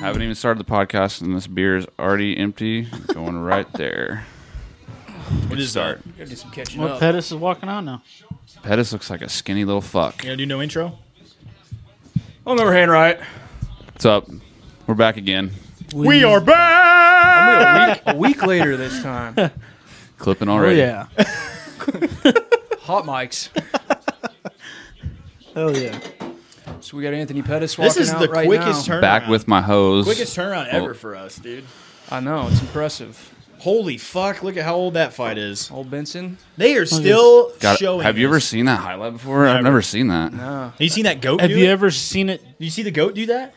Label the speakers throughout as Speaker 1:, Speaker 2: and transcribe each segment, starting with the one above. Speaker 1: haven't even started the podcast, and this beer is already empty, going right there.
Speaker 2: What is that?
Speaker 1: Start.
Speaker 2: You gotta do some catching
Speaker 3: What
Speaker 2: up.
Speaker 3: Pettis is walking on now?
Speaker 1: Pettis looks like a skinny little fuck.
Speaker 2: You gotta do no intro.
Speaker 4: I'll never handwrite.
Speaker 1: What's up? We're back again,
Speaker 2: We, are back.
Speaker 4: A week, a week later this time.
Speaker 1: clipping already.
Speaker 3: yeah.
Speaker 4: Hot mics.
Speaker 3: Hell Oh, yeah.
Speaker 4: So we got Anthony Pettis walking
Speaker 2: This is
Speaker 4: out
Speaker 2: the
Speaker 4: right
Speaker 2: quickest
Speaker 4: now.
Speaker 2: turnaround.
Speaker 1: Back with my hose.
Speaker 2: quickest turnaround ever
Speaker 1: Oh.
Speaker 2: for us, dude.
Speaker 4: I know it's impressive.
Speaker 2: Holy fuck! Look at how old that fight is.
Speaker 4: Old Benson.
Speaker 2: They are still
Speaker 1: Got-
Speaker 2: showing.
Speaker 1: have you ever
Speaker 2: us.
Speaker 1: seen that highlight before? I've
Speaker 2: Never.
Speaker 1: never seen that.
Speaker 4: Ah,
Speaker 2: Have you seen that goat?
Speaker 3: Have
Speaker 2: do
Speaker 3: you
Speaker 2: it?
Speaker 3: ever seen it?
Speaker 2: You see the goat do that?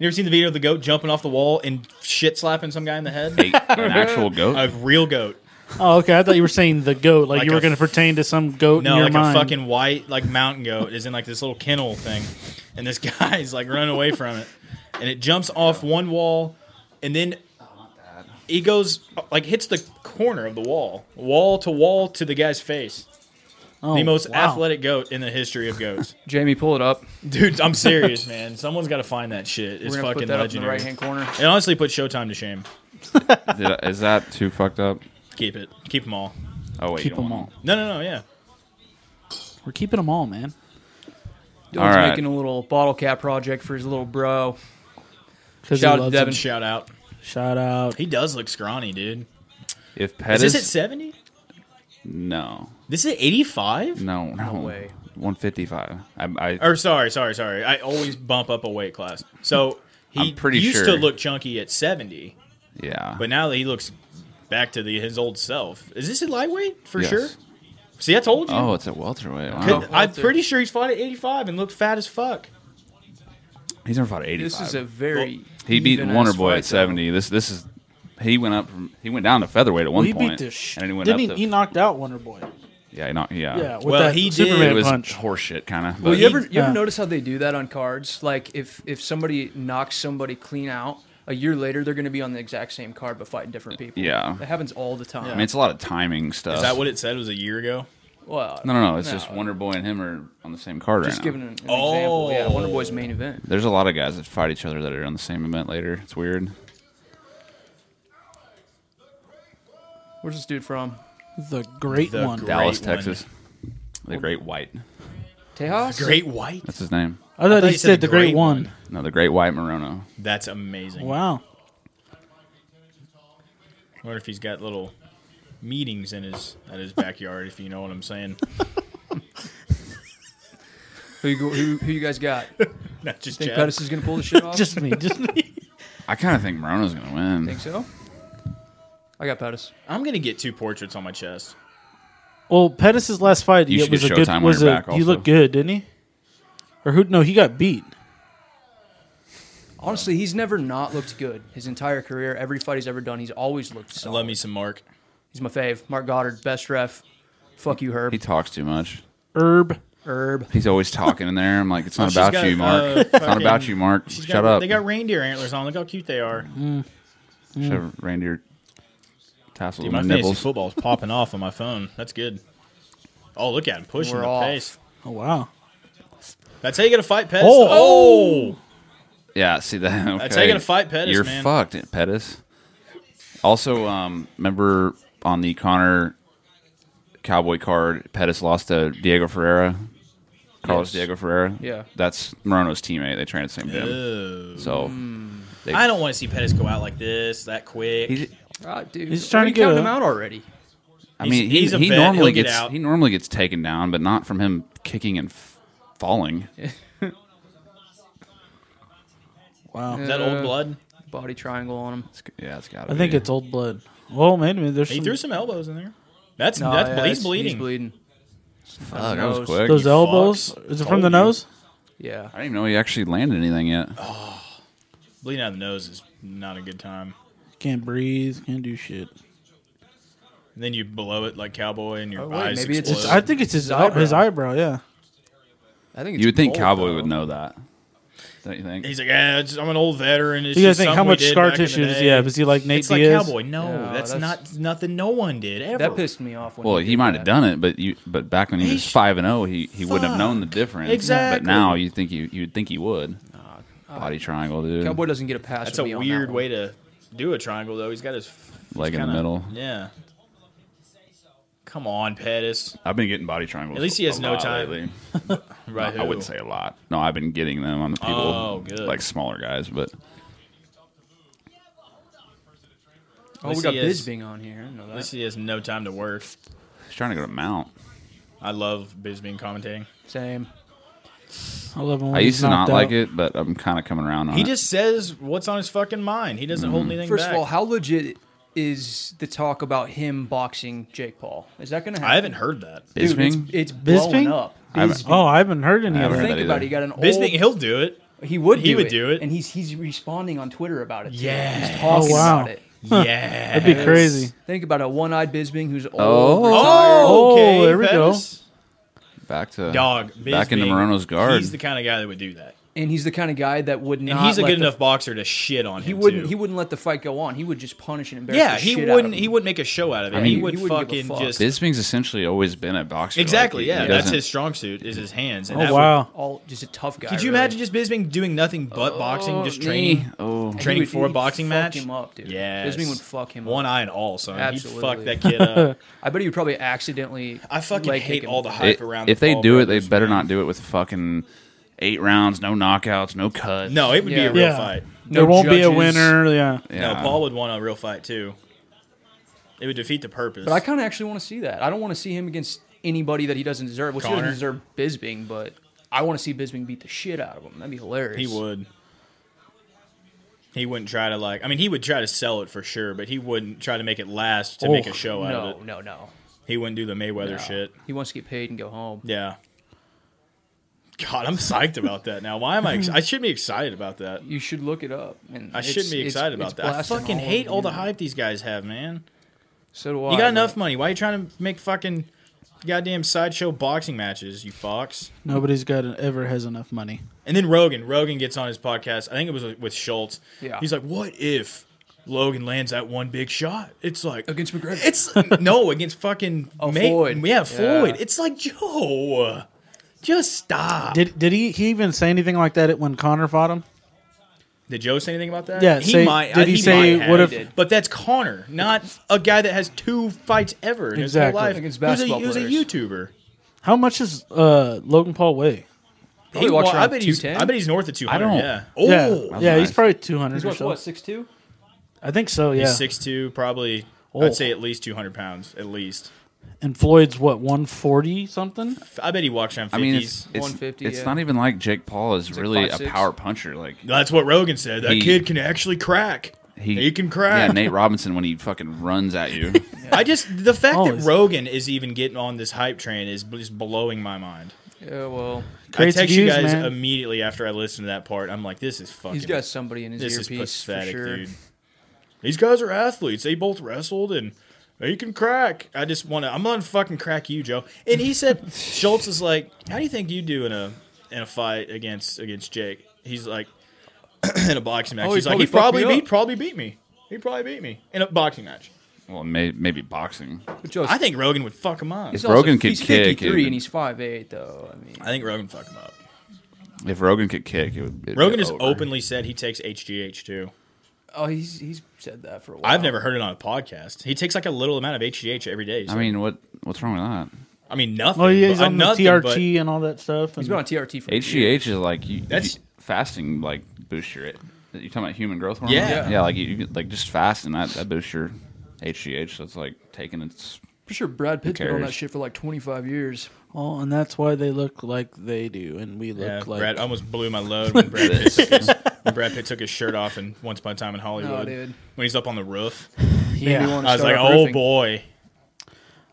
Speaker 2: You ever seen the video of the goat jumping off the wall and shit slapping some guy in the head?
Speaker 1: A- an actual goat.
Speaker 2: a real goat.
Speaker 3: Oh, okay. I thought you were saying the goat, like,
Speaker 2: Like
Speaker 3: you were
Speaker 2: a
Speaker 3: going to
Speaker 2: f-
Speaker 3: pertain to some goat in
Speaker 2: No,
Speaker 3: your
Speaker 2: like
Speaker 3: mind.
Speaker 2: a fucking white like mountain goat is in like this little kennel thing, and this guy's like running away from it, and it jumps off one wall, and then he goes like hits the corner of the wall, wall to wall to the guy's face.
Speaker 3: Oh,
Speaker 2: the most
Speaker 3: wow.
Speaker 2: athletic goat in the history of goats,
Speaker 4: Jamie, pull it up.
Speaker 2: dude. I'm serious, man. Someone's got to find that shit. It's
Speaker 4: We're gonna
Speaker 2: fucking
Speaker 4: put that up in the
Speaker 2: legendary.
Speaker 4: right hand corner.
Speaker 2: It honestly put Showtime to shame.
Speaker 1: Did I- is that too fucked up?
Speaker 2: Keep it. Keep them all.
Speaker 1: Oh wait, you
Speaker 3: Keep
Speaker 1: don't
Speaker 3: them all.
Speaker 1: want-
Speaker 2: No, no, no. Yeah.
Speaker 3: We're keeping them all, man.
Speaker 4: Dylan's
Speaker 1: All right.
Speaker 4: making a little bottle cap project for his little bro.
Speaker 3: 'Cause he
Speaker 4: Shout out to
Speaker 3: loves
Speaker 4: Devin.
Speaker 3: them.
Speaker 2: Shout out.
Speaker 3: Shout out.
Speaker 2: He does look scrawny, dude.
Speaker 1: If
Speaker 2: Is
Speaker 1: Pettis,
Speaker 2: this at 70?
Speaker 1: no,
Speaker 2: This is 85?
Speaker 1: no, no,
Speaker 4: way.
Speaker 1: 155. I, I
Speaker 2: Or sorry, sorry, sorry. I always bump up a weight class. So he
Speaker 1: I'm pretty
Speaker 2: used
Speaker 1: sure.
Speaker 2: to look chunky at 70,
Speaker 1: yeah,
Speaker 2: but now that he looks back to the his old self. Is this a lightweight for
Speaker 1: Yes.
Speaker 2: sure? See, I told you.
Speaker 1: Oh, it's at welterweight. Wow.
Speaker 2: Could-
Speaker 4: Oh,
Speaker 2: I'm
Speaker 4: that's it.
Speaker 2: pretty sure he's fought at 85 and looked fat as fuck.
Speaker 1: He's never fought at 85.
Speaker 4: This is a very
Speaker 1: he beat
Speaker 4: even-ass
Speaker 1: Wonder Boy
Speaker 4: fight,
Speaker 1: at
Speaker 4: though.
Speaker 1: 70. This this is he went up from he went down to featherweight at one
Speaker 3: Well, he
Speaker 1: point,
Speaker 3: beat the sh-
Speaker 1: and then he went
Speaker 3: Didn't he,
Speaker 1: up
Speaker 3: he
Speaker 1: to
Speaker 3: knocked out Wonder Boy?
Speaker 1: yeah, he knocked, yeah.
Speaker 3: Yeah, with
Speaker 2: Well,
Speaker 3: that
Speaker 2: he did.
Speaker 3: Superman
Speaker 1: It was
Speaker 3: punch.
Speaker 1: horseshit kind of.
Speaker 4: Well, you ever you
Speaker 3: Yeah.
Speaker 4: ever notice how they do that on cards? Like if if somebody knocks somebody clean out, a year later they're going to be on the exact same card but fighting different people.
Speaker 1: Yeah.
Speaker 4: that happens all the time.
Speaker 1: I mean, it's a lot of timing stuff.
Speaker 2: Is that what it said was a year ago?
Speaker 4: Well,
Speaker 1: No, no, no. It's just Wonder Boy and him are on the same card
Speaker 4: Just
Speaker 1: right
Speaker 4: giving
Speaker 1: now.
Speaker 4: an, an example. Yeah,
Speaker 2: Oh.
Speaker 4: Wonder Boy's main event.
Speaker 1: There's a lot of guys that fight each other that are on the same event later. It's weird.
Speaker 4: Where's this dude from?
Speaker 3: The great
Speaker 2: The
Speaker 3: one.
Speaker 2: great-
Speaker 1: Dallas,
Speaker 2: one.
Speaker 1: Texas. The Great White.
Speaker 4: Tejas.
Speaker 2: Great white?
Speaker 1: That's his name.
Speaker 3: I thought
Speaker 2: thought
Speaker 3: he
Speaker 2: you
Speaker 3: said, the great, one.
Speaker 1: No, the Great White Morono.
Speaker 2: That's amazing.
Speaker 3: Wow.
Speaker 2: I wonder if he's got little meetings in his at his backyard, if you know what I'm saying.
Speaker 4: Who you, go- who, who you guys got?
Speaker 2: Not just
Speaker 4: Think
Speaker 2: Chad.
Speaker 4: Pettis is going to pull the shit off?
Speaker 3: Just me. Just me.
Speaker 1: I kind of think Morono's going to win.
Speaker 4: think so. I got Pettis.
Speaker 2: I'm gonna get two portraits on my chest.
Speaker 3: Well, Pettis' last fight
Speaker 1: You
Speaker 3: yeah,
Speaker 1: should
Speaker 3: was a
Speaker 1: get
Speaker 3: good.
Speaker 1: Showtime on
Speaker 3: Was
Speaker 1: your
Speaker 3: a,
Speaker 1: back
Speaker 3: he looked
Speaker 1: also.
Speaker 3: good, didn't he? Or who? No, he got beat.
Speaker 4: Honestly, he's never not looked good. His entire career, every fight he's ever done, he's always looked solid.
Speaker 2: Love me some Mark.
Speaker 4: He's my fave. Mark Goddard, best ref. Fuck you, Herb.
Speaker 1: He talks too much.
Speaker 3: Herb.
Speaker 4: Herb.
Speaker 1: He's always talking in there. I'm like, it's
Speaker 2: Oh,
Speaker 1: not
Speaker 2: she's
Speaker 1: about
Speaker 2: got,
Speaker 1: you, Mark.
Speaker 2: uh,
Speaker 1: it's not about
Speaker 2: fucking-
Speaker 1: you, Mark.
Speaker 2: She's
Speaker 1: Shut
Speaker 2: got,
Speaker 1: up.
Speaker 2: They got reindeer antlers on. Look how cute they are.
Speaker 1: Shove
Speaker 3: Mm.
Speaker 1: reindeer tassels
Speaker 2: Dude,
Speaker 1: in
Speaker 2: my
Speaker 1: my
Speaker 2: fantasy
Speaker 1: nipples.
Speaker 2: football's popping off on my phone. That's good. Oh, look at him pushing
Speaker 4: We're
Speaker 2: the
Speaker 4: off.
Speaker 2: pace.
Speaker 3: Oh wow.
Speaker 2: That's how you gonna fight Pettis.
Speaker 3: Oh.
Speaker 2: Oh,
Speaker 1: Yeah, see that. Okay.
Speaker 2: That's how you gotta fight Pettis,
Speaker 1: You're
Speaker 2: man.
Speaker 1: fucked, Pettis. Also, um, remember on the Connor Cowboy card, Pettis lost to Diego Ferreira, Carlos
Speaker 4: Yes.
Speaker 1: Diego Ferreira.
Speaker 4: Yeah.
Speaker 1: that's Moreno's teammate. They trained at the same gym.
Speaker 2: Ew.
Speaker 1: So
Speaker 2: Hmm.
Speaker 3: Oh!
Speaker 1: they,
Speaker 2: I don't want to see Pettis go out like this that quick.
Speaker 1: He,
Speaker 4: Ah, dude.
Speaker 3: He's trying to
Speaker 4: why are you
Speaker 3: get
Speaker 4: counting
Speaker 3: a-
Speaker 4: him out already.
Speaker 1: I
Speaker 2: He's-
Speaker 1: mean, he,
Speaker 2: he's a
Speaker 1: he
Speaker 2: vet.
Speaker 1: normally
Speaker 2: He'll get
Speaker 1: gets
Speaker 2: out.
Speaker 1: he normally gets taken down, but not from him kicking and f- falling.
Speaker 3: Wow.
Speaker 2: Is that old blood?
Speaker 4: Uh, Body triangle on him.
Speaker 1: It's- yeah, it's got.
Speaker 3: I think it's old blood. Well, man, I mean, there's
Speaker 2: He
Speaker 3: some,
Speaker 2: threw some elbows in there. That's
Speaker 4: No,
Speaker 2: that's
Speaker 4: Oh, yeah,
Speaker 2: ble-
Speaker 4: it's-
Speaker 2: he's bleeding.
Speaker 4: He's bleeding.
Speaker 1: Fuck, that was
Speaker 4: Nose.
Speaker 1: quick.
Speaker 3: those
Speaker 2: You
Speaker 3: elbows.
Speaker 2: fucks.
Speaker 3: Is it
Speaker 2: Told
Speaker 3: from the
Speaker 2: you.
Speaker 3: nose?
Speaker 4: Yeah.
Speaker 1: I didn't even know he actually landed anything yet.
Speaker 2: Bleeding out of the nose is not a good time.
Speaker 3: Can't breathe. Can't do shit.
Speaker 2: And then you blow it like cowboy, and your
Speaker 4: Oh, wait,
Speaker 2: eyes
Speaker 4: maybe it's-
Speaker 2: explode.
Speaker 3: It's, I think it's his eyebrow. his eyebrow. Yeah.
Speaker 4: I think it's
Speaker 1: you would think
Speaker 4: bold,
Speaker 1: Cowboy
Speaker 4: though.
Speaker 1: would know that, don't you think?
Speaker 2: He's like, ah, it's- I'm an old veteran. It's
Speaker 3: You gotta
Speaker 2: just
Speaker 3: think how
Speaker 2: something we
Speaker 3: much
Speaker 2: did
Speaker 3: scar
Speaker 2: back in the
Speaker 3: tissue does
Speaker 2: day."
Speaker 3: he have? Is he like Nate
Speaker 2: It's like
Speaker 3: Diaz?
Speaker 2: cowboy. No,
Speaker 4: No,
Speaker 2: that's,
Speaker 4: that's-
Speaker 2: not nothing. No one did ever.
Speaker 4: That pissed me off. When
Speaker 1: Well,
Speaker 4: he,
Speaker 1: he
Speaker 4: did
Speaker 1: might
Speaker 4: that.
Speaker 1: have done it, but you but back when he was
Speaker 2: He's-
Speaker 1: five and zero, he, he wouldn't have known the difference. But
Speaker 2: Exactly.
Speaker 1: now you think you you would think he would. body triangle, dude.
Speaker 4: Cowboy doesn't get a pass.
Speaker 2: That's
Speaker 4: with me
Speaker 2: a
Speaker 4: on that
Speaker 2: weird
Speaker 4: one.
Speaker 2: way to do a triangle, though. He's got his f-
Speaker 1: Leg in the
Speaker 2: kinda-
Speaker 1: middle.
Speaker 2: Yeah. Come on, Pettis.
Speaker 1: I've been getting body triangles.
Speaker 2: At least he has
Speaker 1: a
Speaker 2: no
Speaker 1: lot
Speaker 2: time.
Speaker 1: lately.
Speaker 2: Right.
Speaker 1: I
Speaker 2: who?
Speaker 1: wouldn't say a lot. No, I've been getting them on the people,
Speaker 2: Oh, good.
Speaker 1: like smaller guys. But
Speaker 2: At
Speaker 4: Oh, we
Speaker 2: least
Speaker 4: got
Speaker 2: he is-
Speaker 4: Bisbing on here. I didn't know
Speaker 2: At
Speaker 4: that.
Speaker 2: least he has no time to work.
Speaker 1: he's trying to go to Mount.
Speaker 2: I love Bisbing commentating.
Speaker 4: Same.
Speaker 3: I love him. When
Speaker 1: I
Speaker 3: Oh, he's
Speaker 1: used to not
Speaker 3: knocked
Speaker 1: like
Speaker 3: out.
Speaker 1: it, but I'm kind of coming around on
Speaker 2: He
Speaker 1: it.
Speaker 2: just says what's on his fucking mind. He doesn't
Speaker 1: Mm-hmm.
Speaker 2: hold anything
Speaker 4: First
Speaker 2: back.
Speaker 4: of all, how legit is the talk about him boxing Jake Paul? Is that going to happen?
Speaker 2: I haven't heard that.
Speaker 4: Dude, it's,
Speaker 1: Bisbing?
Speaker 4: it's blowing
Speaker 3: Bisbing?
Speaker 4: up.
Speaker 1: I haven't-
Speaker 4: Bisbing.
Speaker 3: Oh, I haven't heard
Speaker 1: I
Speaker 3: any of
Speaker 1: haven't
Speaker 3: it.
Speaker 1: heard
Speaker 4: Think
Speaker 1: that
Speaker 4: about
Speaker 1: either.
Speaker 4: it. He got an old.
Speaker 2: Bisbing, he'll do it.
Speaker 4: he would.
Speaker 2: he
Speaker 4: do
Speaker 2: would
Speaker 4: it,
Speaker 2: do it.
Speaker 4: And he's he's responding on Twitter about it. too.
Speaker 2: Yeah.
Speaker 4: He's talking
Speaker 3: Oh, wow.
Speaker 4: about it.
Speaker 2: Yeah.
Speaker 3: That'd be crazy.
Speaker 4: Think about a one-eyed Bisbing who's old.
Speaker 1: Oh.
Speaker 4: retired.
Speaker 2: Oh, okay.
Speaker 3: Oh, there we go.
Speaker 2: Pettis.
Speaker 1: back to
Speaker 2: Dog.
Speaker 1: back into
Speaker 2: Bisbing,
Speaker 1: Moreno's guard.
Speaker 2: He's the kind of guy that would do that.
Speaker 4: and he's the kind of guy that would not.
Speaker 2: And he's a
Speaker 4: let
Speaker 2: good
Speaker 4: the-
Speaker 2: enough boxer to shit on him.
Speaker 4: He wouldn't.
Speaker 2: too.
Speaker 4: He wouldn't let the fight go on. He would just punish and embarrass.
Speaker 2: Yeah,
Speaker 4: the
Speaker 2: he
Speaker 4: shit out of
Speaker 2: wouldn't.
Speaker 4: him.
Speaker 2: He wouldn't make a show out of it.
Speaker 1: I mean,
Speaker 2: he would
Speaker 4: he wouldn't give a
Speaker 2: fucking
Speaker 4: fuck.
Speaker 2: just
Speaker 1: Bisbing's essentially always been a boxer. like,
Speaker 2: exactly.
Speaker 1: he-
Speaker 2: yeah,
Speaker 1: he
Speaker 2: that's
Speaker 1: doesn't-
Speaker 2: his strong suit is his hands. And that
Speaker 3: Oh
Speaker 2: would-
Speaker 3: wow.
Speaker 4: All just a tough guy.
Speaker 2: could you
Speaker 4: really.
Speaker 2: imagine just Bisbing doing nothing but boxing, just
Speaker 1: knee.
Speaker 2: training,
Speaker 1: Oh,
Speaker 4: He
Speaker 2: training
Speaker 4: would-
Speaker 2: for a
Speaker 4: he'd
Speaker 2: boxing
Speaker 4: fuck
Speaker 2: match?
Speaker 4: him up, dude.
Speaker 2: Yes.
Speaker 4: Bisbing would fuck him
Speaker 2: One
Speaker 4: up.
Speaker 2: eye and all, son.
Speaker 4: Absolutely.
Speaker 2: He'd fuck that kid up.
Speaker 4: I bet he would probably accidentally.
Speaker 2: I fucking
Speaker 4: leg kick
Speaker 2: hate
Speaker 4: him.
Speaker 2: all the hype
Speaker 1: It-
Speaker 2: around.
Speaker 1: if
Speaker 2: the
Speaker 1: they
Speaker 2: Paul
Speaker 1: do it, they
Speaker 2: brothers,
Speaker 1: better
Speaker 2: man.
Speaker 1: not do it with fucking eight rounds, no knockouts, no cuts.
Speaker 2: No, it would be
Speaker 4: Yeah.
Speaker 2: a real
Speaker 3: Yeah.
Speaker 2: fight.
Speaker 4: No
Speaker 3: there won't be a
Speaker 4: judges.
Speaker 3: winner. Yeah.
Speaker 1: Yeah.
Speaker 2: No, Paul would want a real fight too. It would defeat the purpose.
Speaker 4: But I kind of actually want to see that. I don't want to see him against anybody that he doesn't deserve. Which he
Speaker 2: Connor?
Speaker 4: doesn't deserve Bisbing, but I want to see Bisbing beat the shit out of him. That'd be
Speaker 2: He
Speaker 4: hilarious.
Speaker 2: would. He wouldn't try to like. I mean, he would try to sell it for sure, but he wouldn't try to make it last to make a
Speaker 3: Oh,
Speaker 2: show out
Speaker 4: No,
Speaker 2: of it.
Speaker 4: no, no.
Speaker 2: He wouldn't do the Mayweather
Speaker 4: no.
Speaker 2: shit.
Speaker 4: He wants to get paid and go home.
Speaker 2: Yeah. God, I'm psyched about that now. Why am I? Ex- I should be excited about that.
Speaker 4: You should look it up. And
Speaker 2: I
Speaker 4: it's-
Speaker 2: shouldn't be
Speaker 4: it's-
Speaker 2: excited
Speaker 4: it's
Speaker 2: about that. I
Speaker 4: blasting
Speaker 2: fucking
Speaker 4: all
Speaker 2: hate all the
Speaker 4: you.
Speaker 2: hype these guys have, man.
Speaker 4: So do I.
Speaker 2: You got
Speaker 4: but-
Speaker 2: enough money. Why are you trying to make fucking goddamn sideshow boxing matches, you fox?
Speaker 3: Nobody's got ever has enough money.
Speaker 2: And then Rogan. Rogan gets on his podcast. I think it was with Schultz.
Speaker 4: Yeah.
Speaker 2: He's like, what if Logan lands that one big shot? It's like
Speaker 4: Against McGregor.
Speaker 2: It's no against fucking
Speaker 4: Oh,
Speaker 2: Ma-
Speaker 4: Floyd.
Speaker 2: Yeah, Floyd.
Speaker 4: Yeah.
Speaker 2: It's like Joe, just stop. Did,
Speaker 3: Did did he, he even say anything like that when Connor fought him?
Speaker 2: Joe say anything about that?
Speaker 3: Yeah,
Speaker 2: He
Speaker 3: say-
Speaker 2: might.
Speaker 3: did
Speaker 2: he,
Speaker 3: he say,
Speaker 2: might
Speaker 3: what
Speaker 2: have.
Speaker 3: if-
Speaker 4: He did.
Speaker 2: But that's Connor, not a guy that has two fights ever in his
Speaker 3: Exactly.
Speaker 2: whole life.
Speaker 4: Against
Speaker 2: He was a-
Speaker 4: basketball
Speaker 2: he was a,
Speaker 4: players.
Speaker 2: YouTuber.
Speaker 3: How much does uh, Logan Paul weigh?
Speaker 4: Probably walks
Speaker 2: wa- I
Speaker 4: around
Speaker 2: bet he's.
Speaker 4: 210.
Speaker 2: I bet he's north of two hundred.
Speaker 1: don't-
Speaker 2: Yeah. Oh,
Speaker 3: yeah,
Speaker 1: that's
Speaker 3: yeah,
Speaker 1: nice.
Speaker 3: he's probably two hundred
Speaker 4: He's
Speaker 3: or
Speaker 4: what,
Speaker 3: so.
Speaker 4: what, 6'2"?
Speaker 3: I think so. Yeah,
Speaker 2: He's six two, probably.
Speaker 3: Oh.
Speaker 2: I'd say at least two hundred pounds, at least.
Speaker 3: and Floyd's what one forty something.
Speaker 2: I bet he walks around
Speaker 1: I
Speaker 2: fifties.
Speaker 1: mean, it's it's,
Speaker 4: 150,
Speaker 1: it's
Speaker 4: yeah.
Speaker 1: not even like Jake Paul is really a
Speaker 4: 5'6".
Speaker 1: power puncher. Like
Speaker 2: That's what Rogan said. That
Speaker 1: He-
Speaker 2: kid can actually crack. He,
Speaker 1: he,
Speaker 2: can crack.
Speaker 1: Yeah, Nate Robinson when he fucking runs at you.
Speaker 2: I just the fact
Speaker 3: Oh,
Speaker 2: that
Speaker 3: it's-
Speaker 2: Rogan is even getting on this hype train is bl- just blowing my mind.
Speaker 4: Yeah, well,
Speaker 3: Creates
Speaker 2: I text you
Speaker 3: views,
Speaker 2: guys
Speaker 3: man.
Speaker 2: immediately after I listened to that part. I'm like, this is fucking.
Speaker 4: he's got somebody in his
Speaker 2: this is
Speaker 4: earpiece for
Speaker 2: pathetic,
Speaker 4: sure.
Speaker 2: dude. These guys are athletes. They both wrestled and they can crack. I just want to. I'm gonna fucking crack you, Joe. And he said Schultz is like, how do you think you do in a in a fight against against Jake? He's like in a boxing match.
Speaker 4: Oh, he
Speaker 2: he's like he probably
Speaker 4: probably fucked me
Speaker 2: beat
Speaker 4: up."
Speaker 2: probably beat me. He probably beat me in a boxing match.
Speaker 1: well, may, maybe boxing.
Speaker 4: But Joe's-
Speaker 2: I think Rogan would fuck him up.
Speaker 1: If
Speaker 4: he's also-
Speaker 1: Rogan could
Speaker 4: he's
Speaker 1: kick, it
Speaker 4: 53
Speaker 1: would-
Speaker 4: and he's 5'8", though. I mean,
Speaker 2: I think Rogan fuck him up.
Speaker 1: If Rogan could kick, it would. it'd
Speaker 2: Rogan
Speaker 1: be
Speaker 2: just
Speaker 1: over.
Speaker 2: openly said he takes HGH too.
Speaker 4: oh, he's he's said that for a while.
Speaker 2: I've never heard it on a podcast. He takes like a little amount of HGH every day. so-
Speaker 1: I mean, what what's wrong with
Speaker 2: I mean nothing.
Speaker 3: Oh yeah, he's
Speaker 2: but-
Speaker 3: on
Speaker 2: nothing,
Speaker 3: the
Speaker 2: but-
Speaker 3: TRT and all that stuff. and-
Speaker 4: He's been on TRT for
Speaker 1: that?
Speaker 4: years.
Speaker 1: HGH is like you,
Speaker 2: That's-
Speaker 1: you- fasting, like boosts your. You talking about human growth hormone?
Speaker 2: Yeah.
Speaker 1: yeah, like you, you could- like just fasting that that boosts your HGH. So it's like taking its.
Speaker 4: Pretty sure Brad Pitt's been on
Speaker 1: cares?
Speaker 4: that shit for like 25 years.
Speaker 3: Oh, and that's why they look like they do, and we look
Speaker 2: Yeah,
Speaker 3: like
Speaker 2: Brad almost blew my load when Brad, Pitt took his, when Brad Pitt took his shirt off and Once Upon a Time in Hollywood.
Speaker 4: Oh, dude.
Speaker 2: When he's up on the roof,
Speaker 4: Maybe
Speaker 3: yeah.
Speaker 4: wanna
Speaker 2: I was
Speaker 4: start
Speaker 2: like,
Speaker 4: off
Speaker 2: "Oh
Speaker 4: roofing.
Speaker 2: boy,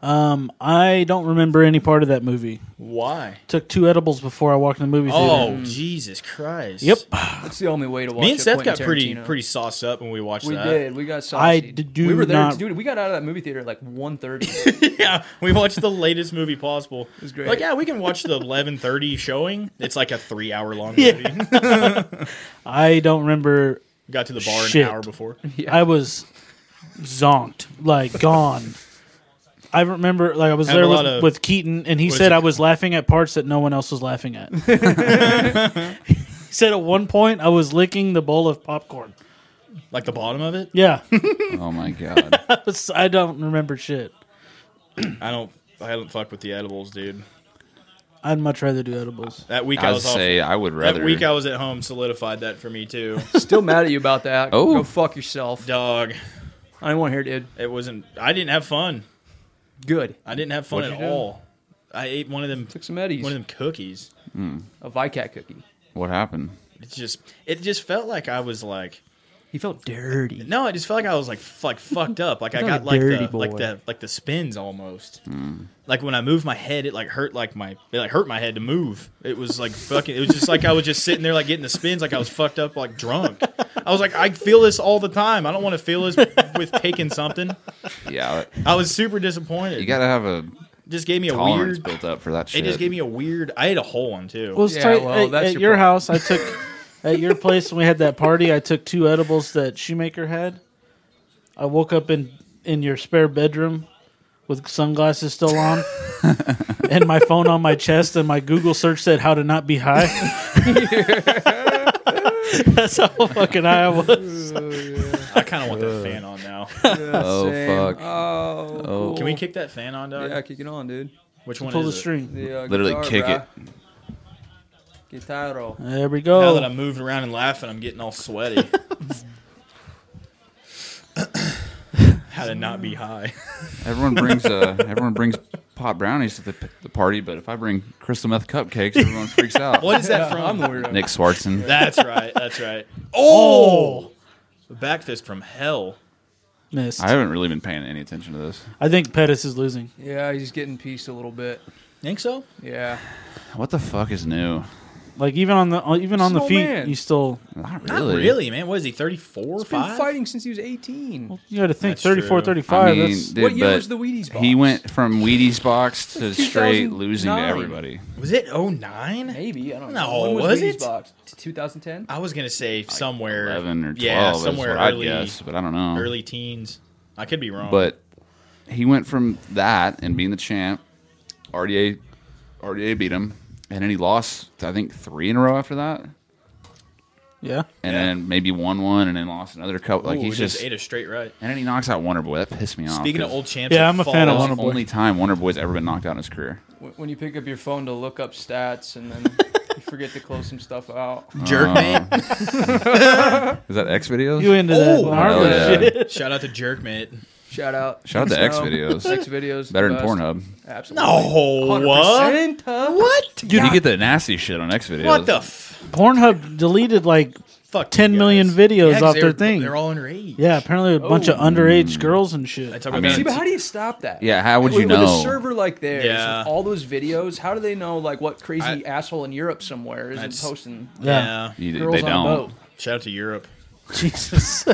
Speaker 3: Um, I don't remember any part of that movie.
Speaker 2: why?"
Speaker 3: Took two edibles before I walked in the movie
Speaker 2: Oh
Speaker 3: theater.
Speaker 2: Jesus Christ!
Speaker 3: Hmm. Yep.
Speaker 4: That's the only way to watch
Speaker 2: Me and
Speaker 4: it,
Speaker 2: Seth
Speaker 4: Quentin
Speaker 2: got pretty
Speaker 4: Tarantino.
Speaker 2: pretty sauced up when we watched
Speaker 4: We
Speaker 2: that.
Speaker 4: did. We got saucy.
Speaker 3: I d- do
Speaker 4: We were there,
Speaker 3: not-
Speaker 4: dude. We got out of that movie theater at like 1.30.
Speaker 2: yeah, we watched the latest movie possible. It
Speaker 4: was great.
Speaker 2: Like, yeah, we can watch the eleven thirty showing. It's like a three hour long
Speaker 3: Yeah.
Speaker 2: movie.
Speaker 3: I don't remember.
Speaker 2: Got to the bar
Speaker 3: Shit.
Speaker 2: an hour before.
Speaker 4: Yeah.
Speaker 3: I was zonked, like gone. I remember, like I was
Speaker 2: Have a
Speaker 3: there with,
Speaker 2: lot of-
Speaker 3: with Keaton, and he
Speaker 2: was
Speaker 3: said
Speaker 2: it-
Speaker 3: I was laughing at parts that no one else was laughing at. He said at one point I was licking the bowl of popcorn.
Speaker 2: Like the bottom of it?
Speaker 3: Yeah,
Speaker 1: Oh my god.
Speaker 3: I, was- I don't remember shit.
Speaker 2: I don't. I don't fuck with the edibles, dude.
Speaker 3: I'd much rather do edibles.
Speaker 2: That week I
Speaker 1: I'd
Speaker 2: was off.
Speaker 1: say I would rather.
Speaker 2: That week I was at home solidified that for me too.
Speaker 4: Still mad at you about that.
Speaker 1: Oh.
Speaker 4: Go fuck yourself.
Speaker 2: Dog,
Speaker 4: I don't want to hear it, dude.
Speaker 2: it wasn't. I didn't have fun.
Speaker 4: Good.
Speaker 2: I didn't have fun
Speaker 1: What'd
Speaker 2: at
Speaker 1: you do?
Speaker 2: all. I ate one of them.
Speaker 4: Took some Eddies.
Speaker 2: One of them cookies.
Speaker 4: A Vicat cookie.
Speaker 1: what happened?
Speaker 2: It just. It just felt like I was like.
Speaker 4: He felt dirty.
Speaker 2: No, I just felt like I was like f- like fucked up. Like I
Speaker 4: You're not
Speaker 2: got
Speaker 4: a
Speaker 2: like
Speaker 4: dirty
Speaker 2: the,
Speaker 4: boy. Hmm.
Speaker 2: like the like the spins almost. Like when I moved my head, it like hurt like my it like hurt my head to move. It was like fucking. It was just like I was just sitting there like getting the spins. Like I was fucked up, like drunk. I was like, I feel this all the time. I don't want to feel this with taking something.
Speaker 1: Yeah,
Speaker 2: I was super disappointed.
Speaker 1: you gotta have a
Speaker 2: just gave me a
Speaker 1: tolerance
Speaker 2: weird.
Speaker 1: built up for that
Speaker 2: It
Speaker 1: shit.
Speaker 2: just gave me a weird. I ate a whole one too.
Speaker 3: Well, it's
Speaker 4: Yeah,
Speaker 3: tight-
Speaker 4: well,
Speaker 3: at,
Speaker 4: that's
Speaker 3: at
Speaker 4: your
Speaker 3: your
Speaker 4: problem.
Speaker 3: house, I took at your place when we had that party. I took two edibles that Shoemaker had. I woke up in in your spare bedroom with sunglasses still on, and my phone on my chest, and my Google search said how to not be high. That's how fucking high I was.
Speaker 2: I kind of want that fan on now.
Speaker 1: oh fuck!
Speaker 4: Oh.
Speaker 1: Oh.
Speaker 2: Can we kick that fan on, dog?
Speaker 4: Yeah, kick it on, dude.
Speaker 2: Which one
Speaker 3: Pull the
Speaker 2: is it?
Speaker 3: string.
Speaker 4: The, uh,
Speaker 1: Literally
Speaker 4: guitar,
Speaker 1: kick
Speaker 4: bruh. Guitarro.
Speaker 3: There we
Speaker 4: Oh.
Speaker 2: Now that
Speaker 3: go.
Speaker 2: I'm moving around and laughing, I'm getting all sweaty. How to not be high.
Speaker 1: Everyone brings uh, everyone brings pot brownies to the, the party, but if I bring crystal meth cupcakes, everyone freaks out.
Speaker 2: What is that from?
Speaker 4: I'm the weirdo.
Speaker 1: Nick Swartzen.
Speaker 2: That's right. That's right. Oh, back fist from hell.
Speaker 3: Missed.
Speaker 1: I haven't really been paying any attention to this.
Speaker 3: I think Pettis is losing.
Speaker 4: Yeah, he's getting pieced a little bit.
Speaker 2: Think so?
Speaker 4: Yeah.
Speaker 1: What the fuck is new?
Speaker 3: Like even on the uh, even on the
Speaker 4: Small
Speaker 3: feet,
Speaker 4: man.
Speaker 3: you still
Speaker 1: Not
Speaker 2: Not
Speaker 1: really.
Speaker 2: really, man. What is he? Thirty-four,
Speaker 4: He's been
Speaker 2: five?
Speaker 4: fighting since he was 18.
Speaker 3: you got to think
Speaker 2: That's true.
Speaker 3: 34,
Speaker 2: I
Speaker 3: 35.
Speaker 1: I mean,
Speaker 3: that's,
Speaker 1: dude,
Speaker 4: what year
Speaker 1: but
Speaker 4: was the Wheaties box?
Speaker 1: He went from Wheaties box to
Speaker 4: Like
Speaker 1: straight losing to
Speaker 4: 2009.
Speaker 1: everybody.
Speaker 2: Was it 09?
Speaker 4: Maybe I don't
Speaker 2: No,
Speaker 4: know. When
Speaker 2: was
Speaker 4: Wheaties
Speaker 2: it?
Speaker 4: Box? 2010.
Speaker 2: I was gonna say somewhere
Speaker 1: Eleven or twelve
Speaker 2: Yeah,
Speaker 1: is
Speaker 2: somewhere
Speaker 1: what I'd
Speaker 2: early,
Speaker 1: guess, but I don't know.
Speaker 2: early teens. I could be wrong.
Speaker 1: But he went from that and being the champ. RDA, RDA beat him, and then he lost. I think three in a row after that, and
Speaker 3: yeah.
Speaker 1: then maybe won one, and then lost another couple. Like
Speaker 2: Ooh,
Speaker 1: he's
Speaker 2: he just
Speaker 1: just,
Speaker 2: ate a straight right.
Speaker 1: and then he knocks out Wonder Boy. That pissed me off.
Speaker 2: Speaking of
Speaker 1: 'cause
Speaker 2: old champs,
Speaker 3: Yeah,
Speaker 2: that
Speaker 3: I'm a fan of
Speaker 2: falls-
Speaker 1: that was the only time Wonder Boy's ever been knocked out in his career.
Speaker 4: Wh- When you pick up your phone to look up stats and then you forget to close some stuff out.
Speaker 2: Jerk mate.
Speaker 1: Is that X videos?
Speaker 3: You into that
Speaker 2: Oh,
Speaker 3: gnarly
Speaker 1: hell yeah.
Speaker 3: shit?
Speaker 2: Shout out to Jerk mate.
Speaker 4: Shout out.
Speaker 1: Shout out to
Speaker 4: Snow.
Speaker 1: X videos.
Speaker 4: X videos.
Speaker 1: Better
Speaker 4: the
Speaker 1: than
Speaker 4: best.
Speaker 1: Pornhub.
Speaker 4: Absolutely.
Speaker 2: No, what?
Speaker 4: 100%, huh? What?
Speaker 1: Dude, you get the nasty shit on X videos.
Speaker 2: What the f-
Speaker 3: Pornhub deleted like
Speaker 2: fuck?
Speaker 3: 10
Speaker 2: you
Speaker 3: million
Speaker 2: guys.
Speaker 3: videos
Speaker 2: 'cause
Speaker 3: off
Speaker 2: they
Speaker 3: their
Speaker 2: were-
Speaker 3: thing.
Speaker 2: They're all underage.
Speaker 3: yeah, apparently a bunch of
Speaker 4: Oh.
Speaker 3: underage girls and shit.
Speaker 2: I talk
Speaker 1: I
Speaker 2: about
Speaker 1: mean-
Speaker 4: See, but how do you stop that?
Speaker 1: Yeah, how would
Speaker 4: with,
Speaker 1: you
Speaker 4: with
Speaker 1: know?
Speaker 4: a server like theirs,
Speaker 2: Yeah.
Speaker 4: with all those videos, how do they know like what crazy
Speaker 2: I-
Speaker 4: asshole in Europe somewhere isn't
Speaker 2: That's-
Speaker 4: posting
Speaker 2: yeah.
Speaker 1: You-
Speaker 4: girls
Speaker 1: they
Speaker 4: on a
Speaker 1: don't.
Speaker 4: boat?
Speaker 2: Shout out to Europe.
Speaker 3: Jesus.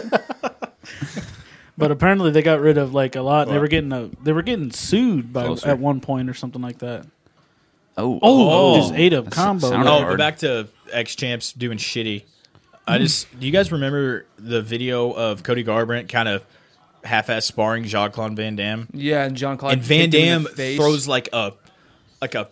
Speaker 3: but apparently they got rid of like a lot. They were getting a, they were getting sued by
Speaker 1: Closer.
Speaker 3: at one point or something like that.
Speaker 1: Oh,
Speaker 3: Oh, just ate a
Speaker 1: That
Speaker 3: combo.
Speaker 1: sounded
Speaker 2: Oh,
Speaker 1: hard.
Speaker 2: but back to X champs doing shitty. I just do you guys remember the video of Cody Garbrandt kind of half-ass sparring Jacques Claude Van Damme?
Speaker 4: Yeah, and John Claude
Speaker 2: and Van Dam
Speaker 4: Damme
Speaker 2: throws like a like a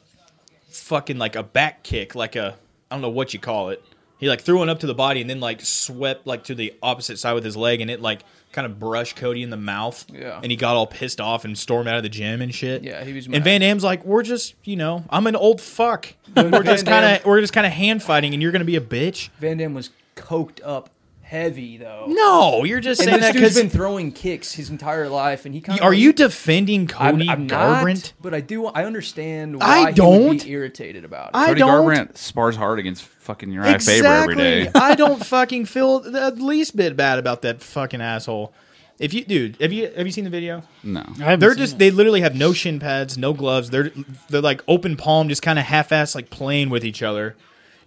Speaker 2: fucking like a back kick, like a I don't know what you call it. He like threw one up to the body and then like swept like to the opposite side with his leg and it like kind of brushed Cody in the mouth.
Speaker 4: Yeah.
Speaker 2: And he got all pissed off and stormed out of the gym and shit.
Speaker 4: Yeah, he was
Speaker 2: And
Speaker 4: mad.
Speaker 2: Van Dam's like, we're just you know, I'm an old fuck. we're just
Speaker 4: Van
Speaker 2: kind
Speaker 4: Dam-
Speaker 2: of we're just kind of hand fighting and you're gonna be a bitch.
Speaker 4: Van Damme was coked up heavy though.
Speaker 2: No, you're just
Speaker 4: and
Speaker 2: saying
Speaker 4: this
Speaker 2: that
Speaker 4: dude's
Speaker 2: because
Speaker 4: been throwing kicks his entire life, and he kind of
Speaker 2: are you defending Cody
Speaker 4: I'm, I'm
Speaker 2: Garbrandt?
Speaker 4: not, but I do. I understand
Speaker 2: I
Speaker 4: why he would
Speaker 2: don't.
Speaker 4: be irritated about it.
Speaker 2: I
Speaker 1: Cody
Speaker 2: don't-
Speaker 1: Garbrandt spars hard against fucking Uriah Faber every day.
Speaker 2: I don't fucking feel the least bit bad about that fucking asshole. If you, dude, have you have you seen the video?
Speaker 1: No,
Speaker 3: I haven't
Speaker 2: They're
Speaker 3: seen
Speaker 2: just
Speaker 3: it.
Speaker 2: they literally have no shin pads, no gloves. They're they're like open palm, just kind of half ass like playing with each other.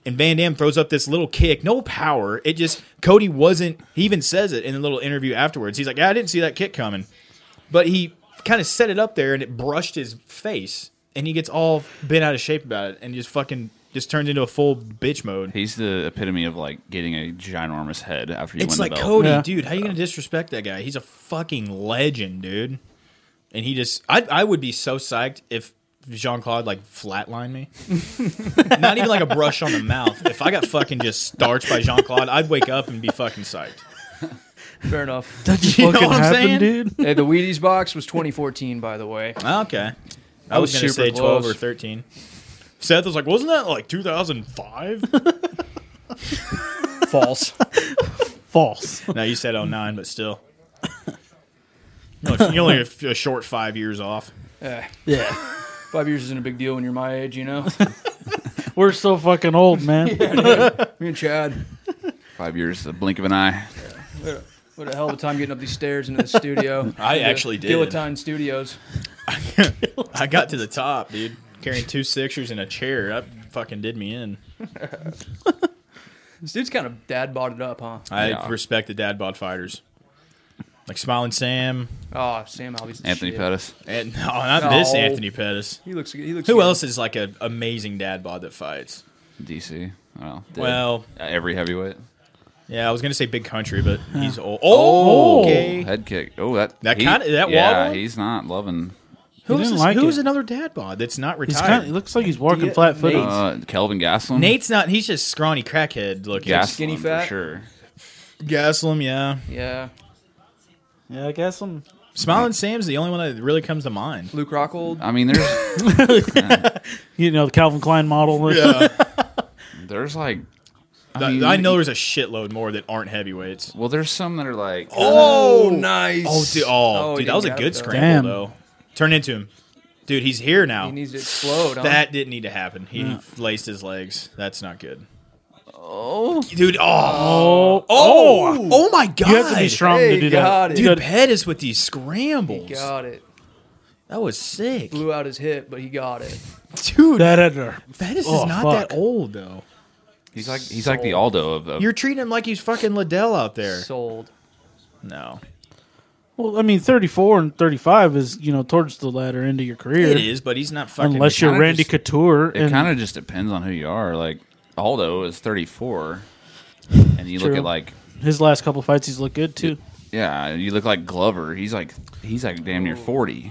Speaker 2: And Van Dam throws up this little kick, no power. It just Cody wasn't. He even says it in a little interview afterwards. He's like, "Yeah, I didn't see that kick coming," but he kind of set it up there and it brushed his face, and he gets all bent out of shape about it, and just fucking just turns into a full bitch mode.
Speaker 1: he's the epitome of like getting a ginormous head after you
Speaker 2: It's
Speaker 1: win
Speaker 2: like
Speaker 1: the belt.
Speaker 2: Cody,
Speaker 3: Yeah.
Speaker 2: dude. How you gonna disrespect that guy? He's a fucking legend, dude. And he just, I, I would be so psyched if Jean Claude like flatline me. Not even like a brush on the mouth. If I got fucking just starched by Jean Claude, I'd wake up and be fucking psyched.
Speaker 4: Fair enough.
Speaker 3: That just
Speaker 2: You know
Speaker 3: fucking
Speaker 2: what I'm
Speaker 3: happened,
Speaker 2: saying?
Speaker 3: dude.
Speaker 4: hey, the Wheaties box was 2014, by the way.
Speaker 2: Okay. I,
Speaker 4: I
Speaker 2: was,
Speaker 4: was
Speaker 2: gonna
Speaker 4: super
Speaker 2: say twelve
Speaker 4: close.
Speaker 2: or thirteen. Seth was like, wasn't that like 2005?
Speaker 4: False.
Speaker 3: False.
Speaker 2: no, you said 09, but still. You're only- you're only a, f- a short five years off.
Speaker 4: yeah.
Speaker 3: Yeah,
Speaker 4: Five years isn't a big deal when you're my age, you know.
Speaker 3: we're so fucking old, man.
Speaker 4: Me and Chad,
Speaker 1: Five years, the blink of an eye.
Speaker 4: what a hell of a time getting up these stairs into the studio.
Speaker 2: I
Speaker 4: The
Speaker 2: actually did.
Speaker 4: Guillotine Studios.
Speaker 2: I got to the top, dude. Carrying two sixers in a chair. That fucking did me in.
Speaker 4: This dude's kind of dad bought it up, huh?
Speaker 2: I
Speaker 1: Yeah.
Speaker 2: respect the dad bod fighters. Like Smiling Sam.
Speaker 4: Oh, Sam Alvey's the
Speaker 1: Anthony
Speaker 4: shit.
Speaker 1: Pettis.
Speaker 2: And, no, not this
Speaker 4: No.
Speaker 2: Anthony Pettis.
Speaker 4: He looks. He looks.
Speaker 2: Who
Speaker 4: good.
Speaker 2: else is like an amazing dad bod that fights?
Speaker 1: DC. Well, did.
Speaker 2: Well,
Speaker 1: Uh, every heavyweight.
Speaker 2: yeah, I was gonna say Big Country, but he's old. Oh, okay.
Speaker 1: Head kick. Oh, that
Speaker 2: That
Speaker 1: he-
Speaker 2: kinda- that
Speaker 1: Yeah,
Speaker 2: wobble?
Speaker 1: he's not loving.
Speaker 2: Who's,
Speaker 3: didn't
Speaker 2: this,
Speaker 3: like
Speaker 2: who's
Speaker 3: it.
Speaker 2: another dad bod that's not
Speaker 3: He's kind of,
Speaker 2: retired?
Speaker 3: he looks like he's walking
Speaker 4: Yeah,
Speaker 3: flat footed.
Speaker 4: Nate.
Speaker 1: Uh, Kelvin Gaslam.
Speaker 2: Nate's not. He's just scrawny crackhead looking.
Speaker 1: Gaslam
Speaker 4: skinny
Speaker 1: for
Speaker 4: fat.
Speaker 1: sure.
Speaker 2: Gaslam, yeah.
Speaker 4: Yeah,
Speaker 3: Yeah, I guess I'm.
Speaker 2: Smiling Sam's the only one that really comes to mind.
Speaker 4: Luke Rockhold.
Speaker 1: I mean, there's
Speaker 3: You know the Calvin Klein model.
Speaker 1: there's like
Speaker 2: I,
Speaker 1: mean,
Speaker 2: I know there's a shitload more that aren't heavyweights.
Speaker 1: well, there's some that are like
Speaker 4: Oh, nice.
Speaker 2: Oh, dude, oh,
Speaker 4: he
Speaker 2: dude that was
Speaker 4: didn't
Speaker 2: a
Speaker 4: grab
Speaker 2: good
Speaker 4: it, though.
Speaker 2: scramble
Speaker 3: Damn.
Speaker 2: though. Turn into him, dude. He's here now.
Speaker 4: He needs to explode. huh?
Speaker 2: that didn't need to happen. He laced his legs. That's not good. Oh, dude. Oh,
Speaker 3: Oh,
Speaker 2: oh, oh my god.
Speaker 3: you have to be strong
Speaker 4: Hey,
Speaker 3: to do
Speaker 4: got
Speaker 3: that.
Speaker 4: it.
Speaker 3: You
Speaker 2: Dude,
Speaker 3: gotta-
Speaker 2: Pettis with these scrambles.
Speaker 4: got it.
Speaker 2: That was sick,
Speaker 4: Blew out his hip, but he got it.
Speaker 2: dude.
Speaker 3: that editor.
Speaker 2: Pettis
Speaker 3: Oh,
Speaker 2: is not
Speaker 3: fuck.
Speaker 2: that old though.
Speaker 1: he's like he's like the Aldo of, of
Speaker 2: You're treating him like he's fucking Liddell out there.
Speaker 4: Sold.
Speaker 2: No,
Speaker 3: Well, I mean, 34 and 35 is you know towards the latter end of your career,
Speaker 2: it is, but he's not fucking.
Speaker 3: unless you're
Speaker 1: kinda
Speaker 3: Randy
Speaker 1: just-
Speaker 3: Couture.
Speaker 1: It
Speaker 3: and
Speaker 1: kind of just depends on who you are. Like Aldo is 34, and you
Speaker 3: True.
Speaker 1: look at like
Speaker 3: his last couple fights, he's looked good too.
Speaker 1: yeah, you look like Glover. He's like he's like damn near 40.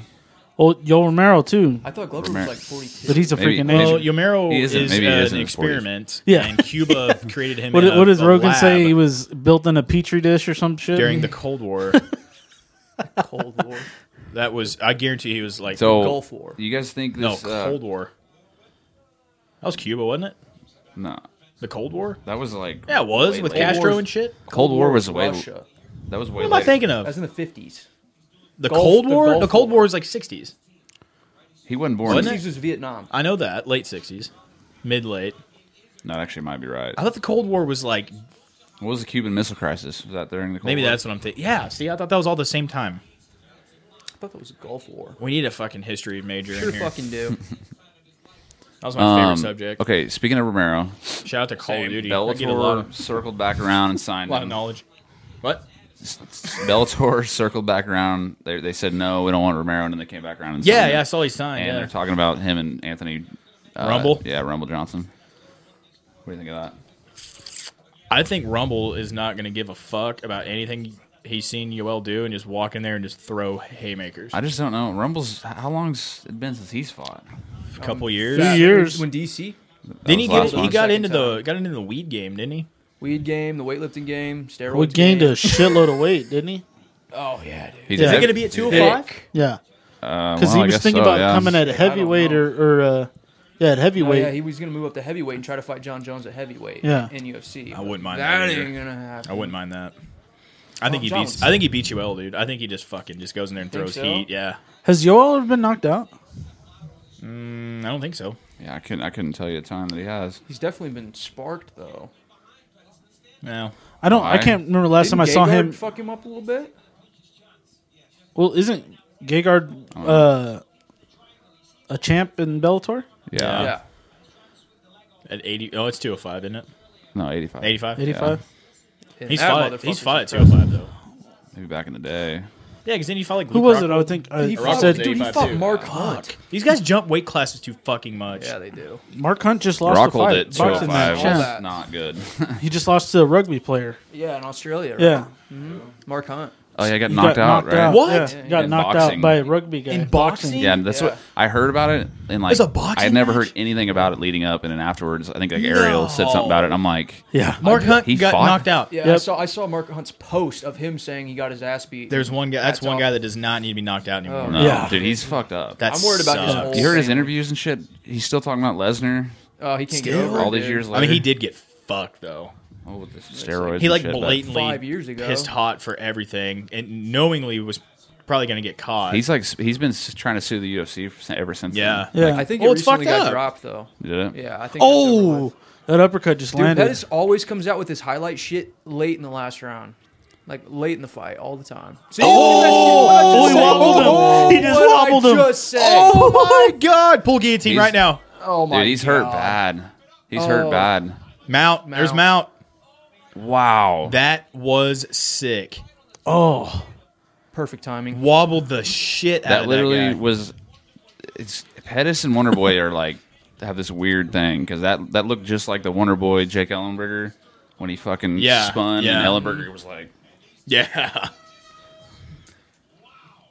Speaker 3: Well, Yoel Romero too,
Speaker 4: I thought Glover was
Speaker 1: Romero.
Speaker 4: like 42.
Speaker 3: but he's a
Speaker 1: Maybe-
Speaker 3: freaking
Speaker 1: maybe-
Speaker 2: Well,
Speaker 3: nation.
Speaker 2: Yomero
Speaker 1: He
Speaker 2: is
Speaker 1: isn't. Maybe he
Speaker 2: uh,
Speaker 1: is in
Speaker 2: an
Speaker 1: his 40s.
Speaker 2: experiment.
Speaker 3: Yeah.
Speaker 2: and Cuba created him.
Speaker 3: What,
Speaker 2: in a,
Speaker 3: what does
Speaker 2: a
Speaker 3: Rogan
Speaker 2: lab
Speaker 3: say? He was built in a petri dish or some shit
Speaker 2: during the Cold War?
Speaker 4: Cold War.
Speaker 2: that was. I guarantee he was like.
Speaker 1: So
Speaker 4: Gulf War.
Speaker 1: You guys think
Speaker 2: no,
Speaker 1: this? uh,
Speaker 2: Cold War. That was Cuba, wasn't it?
Speaker 1: no,
Speaker 2: The Cold War.
Speaker 1: that was like
Speaker 2: Yeah, it was
Speaker 1: way
Speaker 2: with
Speaker 1: later.
Speaker 2: Castro
Speaker 4: War's-
Speaker 2: and shit.
Speaker 1: Cold War was way
Speaker 4: Russia.
Speaker 1: that was way.
Speaker 2: What am I
Speaker 1: later.
Speaker 2: thinking of?
Speaker 4: That's in the 50s.
Speaker 2: The
Speaker 4: Gulf-
Speaker 2: Cold
Speaker 4: the
Speaker 2: War. The,
Speaker 4: Gulf
Speaker 2: Cold
Speaker 4: War.
Speaker 2: War is like sixties.
Speaker 1: He wasn't born.
Speaker 2: Wasn't
Speaker 4: 60s was Vietnam.
Speaker 2: I know that late sixties, mid late.
Speaker 1: No, that actually might be right.
Speaker 2: I thought the Cold War was like
Speaker 1: What was the Cuban Missile Crisis? Was that during the Cold
Speaker 2: maybe
Speaker 1: War?
Speaker 2: that's what I'm thinking. Yeah, see, I thought that was all the same time.
Speaker 4: I thought that was Gulf War.
Speaker 2: We need a fucking history major
Speaker 4: Sure
Speaker 2: in here.
Speaker 4: fucking do.
Speaker 2: That was my
Speaker 1: Um,
Speaker 2: favorite subject.
Speaker 1: Okay, speaking of Romero,
Speaker 2: Shout out to Call of
Speaker 4: Same.
Speaker 2: Duty. I get a lot
Speaker 1: Bellator
Speaker 2: of,
Speaker 1: circled back around and signed
Speaker 2: lot of
Speaker 1: him.
Speaker 2: knowledge. What?
Speaker 1: Bellator circled back around. They, they said no, we don't want Romero, and then they came back around. And
Speaker 2: Yeah,
Speaker 1: signed
Speaker 2: yeah, I
Speaker 1: him.
Speaker 2: saw he signed.
Speaker 1: And
Speaker 2: Yeah.
Speaker 1: they're talking about him and Anthony uh,
Speaker 2: Rumble?
Speaker 1: Yeah, Rumble Johnson. What do you think of that?
Speaker 2: I think Rumble is not going to give a fuck about anything he's seen Yoel do and just walk in there and just throw haymakers.
Speaker 1: I just don't know. Rumble's how long's it been since he's fought?
Speaker 2: a couple years.
Speaker 3: Two years.
Speaker 4: When DC,
Speaker 2: Then he
Speaker 1: That was
Speaker 2: get,
Speaker 1: last
Speaker 2: he
Speaker 1: month.
Speaker 2: got
Speaker 4: Second
Speaker 2: into the got into the weed game, didn't he?
Speaker 4: weed game, the weightlifting game, steroids.
Speaker 3: We gained a
Speaker 4: game.
Speaker 3: shitload of weight, didn't he?
Speaker 4: Oh yeah, dude.
Speaker 1: He's Uh,
Speaker 2: Is
Speaker 3: Yeah. Is
Speaker 2: it
Speaker 3: he
Speaker 2: going to be at two
Speaker 4: Thick.
Speaker 2: o'clock?
Speaker 3: Yeah,
Speaker 1: Because
Speaker 3: because he was thinking about coming at heavyweight or, or uh, yeah, at
Speaker 4: Oh,
Speaker 3: heavyweight.
Speaker 4: yeah, he was gonna move up to heavyweight and try to fight John Jones at heavyweight.
Speaker 3: Yeah.
Speaker 4: in UFC.
Speaker 2: I wouldn't mind
Speaker 4: That
Speaker 2: that either.
Speaker 4: ain't gonna happen.
Speaker 2: I wouldn't mind that. I think he
Speaker 4: John
Speaker 2: beats.
Speaker 4: was-
Speaker 2: I think he beats you well, dude. I think he just fucking just goes in there and
Speaker 4: Think
Speaker 2: throws
Speaker 4: so?
Speaker 2: heat. Yeah,
Speaker 3: Has Yoel ever been knocked out?
Speaker 2: Mm, I don't think so.
Speaker 1: Yeah, I couldn't. I couldn't tell you the time that he has.
Speaker 4: He's definitely been sparked though.
Speaker 2: No,
Speaker 3: I don't. I
Speaker 1: Why?
Speaker 3: can't remember the last
Speaker 4: Didn't
Speaker 3: time I saw
Speaker 4: Gegard
Speaker 3: him.
Speaker 4: Fuck him up a little bit.
Speaker 3: well, isn't Gegard uh, a champ in Bellator?
Speaker 2: Uh.
Speaker 1: Yeah.
Speaker 4: yeah.
Speaker 2: at eighty. Oh, it's two o five, isn't it?
Speaker 1: No, eighty-five.
Speaker 2: Eighty five.
Speaker 3: Eighty five.
Speaker 4: And
Speaker 2: He's
Speaker 4: that
Speaker 2: fought.
Speaker 4: motherfucker's
Speaker 2: He's fought at two o
Speaker 4: impressive.
Speaker 2: five though.
Speaker 1: Maybe back in the day.
Speaker 2: Yeah, because then you fought like
Speaker 3: Who
Speaker 2: Luke
Speaker 3: was it? I
Speaker 2: Rockhold.
Speaker 3: would think I
Speaker 4: He
Speaker 2: Rock
Speaker 4: fought,
Speaker 3: said
Speaker 2: was
Speaker 4: dude, he
Speaker 2: 85
Speaker 4: fought
Speaker 2: too.
Speaker 4: Mark Hunt.
Speaker 2: These guys jump weight classes too fucking much.
Speaker 4: Yeah, they do.
Speaker 3: Mark Hunt just lost a
Speaker 1: Rockhold
Speaker 3: fight.
Speaker 1: at two hundred
Speaker 3: boxing
Speaker 1: five. Oh,
Speaker 3: match.
Speaker 4: All
Speaker 3: Yeah.
Speaker 4: that.
Speaker 1: Was not good.
Speaker 3: He just lost to a rugby player.
Speaker 4: Yeah, in Australia. right?
Speaker 3: Yeah,
Speaker 4: Mark Hunt.
Speaker 1: Oh, yeah, I got
Speaker 3: You
Speaker 1: knocked,
Speaker 3: got
Speaker 1: out, right?
Speaker 2: What?
Speaker 3: yeah, got
Speaker 1: In
Speaker 3: knocked
Speaker 1: boxing.
Speaker 3: out by a rugby guy.
Speaker 2: In boxing?
Speaker 1: Yeah, that's
Speaker 4: Yeah.
Speaker 1: what I heard about it, and like
Speaker 2: There's a boxing
Speaker 1: I had never
Speaker 2: match?
Speaker 1: heard anything about it leading up, and then afterwards, I think like Ariel said something about it. and I'm like,
Speaker 3: Yeah.
Speaker 2: Mark Hunt
Speaker 1: He
Speaker 2: got
Speaker 1: fought?
Speaker 2: knocked out.
Speaker 4: Yeah, I
Speaker 3: Yep.
Speaker 4: saw I saw Mark Hunt's post of him saying he got his ass beat.
Speaker 2: There's one guy. That's,
Speaker 4: That's
Speaker 2: one guy
Speaker 4: awful. Oh,
Speaker 2: that does not need to be knocked out anymore.
Speaker 1: no,
Speaker 3: Yeah.
Speaker 1: dude, he's fucked up.
Speaker 2: That
Speaker 4: I'm worried about his
Speaker 2: sucks.
Speaker 4: whole-
Speaker 1: you heard his
Speaker 4: Same.
Speaker 1: interviews and shit. He's still talking about Lesnar
Speaker 4: oh, he can't
Speaker 2: Still?
Speaker 4: get over it,
Speaker 1: all these
Speaker 4: dude.
Speaker 1: years later.
Speaker 2: I mean, he did get fucked though.
Speaker 1: Oh, with the steroids.
Speaker 2: He like
Speaker 1: and shit, but
Speaker 2: blatantly
Speaker 4: Five years ago.
Speaker 2: pissed hot for everything and knowingly was probably going to get caught.
Speaker 1: He's like s- he's been s- trying to sue the UFC for- ever since.
Speaker 2: yeah.
Speaker 3: Yeah.
Speaker 4: I think
Speaker 2: Well,
Speaker 4: it
Speaker 2: it's
Speaker 4: recently
Speaker 2: fucked
Speaker 4: got
Speaker 2: up.
Speaker 4: dropped though.
Speaker 1: then. Did it?
Speaker 4: Yeah, I think. that's over
Speaker 3: Oh,
Speaker 4: with.
Speaker 3: that uppercut just
Speaker 4: dude,
Speaker 3: landed.
Speaker 4: Pettis always comes out with his highlight shit late in the last round, like late in the fight, all the time. See,
Speaker 3: Oh,
Speaker 4: oh,
Speaker 3: he wobbled him. he just wobbled him.
Speaker 4: Just said.
Speaker 2: Oh my God! Pull guillotine
Speaker 1: He's-
Speaker 2: right now.
Speaker 4: Oh my
Speaker 1: Dude, he's hurt
Speaker 4: God.
Speaker 1: bad. He's
Speaker 4: Oh.
Speaker 1: hurt bad.
Speaker 2: Mount. There's Mount.
Speaker 4: Mount.
Speaker 1: Wow.
Speaker 2: That was sick.
Speaker 3: Oh,
Speaker 4: Perfect timing.
Speaker 2: Wobbled the shit out
Speaker 1: that
Speaker 2: of
Speaker 1: literally
Speaker 2: that guy.
Speaker 1: was. It's Pettis and Wonder Boy are like have this weird thing because that that looked just like the Wonder Boy Jake Ellenberger when he fucking
Speaker 2: Yeah,
Speaker 1: spun
Speaker 2: yeah.
Speaker 1: and Ellenberger was like,
Speaker 2: Yeah.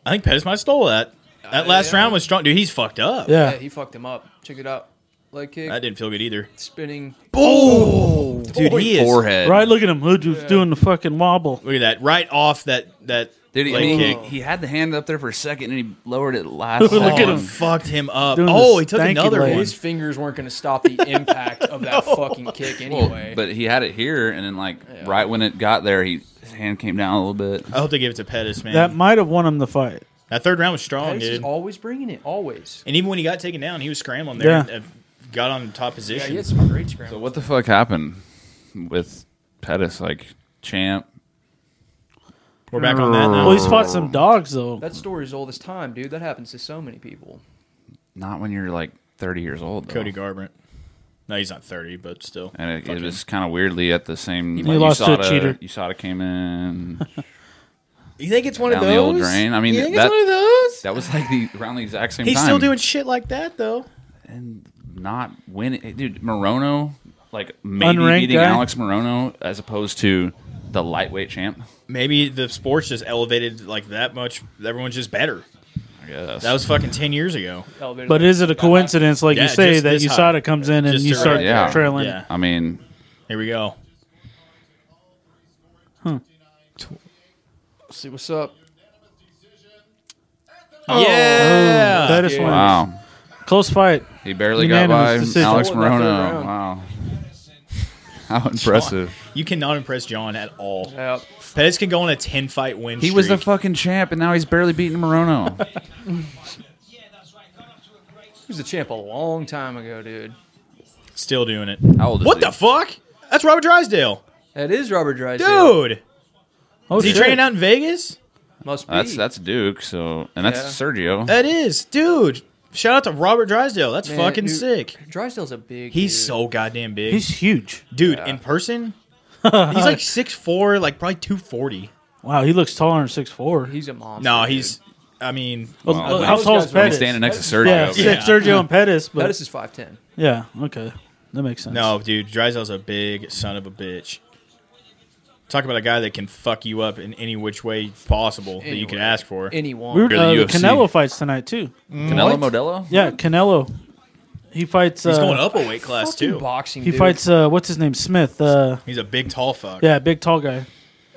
Speaker 2: I think Pettis might have stole that. That last
Speaker 4: Uh, yeah.
Speaker 2: round was strong, dude. He's fucked up.
Speaker 3: yeah.
Speaker 4: Yeah, he fucked him up. Check it out. Leg kick,
Speaker 2: That didn't feel good either.
Speaker 4: spinning.
Speaker 2: Oh, dude, he is.
Speaker 1: forehead.
Speaker 3: Right, look at him. Hood's doing the fucking wobble.
Speaker 2: Look at that! Right off that that
Speaker 1: Dude, he, I
Speaker 2: leg
Speaker 1: mean,
Speaker 2: kick.
Speaker 1: he, he had the hand up there for a second and he lowered it last.
Speaker 3: Look
Speaker 1: second.
Speaker 3: at
Speaker 2: Oh,
Speaker 3: him.
Speaker 2: fucked him up.
Speaker 3: Doing
Speaker 2: Oh,
Speaker 3: the
Speaker 2: he took
Speaker 3: stanky
Speaker 2: another
Speaker 3: leg.
Speaker 2: one.
Speaker 4: His fingers weren't going to stop the impact of that fucking kick
Speaker 1: Well,
Speaker 4: anyway.
Speaker 1: but he had it here and then like right when it got there, he his hand came down a little bit.
Speaker 2: I hope they give it to Pettis, man.
Speaker 3: That
Speaker 2: That,
Speaker 3: might have won him the fight.
Speaker 2: third round was strong,
Speaker 4: Pettis is
Speaker 2: dude.
Speaker 4: always bringing it. Always.
Speaker 2: and even when he got taken down, he was scrambling there.
Speaker 3: Yeah.
Speaker 2: And, uh, got on top
Speaker 4: Yeah,
Speaker 2: position.
Speaker 4: he had some great scrambles.
Speaker 1: So what the fuck happened with Pettis? Like champ.
Speaker 2: We're back on that now.
Speaker 3: Well, he's fought some dogs though.
Speaker 4: That story's old as time, dude. That happens to so many people.
Speaker 1: Not when you're like 30 years old. Though.
Speaker 2: Cody Garbrandt. No, he's not thirty, but still.
Speaker 1: and it,
Speaker 2: Fuck
Speaker 1: it
Speaker 2: him.
Speaker 1: was kind of weirdly at the same.
Speaker 3: You lost to a
Speaker 1: Usada-
Speaker 3: cheater.
Speaker 1: Usada came in
Speaker 2: You think it's one
Speaker 1: down
Speaker 2: of those?
Speaker 1: the old drain. I mean,
Speaker 2: you think
Speaker 1: that,
Speaker 2: it's one of those?
Speaker 1: that was like the around the exact same
Speaker 2: He's
Speaker 1: time.
Speaker 2: still doing shit like that though.
Speaker 1: and not winning, eh, dude. Morono, like maybe
Speaker 3: Unranked
Speaker 1: beating
Speaker 3: guy?
Speaker 1: Alex Morono as opposed to the lightweight champ.
Speaker 2: Maybe the sports just elevated like that much. Everyone's just better.
Speaker 1: I guess
Speaker 2: That was fucking ten years ago.
Speaker 4: Elevated
Speaker 3: But is it a coincidence, like
Speaker 2: Yeah,
Speaker 3: you say,
Speaker 2: just
Speaker 3: that
Speaker 2: this
Speaker 3: USADA
Speaker 2: high.
Speaker 3: comes in and
Speaker 2: Just
Speaker 3: you
Speaker 2: to
Speaker 3: start
Speaker 2: right
Speaker 1: there.
Speaker 3: trailing?
Speaker 2: Yeah.
Speaker 1: I mean,
Speaker 2: Here we go.
Speaker 4: See what's up.
Speaker 1: Oh.
Speaker 2: Yeah.
Speaker 3: Oh, That is
Speaker 4: Yeah.
Speaker 3: one.
Speaker 1: wow.
Speaker 3: Close fight.
Speaker 1: He barely
Speaker 3: Unanimous
Speaker 1: got by
Speaker 3: decision.
Speaker 1: Alex
Speaker 4: Oh, in that third
Speaker 1: Morono.
Speaker 4: round.
Speaker 1: Wow. How impressive.
Speaker 2: You cannot impress John at all.
Speaker 4: Yeah.
Speaker 2: Pettis can go on a ten fight win.
Speaker 1: He was the
Speaker 2: streak.
Speaker 1: fucking champ, and now he's barely beating Morono.
Speaker 4: He was the champ a long time ago, dude.
Speaker 2: still doing it.
Speaker 1: How old is
Speaker 2: What
Speaker 1: he? Uh,
Speaker 2: the fuck? That's Robert Drysdale,
Speaker 4: That is Robert Drysdale.
Speaker 2: dude.
Speaker 3: Oh,
Speaker 2: Is he
Speaker 3: shit.
Speaker 2: training out in Vegas?
Speaker 4: Must be.
Speaker 1: That's that's Duke. So and that's
Speaker 4: Yeah.
Speaker 1: Sergio.
Speaker 2: That is, dude. Shout out to Robert Drysdale. That's
Speaker 4: Man,
Speaker 2: fucking
Speaker 4: dude,
Speaker 2: sick.
Speaker 4: Drysdale's a big.
Speaker 2: He's
Speaker 4: dude.
Speaker 2: so goddamn big,
Speaker 3: He's huge.
Speaker 2: dude. In person, he's like six four, like probably two forty.
Speaker 3: Wow, he looks taller than six four.
Speaker 4: He's a monster.
Speaker 2: No,
Speaker 4: dude.
Speaker 2: he's. I mean,
Speaker 1: Wow.
Speaker 3: How tall
Speaker 4: Those guys
Speaker 3: is
Speaker 4: were-
Speaker 1: He's
Speaker 3: Pettis?
Speaker 1: standing next to
Speaker 3: yeah,
Speaker 1: Sergio.
Speaker 3: yeah, Sergio and Pettis, but
Speaker 4: Pettis is five ten.
Speaker 3: yeah, okay, that makes sense.
Speaker 2: no, dude. Drysdale's a big son of a bitch. Talk about a guy that can fuck you up in any which way possible that you could
Speaker 4: Anyway.
Speaker 2: ask for.
Speaker 4: Anyone.
Speaker 3: we were
Speaker 1: Go to
Speaker 3: uh,
Speaker 1: the
Speaker 3: the
Speaker 1: UFC.
Speaker 3: Canelo fights tonight too.
Speaker 1: Canelo Modelo.
Speaker 3: Yeah, Canelo. He fights.
Speaker 2: He's
Speaker 3: uh,
Speaker 2: going up a weight class
Speaker 4: Fucking
Speaker 2: too.
Speaker 4: Boxing.
Speaker 3: He
Speaker 4: dude.
Speaker 3: fights. Uh, what's his name? Smith. Uh,
Speaker 2: He's a big tall fuck.
Speaker 3: yeah, big tall guy.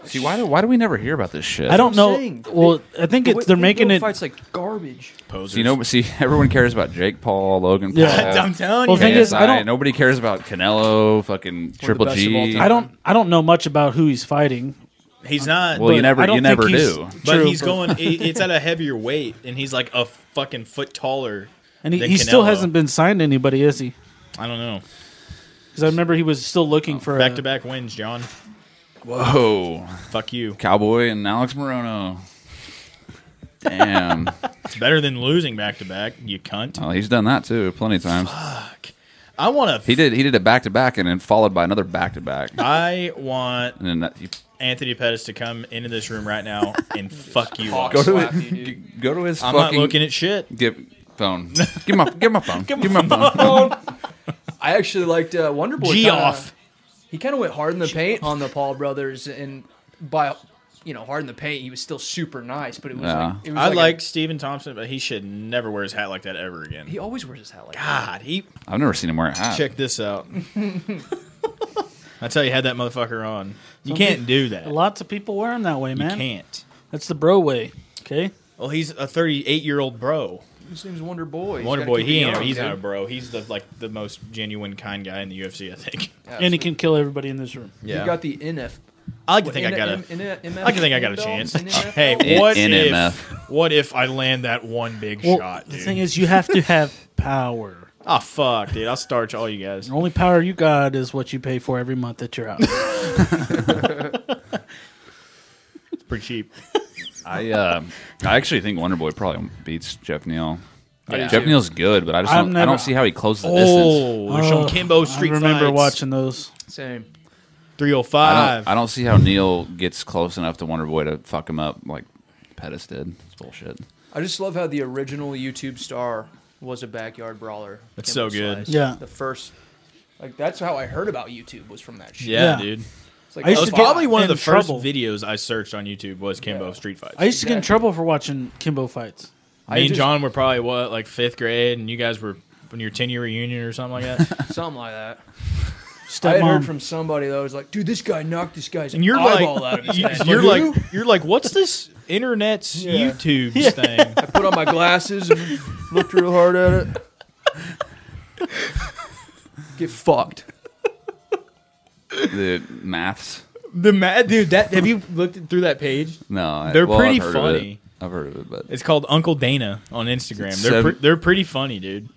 Speaker 1: See why do why do we never hear about this shit?
Speaker 3: I don't
Speaker 4: what I'm
Speaker 3: know.
Speaker 4: saying.
Speaker 3: Well, I think
Speaker 4: The
Speaker 3: it's
Speaker 4: way-
Speaker 3: they're
Speaker 4: the way
Speaker 3: making
Speaker 4: Bill
Speaker 3: it.
Speaker 4: Fights like garbage.
Speaker 2: Posers.
Speaker 1: See, no, see, everyone cares about Jake Paul, Logan Paul.
Speaker 3: Yeah.
Speaker 2: I'm telling
Speaker 3: Well,
Speaker 2: you.
Speaker 3: thing
Speaker 2: man.
Speaker 3: is, I don't-
Speaker 1: Nobody cares about Canelo, fucking Triple
Speaker 4: best of all
Speaker 1: G.
Speaker 4: time.
Speaker 3: I don't. I don't know much about who he's fighting.
Speaker 2: he's not.
Speaker 1: Well, you
Speaker 3: but
Speaker 1: never,
Speaker 3: I don't
Speaker 1: you never
Speaker 3: think he's-
Speaker 1: do.
Speaker 2: but
Speaker 3: True,
Speaker 2: he's
Speaker 3: but-
Speaker 2: going. i- it's at a heavier weight, and he's like a fucking foot taller.
Speaker 3: And he,
Speaker 2: than
Speaker 3: he still
Speaker 2: Canelo.
Speaker 3: hasn't been signed to anybody, is he?
Speaker 2: I don't know.
Speaker 3: Because I remember he was still looking for
Speaker 2: Back
Speaker 3: a-
Speaker 2: to back wins, John.
Speaker 1: Whoa,
Speaker 2: Fuck you.
Speaker 1: Cowboy and Alex Morono. Damn,
Speaker 2: It's better than losing back to back. You cunt.
Speaker 1: well, he's done that too, plenty of times.
Speaker 2: I want
Speaker 1: He
Speaker 2: to.
Speaker 1: did, he did it back to back, and then followed by another back to back, and
Speaker 2: I want
Speaker 1: then that, he,
Speaker 2: Anthony Pettis to come into this room right now and fuck you.
Speaker 4: Talk
Speaker 2: up.
Speaker 4: shit.
Speaker 1: go
Speaker 4: Slap
Speaker 1: to
Speaker 4: you,
Speaker 1: his,
Speaker 4: dude.
Speaker 1: go to his
Speaker 2: I'm not
Speaker 1: fucking
Speaker 2: looking at shit.
Speaker 1: give phone. Give my, give my phone. give my phone.
Speaker 4: I actually liked uh, Wonderboy.
Speaker 2: G
Speaker 4: kinda-
Speaker 2: off.
Speaker 4: He kind of went hard in the paint on the Paul brothers, and by you know hard in the paint. He was still super nice, but it was
Speaker 1: Yeah.
Speaker 4: like it was
Speaker 2: I
Speaker 4: a-
Speaker 2: like Steven Thompson, but he should never wear his hat like that ever again.
Speaker 4: he always wears his hat like that.
Speaker 2: God, he
Speaker 1: I've never seen him wear a hat.
Speaker 2: check this out. That's how you had that motherfucker on. You can't do that. You
Speaker 3: Lots of people wear them that way, man.
Speaker 2: can't.
Speaker 3: That's the bro way. Okay.
Speaker 2: Well, he's a 38 year old bro.
Speaker 4: His name's Wonder Boy. He's
Speaker 2: Wonder
Speaker 4: gotta
Speaker 2: Boy,
Speaker 4: keep
Speaker 2: he
Speaker 4: it
Speaker 2: ain't,
Speaker 4: young,
Speaker 2: he's
Speaker 4: dude.
Speaker 2: not a bro. He's the like the most genuine, kind guy in the UFC. I think.
Speaker 3: And he can kill everybody in this room.
Speaker 4: You got the NF.
Speaker 2: I like to think I got a. I
Speaker 4: I
Speaker 2: can think I got a chance.
Speaker 1: In-
Speaker 2: Hey, what
Speaker 1: NMF.
Speaker 2: if? What if I land that one big
Speaker 3: Well,
Speaker 2: shot?
Speaker 3: the
Speaker 2: Dude?
Speaker 3: thing is, you have to have power.
Speaker 2: oh fuck, dude! I'll starch all you guys.
Speaker 3: The only power you got is what you pay for every month that you're out.
Speaker 2: It's pretty cheap.
Speaker 1: I uh, I actually think Wonderboy probably beats Jeff Neal.
Speaker 2: Oh, Yeah.
Speaker 1: Jeff Neal's good, but I just
Speaker 3: I'm
Speaker 1: don't, I
Speaker 3: never-
Speaker 1: don't see how he closes the distance.
Speaker 2: Oh, they're showing Kimbo Street
Speaker 3: I remember
Speaker 2: fights.
Speaker 3: watching those.
Speaker 4: Same.
Speaker 1: I
Speaker 2: 305.
Speaker 1: don't, I don't see how Neal gets close enough to Wonderboy to fuck him up like Pettis did. It's bullshit.
Speaker 4: I just love how the original YouTube star was a backyard brawler.
Speaker 2: That's
Speaker 4: Kimbo
Speaker 2: so good.
Speaker 4: Slice.
Speaker 3: Yeah.
Speaker 4: The first, like that's how I heard about YouTube was from that shit.
Speaker 2: yeah,
Speaker 3: Yeah.
Speaker 2: dude.
Speaker 4: It's like,
Speaker 3: I used
Speaker 2: That
Speaker 4: oh,
Speaker 2: was
Speaker 3: to get
Speaker 2: probably one of
Speaker 3: in
Speaker 2: the first
Speaker 3: trouble.
Speaker 2: videos I searched on YouTube was Kimbo Street Fights.
Speaker 3: I used to get in
Speaker 4: Exactly.
Speaker 3: trouble for watching Kimbo fights.
Speaker 4: I
Speaker 2: Me and
Speaker 4: just-
Speaker 2: John were probably what like fifth grade, and you guys were when your 10 year reunion or something like that.
Speaker 4: something like that. I had
Speaker 3: Stepmom.
Speaker 4: heard from somebody that was like, dude, this guy knocked this guy's
Speaker 2: And you're like,
Speaker 4: eyeball out of his
Speaker 2: you-
Speaker 4: head.
Speaker 2: you're
Speaker 4: "You?"
Speaker 2: like, you're like, what's this internet's
Speaker 4: Yeah.
Speaker 2: YouTube's thing?
Speaker 4: I put on my glasses and looked real hard at it. Get fucked.
Speaker 1: The maths.
Speaker 2: The mad dude. That have you looked through that page?
Speaker 1: No, I-
Speaker 2: They're
Speaker 1: well, I've
Speaker 2: pretty
Speaker 1: heard of it.
Speaker 2: funny.
Speaker 1: I've heard of it, but
Speaker 2: It's called Uncle Dana on Instagram. They're
Speaker 1: Seven-
Speaker 2: pre- they're pretty funny, dude.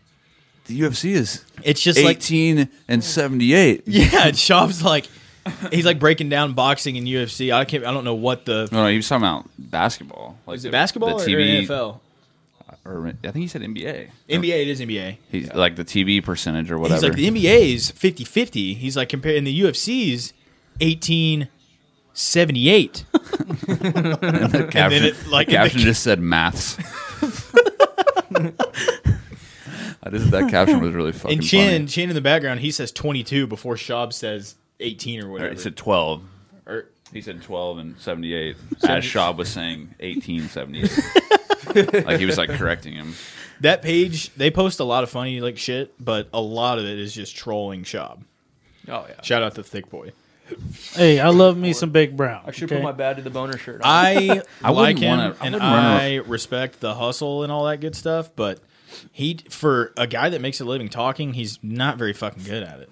Speaker 1: the UFC is
Speaker 2: It's just like
Speaker 1: 18 and 78.
Speaker 2: yeah, and Shav's like he's like breaking down boxing and UFC. I can't. I don't know what the
Speaker 1: No, no, he was talking about basketball. Like
Speaker 2: is it basketball
Speaker 1: the
Speaker 2: or
Speaker 1: TV,
Speaker 2: NFL?
Speaker 1: or I think he said NBA.
Speaker 2: NBA. It is NBA.
Speaker 1: He's like the TV percentage or
Speaker 2: He's
Speaker 1: whatever.
Speaker 2: like the NBA's 50-50. He's like comparing the UFC's eighteen seventy eight.
Speaker 1: the caption,
Speaker 2: it, like,
Speaker 1: the caption
Speaker 2: the-
Speaker 1: just said maths. I just, that caption was really fucking
Speaker 2: And Chin,
Speaker 1: funny.
Speaker 2: Chin in the background, he says twenty two before Shab says eighteen or
Speaker 1: Or
Speaker 2: whatever.
Speaker 1: He said 12.
Speaker 2: Or-
Speaker 1: He said 12 and 78. As Shaw was saying 1878. like he was like correcting him.
Speaker 2: that page they post a lot of funny like shit, but a lot of it is just trolling Shab.
Speaker 4: Oh yeah.
Speaker 2: Shout out to Thick Boy.
Speaker 3: Hey, I love me some Big Brown.
Speaker 4: I should
Speaker 3: okay?
Speaker 4: put my bad to the boner shirt on.
Speaker 2: I,
Speaker 1: I
Speaker 2: like
Speaker 1: wouldn't
Speaker 2: him
Speaker 1: wanna- I
Speaker 2: and
Speaker 1: wouldn't wanna-
Speaker 2: I respect the hustle and all that good stuff, but he for a guy that makes a living talking, he's not very fucking good at it.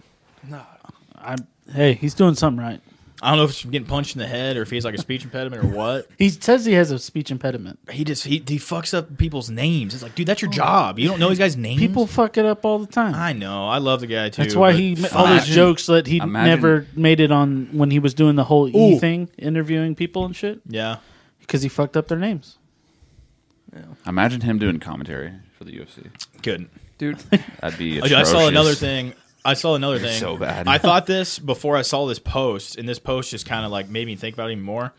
Speaker 3: I'm, hey, he's doing something right.
Speaker 2: I don't know if it's from getting punched in the head or if he's like a speech impediment or what.
Speaker 3: He says he has a speech impediment.
Speaker 2: He just he, he fucks up people's names. It's like, dude, that's your job. You don't know these guys' names.
Speaker 3: Oh. People fuck it up all the time.
Speaker 2: I know. I love the guy too.
Speaker 3: That's why
Speaker 2: but
Speaker 3: he ma-
Speaker 2: fuck.
Speaker 3: all his
Speaker 1: Imagine-
Speaker 3: jokes that he
Speaker 1: imagine-
Speaker 3: never made it on when he was doing the whole E
Speaker 2: Ooh.
Speaker 3: thing, interviewing people and shit,
Speaker 2: Yeah.
Speaker 3: because he fucked up their names.
Speaker 1: Imagine him doing commentary for the UFC.
Speaker 2: Couldn't.
Speaker 4: Dude,
Speaker 1: That'd be
Speaker 2: Oh, I
Speaker 1: atrocious.
Speaker 2: saw another thing. I saw another thing.
Speaker 1: so bad.
Speaker 2: I thought this before I saw this post, and this post just kind of like made me think about it even more.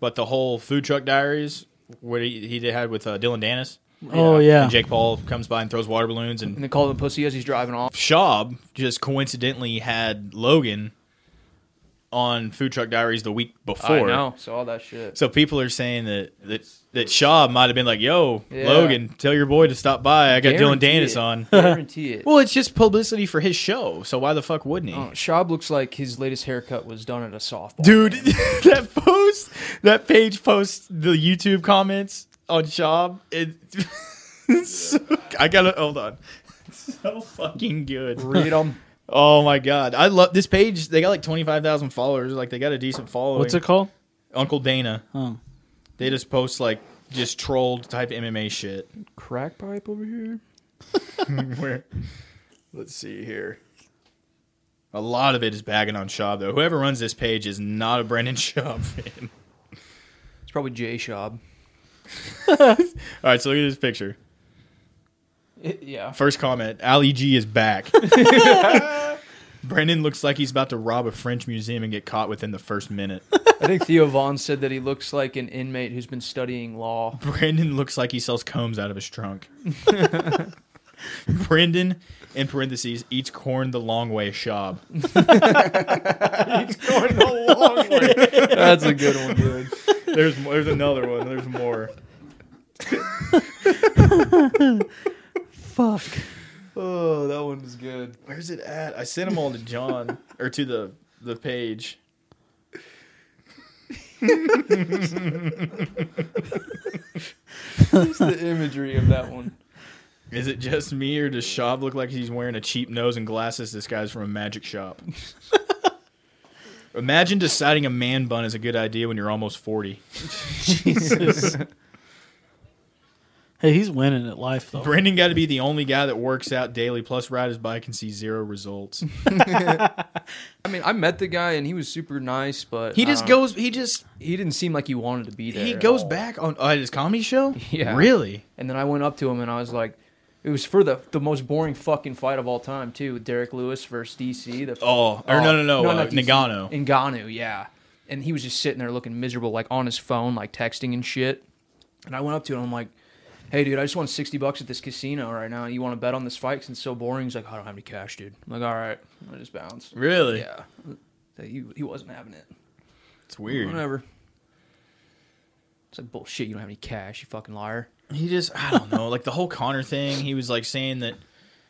Speaker 2: But the whole food truck diaries, what he, he had with uh, Dylan Dennis,
Speaker 3: Oh yeah,
Speaker 2: and Jake Paul comes by and throws water balloons,
Speaker 4: and
Speaker 2: and
Speaker 4: they call him pussy as he's driving off.
Speaker 2: Schaub just coincidentally had Logan on food truck diaries the week before.
Speaker 4: I know. Saw that shit.
Speaker 2: So people are saying that that that Shaw might have been like, "Yo,
Speaker 4: Yeah.
Speaker 2: Logan, tell your boy to stop by. I got Dylan
Speaker 4: Guarantee
Speaker 2: Danis
Speaker 4: it.
Speaker 2: on."
Speaker 4: Guarantee it.
Speaker 2: Well, it's just publicity for his show, so why the fuck wouldn't he?
Speaker 3: Oh.
Speaker 4: Uh, Shab looks like his latest haircut was done at a softball.
Speaker 2: Dude, that post, that page posts the YouTube comments on Shaw. It, it's so- I gotta hold on. It's so fucking good.
Speaker 4: Read 'em.
Speaker 2: Oh my god, I love this page. They got like twenty five thousand followers. Like they got a decent following.
Speaker 3: what's it called?
Speaker 2: Uncle Dana.
Speaker 3: Oh.
Speaker 2: They just post like just trolled type MMA shit.
Speaker 4: Crack pipe over here.
Speaker 2: Where? Let's see here. A lot of it is bagging on Shab though. Whoever runs this page is not a Brendan Schaub fan.
Speaker 4: It's probably Jay Shab.
Speaker 2: All right, so look at this picture.
Speaker 4: yeah.
Speaker 2: First comment: Ali G is back. Brendan looks like he's about to rob a French museum and get caught within the first minute.
Speaker 4: I think Theo Vaughn said that he looks like an inmate who's been studying law.
Speaker 2: Brendan looks like he sells combs out of his trunk. Brendan, in parentheses, eats corn the long way, Shab.
Speaker 4: That's a good one, dude.
Speaker 2: There's there's another one. There's more.
Speaker 3: Fuck.
Speaker 4: Oh, that one was good.
Speaker 2: Where's it at? I sent them all to John or to the the page.
Speaker 4: Just the imagery of that one.
Speaker 2: Is it just me or does Shab look like he's wearing a cheap nose and glasses disguised from a magic shop? Imagine deciding a man bun is a good idea when you're almost 40.
Speaker 3: Jesus. hey, he's winning at life though.
Speaker 2: Brendan got to be the only guy that works out daily plus ride his bike and see zero results.
Speaker 4: I mean, I met the guy and he was super nice, but
Speaker 2: He
Speaker 4: I
Speaker 2: just
Speaker 4: don't-
Speaker 2: goes he just
Speaker 4: He didn't seem like he wanted to be there.
Speaker 2: he
Speaker 4: at
Speaker 2: goes
Speaker 4: all.
Speaker 2: back on uh, his comedy show?
Speaker 4: Yeah.
Speaker 2: Really?
Speaker 4: And then I went up to him and I was like, it was for the the most boring fucking fight of all time too, with Derek Lewis versus DC. The
Speaker 2: Oh, or no, no, no, uh,
Speaker 4: not DC.
Speaker 2: Ngannou.
Speaker 4: Ngannou, yeah. And he was just sitting there looking miserable, like on his phone, like texting and shit. And I went up to him, I'm like, hey, dude, I just won 60 bucks at this casino right now. You want to bet on this fight? 'Cause it's so boring. He's like, I don't have any cash, dude. I'm like, all right, I just bounce.
Speaker 2: Really?
Speaker 4: Yeah. He, he wasn't having it.
Speaker 2: It's weird.
Speaker 4: Whatever. It's like, bullshit, you don't have any cash, you fucking liar.
Speaker 2: He just I don't know, like the whole Connor thing, he was like saying that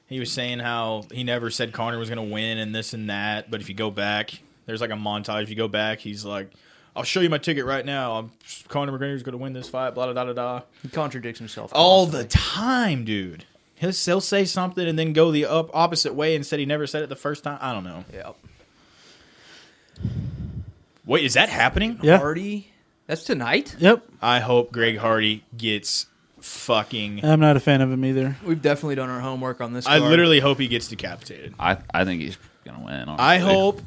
Speaker 2: he was saying how he never said Connor was gonna win and this and that, but if you go back, there's like a montage. If you go back, he's like, I'll show you my ticket right now. I'm Connor McGregor's gonna win this fight, blah da da da da.
Speaker 4: He contradicts himself.
Speaker 2: All the
Speaker 4: constantly.
Speaker 2: time, dude. He'll, he'll say something and then go the up opposite way and said he never said it the first time. I don't know.
Speaker 4: Yeah.
Speaker 2: Wait, is that happening?
Speaker 3: Yeah.
Speaker 4: Hardy. That's tonight?
Speaker 3: Yep.
Speaker 2: I hope Greg Hardy gets fucking.
Speaker 3: I'm not a fan of him either.
Speaker 4: We've definitely done our homework on this.
Speaker 2: I
Speaker 4: card.
Speaker 2: literally hope he gets decapitated.
Speaker 1: I I think he's gonna win. Honestly.
Speaker 2: I hope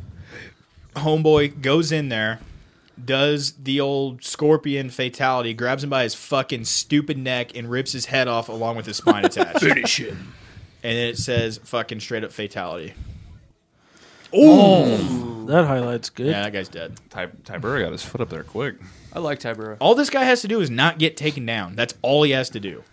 Speaker 2: homeboy goes in there, does the old scorpion fatality, grabs him by his fucking stupid neck and rips his head off along with his spine attached. Finish him. And then it says fucking straight up fatality.
Speaker 3: That highlight's good.
Speaker 2: Yeah, that guy's dead.
Speaker 1: Ty, Tiberi got his foot up there quick
Speaker 4: I like Tybura.
Speaker 2: All this guy has to do is not get taken down. That's all he has to do.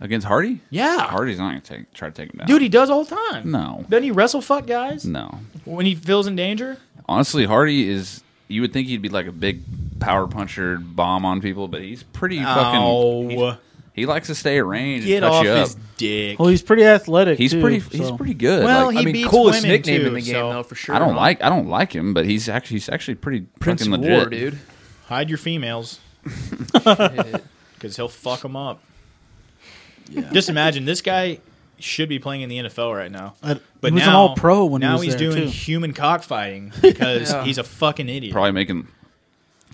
Speaker 1: against Hardy.
Speaker 2: Yeah.
Speaker 1: Hardy's not gonna take, try to take him down,
Speaker 2: Dude, he does all the time.
Speaker 1: No. Mm.
Speaker 2: Doesn't he wrestle fuck guys
Speaker 1: No,
Speaker 2: when he feels in danger?
Speaker 1: honestly, Hardy is. You would think he'd be like a big power puncher, bomb on people, but he's pretty fucking.
Speaker 2: Ow.
Speaker 1: he's- He likes to stay at range.
Speaker 2: Oh, Get
Speaker 1: and touch
Speaker 2: off
Speaker 1: you up.
Speaker 2: his dick.
Speaker 3: Well, he's pretty athletic.
Speaker 1: He's
Speaker 3: too,
Speaker 1: pretty.
Speaker 3: so.
Speaker 1: He's pretty good.
Speaker 2: Well,
Speaker 1: Like,
Speaker 2: he
Speaker 4: I mean,
Speaker 2: beats
Speaker 4: coolest
Speaker 2: women,
Speaker 4: nickname
Speaker 2: too,
Speaker 4: in the game
Speaker 2: so-
Speaker 4: though, for sure.
Speaker 1: I don't
Speaker 4: huh?
Speaker 1: like. I don't like him, but he's actually he's actually pretty
Speaker 4: Prince
Speaker 1: fucking
Speaker 4: War,
Speaker 1: legit,
Speaker 4: dude.
Speaker 2: Hide your females.
Speaker 4: Shit.
Speaker 2: because he'll fuck them up. Just imagine this guy should be playing in the NFL right now,
Speaker 3: I-
Speaker 2: but
Speaker 3: he was
Speaker 2: now
Speaker 3: an all pro when
Speaker 2: now
Speaker 3: he
Speaker 2: he's
Speaker 3: was there,
Speaker 2: doing
Speaker 3: too.
Speaker 2: human cockfighting because
Speaker 4: Yeah.
Speaker 2: he's a fucking idiot.
Speaker 1: Probably making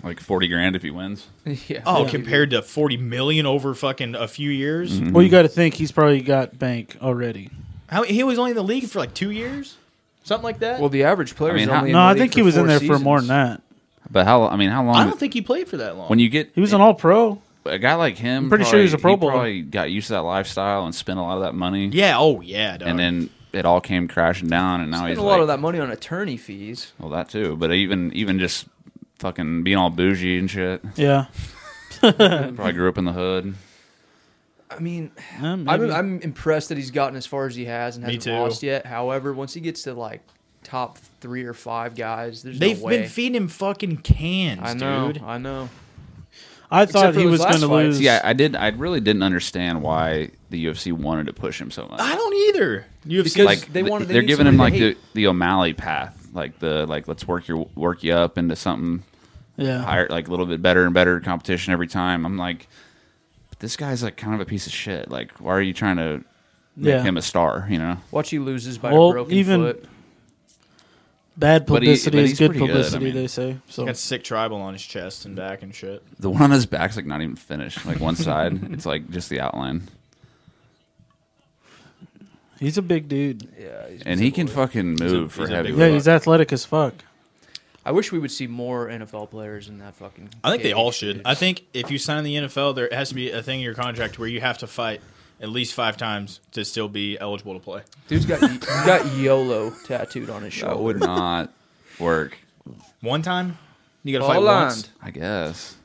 Speaker 1: like forty grand if he wins.
Speaker 4: yeah.
Speaker 2: Oh,
Speaker 4: Yeah.
Speaker 2: compared to forty million over fucking a few years,
Speaker 1: Mm-hmm.
Speaker 3: Well, you got to think he's probably got bank already.
Speaker 2: how he was only in the league for like two years, something like that.
Speaker 4: Well, the average player
Speaker 1: I mean,
Speaker 4: is
Speaker 1: how-
Speaker 4: only. in
Speaker 3: No,
Speaker 4: the
Speaker 3: I
Speaker 4: league
Speaker 3: think
Speaker 4: for
Speaker 3: he was
Speaker 4: four
Speaker 3: in there
Speaker 4: seasons.
Speaker 3: for more than that.
Speaker 1: But how? I mean, how long?
Speaker 2: I don't think he played for that long.
Speaker 1: when you get
Speaker 3: He was an all pro.
Speaker 1: a guy like him,
Speaker 3: pretty sure he was a Pro
Speaker 1: probably-
Speaker 3: Bowler.
Speaker 1: He probably got used to that lifestyle and spent a lot of that money,
Speaker 2: yeah, oh yeah, dog.
Speaker 1: and then it all came crashing down, and now
Speaker 4: Spent
Speaker 1: he's
Speaker 4: a lot
Speaker 1: like,
Speaker 4: of that money on attorney fees.
Speaker 1: well, that too. But even even just fucking being all bougie and shit,
Speaker 3: Yeah.
Speaker 1: probably grew up in the hood.
Speaker 4: I mean,
Speaker 3: Uh,
Speaker 4: I'm,
Speaker 3: maybe.
Speaker 4: I'm impressed that he's gotten as far as he has and
Speaker 2: Me
Speaker 4: hasn't
Speaker 2: too.
Speaker 4: lost yet. However, once he gets to like top three or five guys, there's
Speaker 2: they've
Speaker 4: no way.
Speaker 2: been feeding him fucking cans,
Speaker 4: I know.
Speaker 2: dude.
Speaker 4: I know.
Speaker 3: I thought
Speaker 4: for
Speaker 3: he
Speaker 4: those
Speaker 3: was
Speaker 4: last
Speaker 3: going to
Speaker 4: fights.
Speaker 3: lose.
Speaker 1: Yeah, I did. I really didn't understand why the UFC wanted to push him so much.
Speaker 2: I don't either. UFC
Speaker 4: Because
Speaker 1: like
Speaker 4: they
Speaker 1: they
Speaker 4: wanted- they
Speaker 1: are
Speaker 4: need
Speaker 1: giving him like
Speaker 4: somebody to
Speaker 1: the, the O'Malley path, like the like let's work your work you up into something
Speaker 3: yeah.
Speaker 1: higher, like a little bit better and better competition every time. I'm like, but this guy's like kind of a piece of shit. Like, why are you trying to make
Speaker 3: Yeah.
Speaker 1: him a star? You know,
Speaker 4: Watch he loses by
Speaker 3: Well,
Speaker 4: a broken
Speaker 3: even-
Speaker 4: foot.
Speaker 3: Bad
Speaker 1: But he-
Speaker 3: publicity
Speaker 1: but
Speaker 3: is
Speaker 1: he's
Speaker 3: good
Speaker 1: pretty good, I
Speaker 3: publicity,
Speaker 1: mean.
Speaker 3: they say. So
Speaker 2: got sick tribal on his chest and back and shit.
Speaker 1: the one on his back's like not even finished. Like one side, it's like just the outline,
Speaker 3: he's a big dude.
Speaker 4: Yeah. he's-
Speaker 1: and he can fucking move for
Speaker 2: he's a
Speaker 1: heavy.
Speaker 2: big
Speaker 3: Yeah, he's athletic as fuck.
Speaker 4: I wish we would see more NFL players in that fucking.
Speaker 2: I think they
Speaker 4: cage,
Speaker 2: all should.
Speaker 4: dude.
Speaker 2: I think if you sign the NFL, there has to be a thing in your contract where you have to fight at least five times to still be eligible to play.
Speaker 4: Dude's got he's got YOLO tattooed on his
Speaker 1: That
Speaker 4: shoulder.
Speaker 1: would not work,
Speaker 2: One time, you got to fight
Speaker 4: Holland.
Speaker 2: once.
Speaker 1: I guess.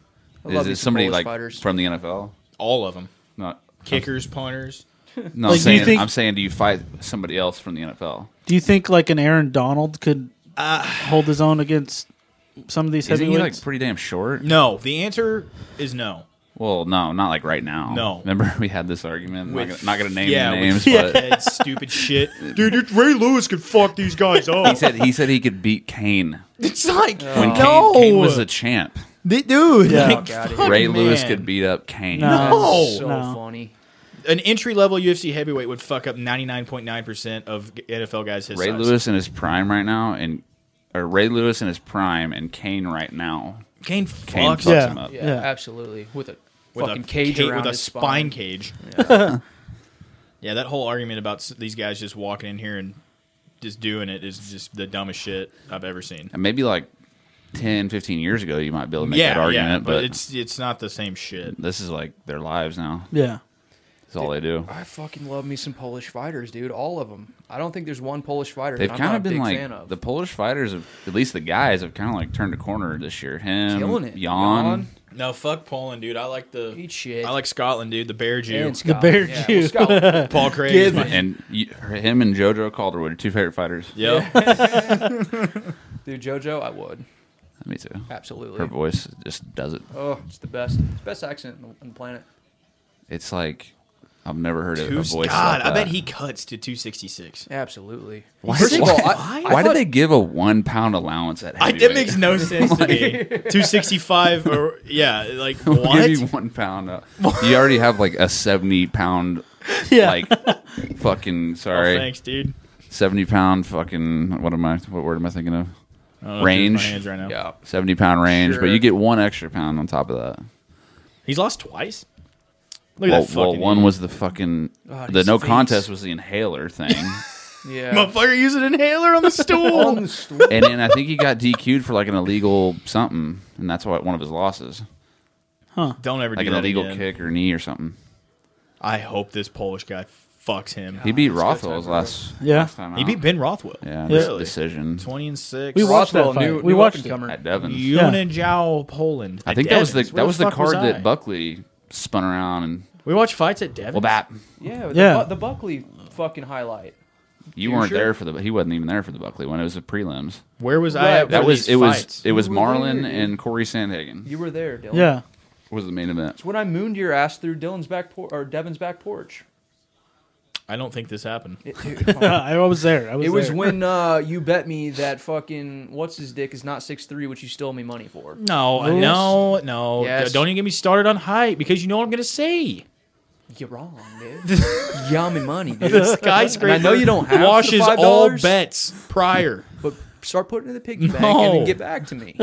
Speaker 4: I
Speaker 1: Is
Speaker 4: love
Speaker 1: it
Speaker 4: these
Speaker 1: somebody
Speaker 4: Polish
Speaker 1: like
Speaker 4: fighters.
Speaker 1: from the NFL?
Speaker 2: All of them,
Speaker 1: Not
Speaker 2: kickers, punters.
Speaker 1: No,
Speaker 3: Like,
Speaker 1: I'm
Speaker 3: do you
Speaker 1: saying
Speaker 3: think-
Speaker 1: I'm saying, do you fight somebody else from the NFL?
Speaker 3: Do you think like an Aaron Donald could hold his own against some of these
Speaker 1: Isn't he like
Speaker 3: heavyweights?
Speaker 1: pretty damn short?
Speaker 2: No, the answer is no.
Speaker 1: Well, no, not like right now.
Speaker 2: No.
Speaker 1: Remember we had this argument. I'm
Speaker 2: With-
Speaker 1: not going to name
Speaker 2: yeah,
Speaker 1: any
Speaker 2: with
Speaker 1: names,
Speaker 2: fuckhead
Speaker 1: but
Speaker 2: stupid shit, dude. you- Ray Lewis could fuck these guys
Speaker 1: he
Speaker 2: up.
Speaker 1: said he said he could beat Kane
Speaker 2: it's like
Speaker 1: when Kane,
Speaker 2: no,
Speaker 1: Kane was the champ.
Speaker 2: Th- dude.
Speaker 3: Yeah.
Speaker 2: like,
Speaker 4: Fuck outta
Speaker 2: fuck,
Speaker 1: Ray Lewis
Speaker 2: man.
Speaker 1: could beat up Kane.
Speaker 3: No.
Speaker 2: No.
Speaker 4: so
Speaker 3: No.
Speaker 4: funny.
Speaker 2: an entry level UFC heavyweight would fuck up ninety nine point nine percent of NFL guys. His
Speaker 1: Ray
Speaker 2: size.
Speaker 1: Lewis in his prime right now, and or Ray Lewis in his prime, and Kane right now.
Speaker 2: Kane
Speaker 1: Kane
Speaker 2: fucks
Speaker 1: fucks
Speaker 3: Yeah.
Speaker 1: him up.
Speaker 4: Yeah,
Speaker 3: Yeah.
Speaker 4: absolutely. With a
Speaker 2: with
Speaker 4: fucking
Speaker 2: a
Speaker 4: cage
Speaker 2: ca-
Speaker 4: around
Speaker 2: with a
Speaker 4: his
Speaker 2: spine,
Speaker 4: spine.
Speaker 2: cage. yeah, that whole argument about s- these guys just walking in here and just doing it is just the dumbest shit I've ever seen.
Speaker 1: And maybe like 10, 15 years ago, you might be able to make
Speaker 2: yeah,
Speaker 1: that argument,
Speaker 2: yeah,
Speaker 1: but,
Speaker 2: it's it's not the same shit.
Speaker 1: this is like their lives now.
Speaker 3: yeah.
Speaker 1: That's all they do.
Speaker 4: I fucking love me some Polish fighters, dude. All of them. I don't think there's one Polish fighter
Speaker 1: They've
Speaker 4: that I'm
Speaker 1: kind
Speaker 4: not
Speaker 1: of
Speaker 4: a
Speaker 1: been
Speaker 4: big fan
Speaker 1: like
Speaker 4: of.
Speaker 1: the Polish fighters, have, at least the guys, have kind of like turned a corner this year. Him,
Speaker 4: Killing it.
Speaker 1: Jan,
Speaker 4: Jan.
Speaker 2: No, fuck Poland, dude. I like the
Speaker 4: Eat shit.
Speaker 2: I like Scotland, dude. The Bear Jew,
Speaker 4: And Scotland.
Speaker 3: bear
Speaker 4: yeah,
Speaker 3: Jew.
Speaker 4: well, Scotland.
Speaker 2: Paul Craig.
Speaker 3: Give
Speaker 2: is my-
Speaker 3: it.
Speaker 1: and you, him and JoJo Calderwood, are two favorite fighters.
Speaker 2: Yep.
Speaker 4: Dude, JoJo, I would.
Speaker 1: Me too. Her
Speaker 4: Absolutely.
Speaker 1: voice just does it.
Speaker 4: Oh, it's the best. It's the best accent on the- on the planet.
Speaker 1: It's like I've never heard of a
Speaker 2: Two-
Speaker 1: voice.
Speaker 2: God,
Speaker 1: like
Speaker 2: I bet
Speaker 1: that.
Speaker 2: he cuts to two sixty six.
Speaker 4: Absolutely.
Speaker 1: Why,
Speaker 4: First of all,
Speaker 1: why,
Speaker 4: I- I
Speaker 1: why did
Speaker 4: thought-
Speaker 1: they give a one pound allowance at
Speaker 2: I,
Speaker 1: heavyweight?
Speaker 2: that makes no sense to me. Two sixty five or yeah, like
Speaker 1: We'll
Speaker 2: what?
Speaker 1: Give you one pound. uh, you already have like a seventy pound,
Speaker 3: Yeah.
Speaker 1: like fucking
Speaker 2: Oh,
Speaker 1: sorry,
Speaker 2: thanks, dude.
Speaker 1: seventy pound fucking. What am I? What word am I thinking of?
Speaker 2: I don't know if
Speaker 1: Range.
Speaker 2: it's my hands right now.
Speaker 4: Yeah.
Speaker 1: Seventy pound range, but
Speaker 4: Sure.
Speaker 1: you get one extra pound on top of that.
Speaker 2: He's lost twice. Look
Speaker 1: Well,
Speaker 2: at that
Speaker 1: well,
Speaker 2: fucking Oh,
Speaker 1: one was the fucking
Speaker 4: God,
Speaker 1: the
Speaker 4: his
Speaker 1: no
Speaker 4: face.
Speaker 1: contest was the inhaler thing,
Speaker 4: Yeah.
Speaker 2: motherfucker used an inhaler on the stool.
Speaker 4: On the stool.
Speaker 1: and then I think he got DQ'd for like an illegal something, and that's why one of his losses,
Speaker 2: Don't ever
Speaker 1: like
Speaker 2: do
Speaker 1: an
Speaker 2: that
Speaker 1: illegal
Speaker 2: again. Oh,
Speaker 1: kick or knee or something.
Speaker 2: I hope this Polish guy fucks him.
Speaker 1: He beat
Speaker 4: this guy's
Speaker 1: Rothwell his
Speaker 4: not
Speaker 1: last
Speaker 3: good. Yeah.
Speaker 1: last time
Speaker 2: He
Speaker 1: out.
Speaker 2: beat Ben Rothwell.
Speaker 1: yeah, this
Speaker 2: really.
Speaker 1: decision
Speaker 2: Twenty and six.
Speaker 3: We watched that
Speaker 4: Rothwell,
Speaker 3: fight.
Speaker 4: new-
Speaker 3: we
Speaker 4: new
Speaker 3: watched it.
Speaker 4: up-and-comer.
Speaker 1: at Devon's.
Speaker 2: Unajao, Poland.
Speaker 1: I
Speaker 2: At
Speaker 1: think that was the
Speaker 2: Devon's.
Speaker 1: that
Speaker 2: Where
Speaker 1: was the
Speaker 2: fuck was
Speaker 1: card
Speaker 2: I?
Speaker 1: that Buckley spun around and
Speaker 2: We watched fights at Devon.
Speaker 1: well, that
Speaker 4: Yeah. The,
Speaker 3: Yeah.
Speaker 4: Bu- the Buckley fucking highlight.
Speaker 1: you
Speaker 4: You
Speaker 1: weren't
Speaker 4: sure?
Speaker 1: there for the he wasn't even there for the Buckley when it was the prelims.
Speaker 2: Where was I?
Speaker 4: Right.
Speaker 2: At for
Speaker 1: That was
Speaker 2: these
Speaker 1: it
Speaker 2: fights?
Speaker 1: was it was
Speaker 4: You were
Speaker 1: Marlon
Speaker 4: there, dude.
Speaker 1: and Corey Sandhagen
Speaker 4: You were there, Dylan.
Speaker 3: Yeah.
Speaker 1: was the main event.
Speaker 4: It's when I mooned your ass through Dylan's back por- or Devin's back porch.
Speaker 2: I don't think this happened.
Speaker 4: It, dude,
Speaker 3: Yeah, I was there. I was
Speaker 4: It was
Speaker 3: there.
Speaker 4: when uh, you bet me that fucking what's his dick is not six three, which you still owe me money for.
Speaker 2: No,
Speaker 3: Rules?
Speaker 2: no, no.
Speaker 4: Yes.
Speaker 2: Don't even get me started on height because you know what I'm gonna say.
Speaker 4: You're wrong, dude. you owe me money, dude.
Speaker 2: Skyscraper.
Speaker 4: And I know you don't have the
Speaker 2: washes all
Speaker 4: $5.
Speaker 2: bets prior.
Speaker 4: But start putting it in the piggy bank and
Speaker 2: No.
Speaker 4: then get back to me.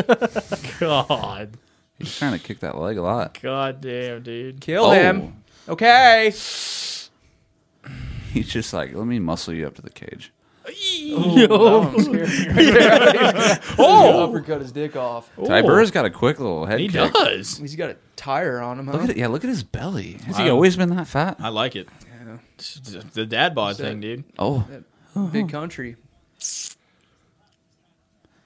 Speaker 2: God,
Speaker 1: He's trying to kick that leg a lot.
Speaker 2: God damn, dude.
Speaker 4: Kill
Speaker 1: Oh.
Speaker 4: him. Okay.
Speaker 1: He's just like, let me muscle you up to the cage.
Speaker 4: Oh, I'm scared.
Speaker 2: Oh,
Speaker 4: uppercut his dick off.
Speaker 1: Ty Burr's got a quick little head
Speaker 2: he
Speaker 1: kick.
Speaker 2: does.
Speaker 4: He's got a tire on him. Huh?
Speaker 1: Look at it, yeah, look at his belly. Has he
Speaker 2: Wow.
Speaker 1: always been that fat?
Speaker 2: I like it. It's just The dad bod
Speaker 4: that-
Speaker 2: thing, dude.
Speaker 1: Oh,
Speaker 4: Big country.
Speaker 2: Uh,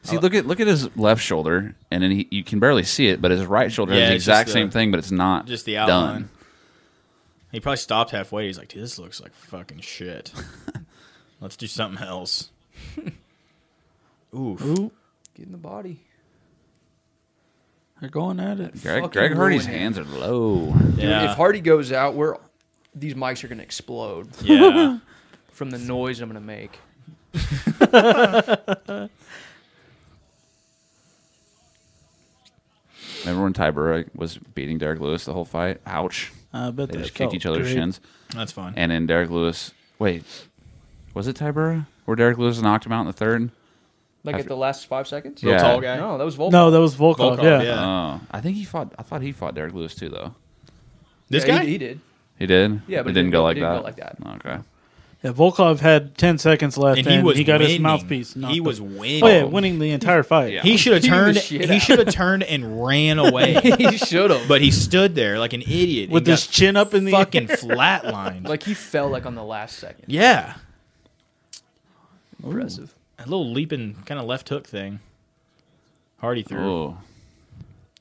Speaker 1: see, look at look at his left shoulder, and then he, you can barely see it, but his right shoulder
Speaker 2: Yeah,
Speaker 1: has the
Speaker 2: it's just
Speaker 1: exact same
Speaker 2: the-
Speaker 1: thing, but it's not
Speaker 2: Just the outline.
Speaker 1: done.
Speaker 2: He probably stopped halfway. He's like, dude, this looks like fucking shit. Let's do something else. Oof.
Speaker 3: Ooh,
Speaker 4: Get in the body.
Speaker 3: they're going at it.
Speaker 1: Greg,
Speaker 4: Fucking
Speaker 1: Greg Hardy's
Speaker 4: ruin it.
Speaker 1: hands are low.
Speaker 4: Dude,
Speaker 2: Yeah.
Speaker 4: if Hardy goes out, we're these mics are gonna explode
Speaker 2: yeah.
Speaker 4: from the noise I'm gonna make.
Speaker 1: Remember when Ty Burr was beating Derek Lewis the whole fight? Ouch.
Speaker 3: I bet
Speaker 1: They
Speaker 3: that
Speaker 1: just kicked
Speaker 3: felt
Speaker 1: each other's
Speaker 3: great.
Speaker 1: shins.
Speaker 2: That's fine.
Speaker 1: And then Derek Lewis. Wait, was it Ty Burr? Where Derek Lewis knocked him out in the third?
Speaker 4: Like
Speaker 1: After-
Speaker 4: at the last five seconds.
Speaker 1: Yeah.
Speaker 2: Real tall guy.
Speaker 4: No, that was Volk.
Speaker 3: No, that was Volkov.
Speaker 2: Volkov,
Speaker 3: yeah.
Speaker 2: yeah.
Speaker 1: Oh, I think he fought. I thought he fought Derek Lewis too, though.
Speaker 2: This
Speaker 4: Yeah,
Speaker 2: guy?
Speaker 4: He, he did.
Speaker 1: He did.
Speaker 4: Yeah, but
Speaker 1: it didn't
Speaker 4: it didn't
Speaker 1: go
Speaker 4: go-
Speaker 1: like
Speaker 4: it
Speaker 1: that.
Speaker 4: didn't go
Speaker 1: Okay.
Speaker 3: Yeah, Volkov had ten seconds left,
Speaker 2: and
Speaker 3: and,
Speaker 2: he was
Speaker 3: got his
Speaker 2: winning.
Speaker 3: mouthpiece. knocked
Speaker 2: He
Speaker 3: off.
Speaker 2: was winning.
Speaker 3: Oh yeah, winning the entire fight.
Speaker 1: Yeah.
Speaker 2: He should have
Speaker 4: He was
Speaker 2: turned.
Speaker 4: shit
Speaker 2: He
Speaker 4: out.
Speaker 2: should have turned and ran away.
Speaker 4: he should have.
Speaker 2: but he stood there like an idiot
Speaker 3: With
Speaker 2: and
Speaker 3: his
Speaker 2: got
Speaker 3: chin up in the
Speaker 2: fucking
Speaker 3: air.
Speaker 2: flatlined.
Speaker 4: like he fell like on the last second.
Speaker 2: yeah,
Speaker 4: Impressive.
Speaker 2: a little leaping kind of left hook thing. Hardy threw.
Speaker 1: Oh,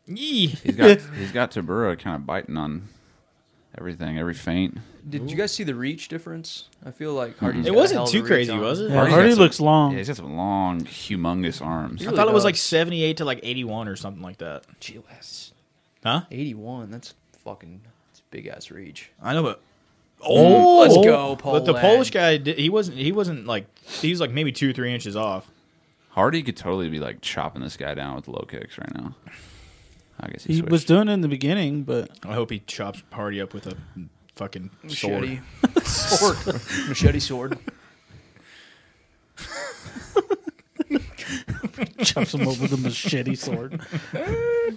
Speaker 2: Yee.
Speaker 1: he's got he's got Tabura kind of biting on Everything, every feint.
Speaker 4: Did you guys see the reach difference? I feel like Hardy's
Speaker 2: It
Speaker 4: got a
Speaker 2: wasn't
Speaker 4: hell of a
Speaker 2: too
Speaker 4: reach
Speaker 2: crazy,
Speaker 4: on him.
Speaker 2: was it?
Speaker 3: Yeah,
Speaker 1: Hardy's got
Speaker 3: Hardy
Speaker 1: some-
Speaker 3: looks long.
Speaker 1: Yeah, he's got some long, humongous arms.
Speaker 2: I
Speaker 4: Oh. really
Speaker 2: thought it was
Speaker 4: does.
Speaker 2: like 78 to like 81 or something like that.
Speaker 4: Gee, that's
Speaker 2: Huh?
Speaker 4: 81. That's fucking that's a big ass reach.
Speaker 2: I know, but oh,
Speaker 4: let's go,
Speaker 2: But the
Speaker 4: Poland.
Speaker 2: Polish guy, di- he wasn't. He wasn't like he was like maybe two or three inches off.
Speaker 1: Hardy could totally be like chopping this guy down with low kicks right now. I guess he,
Speaker 3: He
Speaker 1: switched.
Speaker 3: was doing it in the beginning, but
Speaker 2: I hope he chops Hardy up with a fucking sword.
Speaker 4: Machete. sword. Machete sword.
Speaker 3: chops him up with a machete sword.
Speaker 4: wonder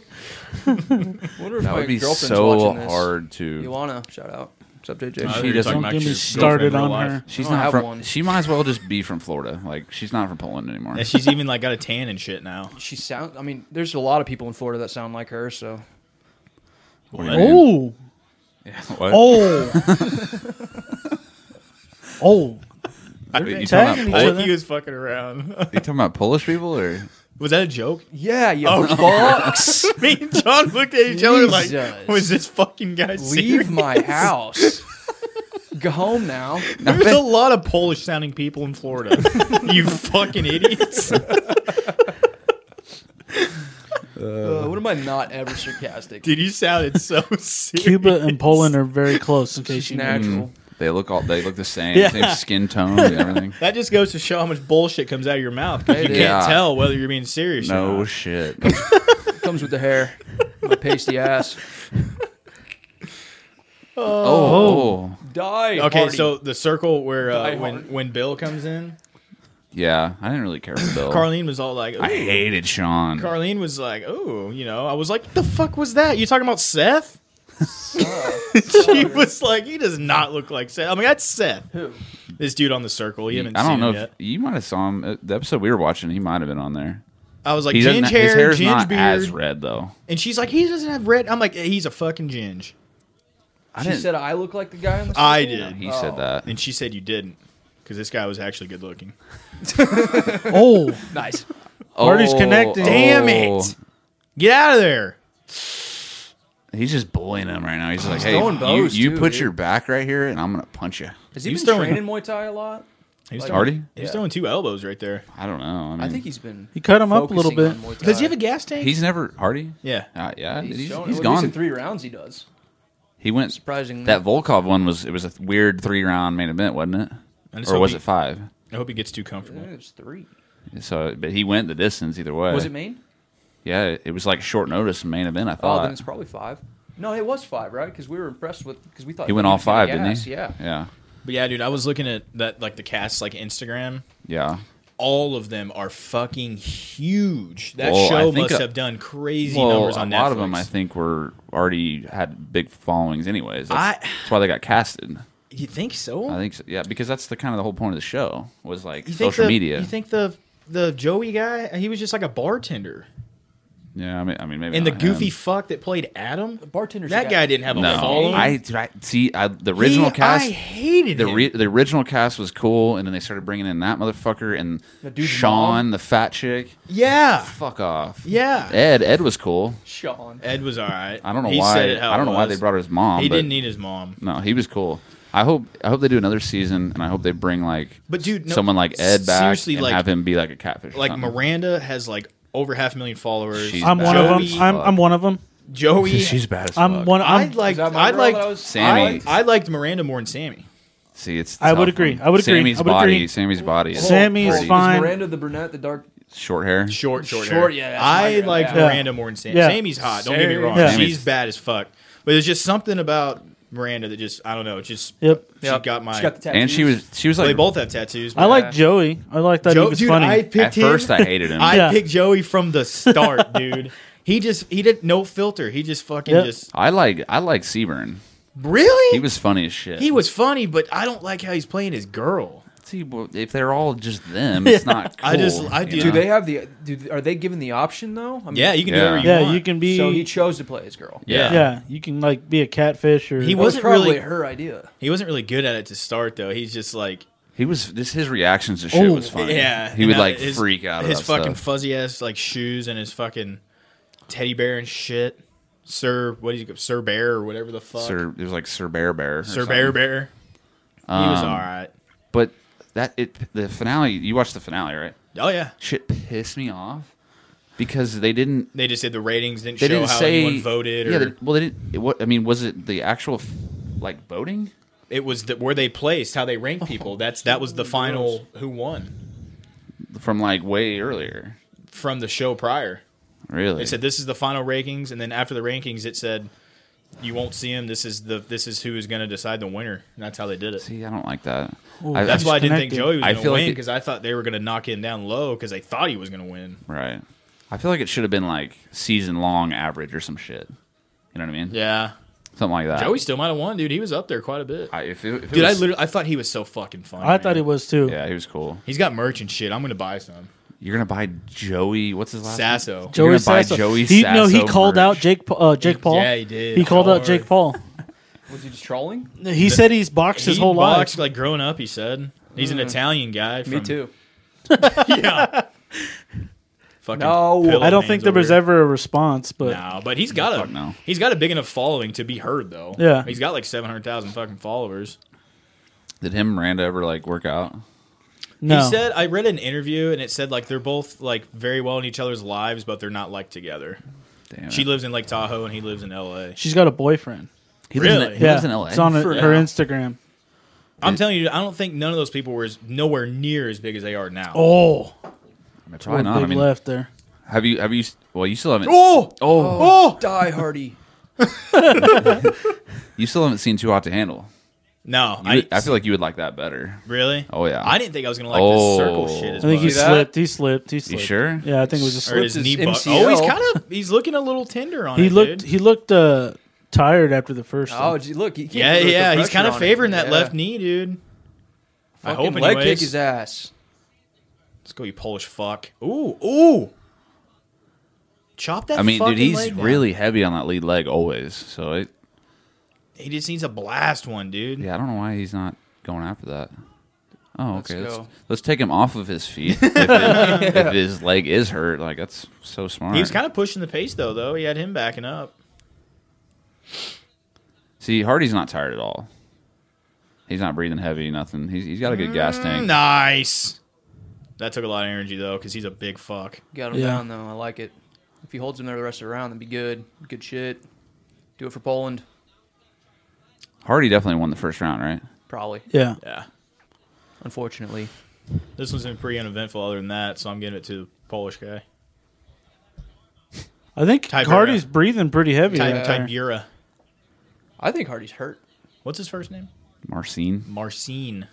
Speaker 4: if
Speaker 1: that
Speaker 4: my
Speaker 1: would be
Speaker 4: girlfriend's
Speaker 1: so
Speaker 4: watching this.
Speaker 1: hard to.
Speaker 4: Ioana, shout out. What's up, JJ?
Speaker 2: I thought
Speaker 1: She
Speaker 2: you were
Speaker 1: doesn't- Don't
Speaker 2: talking about
Speaker 3: get me
Speaker 2: your girlfriend
Speaker 3: started
Speaker 2: in real
Speaker 3: on
Speaker 2: life.
Speaker 3: her.
Speaker 1: She's
Speaker 4: I don't
Speaker 1: not
Speaker 4: have
Speaker 1: from.
Speaker 4: one.
Speaker 1: She might as well just be from Florida. Like she's not from Poland anymore.
Speaker 2: And she's even like got a tan and shit now.
Speaker 4: she sounds. I mean, there's a lot of people in Florida that sound like her. So
Speaker 1: What do you mean?
Speaker 3: Oh,
Speaker 1: What?
Speaker 3: oh, oh!
Speaker 1: I-
Speaker 3: they're
Speaker 1: you talking
Speaker 3: tagging
Speaker 1: about
Speaker 3: each
Speaker 1: Pol-
Speaker 3: other.
Speaker 2: he was fucking around.
Speaker 1: you talking about Polish people or?
Speaker 2: was that a joke?
Speaker 4: yeah, you Oh, fucks,
Speaker 2: Me and John looked at each other like,
Speaker 4: Jesus.
Speaker 2: was this fucking guy serious?
Speaker 4: leave my house. Go home now.
Speaker 2: There's a lot of Polish sounding people in Florida. you fucking idiots.
Speaker 4: Uh, what am I not ever sarcastic?
Speaker 2: Dude, you sounded so serious.
Speaker 3: Cuba and Poland are very close. In case
Speaker 4: It's
Speaker 3: you know,
Speaker 4: natural.
Speaker 1: They look all. They look the same.
Speaker 3: Yeah.
Speaker 1: Same skin tone and everything.
Speaker 2: That just goes to show how much bullshit comes out of your mouth. 'cause
Speaker 4: It
Speaker 2: You
Speaker 4: is.
Speaker 2: can't
Speaker 1: Yeah.
Speaker 2: tell whether you're being serious. or
Speaker 1: No
Speaker 2: not.
Speaker 1: shit.
Speaker 4: Comes with the hair, my pasty ass.
Speaker 1: Oh.
Speaker 4: Die.
Speaker 2: Okay,
Speaker 4: Hardy.
Speaker 2: so the circle where uh,
Speaker 4: Die
Speaker 2: when
Speaker 4: hard.
Speaker 2: when Bill comes in,
Speaker 1: yeah. I didn't really care for Bill.
Speaker 2: Carlene was all like,
Speaker 1: I
Speaker 2: "Ooh."
Speaker 1: hated Sean.
Speaker 2: Carlene was like, "Oh, you know," I was like, "The fuck was that? You talking about Seth?" she was like, "He does not look like Seth." I mean, that's Seth.
Speaker 4: Who?
Speaker 2: This dude on the circle. You
Speaker 1: I
Speaker 2: haven't
Speaker 1: don't
Speaker 2: seen
Speaker 1: know.
Speaker 2: him
Speaker 1: If,
Speaker 2: yet.
Speaker 1: you might have saw him. uh, The episode we were watching, he might have been on there.
Speaker 2: I was like,
Speaker 1: he doesn't.
Speaker 2: "Ginge
Speaker 1: ha- his
Speaker 2: hair,
Speaker 1: hair's
Speaker 2: ginge
Speaker 1: not as
Speaker 2: beard,"
Speaker 1: red though.
Speaker 2: and she's like, "He doesn't have red." I'm like, "He's a fucking ginge."
Speaker 1: I
Speaker 4: she
Speaker 1: didn't.
Speaker 4: said I look like the guy on the.
Speaker 2: I
Speaker 4: circle?
Speaker 2: did.
Speaker 1: he
Speaker 4: Oh.
Speaker 1: said that.
Speaker 2: And she said, "You didn't," because this guy was actually good looking.
Speaker 3: oh,
Speaker 4: Nice.
Speaker 3: Marty's
Speaker 1: Oh,
Speaker 3: connecting.
Speaker 2: Damn
Speaker 1: oh.
Speaker 2: it! Get out of there.
Speaker 1: He's just bullying him right now. He's like,
Speaker 4: He's
Speaker 1: hey,
Speaker 4: throwing
Speaker 1: you,
Speaker 4: bows,
Speaker 1: you
Speaker 4: too,
Speaker 1: put
Speaker 4: dude.
Speaker 1: your back right here, and I'm gonna punch you.
Speaker 4: Has he
Speaker 2: He's
Speaker 4: been
Speaker 2: throwing-
Speaker 4: training Muay Thai a lot?
Speaker 2: He was
Speaker 4: Like-
Speaker 2: throwing,
Speaker 1: Hardy?
Speaker 2: he was
Speaker 4: Yeah.
Speaker 2: throwing two elbows right there.
Speaker 1: I don't know. I, mean,
Speaker 4: I think he's been.
Speaker 3: he cut him up a little
Speaker 4: focusing
Speaker 3: bit.
Speaker 4: on Muay Thai.
Speaker 2: Does he have a gas tank?
Speaker 1: he's never Hardy.
Speaker 2: yeah.
Speaker 1: Uh, yeah,
Speaker 4: He's,
Speaker 1: he's, he's,
Speaker 4: shown-
Speaker 1: he's
Speaker 4: well, at least
Speaker 1: gone.
Speaker 4: in three rounds. He does.
Speaker 1: he went
Speaker 4: Surprisingly.
Speaker 1: That Volkov one was it was a weird three round main event, wasn't it?
Speaker 2: I just
Speaker 1: Or
Speaker 2: hope
Speaker 1: was
Speaker 2: he-
Speaker 1: it five?
Speaker 2: I hope he gets too
Speaker 4: I
Speaker 2: comfortable.
Speaker 4: think There's three.
Speaker 1: So, but he went the distance either way.
Speaker 4: Was it Maine?
Speaker 1: Yeah, it was like short notice main event. I
Speaker 4: Oh,
Speaker 1: thought
Speaker 4: then it's probably five. No, it was five, right? Because we were impressed with because we thought
Speaker 1: he went
Speaker 4: was
Speaker 1: all
Speaker 4: gonna
Speaker 1: five, didn't
Speaker 4: gas,
Speaker 1: he?
Speaker 4: Yeah.
Speaker 1: yeah,
Speaker 2: But yeah, dude, I was looking at that like the cast like Instagram.
Speaker 1: yeah.
Speaker 2: All of them are fucking huge. That
Speaker 1: Well, I
Speaker 2: show
Speaker 1: think
Speaker 2: must
Speaker 1: a-
Speaker 2: have done crazy
Speaker 1: well,
Speaker 2: numbers on
Speaker 1: a lot
Speaker 2: Netflix.
Speaker 1: of them, I think, were already had big followings, anyways. That's,
Speaker 2: I-
Speaker 1: that's why they got casted.
Speaker 2: You think so?
Speaker 1: I think, so. yeah, because that's the kind of the whole point of the show was like
Speaker 2: you think
Speaker 1: social
Speaker 2: the,
Speaker 1: media.
Speaker 2: You think the the Joey guy? He was just like a bartender.
Speaker 1: yeah, I mean, I mean, maybe
Speaker 2: And the
Speaker 1: not
Speaker 2: goofy
Speaker 1: him.
Speaker 2: fuck that played Adam,
Speaker 4: The bartender's
Speaker 2: That
Speaker 4: the
Speaker 2: guy didn't have a
Speaker 1: no,
Speaker 2: following.
Speaker 1: I, I see. I, the original
Speaker 2: He-
Speaker 1: cast,
Speaker 2: I hated
Speaker 1: the
Speaker 2: him.
Speaker 1: re, the original cast was cool, and then they started bringing in that motherfucker and
Speaker 4: The dude's
Speaker 1: Sean,
Speaker 4: mom.
Speaker 1: the fat chick.
Speaker 2: yeah,
Speaker 1: Fuck off.
Speaker 2: Yeah.
Speaker 1: Ed. Ed was cool.
Speaker 4: Sean.
Speaker 2: Ed was all right.
Speaker 1: I don't know
Speaker 2: He
Speaker 1: why.
Speaker 2: said it how
Speaker 1: I don't
Speaker 2: it
Speaker 1: know why
Speaker 2: was.
Speaker 1: they brought his mom.
Speaker 2: He
Speaker 1: but-
Speaker 2: didn't e- need his mom.
Speaker 1: No, he was cool. I hope I hope they do another season, and I hope they bring like
Speaker 2: But dude, no,
Speaker 1: someone like Ed back
Speaker 2: seriously,
Speaker 1: and
Speaker 2: like-
Speaker 1: have him be like a catfish. or
Speaker 2: Like
Speaker 1: something.
Speaker 2: Miranda has like over half a million followers.
Speaker 1: She's
Speaker 3: I'm
Speaker 1: bad
Speaker 3: one of
Speaker 1: as
Speaker 3: them.
Speaker 2: Joey-
Speaker 3: I'm,
Speaker 1: fuck.
Speaker 3: I'm one of them.
Speaker 2: Joey.
Speaker 1: she's bad as
Speaker 3: I'm
Speaker 1: fuck.
Speaker 3: one.
Speaker 2: I
Speaker 3: I'm,
Speaker 2: like.
Speaker 4: Is that my
Speaker 2: I
Speaker 4: girl
Speaker 2: like.
Speaker 4: that I was-
Speaker 1: Sammy.
Speaker 2: I liked Miranda more than Sammy.
Speaker 1: See, it's
Speaker 3: I
Speaker 1: tough
Speaker 3: would agree.
Speaker 1: one.
Speaker 3: I would agree.
Speaker 1: Sammy's
Speaker 3: I would
Speaker 1: body.
Speaker 3: agree.
Speaker 1: Sammy's body. is
Speaker 3: Sammy's
Speaker 1: pretty.
Speaker 3: fine.
Speaker 4: Is Miranda the brunette, the dark.
Speaker 1: Short hair.
Speaker 2: Short, short,
Speaker 4: Short,
Speaker 2: hair.
Speaker 4: yeah, that's my
Speaker 2: I
Speaker 4: girl.
Speaker 2: like
Speaker 4: Yeah.
Speaker 2: Miranda more than Sammy.
Speaker 3: Yeah.
Speaker 2: Sammy's hot. Don't get me wrong.
Speaker 3: Yeah.
Speaker 2: She's
Speaker 1: Sammy's-
Speaker 2: bad as fuck. But there's just something about Miranda that just I don't know. It's just
Speaker 3: Yep.
Speaker 2: she
Speaker 4: Yep.
Speaker 2: got my.
Speaker 4: She got the tattoos.
Speaker 1: And she was she was
Speaker 2: they
Speaker 1: like
Speaker 2: both have tattoos.
Speaker 3: I
Speaker 2: but-
Speaker 3: like Joey. I like that. he
Speaker 2: Joe,
Speaker 3: was
Speaker 2: dude,
Speaker 3: funny.
Speaker 2: I picked
Speaker 1: at
Speaker 2: him.
Speaker 1: first I hated him.
Speaker 2: I
Speaker 3: Yeah.
Speaker 2: picked Joey from the start, dude. He just he did no filter. He just fucking
Speaker 3: Yep.
Speaker 2: just
Speaker 1: I like I like Seaburn.
Speaker 2: really.
Speaker 1: He was funny as shit.
Speaker 2: he was funny, but I don't like how he's playing his girl.
Speaker 1: See, well, if they're all just them, it's not. Cool,
Speaker 2: I just- I
Speaker 1: you
Speaker 2: do-
Speaker 1: know?
Speaker 4: Do they have the? Do are they given the option though? I mean,
Speaker 2: Yeah, you can
Speaker 1: Yeah.
Speaker 2: do whatever you
Speaker 3: yeah,
Speaker 2: want.
Speaker 3: you can be.
Speaker 4: So he chose to play his girl.
Speaker 1: Yeah.
Speaker 3: yeah, you can like be a catfish or.
Speaker 2: He
Speaker 4: It was
Speaker 2: wasn't
Speaker 4: probably
Speaker 2: really-
Speaker 4: her idea.
Speaker 2: He wasn't really good at it to start though. He's just like
Speaker 1: He was this. His reactions to shit
Speaker 3: Oh,
Speaker 1: was funny.
Speaker 2: yeah,
Speaker 1: he
Speaker 2: and
Speaker 1: would
Speaker 2: now
Speaker 1: like freak out.
Speaker 2: His
Speaker 1: about
Speaker 2: fucking
Speaker 1: stuff.
Speaker 2: fuzzy ass like shoes and his fucking teddy bear and shit. Sir, what do you go, Sir Bear or whatever the fuck?
Speaker 1: Sir, it was like Sir Bear Bear. or Um,
Speaker 2: Sir
Speaker 1: something.
Speaker 2: Bear Bear. He was all right.
Speaker 1: But that it the finale. You watched the finale, right?
Speaker 2: Oh yeah,
Speaker 1: Shit pissed me off because they didn't.
Speaker 2: they just said the ratings didn't
Speaker 1: They
Speaker 2: show
Speaker 1: didn't
Speaker 2: how
Speaker 1: say
Speaker 2: anyone voted. Or
Speaker 1: Yeah. They, well, they didn't. What I mean was it the actual like voting?
Speaker 2: it was the, where they placed, how they
Speaker 1: Oh,
Speaker 2: ranked people. That's that was the final who won
Speaker 1: from like way earlier.
Speaker 2: from the show prior.
Speaker 1: Really?
Speaker 2: It said this is the final rankings, and then after the rankings, it said you won't see him. This is the this is who is going to decide the winner. And that's how they did it.
Speaker 1: See, I don't like that.
Speaker 3: Ooh,
Speaker 1: I,
Speaker 2: That's why I didn't think Joey
Speaker 3: Disconnected.
Speaker 2: was
Speaker 1: I
Speaker 2: going to
Speaker 1: feel like
Speaker 2: win
Speaker 1: it-
Speaker 2: because I thought they were going to knock him down low because they thought he was going to win.
Speaker 1: Right. I feel like it should have been like season long average or some shit. You know what I mean?
Speaker 2: Yeah,
Speaker 1: Something like that.
Speaker 2: Joey still might have won, dude. He was up there quite a bit.
Speaker 1: I, if it, if it
Speaker 2: Dude, I
Speaker 1: was-
Speaker 2: literally I thought he was so fucking funny.
Speaker 3: I thought
Speaker 2: man.
Speaker 3: he was too.
Speaker 1: Yeah, he was cool.
Speaker 2: He's got merch and shit. I'm gonna buy some.
Speaker 1: You're gonna buy Joey. What's his last name?
Speaker 2: Sasso.
Speaker 1: You're
Speaker 3: Joey
Speaker 1: gonna buy
Speaker 3: Sasso.
Speaker 1: Joey
Speaker 3: he, No, he
Speaker 1: Sasso
Speaker 3: called
Speaker 1: merch.
Speaker 3: out Jake. Pa- Uh, Jake Paul.
Speaker 2: Yeah, he did.
Speaker 3: He called out
Speaker 2: Hard.
Speaker 3: Jake Paul.
Speaker 4: Was he just trolling?
Speaker 3: He said he's boxed his
Speaker 2: he
Speaker 3: whole
Speaker 2: boxed
Speaker 3: life. Mm.
Speaker 2: like growing up. He said he's an Italian guy.
Speaker 4: Me
Speaker 2: from-
Speaker 4: too.
Speaker 2: yeah. Fucking
Speaker 4: No.
Speaker 2: pillow
Speaker 3: I don't
Speaker 2: man's
Speaker 3: think there
Speaker 2: over
Speaker 3: was
Speaker 2: here.
Speaker 3: ever a response, but
Speaker 2: No, but he's got
Speaker 1: Fuck
Speaker 2: a
Speaker 1: no.
Speaker 2: he's got a big enough following to be heard though.
Speaker 3: Yeah.
Speaker 2: he's got like seven hundred thousand fucking followers.
Speaker 1: Did him and Miranda ever like work out?
Speaker 3: no.
Speaker 2: He said I read an interview and it said like they're both like very well in each other's lives, but they're not like together.
Speaker 1: Damn.
Speaker 2: She
Speaker 1: it.
Speaker 2: lives in Lake Tahoe and he lives in L.A.
Speaker 3: she's got a boyfriend.
Speaker 1: he lives
Speaker 2: Really?
Speaker 1: in, he
Speaker 3: yeah,
Speaker 1: lives in LA.
Speaker 3: it's on her
Speaker 2: For-
Speaker 3: her
Speaker 2: Yeah.
Speaker 3: Instagram.
Speaker 2: I'm telling you, I don't think none of those people were as, nowhere near as big as they are now.
Speaker 3: Oh,
Speaker 1: Probably
Speaker 3: one
Speaker 1: not. I
Speaker 3: big
Speaker 1: mean,
Speaker 3: left there.
Speaker 1: have you have you? Well, you still haven't.
Speaker 2: oh,
Speaker 1: Oh,
Speaker 2: oh!
Speaker 4: Die Hardy.
Speaker 1: you still haven't seen Too Hot to Handle.
Speaker 2: no,
Speaker 1: You would- I, feel like you would like that better.
Speaker 2: Really?
Speaker 1: Oh, yeah.
Speaker 2: I didn't think I was gonna like
Speaker 1: Oh.
Speaker 2: this circle shit
Speaker 3: I
Speaker 2: as
Speaker 3: think
Speaker 2: much.
Speaker 3: he
Speaker 4: that?
Speaker 3: slipped. He slipped. He
Speaker 1: You
Speaker 3: slipped.
Speaker 1: sure?
Speaker 3: Yeah, I think it was just
Speaker 2: or his
Speaker 4: his
Speaker 2: knee buck.
Speaker 4: MCL.
Speaker 2: Oh, he's kind of he's looking a little tender on
Speaker 3: he
Speaker 2: it.
Speaker 3: looked.
Speaker 2: dude.
Speaker 3: He looked uh, tired after the first.
Speaker 4: Oh,
Speaker 3: one.
Speaker 4: gee, look. He can't
Speaker 2: yeah,
Speaker 4: put the
Speaker 2: yeah. He's
Speaker 4: pressure
Speaker 2: kind
Speaker 4: on
Speaker 2: of
Speaker 4: him.
Speaker 2: favoring that
Speaker 4: Yeah.
Speaker 2: left knee, dude. I hope
Speaker 4: Fucking leg kick
Speaker 2: anyways.
Speaker 4: his ass.
Speaker 2: Let's go, you Polish fuck. Ooh, ooh. Chop that.
Speaker 1: I mean,
Speaker 2: fucking
Speaker 1: dude, he's
Speaker 2: leg down.
Speaker 1: really heavy on that lead leg always. So it,
Speaker 2: He just needs a blast one, dude.
Speaker 1: yeah, I don't know why he's not going after that. Oh, okay. Let's,
Speaker 4: go.
Speaker 1: let's, take him off of his feet if, it- if his leg is hurt. Like that's so smart.
Speaker 2: He was kind of pushing the pace though. Though he had him backing up.
Speaker 1: See, Hardy's not tired at all. He's not breathing heavy, nothing. He's, he's got a good gas
Speaker 2: Mm,
Speaker 1: tank.
Speaker 2: Nice. That took a lot of energy though, because he's a big fuck.
Speaker 4: Got him
Speaker 3: Yeah.
Speaker 4: down though. I like it. If he holds him there the rest of the round, that'd be good. Good shit. Do it for Poland,
Speaker 1: Hardy definitely won the first round, right?
Speaker 4: probably.
Speaker 3: yeah.
Speaker 2: Yeah.
Speaker 4: Unfortunately,
Speaker 2: This one's been pretty uneventful other than that, so I'm giving it to the Polish guy.
Speaker 3: I think
Speaker 2: Type
Speaker 3: Hardy's
Speaker 2: era.
Speaker 3: breathing pretty heavy.
Speaker 2: Type,
Speaker 3: right
Speaker 2: type
Speaker 3: there.
Speaker 2: Yura.
Speaker 4: I think Hardy's hurt.
Speaker 2: What's his first name?
Speaker 1: Marcin.
Speaker 2: Marcin.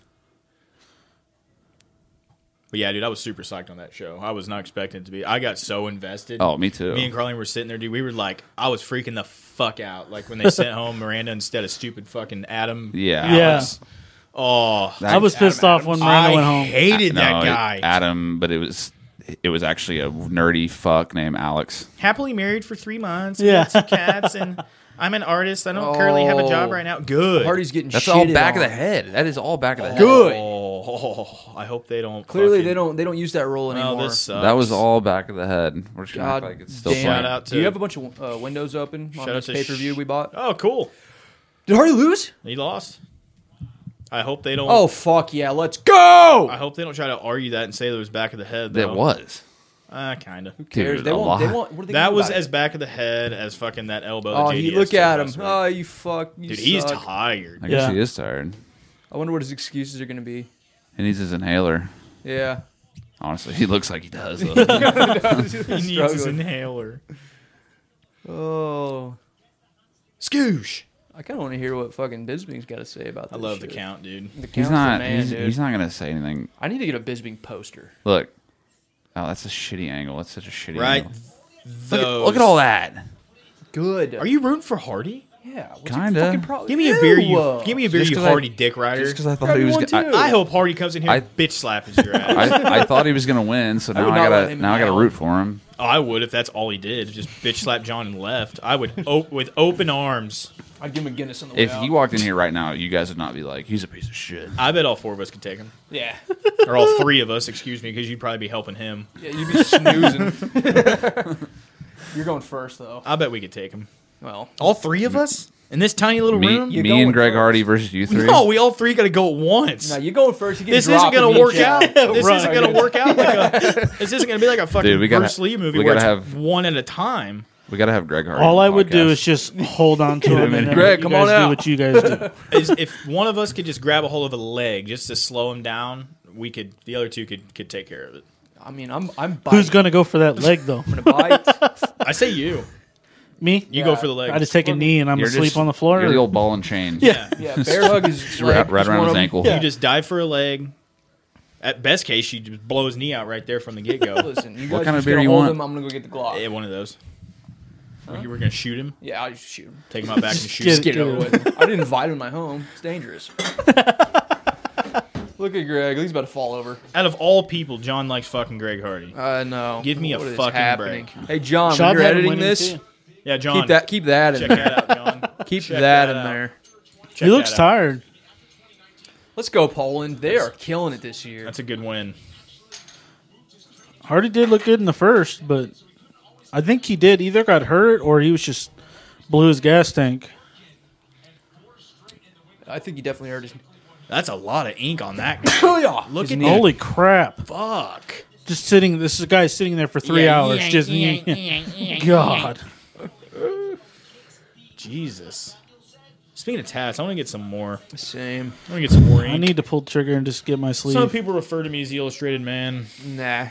Speaker 2: But yeah, dude, I was super psyched on that show. I was not expecting it to be. I got so invested.
Speaker 1: Oh, me too.
Speaker 2: Me and Carlene were sitting there, dude. We were like, I was freaking the fuck out. Like when they sent home Miranda instead of stupid fucking Adam.
Speaker 1: Yeah.
Speaker 2: Alex. Oh,
Speaker 1: That-
Speaker 3: I was pissed off when Miranda
Speaker 2: I
Speaker 3: went home.
Speaker 2: hated
Speaker 1: No,
Speaker 2: that
Speaker 1: it-
Speaker 2: guy.
Speaker 1: Adam, but it was it was actually a nerdy fuck named Alex.
Speaker 2: Happily married for three months.
Speaker 3: Yeah.
Speaker 2: Yeah, two cats, and I'm an artist. I don't currently have a job
Speaker 4: Oh.
Speaker 2: right now. Good.
Speaker 4: Hardy's getting
Speaker 1: That's all
Speaker 4: shitted
Speaker 1: back of
Speaker 4: on.
Speaker 1: the head. That is all back of the head.
Speaker 4: Good.
Speaker 2: Oh, I hope they don't.
Speaker 4: Clearly,
Speaker 2: fucking-
Speaker 4: they don't they don't use that role
Speaker 2: Oh,
Speaker 4: anymore.
Speaker 2: this sucks.
Speaker 1: That was all back of the head. We're just gonna
Speaker 4: God,
Speaker 1: act like it's still
Speaker 4: damn.
Speaker 1: playing.
Speaker 2: Shout out to-
Speaker 4: Do you have a bunch of uh, windows open on
Speaker 2: Shout out
Speaker 4: this
Speaker 2: to
Speaker 4: pay per view
Speaker 2: Sh-
Speaker 4: we bought?
Speaker 2: Oh, cool.
Speaker 4: Did Hardy lose?
Speaker 2: He lost. I hope they don't.
Speaker 4: Oh fuck yeah! Let's go.
Speaker 2: I hope they don't try to argue that and say that it was back of the head.
Speaker 1: That
Speaker 2: though.
Speaker 1: was.
Speaker 2: Uh, kind of.
Speaker 1: Dude,
Speaker 4: They
Speaker 1: a
Speaker 4: won't. They
Speaker 1: lot.
Speaker 4: won't. What are they
Speaker 2: That
Speaker 4: gonna
Speaker 2: was
Speaker 4: do
Speaker 2: as
Speaker 4: about
Speaker 2: back of the head as fucking that elbow.
Speaker 4: it? Oh,
Speaker 2: that
Speaker 4: he
Speaker 2: JDS
Speaker 4: look
Speaker 2: took
Speaker 4: at him.
Speaker 2: last week.
Speaker 4: Oh, you fuck. You
Speaker 2: Dude, he's
Speaker 4: suck.
Speaker 1: I
Speaker 2: tired.
Speaker 1: guess
Speaker 3: Yeah.
Speaker 1: he is tired.
Speaker 4: I wonder what his excuses are gonna be.
Speaker 1: He needs his inhaler.
Speaker 4: Yeah.
Speaker 1: Honestly, he looks like he does. though.
Speaker 2: He needs his inhaler.
Speaker 4: Oh,
Speaker 2: Scoosh.
Speaker 4: I kind of want to hear what fucking Bisbing's got to say about
Speaker 2: I
Speaker 4: this.
Speaker 2: love the
Speaker 4: shit.
Speaker 2: count, dude.
Speaker 4: The count's
Speaker 1: he's
Speaker 4: the
Speaker 1: not.
Speaker 4: man,
Speaker 1: he's,
Speaker 4: dude.
Speaker 1: he's not gonna say anything.
Speaker 4: I need to get a Bisbing poster.
Speaker 1: Look. Oh, that's a shitty angle. That's such a shitty
Speaker 2: Right.
Speaker 1: angle.
Speaker 2: Those.
Speaker 1: Look at, look at all that.
Speaker 4: Good.
Speaker 2: Are you rooting for Hardy?
Speaker 4: Yeah. what's your
Speaker 1: Kinda.
Speaker 4: fucking problem?
Speaker 2: Give me a beer, you.
Speaker 4: Ew.
Speaker 2: Give me a beer,
Speaker 1: Just
Speaker 2: you
Speaker 1: 'cause I-
Speaker 2: Hardy dick rider.
Speaker 1: Just because I
Speaker 4: Grab
Speaker 1: thought he was.
Speaker 4: one,
Speaker 1: Gonna,
Speaker 4: too.
Speaker 1: I,
Speaker 2: I hope Hardy comes in here,
Speaker 1: I-
Speaker 2: and bitch slap his your ass.
Speaker 1: I, I thought he was gonna win, so now
Speaker 4: would
Speaker 1: I,
Speaker 4: not let
Speaker 1: gotta
Speaker 4: him
Speaker 1: now I gotta
Speaker 4: down.
Speaker 1: root for him.
Speaker 2: Oh, I would if that's all he did. Just bitch slap John and left. I would op- with open arms.
Speaker 4: I'd give him a Guinness on the way
Speaker 1: If
Speaker 4: out.
Speaker 1: he walked in here right now, you guys would not be like, he's a piece of shit.
Speaker 2: I bet all four of us could take him,
Speaker 4: yeah.
Speaker 2: or all three of us. Excuse me, because you'd probably be helping him.
Speaker 4: Yeah, you'd be snoozing. You're going first though.
Speaker 2: I bet we could take him.
Speaker 4: Well,
Speaker 2: All three of us in this tiny little
Speaker 1: Me,
Speaker 2: room.
Speaker 4: You're
Speaker 1: me
Speaker 4: going
Speaker 1: and Greg
Speaker 4: first.
Speaker 1: Hardy versus you three.
Speaker 2: No, we all three got to go at once.
Speaker 4: no, you go first. You get
Speaker 2: this isn't
Speaker 4: dropped
Speaker 2: gonna
Speaker 4: and
Speaker 2: work
Speaker 4: get
Speaker 2: out.
Speaker 4: jabbed.
Speaker 2: This
Speaker 3: Right.
Speaker 2: isn't gonna work out. Like a, this isn't gonna be like a fucking
Speaker 1: Dude, we gotta-
Speaker 2: Bruce Lee movie.
Speaker 1: we
Speaker 2: where
Speaker 1: gotta
Speaker 2: it's
Speaker 1: have-
Speaker 2: one at a time.
Speaker 1: we gotta have Greg Hardy.
Speaker 3: All
Speaker 1: on
Speaker 3: I
Speaker 1: the
Speaker 3: would do
Speaker 1: podcast.
Speaker 3: is just hold on to him and then
Speaker 4: Greg,
Speaker 3: you
Speaker 4: come
Speaker 3: guys
Speaker 4: on
Speaker 3: do
Speaker 4: out.
Speaker 3: what you guys do.
Speaker 2: Is- if one of us could just grab a hold of a leg just to slow him down, we could. The other two could could take care of it.
Speaker 4: I mean, I'm I'm biting.
Speaker 3: Who's gonna go for that leg though?
Speaker 4: I'm gonna bite?
Speaker 2: I say you.
Speaker 3: Me?
Speaker 2: You go
Speaker 4: Yeah.
Speaker 2: for the leg.
Speaker 3: I just take a knee and I'm
Speaker 1: You're
Speaker 3: asleep
Speaker 1: just-
Speaker 3: on the floor.
Speaker 1: You're the old ball and chain.
Speaker 3: yeah.
Speaker 4: Yeah, bear hug is
Speaker 1: Right,
Speaker 4: like,
Speaker 1: right
Speaker 4: is one
Speaker 1: around
Speaker 4: of
Speaker 1: his
Speaker 4: them.
Speaker 1: ankle.
Speaker 2: You just dive for a leg. At best case, you just blow his knee out right there from the get go.
Speaker 4: Listen, you
Speaker 1: What
Speaker 4: guys
Speaker 1: kind of
Speaker 4: just
Speaker 1: beer
Speaker 4: gotta
Speaker 1: you
Speaker 4: hold
Speaker 1: want?
Speaker 4: Him, I'm gonna go get the Glock.
Speaker 2: yeah, one of those. We- We're gonna shoot him.
Speaker 4: Yeah, I'll just shoot him.
Speaker 2: Take him out back and shoot.
Speaker 3: get
Speaker 2: him.
Speaker 4: Just get it over
Speaker 3: Dude.
Speaker 4: with. I didn't invite him to my home. It's dangerous. Look at Greg. He's about to fall over.
Speaker 2: Out of all people, John likes fucking Greg Hardy.
Speaker 4: I know.
Speaker 2: Give me a
Speaker 4: What is
Speaker 2: fucking
Speaker 4: happening?
Speaker 2: break.
Speaker 4: Hey, John,
Speaker 3: Sean
Speaker 4: when you're
Speaker 3: had him
Speaker 4: editing
Speaker 3: winning,
Speaker 4: this,
Speaker 3: too.
Speaker 2: Yeah, John.
Speaker 4: keep that keep that in
Speaker 2: Check
Speaker 4: there.
Speaker 2: that out, John.
Speaker 4: Keep
Speaker 2: Check
Speaker 4: that, in
Speaker 2: out.
Speaker 4: there.
Speaker 2: Check
Speaker 3: He looks
Speaker 2: that out.
Speaker 3: tired.
Speaker 4: Let's go, Poland. They are killing it this year.
Speaker 2: That's a good win.
Speaker 3: Hardy did look good in the first, but I think he did either got hurt or he was just blew his gas tank.
Speaker 4: I think you definitely heard his.
Speaker 2: That's a lot of ink on that guy.
Speaker 4: Oh yeah,
Speaker 2: Look
Speaker 4: his
Speaker 2: at
Speaker 4: knee.
Speaker 2: that.
Speaker 3: Holy crap!
Speaker 2: Fuck.
Speaker 3: Just sitting. This is a guy sitting there for three hours. just God.
Speaker 2: Jesus. Speaking of tats, I want to get some more.
Speaker 4: Same.
Speaker 2: I want to get some more ink.
Speaker 3: I need to pull the trigger and just get my sleeve.
Speaker 2: Some people refer to me as the illustrated man.
Speaker 4: Nah.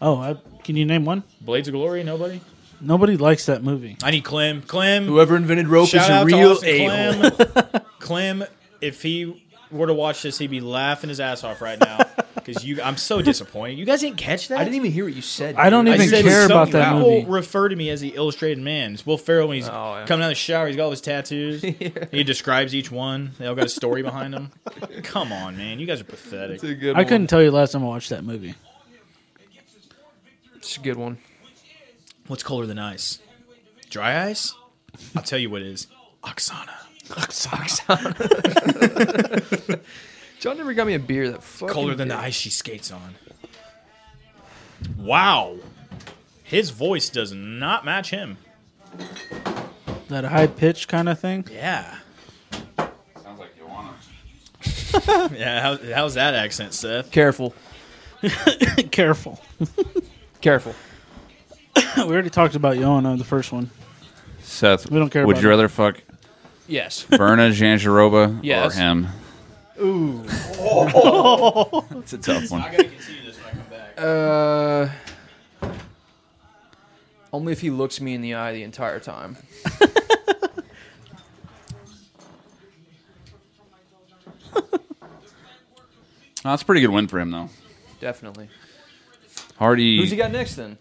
Speaker 3: oh, I, can you name one?
Speaker 2: Blades of Glory, nobody?
Speaker 3: Nobody likes that movie.
Speaker 2: I need Clem. Clem.
Speaker 4: Whoever invented rope
Speaker 2: Shout
Speaker 4: is a
Speaker 2: out to
Speaker 4: real
Speaker 2: Austin
Speaker 4: a hole.
Speaker 2: Clem. Clem, if he were to watch this, he'd be laughing his ass off right now. Because you, I'm so disappointed. You guys didn't catch that.
Speaker 4: I didn't even hear what you said.
Speaker 3: I don't
Speaker 4: dude.
Speaker 2: I
Speaker 3: even
Speaker 2: said
Speaker 3: care about
Speaker 2: some
Speaker 3: that
Speaker 2: people
Speaker 3: movie.
Speaker 2: refer to me as the illustrated man. It's Will Ferrell when he's
Speaker 4: Oh, yeah.
Speaker 2: coming out of the shower. He's got all his tattoos. He describes each one. They all got a story behind them. Come on, man. You guys are pathetic.
Speaker 4: It's a good
Speaker 3: I
Speaker 4: one.
Speaker 3: couldn't tell you last time I watched that movie.
Speaker 4: It's a good one.
Speaker 2: What's colder than ice? Dry ice? I'll tell you what it is. Oksana.
Speaker 4: John never got me a beer that fucking
Speaker 2: Colder than the
Speaker 4: I.
Speaker 2: ice she skates on. Wow. His voice does not match him.
Speaker 3: That high pitch kind of thing.
Speaker 2: Yeah.
Speaker 1: Sounds like you want
Speaker 2: Yeah, how, how's that accent, Seth?
Speaker 4: Careful,
Speaker 3: Careful.
Speaker 4: careful.
Speaker 3: we already talked about Yona, the first one.
Speaker 1: Seth,
Speaker 3: We don't care
Speaker 1: Would
Speaker 3: about
Speaker 1: you
Speaker 3: him.
Speaker 1: rather fuck
Speaker 4: Yes.
Speaker 1: Verna Janjaroba
Speaker 4: Yes.
Speaker 1: or him? Ooh, it's a tough one.
Speaker 2: gotta continue this when I come back.
Speaker 4: Uh, only if he looks me in the eye the entire time.
Speaker 1: Oh, that's a pretty good win for him though.
Speaker 4: Definitely.
Speaker 1: Hardy.
Speaker 4: Who's he got next then?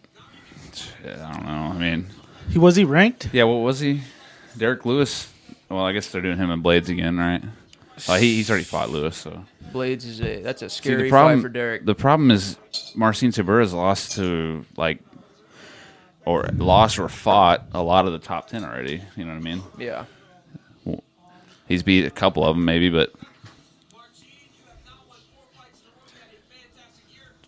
Speaker 1: I don't know. I mean,
Speaker 3: He was he ranked?
Speaker 1: yeah. What was he? Derek Lewis. Well, I guess they're doing him and Blades again, right? Uh, he, he's already fought Lewis, so
Speaker 4: Blades is a that's a
Speaker 1: See,
Speaker 4: scary fight for Derek.
Speaker 1: The problem is Marcin Tibura's lost to like or lost or fought a lot of the top ten already. You know what I mean?
Speaker 4: yeah.
Speaker 1: He's beat a couple of them maybe, but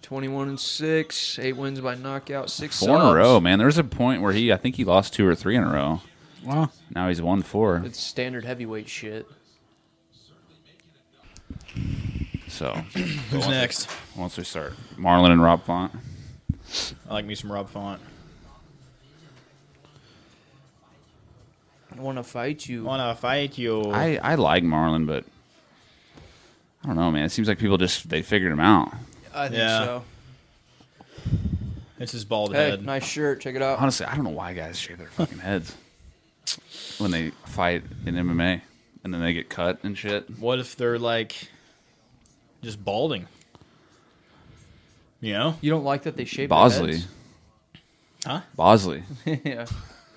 Speaker 4: 21 and 6, 8 wins by knockout, 6
Speaker 1: four in a
Speaker 4: subs.
Speaker 1: row, man. There was a point where he I think he lost two or three in a row.
Speaker 3: Wow.
Speaker 1: Now he's won four.
Speaker 4: It's standard heavyweight shit.
Speaker 1: So
Speaker 2: Who's next?
Speaker 1: once we start, Marlon and Rob Font.
Speaker 2: I like me some Rob Font.
Speaker 4: I want to fight you.
Speaker 2: Wanna fight you?
Speaker 1: I I like Marlon, but I don't know, man. It seems like people just they figured him out.
Speaker 4: I think
Speaker 2: Yeah.
Speaker 4: so.
Speaker 2: It's his bald
Speaker 4: Hey,
Speaker 2: head.
Speaker 4: nice shirt. Check it out.
Speaker 1: Honestly, I don't know why guys shave their fucking heads when they fight in MMA and then they get cut and shit.
Speaker 2: What if they're like just balding? You know?
Speaker 4: You don't like that they shaved their
Speaker 1: Bosley.
Speaker 4: heads?
Speaker 2: Huh?
Speaker 1: Bosley.
Speaker 4: yeah.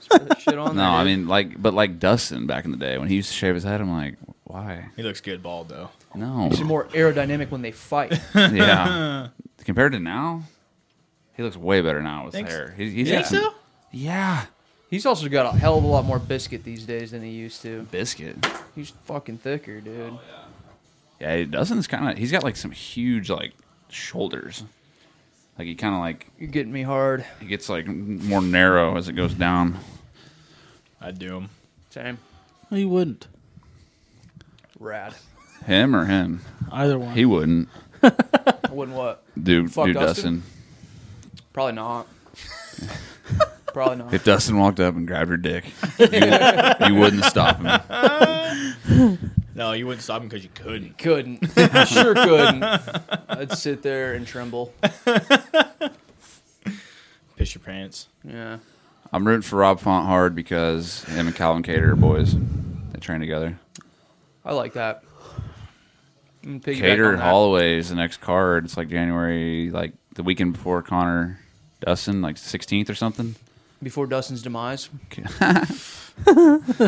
Speaker 4: Spread that shit on
Speaker 1: No,
Speaker 4: there,
Speaker 1: I
Speaker 4: dude.
Speaker 1: mean like but like Dustin back in the day when he used to shave his head, I'm like, why?
Speaker 2: He looks good bald though.
Speaker 1: No.
Speaker 4: It's more aerodynamic when they fight.
Speaker 1: yeah. Compared to now, he looks way better now with
Speaker 2: Think so?
Speaker 1: hair. He, he's
Speaker 2: You
Speaker 1: got some- Yeah.
Speaker 4: He's also got a hell of a lot more biscuit these days than he used to.
Speaker 1: Biscuit.
Speaker 4: He's fucking thicker, dude.
Speaker 1: Yeah, he Dustin's kinda he's got like some huge like shoulders. Like he kinda like
Speaker 4: You're getting me hard.
Speaker 1: It gets like more narrow as it goes down.
Speaker 2: I'd do them.
Speaker 4: Same.
Speaker 3: No, you wouldn't.
Speaker 4: Rad.
Speaker 1: Him or him?
Speaker 3: Either one.
Speaker 1: He wouldn't
Speaker 4: I wouldn't what?
Speaker 1: do
Speaker 4: Fuck
Speaker 1: do
Speaker 4: Dustin?
Speaker 1: Dustin.
Speaker 4: Probably not. Probably not.
Speaker 1: If Dustin walked up and grabbed her dick, you, you wouldn't stop him.
Speaker 2: No, you wouldn't stop them because you couldn't.
Speaker 4: Couldn't. I sure couldn't. I'd sit there and tremble.
Speaker 2: Piss your pants.
Speaker 4: Yeah.
Speaker 1: I'm rooting for Rob Font hard because him and Calvin Cater are boys. They train together.
Speaker 4: I like that. I'm piggyback
Speaker 1: Cater
Speaker 4: on
Speaker 1: and
Speaker 4: that.
Speaker 1: Holloway is the next card. It's like January, like the weekend before Connor Dustin, like 16th or something.
Speaker 4: before Dustin's demise.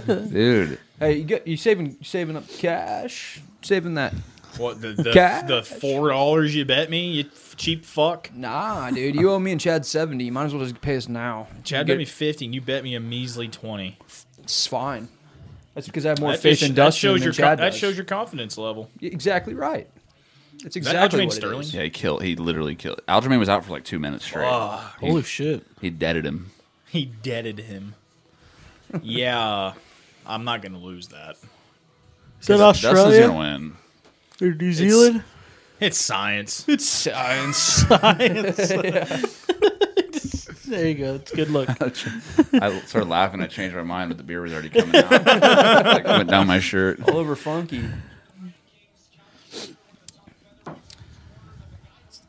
Speaker 1: Dude,
Speaker 4: Hey, you get you saving you saving up cash, saving that.
Speaker 2: What the the,
Speaker 4: Cash.
Speaker 2: the four dollars you bet me? You f- cheap fuck.
Speaker 4: Nah, dude, you owe me and Chad seventy. You might as well just pay us now.
Speaker 2: Chad
Speaker 4: Get-
Speaker 2: bet me fifty, and you bet me a measly twenty.
Speaker 4: It's fine. That's because I have more
Speaker 2: That
Speaker 4: faith
Speaker 2: just-
Speaker 4: in
Speaker 2: that
Speaker 4: Dustin
Speaker 2: shows
Speaker 4: than
Speaker 2: your
Speaker 4: Chad
Speaker 2: con- that
Speaker 4: does.
Speaker 2: shows your confidence level.
Speaker 4: You're exactly right. It's
Speaker 2: that how you
Speaker 4: exactly
Speaker 2: mean,
Speaker 4: what
Speaker 2: Sterling?
Speaker 4: it is.
Speaker 1: yeah, he killed. He literally killed. Algernon was out for like two minutes straight. He-
Speaker 3: Holy shit.
Speaker 1: He deaded him.
Speaker 2: He deaded him. yeah, I'm not gonna lose that.
Speaker 3: Is that
Speaker 1: Dustin's gonna
Speaker 3: Australia
Speaker 1: win.
Speaker 3: or New Zealand?
Speaker 2: It's science.
Speaker 4: It's uh, science.
Speaker 3: There you go. It's good luck.
Speaker 1: I started laughing. I changed my mind, but the beer was already coming out. like, went down my shirt.
Speaker 4: All over funky.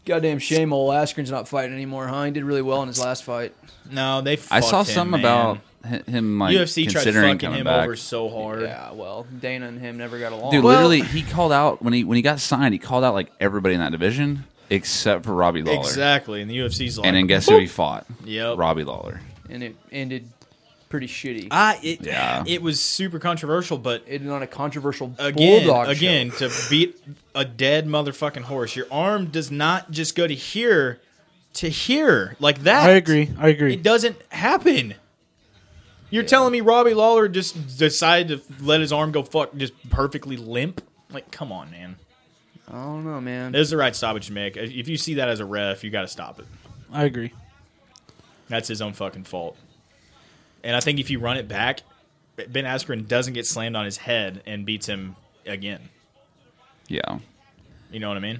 Speaker 4: Goddamn shame, old Askren's not fighting anymore, huh? He did really well in his last fight.
Speaker 2: No, they.
Speaker 1: I saw
Speaker 2: fucked him,
Speaker 1: something
Speaker 2: man.
Speaker 1: about hi- him like
Speaker 2: UFC tried
Speaker 1: considering
Speaker 2: fucking
Speaker 1: coming
Speaker 2: him
Speaker 1: back.
Speaker 2: over so hard.
Speaker 4: Yeah, well, Dana and him never got along.
Speaker 1: Dude,
Speaker 3: Well-
Speaker 1: literally, he called out when he when he got signed. He called out like everybody in that division except for Robbie Lawler.
Speaker 2: Exactly, and the UFC's like,
Speaker 1: And then guess who he fought?
Speaker 2: Yep.
Speaker 1: Robbie Lawler.
Speaker 4: and it ended pretty shitty.
Speaker 2: I it
Speaker 1: Yeah.
Speaker 2: it was super controversial, but
Speaker 4: ended on a controversial
Speaker 2: again,
Speaker 4: bulldog
Speaker 2: again to beat a dead motherfucking horse, your arm does not just go to here to here like that.
Speaker 3: I agree. I agree.
Speaker 2: It doesn't happen. You're telling me Robbie Lawler just decided to let his arm go fuck just perfectly limp? Like, come on, man.
Speaker 4: Show. I don't know, man.
Speaker 2: This is the right stoppage to make. If you see that as a ref, you got to stop it.
Speaker 3: I agree.
Speaker 2: That's his own fucking fault. And I think if you run it back, Ben Askren doesn't get slammed on his head and beats him again.
Speaker 1: Yeah.
Speaker 2: You know what I mean?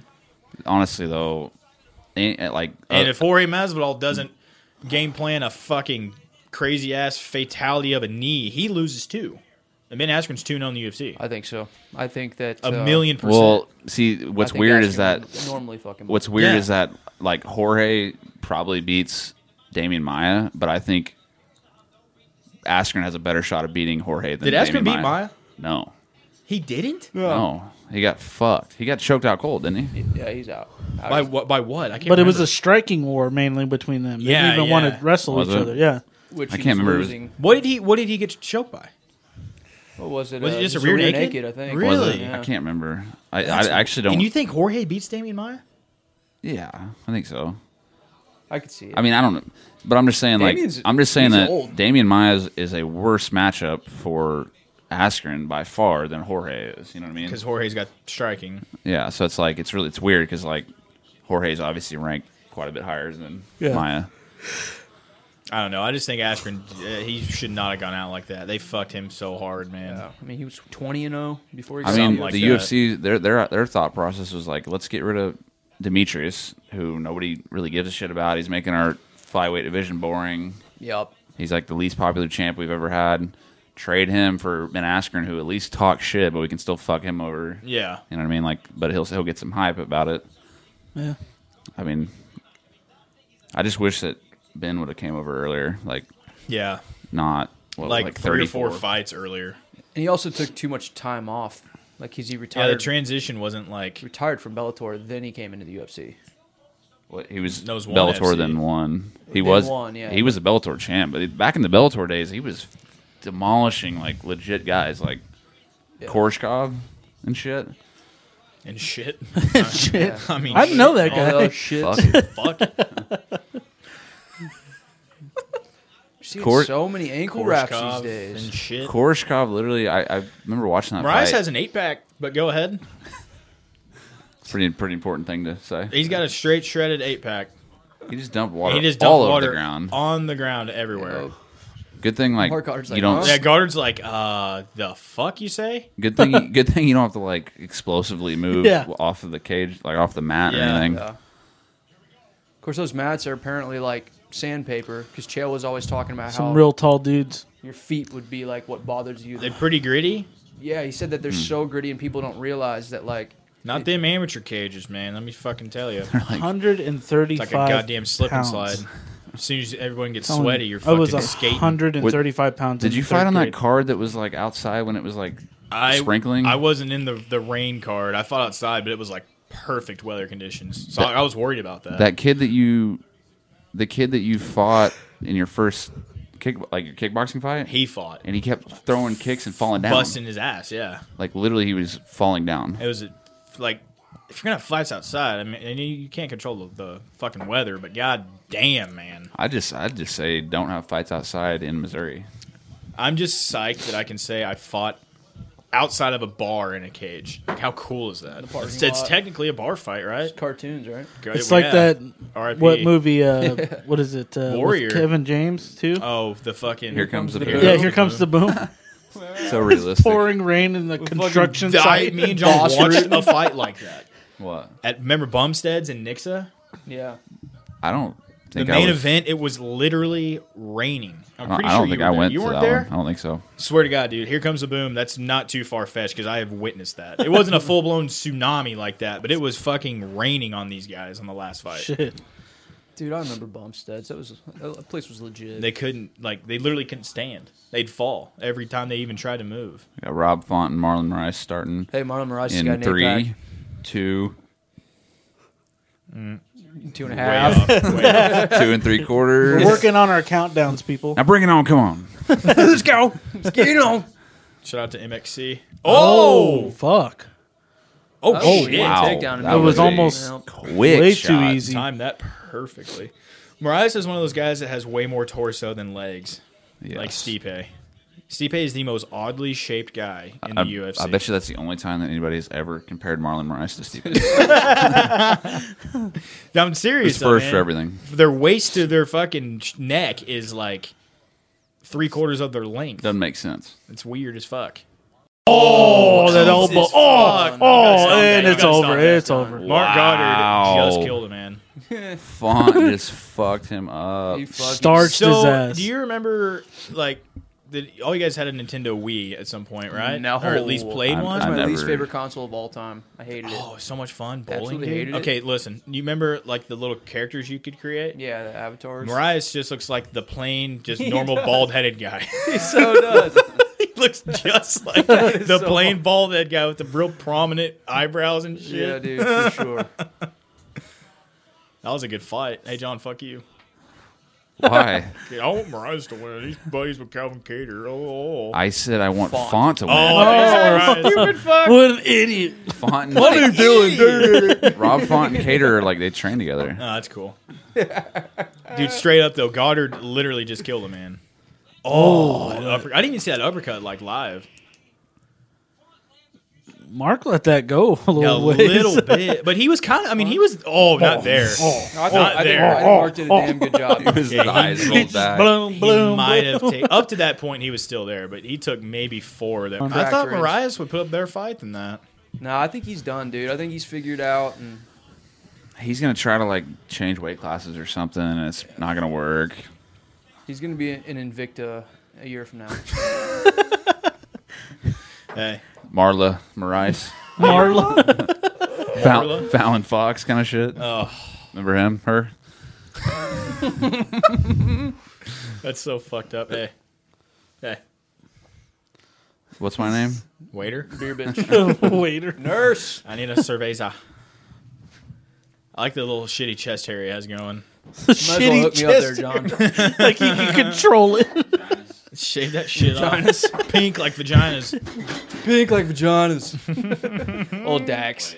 Speaker 1: Honestly, though, ain't it, like uh,
Speaker 2: And if Jorge Masvidal doesn't game plan a fucking crazy ass fatality of a knee, he loses too. And Ben Askren's two zero in the UFC.
Speaker 4: I think so. I think that
Speaker 2: A
Speaker 4: uh,
Speaker 2: million percent.
Speaker 1: well, see
Speaker 4: I
Speaker 1: what's
Speaker 4: think
Speaker 1: weird is
Speaker 4: Askren
Speaker 1: that
Speaker 4: would normally fucking
Speaker 1: what's weird
Speaker 2: Yeah.
Speaker 1: is that like Jorge probably beats Damien Maya, but I think Askren has a better shot of beating Jorge than
Speaker 2: Did Askren
Speaker 1: Damian
Speaker 2: beat Maya? Oh.
Speaker 1: No,
Speaker 2: He didn't.
Speaker 1: no, he got fucked. He got choked out cold, didn't he?
Speaker 4: yeah, he's out. Out
Speaker 2: By
Speaker 4: of-
Speaker 2: what? By what? I can't.
Speaker 3: But it was
Speaker 2: remember.
Speaker 3: a striking war mainly between them. They
Speaker 2: Yeah,
Speaker 3: didn't even
Speaker 2: yeah.
Speaker 3: want to wrestle
Speaker 1: Was
Speaker 3: each
Speaker 1: it?
Speaker 3: other. Yeah.
Speaker 4: which
Speaker 1: I
Speaker 4: he
Speaker 1: can't
Speaker 4: was
Speaker 1: remember.
Speaker 4: Losing.
Speaker 2: What did he? What did he get choked by?
Speaker 4: What was it?
Speaker 2: Was
Speaker 4: uh,
Speaker 2: it just a rear naked?
Speaker 4: I think.
Speaker 2: Really?
Speaker 1: Was it?
Speaker 4: Yeah.
Speaker 1: I can't remember. I, I actually don't.
Speaker 2: And you think Jorge beats Damian Maya?
Speaker 1: yeah, I think so.
Speaker 4: I could see it.
Speaker 1: I mean, I don't know, but I'm just saying,
Speaker 4: Damian's-
Speaker 1: like, I'm just saying
Speaker 4: he's
Speaker 1: that
Speaker 4: old.
Speaker 1: Damian Maya is, is a worse matchup for Askren by far than Jorge is. You know what I mean?
Speaker 2: Because Jorge's got striking.
Speaker 1: Yeah, so it's like it's really it's weird because like Jorge's obviously ranked quite a bit higher than
Speaker 3: Yeah.
Speaker 1: Maya.
Speaker 2: I don't know. I just think Askren, uh, he should not have gone out like that. They fucked him so hard, man.
Speaker 4: Yeah. I mean, he was twenty and zero before he.
Speaker 1: I
Speaker 4: got
Speaker 1: mean,
Speaker 2: Something like
Speaker 1: the
Speaker 2: that.
Speaker 1: UFC their their their thought process was like, let's get rid of Demetrius, who nobody really gives a shit about. He's making our flyweight division boring.
Speaker 4: Yep.
Speaker 1: He's like the least popular champ we've ever had. Trade him for Ben Askren, who at least talks shit, but we can still fuck him over.
Speaker 2: Yeah.
Speaker 1: You know what I mean? Like, but he'll he'll get some hype about it.
Speaker 3: Yeah.
Speaker 1: I mean, I just wish that Ben would have came over earlier. Like,
Speaker 2: Yeah.
Speaker 1: not what,
Speaker 2: Like,
Speaker 1: like,
Speaker 2: three
Speaker 1: thirty
Speaker 2: to four
Speaker 1: four.
Speaker 2: fights earlier.
Speaker 4: And he also took too much time off. Like, he's he retired.
Speaker 2: Yeah, the transition wasn't like.
Speaker 4: retired from Bellator. Then he came into the UFC.
Speaker 1: What, he was
Speaker 2: That was one
Speaker 1: Bellator
Speaker 2: FC.
Speaker 1: then one. He
Speaker 4: Then
Speaker 1: was
Speaker 4: one, yeah.
Speaker 1: He was a Bellator champ, but back in the Bellator days, he was demolishing like legit guys like Korshkov and shit.
Speaker 2: And shit.
Speaker 3: Shit.
Speaker 2: I mean,
Speaker 3: I didn't know that
Speaker 2: shit. Oh,
Speaker 4: All
Speaker 3: guy.
Speaker 4: those shit.
Speaker 1: Fuck it.
Speaker 2: Fuck.
Speaker 4: Seeing
Speaker 1: Cor-
Speaker 4: so many ankle wraps these
Speaker 2: Korshkov
Speaker 4: days.
Speaker 2: and shit.
Speaker 1: Korshkov literally, I, I remember watching that.
Speaker 2: Marias
Speaker 1: fight.
Speaker 2: has an eight pack, but go ahead.
Speaker 1: It's pretty pretty important thing to say.
Speaker 2: He's got a straight shredded eight pack.
Speaker 1: He just dumped water
Speaker 2: He just dumped
Speaker 1: all over
Speaker 2: water
Speaker 1: the ground.
Speaker 2: on the ground everywhere.
Speaker 1: Good thing like
Speaker 4: Mark Goddard's
Speaker 1: you
Speaker 4: like,
Speaker 1: don't.
Speaker 4: huh?
Speaker 2: Yeah, Goddard's like, uh, the fuck you say?
Speaker 1: Good thing. Good thing you don't have to like explosively move
Speaker 3: Yeah.
Speaker 1: off of the cage, like off the mat
Speaker 2: Yeah,
Speaker 1: or anything.
Speaker 4: Yeah. Of course, those mats are apparently like sandpaper because Chael was always talking about how
Speaker 3: Some real tall dudes.
Speaker 4: your feet would be like what bothers you.
Speaker 2: They're pretty gritty.
Speaker 4: yeah, he said that they're so gritty and people don't realize that like
Speaker 2: Not them amateur cages, man. Let me fucking tell you. It's
Speaker 1: Like,
Speaker 3: Hundred and thirty-five.
Speaker 2: like a goddamn slip
Speaker 3: pounds.
Speaker 2: and slide. As soon as everyone gets
Speaker 3: Telling you,
Speaker 2: sweaty, you're
Speaker 3: I was
Speaker 2: fucking skating.
Speaker 3: hundred and
Speaker 1: What-
Speaker 3: thirty-five pounds.
Speaker 1: did
Speaker 3: in
Speaker 1: you
Speaker 3: third
Speaker 1: fight on that
Speaker 3: grade.
Speaker 1: card that was like outside when it was like
Speaker 2: I,
Speaker 1: sprinkling?
Speaker 2: I wasn't in the, the rain card. I fought outside, but it was like perfect weather conditions. So I, I was worried about that.
Speaker 1: that kid that you, the kid that you fought in your first kick, like your kickboxing fight,
Speaker 2: he fought.
Speaker 1: and he kept throwing kicks and falling down.
Speaker 2: Busting his ass, yeah.
Speaker 1: Like literally, he was falling down.
Speaker 2: It was a, like if you're gonna have fights outside, I mean, and you, you can't control the, the fucking weather, but god damn, man,
Speaker 1: I just, I just say, don't have fights outside in Missouri.
Speaker 2: I'm just psyched that I can say I fought outside of a bar in a cage. Like, how cool is that?
Speaker 4: parking
Speaker 2: It's, it's
Speaker 4: lot.
Speaker 2: technically a bar fight, right?
Speaker 4: cartoons, right?
Speaker 3: It's like that.
Speaker 2: RIP.
Speaker 3: What movie? Uh, what is it? Uh, with
Speaker 2: Warrior.
Speaker 3: Kevin James too.
Speaker 2: Oh, the fucking
Speaker 1: Here comes the
Speaker 4: the
Speaker 1: boom.
Speaker 4: boom.
Speaker 3: yeah, here comes the boom.
Speaker 1: So realistic.
Speaker 3: Pouring rain in the construction
Speaker 2: Fucking die-
Speaker 3: site.
Speaker 2: Me and John
Speaker 4: Boss
Speaker 2: watched a fight like that.
Speaker 1: What?
Speaker 2: At remember Bumsteads and Nixa?
Speaker 4: Yeah,
Speaker 1: I don't
Speaker 2: The
Speaker 1: think I
Speaker 2: main
Speaker 1: was,
Speaker 2: event, it was literally raining. I'm
Speaker 1: I don't
Speaker 2: pretty sure
Speaker 1: think
Speaker 2: you
Speaker 1: I
Speaker 2: were there.
Speaker 1: went
Speaker 2: You
Speaker 1: to
Speaker 2: weren't
Speaker 1: that
Speaker 2: there.
Speaker 1: one. I don't think so.
Speaker 2: Swear to God, dude, here comes the boom. That's not too far fetched because I have witnessed that. It wasn't a full blown tsunami like that, but it was fucking raining on these guys on the last fight.
Speaker 3: Shit.
Speaker 4: dude, I remember Bumpsteads. That was that place was legit.
Speaker 2: They couldn't, like, they literally couldn't stand. They'd fall every time they even tried to move.
Speaker 1: We got Rob Font and Marlon Rice starting
Speaker 4: hey, Marlon Moraes got
Speaker 1: in
Speaker 4: an eight
Speaker 1: three, two,
Speaker 4: pack, two and
Speaker 1: Ah.
Speaker 2: Way
Speaker 4: a half.
Speaker 2: off, way off.
Speaker 1: two and three quarters.
Speaker 3: We're working on our countdowns, people.
Speaker 1: Now bring it on! Come on!
Speaker 4: Let's go, get on.
Speaker 2: Shout out to MXC. Oh!
Speaker 3: fuck!
Speaker 2: Oh,
Speaker 4: Oh,
Speaker 2: shit.
Speaker 4: wow. Takedown
Speaker 1: that
Speaker 4: in
Speaker 3: It
Speaker 4: That
Speaker 3: was
Speaker 4: was a-
Speaker 3: almost
Speaker 4: Nope.
Speaker 1: quick.
Speaker 3: way
Speaker 1: shot.
Speaker 3: too easy.
Speaker 2: Timed that perfectly. Marias is one of those guys that has way more torso than legs,
Speaker 1: Yes.
Speaker 2: like Stipe. Stipe is the most oddly shaped guy in
Speaker 1: I,
Speaker 2: the UFC.
Speaker 1: I bet you that's the only time that anybody's ever compared Marlon Rice to Stephen. It's
Speaker 2: I'm serious. though,
Speaker 1: first for
Speaker 2: man.
Speaker 1: everything.
Speaker 2: their waist to their fucking sh- neck is like three quarters of their length.
Speaker 1: Doesn't make sense.
Speaker 2: It's weird as fuck.
Speaker 3: Oh, that elbow! Oh, oh,
Speaker 2: that.
Speaker 3: and
Speaker 2: You
Speaker 3: it's
Speaker 2: gotta stop
Speaker 3: over.
Speaker 2: that.
Speaker 3: It's over.
Speaker 2: Mark Goddard just
Speaker 1: Wow.
Speaker 2: killed a man.
Speaker 1: Font just fucked him up.
Speaker 4: You fucking-
Speaker 3: Starched his
Speaker 2: So,
Speaker 3: ass.
Speaker 2: do you remember like that? All you guys had a Nintendo Wii at some point, right?
Speaker 4: No.
Speaker 2: or at least played
Speaker 1: I'm-
Speaker 2: one.
Speaker 4: That's my
Speaker 1: I
Speaker 4: least
Speaker 1: never-
Speaker 4: favorite console of all time. I hated it.
Speaker 2: Oh, it was so much fun bowling.
Speaker 4: Absolutely
Speaker 2: dude.
Speaker 4: hated it.
Speaker 2: Okay, listen. You remember like the little characters you could create?
Speaker 4: Yeah, the avatars.
Speaker 2: Marias just looks like the plain, just normal
Speaker 4: does.
Speaker 2: bald-headed guy.
Speaker 4: He so does.
Speaker 2: he looks just like the
Speaker 4: so
Speaker 2: plain bald-headed guy with the real prominent eyebrows and shit.
Speaker 4: yeah, dude, for sure.
Speaker 2: That was a good fight. Hey, John, fuck you.
Speaker 1: Why?
Speaker 2: I want Marias to win. He's buddies with Calvin Cater. Oh,
Speaker 1: I said I want
Speaker 4: Font.
Speaker 1: Font, to
Speaker 2: oh,
Speaker 1: win.
Speaker 2: stupid fuck.
Speaker 3: What an idiot!
Speaker 1: Font and, what are you doing, dude? Rob Font and Cater are like they train together.
Speaker 2: No, Oh, that's cool. Dude, straight up though, Goddard literally just killed a man. Oh, that upper- I didn't even see that uppercut like live.
Speaker 3: Mark let that go a
Speaker 2: A
Speaker 3: little ways.
Speaker 2: little bit, but he was kind of. I mean, he was. Oh, not there.
Speaker 4: No, I,
Speaker 2: Not
Speaker 4: think, I, think,
Speaker 2: there.
Speaker 4: I think Mark did a damn good job.
Speaker 1: His
Speaker 2: Yeah, he-
Speaker 1: eyes rolled back.
Speaker 3: Bloom,
Speaker 2: He
Speaker 3: bloom.
Speaker 2: might have taken up to that point. He was still there, but he took maybe four. That I thought
Speaker 4: Contractors.
Speaker 2: Marias would put up their fight than that.
Speaker 4: No, I think he's done, dude. I think he's figured out. And
Speaker 1: He's gonna try to like change weight classes or something, and it's not gonna work.
Speaker 4: He's gonna be an Invicta a year from now.
Speaker 2: Hey,
Speaker 1: Marla Morais,
Speaker 3: Marla.
Speaker 1: Val-
Speaker 2: Marla?
Speaker 1: Fallon Fox kind of shit.
Speaker 2: oh,
Speaker 1: Remember him? Her?
Speaker 2: that's so fucked up. Hey, hey,
Speaker 1: What's my name?
Speaker 2: waiter.
Speaker 4: Beer bitch.
Speaker 3: Waiter.
Speaker 4: Nurse.
Speaker 2: I need a cerveza. I like the little shitty chest hair he has going.
Speaker 4: Might as well
Speaker 3: Shitty
Speaker 4: hook me up there,
Speaker 3: chest.
Speaker 4: John.
Speaker 3: like you can control it.
Speaker 2: Shave that shit off. Pink like vaginas.
Speaker 4: Pink like vaginas. Old Dax.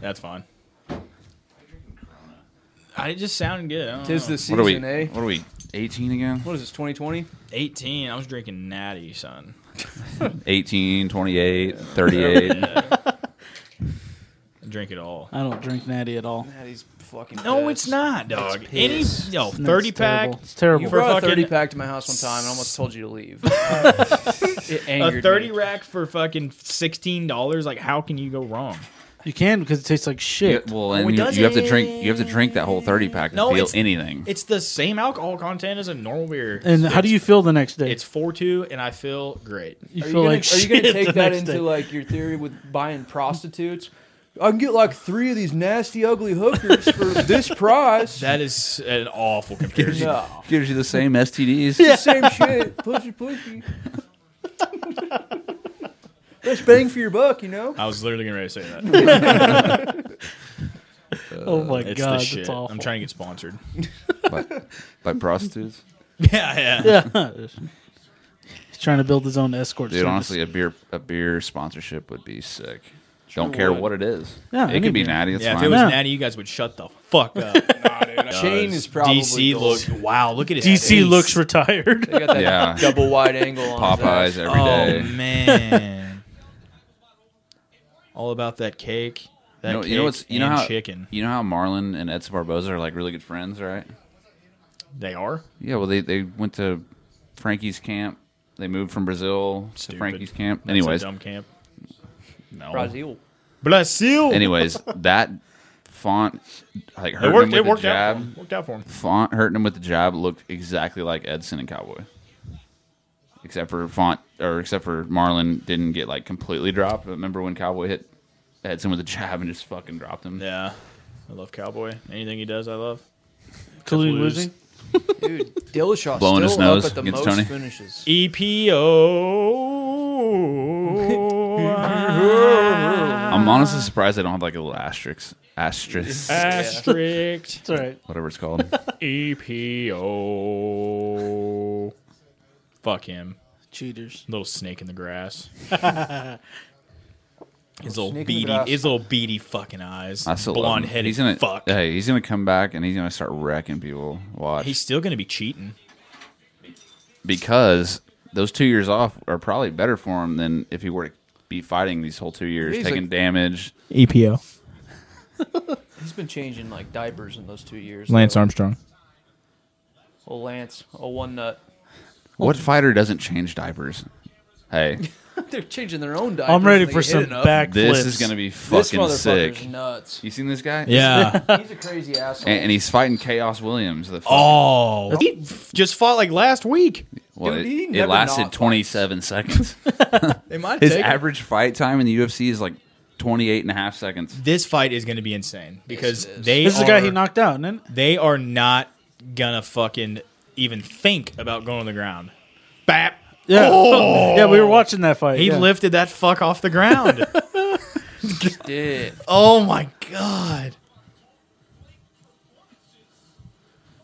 Speaker 2: That's fine. I it just sounded good. I don't
Speaker 4: Tis
Speaker 2: know.
Speaker 4: the
Speaker 1: What are
Speaker 4: season,
Speaker 1: we?
Speaker 4: eh?
Speaker 1: What are we? 18 again?
Speaker 4: What is this, 2020?
Speaker 2: 18. I was drinking natty, son.
Speaker 1: 18, 28, 38.
Speaker 2: And drink it all.
Speaker 3: I don't drink natty at all.
Speaker 4: That is fucking.
Speaker 2: No,
Speaker 4: piss.
Speaker 2: it's not, dog. Any
Speaker 4: piss.
Speaker 2: no
Speaker 3: No,
Speaker 2: thirty
Speaker 3: it's
Speaker 2: pack.
Speaker 3: Terrible. It's terrible.
Speaker 4: You
Speaker 2: For
Speaker 4: brought a
Speaker 2: fucking-
Speaker 4: thirty pack to my house one time and almost told you to leave. it angered
Speaker 2: A thirty
Speaker 4: me.
Speaker 2: rack for fucking sixteen dollars. Like, how can you go wrong?
Speaker 3: You can because it tastes like
Speaker 1: Yeah,
Speaker 3: shit.
Speaker 1: well,
Speaker 2: it
Speaker 1: and you, you have to
Speaker 2: doesn't.
Speaker 1: drink. You have to drink that whole thirty pack to
Speaker 2: No,
Speaker 1: feel
Speaker 2: it's-
Speaker 1: anything.
Speaker 2: It's the same alcohol content as a normal beer.
Speaker 3: and how do you feel the next day?
Speaker 2: It's four two, and I feel great.
Speaker 3: you
Speaker 4: Are
Speaker 3: feel
Speaker 4: you, gonna,
Speaker 3: like
Speaker 4: are you
Speaker 3: shit
Speaker 4: gonna
Speaker 3: the
Speaker 4: take that
Speaker 3: next
Speaker 4: into
Speaker 3: day.
Speaker 4: like your theory with buying prostitutes? I can get like three of these nasty, ugly hookers for this price.
Speaker 2: That is an awful comparison.
Speaker 4: no,
Speaker 1: Gives you the same STDs.
Speaker 4: it's the same shit. Pussy, pussy. Best bang for your buck, you know.
Speaker 2: I was literally getting ready to say that.
Speaker 3: oh my
Speaker 2: It's
Speaker 3: god,
Speaker 2: the shit.
Speaker 3: it's awful.
Speaker 2: I'm trying to get sponsored.
Speaker 1: By, by prostitutes.
Speaker 2: yeah, yeah.
Speaker 3: He's trying to build his own escort
Speaker 1: Dude,
Speaker 3: service.
Speaker 1: honestly, a beer a beer sponsorship would be sick. Don't
Speaker 4: Sure
Speaker 1: care
Speaker 4: would.
Speaker 1: what it is.
Speaker 3: Yeah,
Speaker 1: it could be
Speaker 3: anything.
Speaker 1: natty. It's
Speaker 2: Yeah, if
Speaker 1: fine.
Speaker 2: it was
Speaker 3: Yeah.
Speaker 2: natty, you guys would shut the fuck up.
Speaker 4: Shane is probably
Speaker 2: DC
Speaker 4: gold.
Speaker 2: looks. Wow, look at his
Speaker 3: DC
Speaker 2: face.
Speaker 3: looks retired.
Speaker 4: They got that
Speaker 1: Yeah.
Speaker 4: double wide angle on his ass.
Speaker 1: Popeyes every day.
Speaker 2: Oh man, all about that cake. That
Speaker 1: You know,
Speaker 2: cake
Speaker 1: you know what's you know
Speaker 2: and
Speaker 1: how
Speaker 2: chicken
Speaker 1: you know how Marlon and Edson Barboza are like really good friends, right?
Speaker 2: they are.
Speaker 1: Yeah, well they they went to Frankie's camp. They moved from Brazil to
Speaker 2: Stupid.
Speaker 1: Frankie's camp.
Speaker 2: That's a
Speaker 1: Anyways,
Speaker 2: dumb camp. No,
Speaker 4: Brazil.
Speaker 2: Brazil.
Speaker 1: anyways, that font like
Speaker 2: it
Speaker 1: hurting
Speaker 2: worked.
Speaker 1: him
Speaker 2: It
Speaker 1: with
Speaker 2: worked
Speaker 1: the jab.
Speaker 2: out. For him. Worked out for him.
Speaker 1: Font hurting him with the jab looked exactly like Edson and Cowboy. Except for Font or except for Marlon didn't get like completely dropped. But remember when Cowboy hit Edson with a jab and just fucking dropped him?
Speaker 2: Yeah, I love Cowboy. Anything he does, I love.
Speaker 3: Including
Speaker 2: lose.
Speaker 3: losing.
Speaker 4: Dude, Dillashaw
Speaker 1: Blowing
Speaker 4: still
Speaker 1: his nose
Speaker 4: up at the
Speaker 1: against
Speaker 4: most
Speaker 1: Tony.
Speaker 4: finishes.
Speaker 2: E EPO.
Speaker 1: I'm honestly surprised I don't have like a little asterisk, asterisk,
Speaker 2: Asterisk.
Speaker 3: It's all right.
Speaker 1: whatever it's called.
Speaker 2: E EPO. Fuck him.
Speaker 3: Cheaters.
Speaker 2: Little snake in the grass. his little
Speaker 4: Little snake in the
Speaker 2: beady,
Speaker 4: grass.
Speaker 2: his little beady fucking eyes.
Speaker 1: I still love
Speaker 2: Blonde
Speaker 1: him.
Speaker 2: headed
Speaker 1: He's gonna
Speaker 2: fuck.
Speaker 1: Hey, he's gonna come back and he's gonna start wrecking people. Watch,
Speaker 2: He's still gonna be cheating.
Speaker 1: because those two years off are probably better for him than if he were to be fighting these whole two years,
Speaker 4: He's
Speaker 1: taking
Speaker 4: like-
Speaker 1: damage.
Speaker 2: EPO.
Speaker 4: He's been changing like diapers in those two years.
Speaker 2: Lance
Speaker 4: though.
Speaker 2: Armstrong.
Speaker 4: Old Lance, oh one nut.
Speaker 1: What fighter doesn't change diapers? Hey,
Speaker 4: They're changing their own diapers.
Speaker 3: I'm ready
Speaker 4: They
Speaker 3: for
Speaker 4: get hit
Speaker 3: some
Speaker 4: enough.
Speaker 3: backflips.
Speaker 1: this is gonna be
Speaker 4: This
Speaker 1: fucking
Speaker 4: motherfucker's
Speaker 1: sick.
Speaker 4: nuts.
Speaker 1: You seen this guy?
Speaker 2: Yeah.
Speaker 4: He's a crazy asshole.
Speaker 1: And, and he's fighting Chaos Williams. The fuck-
Speaker 2: oh, he f- just fought like last week.
Speaker 1: well,
Speaker 4: dude,
Speaker 1: it,
Speaker 4: he
Speaker 1: it
Speaker 4: never
Speaker 1: lasted
Speaker 4: not fights.
Speaker 1: 27 seconds.
Speaker 2: They might
Speaker 1: His
Speaker 2: take him.
Speaker 1: average fight time in the UFC is like 28 and a half seconds.
Speaker 2: This fight is gonna be insane because
Speaker 4: it is.
Speaker 2: they
Speaker 3: This is
Speaker 2: are,
Speaker 3: the guy he knocked out, isn't it?
Speaker 2: they are not gonna fucking even think about going to the ground. Bap.
Speaker 3: Yeah.
Speaker 2: Oh!
Speaker 3: yeah, we were watching that fight.
Speaker 2: He
Speaker 3: yeah.
Speaker 2: lifted that fuck off the ground.
Speaker 4: Dick.
Speaker 2: oh my god.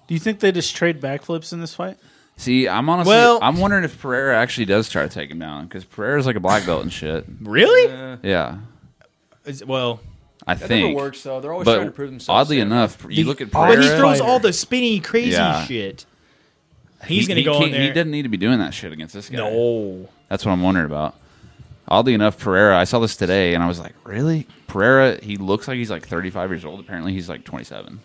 Speaker 3: Do you think they just trade backflips in this fight?
Speaker 1: See, I'm honestly,
Speaker 2: Well-
Speaker 1: I'm wondering if Pereira actually does try to take him down because Pereira's like a black belt and shit.
Speaker 2: Really?
Speaker 4: Uh,
Speaker 1: Yeah,
Speaker 2: Is- well,
Speaker 1: I
Speaker 4: that
Speaker 1: think.
Speaker 4: never works though.
Speaker 2: Oh,
Speaker 4: They're always trying to
Speaker 1: But
Speaker 4: prove themselves.
Speaker 1: oddly
Speaker 4: Sam.
Speaker 1: enough, you
Speaker 3: The-
Speaker 1: look at
Speaker 3: Oh,
Speaker 2: but
Speaker 3: he
Speaker 1: Pereira.
Speaker 2: he
Speaker 3: Fair.
Speaker 2: throws
Speaker 3: Fighter.
Speaker 2: all the spinny, crazy
Speaker 1: Yeah.
Speaker 2: shit.
Speaker 1: he-
Speaker 2: He's gonna
Speaker 1: he
Speaker 2: go in
Speaker 1: can't-
Speaker 2: there.
Speaker 1: He doesn't need to be doing that shit against this guy.
Speaker 2: no.
Speaker 1: That's what I'm wondering about. Oddly enough, Pereira, I saw this today and I was like, really? Pereira, he looks like he's like 35 years old. Apparently, he's like 27.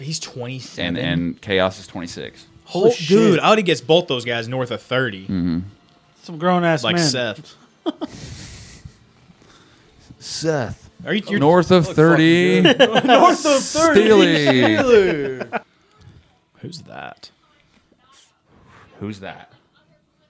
Speaker 2: He's 27.
Speaker 1: And and Chaos is 26.
Speaker 2: Holy
Speaker 3: Holy shit.
Speaker 2: dude, I would have guessed both those guys north of 30.
Speaker 1: Mm.
Speaker 3: Some grown ass
Speaker 2: Like
Speaker 3: man.
Speaker 2: Seth.
Speaker 1: Seth.
Speaker 2: Are you you're,
Speaker 1: North of 30.
Speaker 4: north of
Speaker 1: Steely.
Speaker 2: Who's that?
Speaker 1: Who's that?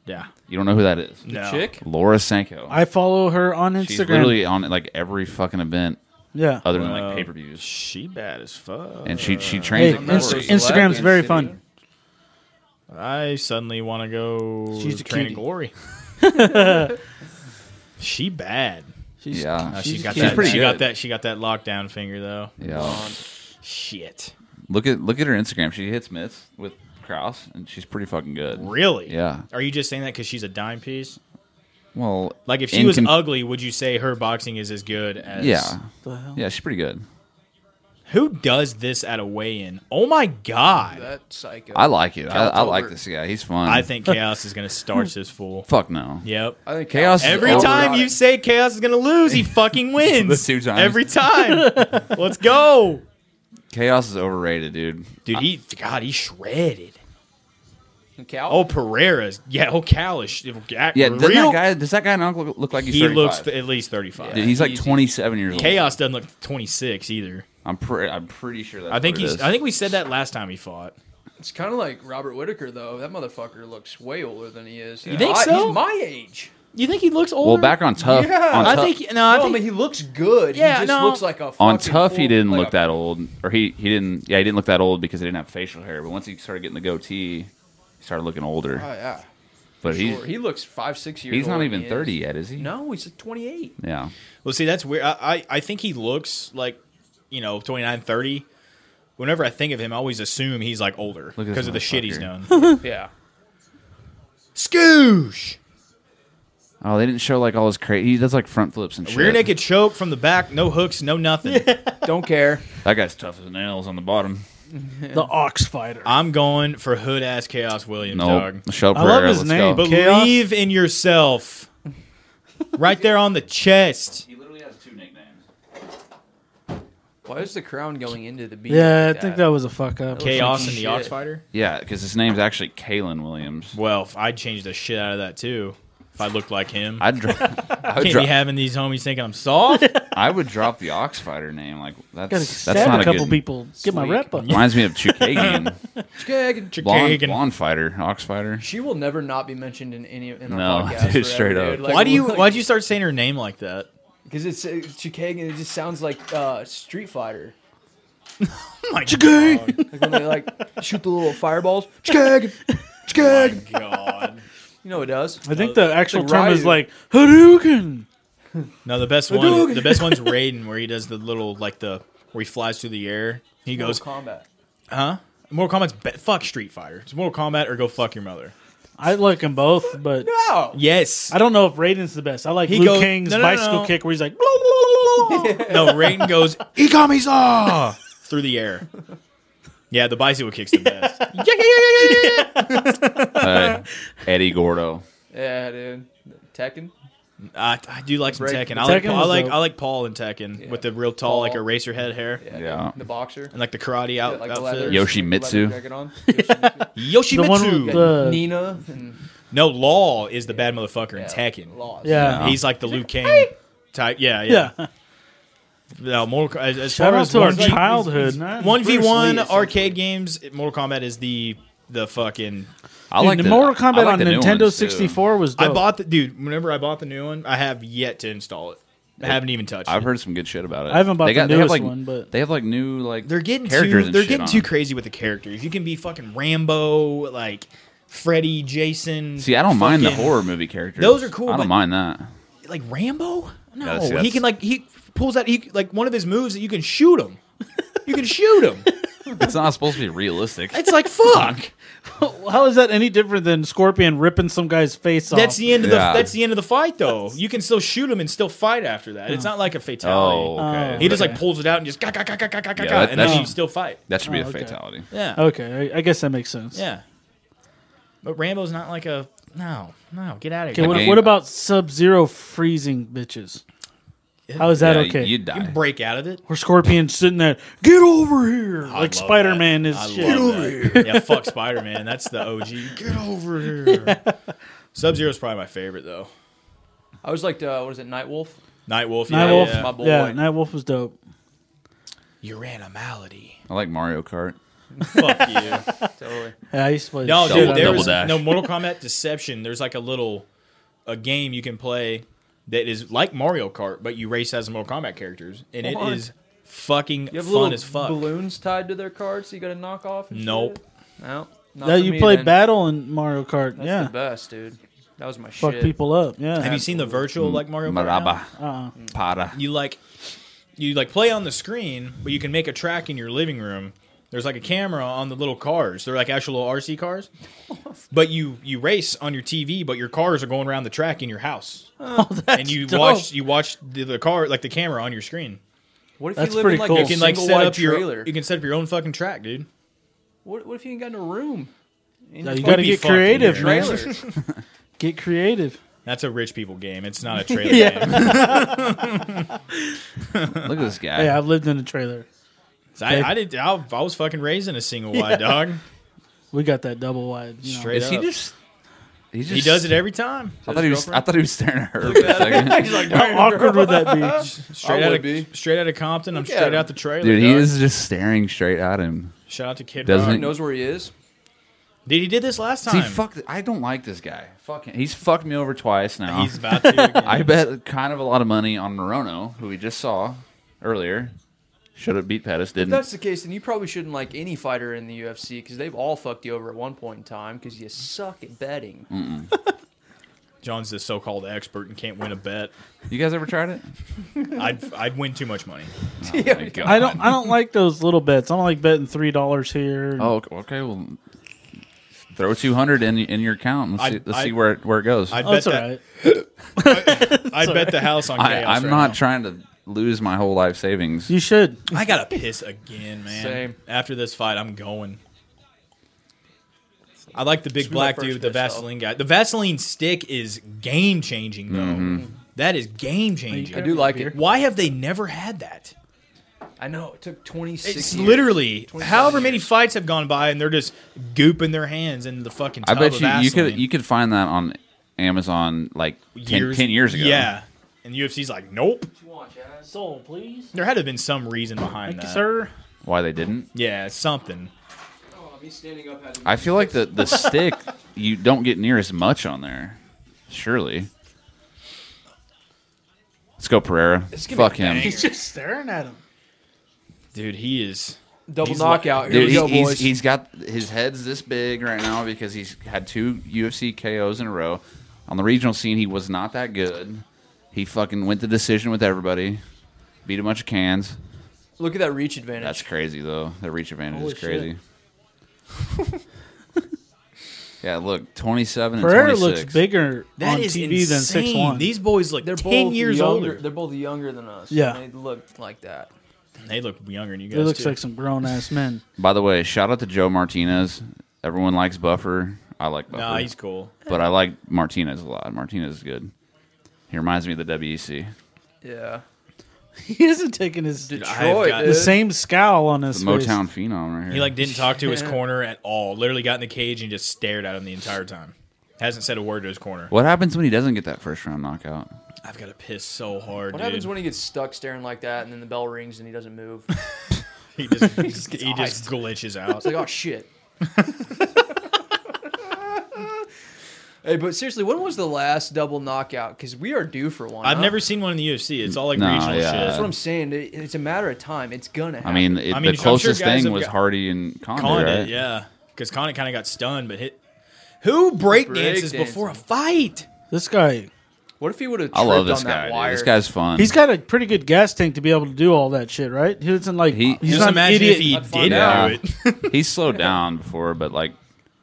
Speaker 2: Yeah.
Speaker 1: You don't know who that is?
Speaker 2: No.
Speaker 4: Chick.
Speaker 1: Laura Sanko.
Speaker 3: I follow her on Instagram.
Speaker 1: She's literally on like every fucking event
Speaker 3: yeah.
Speaker 1: other than
Speaker 2: Wow.
Speaker 1: like pay per views.
Speaker 2: She bad as fuck.
Speaker 1: And she she
Speaker 3: Hey,
Speaker 1: trains at
Speaker 3: Inst-
Speaker 1: Glory.
Speaker 4: Inst-
Speaker 3: Instagram's very
Speaker 4: Celebrity.
Speaker 3: fun.
Speaker 2: I suddenly want to go
Speaker 3: She's a
Speaker 2: train
Speaker 3: cutie.
Speaker 2: in glory. she bad.
Speaker 3: She's,
Speaker 1: Yeah.
Speaker 2: No, she's
Speaker 3: a
Speaker 2: got
Speaker 3: cutie.
Speaker 2: that.
Speaker 1: pretty
Speaker 2: she
Speaker 1: good.
Speaker 2: got that. She got that lockdown finger though.
Speaker 1: Yeah.
Speaker 2: Shit.
Speaker 1: Look at look at her Instagram. She hits myths with Kraus and she's pretty fucking good.
Speaker 2: Really?
Speaker 1: Yeah.
Speaker 2: Are you just saying that because she's a dime piece?
Speaker 1: Well,
Speaker 2: Like if she
Speaker 1: in
Speaker 2: was
Speaker 1: con-
Speaker 2: ugly, would you say her boxing is as good as?
Speaker 1: Yeah.
Speaker 3: The hell?
Speaker 1: Yeah, she's pretty good.
Speaker 2: Who does this at a weigh-in? Oh my god!
Speaker 4: That psycho.
Speaker 1: I like it. I, I
Speaker 4: Cal's
Speaker 1: like
Speaker 4: over.
Speaker 1: this guy. He's fun.
Speaker 2: I think Chaos is gonna starch this fool.
Speaker 1: Fuck no.
Speaker 2: Yep.
Speaker 4: I think
Speaker 1: Chaos is
Speaker 2: Every
Speaker 1: over.
Speaker 2: time you say Chaos is gonna lose, he fucking wins.
Speaker 1: The two times.
Speaker 2: Every time. Let's go,
Speaker 1: Chaos is overrated, dude.
Speaker 2: dude. He God, he shredded.
Speaker 4: Cal,
Speaker 2: Oh, Pereira's. Yeah. Oh, Cal is. sh-
Speaker 1: Yeah,
Speaker 2: real,
Speaker 1: does that guy does that guy in Uncle look like he's
Speaker 2: he
Speaker 1: 35?
Speaker 2: looks th- at least thirty-five.
Speaker 1: Dude, he's like
Speaker 4: Easy.
Speaker 1: 27 years old.
Speaker 2: Chaos doesn't look twenty-six either.
Speaker 1: I'm pretty. I'm pretty sure that's
Speaker 2: I think
Speaker 1: what it
Speaker 2: he's.
Speaker 1: is.
Speaker 2: I think we said that last time he fought.
Speaker 4: it's kind of like Robert Whitaker though. That motherfucker looks way older than he is. You
Speaker 2: think so?
Speaker 4: He's my age.
Speaker 2: You think he looks older?
Speaker 1: well, back on tough.
Speaker 4: Yeah.
Speaker 1: on
Speaker 2: I
Speaker 1: Tough-
Speaker 2: think no. I
Speaker 4: no,
Speaker 2: think
Speaker 4: I mean he looks good.
Speaker 2: Yeah,
Speaker 4: he just
Speaker 2: no.
Speaker 4: looks like a
Speaker 1: on
Speaker 4: fucking
Speaker 1: tough he
Speaker 4: fool-
Speaker 1: didn't
Speaker 4: like
Speaker 1: look
Speaker 4: a-
Speaker 1: that old, or he he didn't. Yeah, he didn't look that old because he didn't have facial hair. But once he started getting the goatee, he started looking older.
Speaker 4: Oh,
Speaker 2: Uh,
Speaker 4: yeah,
Speaker 1: but he's
Speaker 4: sure. He looks five six years.
Speaker 1: he's not
Speaker 4: older
Speaker 1: even
Speaker 4: than he is.
Speaker 1: 30 yet, is he?
Speaker 4: No, he's like twenty eight.
Speaker 1: Yeah.
Speaker 2: Well, see, that's weird. I, I, I think he looks like, you know, 29, 30. Whenever I think of him, I always assume he's like older
Speaker 1: Look at this
Speaker 2: because of the shit he's done.
Speaker 1: motherfucker.
Speaker 4: Yeah.
Speaker 2: Scoosh!
Speaker 1: Oh, they didn't show like all his crazy. He does like front flips and shit.
Speaker 2: Rear naked choke from the back, no hooks, no nothing.
Speaker 4: Don't care.
Speaker 1: That guy's tough as nails on the bottom.
Speaker 3: The ox fighter.
Speaker 2: I'm going for hood ass Chaos Williams,
Speaker 1: No,
Speaker 2: dog.
Speaker 1: show
Speaker 3: I love
Speaker 1: Pereira.
Speaker 3: his
Speaker 1: Let's go.
Speaker 3: name, but-
Speaker 2: Believe in yourself. right there on the chest.
Speaker 1: He literally has two nicknames.
Speaker 4: Why is the crown going into the beat?
Speaker 3: yeah,
Speaker 4: like
Speaker 3: I think that was a fuck up.
Speaker 4: Okay.
Speaker 2: Chaos
Speaker 4: some
Speaker 2: and the
Speaker 4: shit.
Speaker 2: Ox Fighter.
Speaker 1: Yeah, because his name's actually Kalen Williams.
Speaker 2: Well, if I'd change the shit out of that too. If I looked like him, I
Speaker 1: I'd dro- I would
Speaker 2: can't
Speaker 1: dro-
Speaker 2: be having these homies thinking I'm soft.
Speaker 1: I would drop the ox fighter name. Like
Speaker 3: Gotta
Speaker 1: that's
Speaker 3: stab
Speaker 1: that's not
Speaker 3: a couple
Speaker 1: good.
Speaker 3: people. Get my
Speaker 4: Sweet.
Speaker 3: rep up.
Speaker 1: Reminds me of Chukagian.
Speaker 4: Skag.
Speaker 1: blonde,
Speaker 2: Chukagian.
Speaker 1: blonde fighter, ox fighter.
Speaker 4: She will never not be mentioned in any in our
Speaker 1: No,
Speaker 4: podcast.
Speaker 1: dude,
Speaker 4: forever,
Speaker 1: straight up.
Speaker 4: dude. Like,
Speaker 2: why do you why'd you start saying her name like that?
Speaker 4: Because it's uh, Chikagan. It just sounds like uh, Street Fighter.
Speaker 2: Oh my god.
Speaker 4: Like when they like shoot the little fireballs. Chikag. Chikag.
Speaker 2: god.
Speaker 4: You know it does.
Speaker 3: I think the actual
Speaker 4: the
Speaker 3: term is
Speaker 4: Ryu.
Speaker 3: like Hadouken.
Speaker 2: No, the best
Speaker 4: Hadouken.
Speaker 2: one. The best one's Raiden, where he does the little like the where he flies through the air. He
Speaker 4: Mortal
Speaker 2: goes,
Speaker 4: Kombat.
Speaker 2: huh? Mortal Kombat's be- fuck Street Fighter. It's Mortal Kombat or go fuck your mother.
Speaker 3: I like them both, but
Speaker 4: No.
Speaker 2: Yes.
Speaker 3: I don't know if Raiden's the best. I like
Speaker 2: He
Speaker 3: Liu
Speaker 2: goes-
Speaker 3: Kang's
Speaker 2: no, no, no,
Speaker 3: bicycle
Speaker 2: no.
Speaker 3: kick where he's like, blah, blah, blah, blah, blah.
Speaker 2: No, Raiden goes Ikamiza through the air. Yeah, the bicycle kick's the best.
Speaker 1: Uh, Eddie Gordo.
Speaker 4: Yeah, dude. Tekken.
Speaker 2: I, I do like some
Speaker 4: Break-
Speaker 2: Tekken. I like
Speaker 3: Tekken
Speaker 2: I
Speaker 3: was
Speaker 2: like
Speaker 3: dope.
Speaker 2: I like Paul in Tekken
Speaker 4: Yeah.
Speaker 2: with the real tall like
Speaker 4: Paul.
Speaker 2: eraser head hair
Speaker 4: Yeah.
Speaker 1: Yeah.
Speaker 4: dude. The boxer.
Speaker 2: and like the karate out
Speaker 4: Like the leather.
Speaker 2: outfit.
Speaker 1: Yo- Yoshimitsu.
Speaker 4: leather jacket on. Yoshimitsu.
Speaker 3: The one
Speaker 2: Yoshimitsu.
Speaker 3: with the- Uh,
Speaker 4: Nina and
Speaker 2: no, Law is the bad motherfucker
Speaker 4: yeah,
Speaker 2: in Tekken.
Speaker 4: Laws.
Speaker 3: Yeah.
Speaker 2: He's like the Liu Kang type. Yeah, yeah.
Speaker 3: yeah.
Speaker 2: No, Mortal Kombat. As, as
Speaker 3: Shout
Speaker 2: far
Speaker 3: out
Speaker 2: as
Speaker 3: to our
Speaker 2: one v
Speaker 3: childhood. man.
Speaker 2: one v
Speaker 4: Bruce
Speaker 2: one
Speaker 4: Lee,
Speaker 2: arcade games, Mortal Kombat is the the fucking.
Speaker 1: I
Speaker 3: Dude,
Speaker 1: like
Speaker 3: the
Speaker 1: the
Speaker 3: Mortal
Speaker 1: I
Speaker 3: Kombat
Speaker 1: like
Speaker 3: on
Speaker 1: the new
Speaker 3: Nintendo
Speaker 1: ones, too.
Speaker 3: 64 was dope.
Speaker 2: I bought the dude. Whenever I bought the new one, I have yet to install it. I haven't even touched.
Speaker 1: I've
Speaker 2: it.
Speaker 1: heard some good shit about it.
Speaker 3: I haven't bought
Speaker 1: they
Speaker 3: the
Speaker 1: got, they have,
Speaker 3: newest
Speaker 1: like,
Speaker 3: one, but-
Speaker 1: they have like new like
Speaker 2: They're getting
Speaker 1: characters.
Speaker 2: too.
Speaker 1: and
Speaker 2: They're
Speaker 1: shit
Speaker 2: getting
Speaker 1: on
Speaker 2: too
Speaker 1: them.
Speaker 2: crazy with the characters. You can be fucking Rambo, like Freddy, Jason.
Speaker 1: See, I don't mind the
Speaker 2: fucking-
Speaker 1: horror movie characters.
Speaker 2: Those are cool,
Speaker 1: I
Speaker 2: but-
Speaker 1: don't mind that.
Speaker 2: Like Rambo,
Speaker 1: Yeah,
Speaker 2: no,
Speaker 1: see,
Speaker 2: he
Speaker 1: that's-
Speaker 2: can like he pulls out he like one of his moves that you can shoot him. you can shoot him.
Speaker 1: It's not supposed to be realistic.
Speaker 2: It's like fuck.
Speaker 3: How is that any different than Scorpion ripping some guy's face off?
Speaker 2: That's the end of
Speaker 1: Yeah.
Speaker 2: the that's the end of the fight though. You can still shoot him and still fight after that. It's not like a
Speaker 1: Oh,
Speaker 2: fatality.
Speaker 1: okay.
Speaker 3: Oh.
Speaker 2: He just like pulls it out and just ka ka ka ka ka ka ka
Speaker 1: Yeah,
Speaker 2: ka,
Speaker 1: that-
Speaker 2: and then
Speaker 1: that's-
Speaker 2: you still fight.
Speaker 1: that should be a
Speaker 3: Oh, okay.
Speaker 1: fatality.
Speaker 2: Yeah.
Speaker 3: Okay, I, I guess that makes sense.
Speaker 2: Yeah. But Rambo's not like a no, no, get out of
Speaker 3: Okay,
Speaker 2: here.
Speaker 3: what,
Speaker 1: game-
Speaker 3: what about Sub Zero freezing bitches? How is that
Speaker 1: Yeah,
Speaker 3: okay?
Speaker 1: You
Speaker 2: You can
Speaker 1: die.
Speaker 2: break out of it.
Speaker 3: Or Scorpion sitting there, get over here,
Speaker 2: I love
Speaker 3: like Spider Man
Speaker 2: that.
Speaker 3: is.
Speaker 2: I
Speaker 3: shit.
Speaker 2: love that. Yeah, fuck Spider Man. That's the OG. Get over here. Sub Zero's probably my favorite though.
Speaker 4: I was like, uh, what is it, Nightwolf?
Speaker 2: Nightwolf. yeah,
Speaker 3: Nightwolf,
Speaker 2: yeah.
Speaker 4: my boy.
Speaker 3: yeah, Nightwolf was dope.
Speaker 2: Your animality.
Speaker 1: I like Mario Kart.
Speaker 2: Fuck you.
Speaker 4: Totally.
Speaker 3: Yeah, I used to play.
Speaker 2: No,
Speaker 3: shit
Speaker 2: dude,
Speaker 3: out
Speaker 1: Double-
Speaker 2: there
Speaker 3: of that.
Speaker 1: double
Speaker 2: was
Speaker 1: dash.
Speaker 2: no Mortal Kombat Deception. There's like a little a game you can play that is like Mario Kart, but you race as Mortal Kombat characters, and it is
Speaker 4: What?
Speaker 2: fucking
Speaker 4: You have
Speaker 2: fun
Speaker 4: little
Speaker 2: as fuck.
Speaker 4: balloons tied to their cards so you got to knock off? And
Speaker 2: Nope.
Speaker 4: Shit? No. Not
Speaker 3: That
Speaker 4: for
Speaker 3: you
Speaker 4: me,
Speaker 3: play
Speaker 4: then.
Speaker 3: battle in Mario Kart.
Speaker 4: That's
Speaker 3: yeah,
Speaker 4: the best, dude. That was my
Speaker 3: fuck
Speaker 4: shit.
Speaker 3: people up. Yeah,
Speaker 2: Have you seen the virtual like Mario Kart? now?
Speaker 1: Mm, Maraba,
Speaker 3: Uh-uh.
Speaker 1: para.
Speaker 2: You like you like play on the screen, but you can make a track in your living room. There's like a camera on the little cars. They're like actual little RC cars, but you you race on your TV, but your cars are going around the track in your house,
Speaker 3: Oh, that's
Speaker 2: and you
Speaker 3: dope.
Speaker 2: watch you watch the, the car like the camera on your screen.
Speaker 4: What if
Speaker 3: That's
Speaker 4: you live
Speaker 3: pretty
Speaker 4: in like
Speaker 3: cool.
Speaker 4: a
Speaker 2: You can like
Speaker 4: single
Speaker 2: set
Speaker 4: wide
Speaker 2: up your
Speaker 4: trailer?
Speaker 2: you can set up your own fucking track, dude.
Speaker 4: what, what if you ain't got no room? In
Speaker 3: No,
Speaker 4: your
Speaker 3: you
Speaker 2: gotta
Speaker 3: got to
Speaker 2: be
Speaker 3: get
Speaker 2: fucking
Speaker 3: creative,
Speaker 2: here.
Speaker 3: man.
Speaker 4: trailer?
Speaker 3: Get creative.
Speaker 2: That's a rich people game. It's not a trailer
Speaker 3: Yeah.
Speaker 2: game.
Speaker 1: Look at this guy.
Speaker 3: Hey, I've lived in a trailer.
Speaker 2: So I, I did. I, I was fucking raised in a single wide dog.
Speaker 3: We got that double wide. You know.
Speaker 2: Straight
Speaker 1: Is he
Speaker 2: up.
Speaker 1: just? He just.
Speaker 2: he does it every time.
Speaker 1: I thought he was. I
Speaker 4: Girlfriend?
Speaker 1: thought he was staring at her for a second.
Speaker 4: He's like,
Speaker 3: How awkward would that be?
Speaker 2: Straight
Speaker 4: I
Speaker 2: out
Speaker 4: would
Speaker 2: of
Speaker 4: be.
Speaker 2: straight out of Compton. I'm
Speaker 4: Look at
Speaker 2: straight
Speaker 4: him.
Speaker 2: out the trailer.
Speaker 1: Dude, he
Speaker 2: dog.
Speaker 1: is just staring straight at him.
Speaker 2: Shout out to Kid
Speaker 1: Doesn't
Speaker 2: Rock.
Speaker 1: it-
Speaker 4: knows where he is.
Speaker 2: Dude, he did this last
Speaker 1: See,
Speaker 2: time.
Speaker 1: fuck. I don't like this guy. Fucking. He's fucked me over twice now.
Speaker 2: He's about to. Again.
Speaker 1: I bet kind of a lot of money on Morono, who we just saw earlier. Should have beat Pettis,
Speaker 4: If
Speaker 1: didn't?
Speaker 4: that's the case, then you probably shouldn't like any fighter in the UFC because they've all fucked you over at one point in time because you suck at betting.
Speaker 2: John's the so-called expert and can't win a bet.
Speaker 1: you guys ever tried it?
Speaker 2: I'd I'd win too much money.
Speaker 1: Oh my God.
Speaker 3: I don't. I don't like those little bets. I don't like betting three dollars here.
Speaker 1: Oh, okay- okay. Well, throw two hundred in in your account. Let's,
Speaker 2: I-
Speaker 1: see, let's
Speaker 2: I-
Speaker 1: see where it, where it goes. I,
Speaker 2: I'd
Speaker 3: Oh,
Speaker 2: bet
Speaker 3: that's all
Speaker 2: that,
Speaker 3: right.
Speaker 2: I'd bet the house on chaos.
Speaker 1: I, am
Speaker 2: right
Speaker 1: not
Speaker 2: now.
Speaker 1: trying to lose my whole life savings.
Speaker 3: You should.
Speaker 2: I gotta piss again, man.
Speaker 4: Same.
Speaker 2: After this fight, I'm going. I like the big
Speaker 4: be my
Speaker 2: black
Speaker 4: first
Speaker 2: dude, the
Speaker 4: piss, though.
Speaker 2: Vaseline guy. The Vaseline stick is game changing, though.
Speaker 1: Mm-hmm.
Speaker 2: That is game changing.
Speaker 4: I do like it.
Speaker 2: Why have they never had that?
Speaker 4: I know it took 26.
Speaker 2: It's
Speaker 4: years.
Speaker 2: literally
Speaker 4: 27
Speaker 2: however many
Speaker 4: years.
Speaker 2: fights have gone by, and they're just gooping their hands into the fucking.
Speaker 1: I
Speaker 2: tub
Speaker 1: bet
Speaker 2: of
Speaker 1: you you could
Speaker 2: Vaseline.
Speaker 1: you could find that on Amazon like 10 10 years ago.
Speaker 2: Yeah, and UFC's like, nope.
Speaker 4: What you want, Chaz?
Speaker 3: Soul, please.
Speaker 2: There had to have been some reason behind
Speaker 3: Thank you,
Speaker 2: that,
Speaker 3: sir.
Speaker 1: Why they didn't?
Speaker 2: Yeah, something.
Speaker 4: Oh, me standing up had to-
Speaker 1: I feel like the the stick you don't get near as much on there. Surely. Let's go Pereira.
Speaker 4: gonna
Speaker 1: Fuck
Speaker 4: be
Speaker 1: him.
Speaker 3: He's just staring at him.
Speaker 2: Dude, he is.
Speaker 4: double
Speaker 2: He's
Speaker 4: knockout. Here
Speaker 1: Dude,
Speaker 4: we
Speaker 1: he-
Speaker 4: go,
Speaker 1: he's,
Speaker 4: boys.
Speaker 1: he's got his head's this big right now because he's had two UFC KOs in a row. On the regional scene, he was not that good. He fucking went the decision with everybody, beat a bunch of cans.
Speaker 4: Look at that reach advantage.
Speaker 1: That's crazy though. The reach advantage
Speaker 3: Holy
Speaker 1: is crazy. yeah, look, twenty-seven
Speaker 3: Pereira
Speaker 1: and
Speaker 3: looks
Speaker 1: twenty-six.
Speaker 3: bigger
Speaker 2: That
Speaker 3: on
Speaker 2: is
Speaker 3: TV
Speaker 2: insane.
Speaker 3: than six one.
Speaker 2: These boys look
Speaker 4: they're
Speaker 2: ten
Speaker 4: both
Speaker 2: years
Speaker 4: younger,
Speaker 2: older.
Speaker 4: They're both younger than us.
Speaker 3: Yeah.
Speaker 4: and they look like that.
Speaker 2: They look younger than you guys.
Speaker 3: it looks
Speaker 2: too.
Speaker 3: like some grown ass men.
Speaker 1: By the way, shout out to Joe Martinez. Everyone likes Buffer. I like Buffer,
Speaker 2: Nah, he's cool.
Speaker 1: but I like Martinez a lot. Martinez is good. He reminds me of the E WEC.
Speaker 4: Yeah,
Speaker 3: He isn't taking his
Speaker 2: I've
Speaker 4: Troy,
Speaker 2: got-
Speaker 3: the
Speaker 4: dude.
Speaker 3: same scowl on his
Speaker 1: The
Speaker 3: face.
Speaker 1: Motown phenom right here.
Speaker 2: He like didn't talk to his corner at all. Literally got in the cage and just stared at him the entire time. Hasn't said a word to his corner.
Speaker 1: What happens when he doesn't get that first round knockout?
Speaker 2: I've got to piss so hard.
Speaker 4: What
Speaker 2: dude.
Speaker 4: happens when he gets stuck staring like that, and then the bell rings and he doesn't move?
Speaker 2: he just he just,
Speaker 4: gets iced.
Speaker 2: glitches out?
Speaker 4: It's like, oh shit. hey, but seriously, when was the last double knockout? Because we are due for one.
Speaker 2: I've
Speaker 4: huh?
Speaker 2: never seen one in the UFC. It's all like
Speaker 1: Nah,
Speaker 2: regional
Speaker 1: yeah.
Speaker 2: shit.
Speaker 4: That's what I'm saying. It- It's a matter of time. It's gonna.
Speaker 1: I
Speaker 4: happen.
Speaker 1: mean, it,
Speaker 2: I mean,
Speaker 1: the
Speaker 2: I'm sure
Speaker 1: closest
Speaker 2: guys
Speaker 1: thing
Speaker 2: have
Speaker 1: was
Speaker 2: got-
Speaker 1: Hardy and Condit,
Speaker 2: Condit,
Speaker 1: right?
Speaker 2: yeah. Because Condit kind of got stunned, but hit. Who break dances
Speaker 4: Breakdancing.
Speaker 2: before a fight?
Speaker 3: This guy,
Speaker 4: what if he would have?
Speaker 1: I love this
Speaker 4: on
Speaker 1: guy.
Speaker 4: That
Speaker 1: dude.
Speaker 4: wire?
Speaker 1: This guy's fun.
Speaker 3: he's got a pretty good gas tank to be able to do all that shit, right? He isn't like
Speaker 1: He-
Speaker 3: he's
Speaker 2: Just
Speaker 3: not an
Speaker 2: imagine
Speaker 3: idiot.
Speaker 2: if he
Speaker 4: I'd find
Speaker 2: did
Speaker 1: out.
Speaker 2: do it.
Speaker 1: He's slowed down before, but like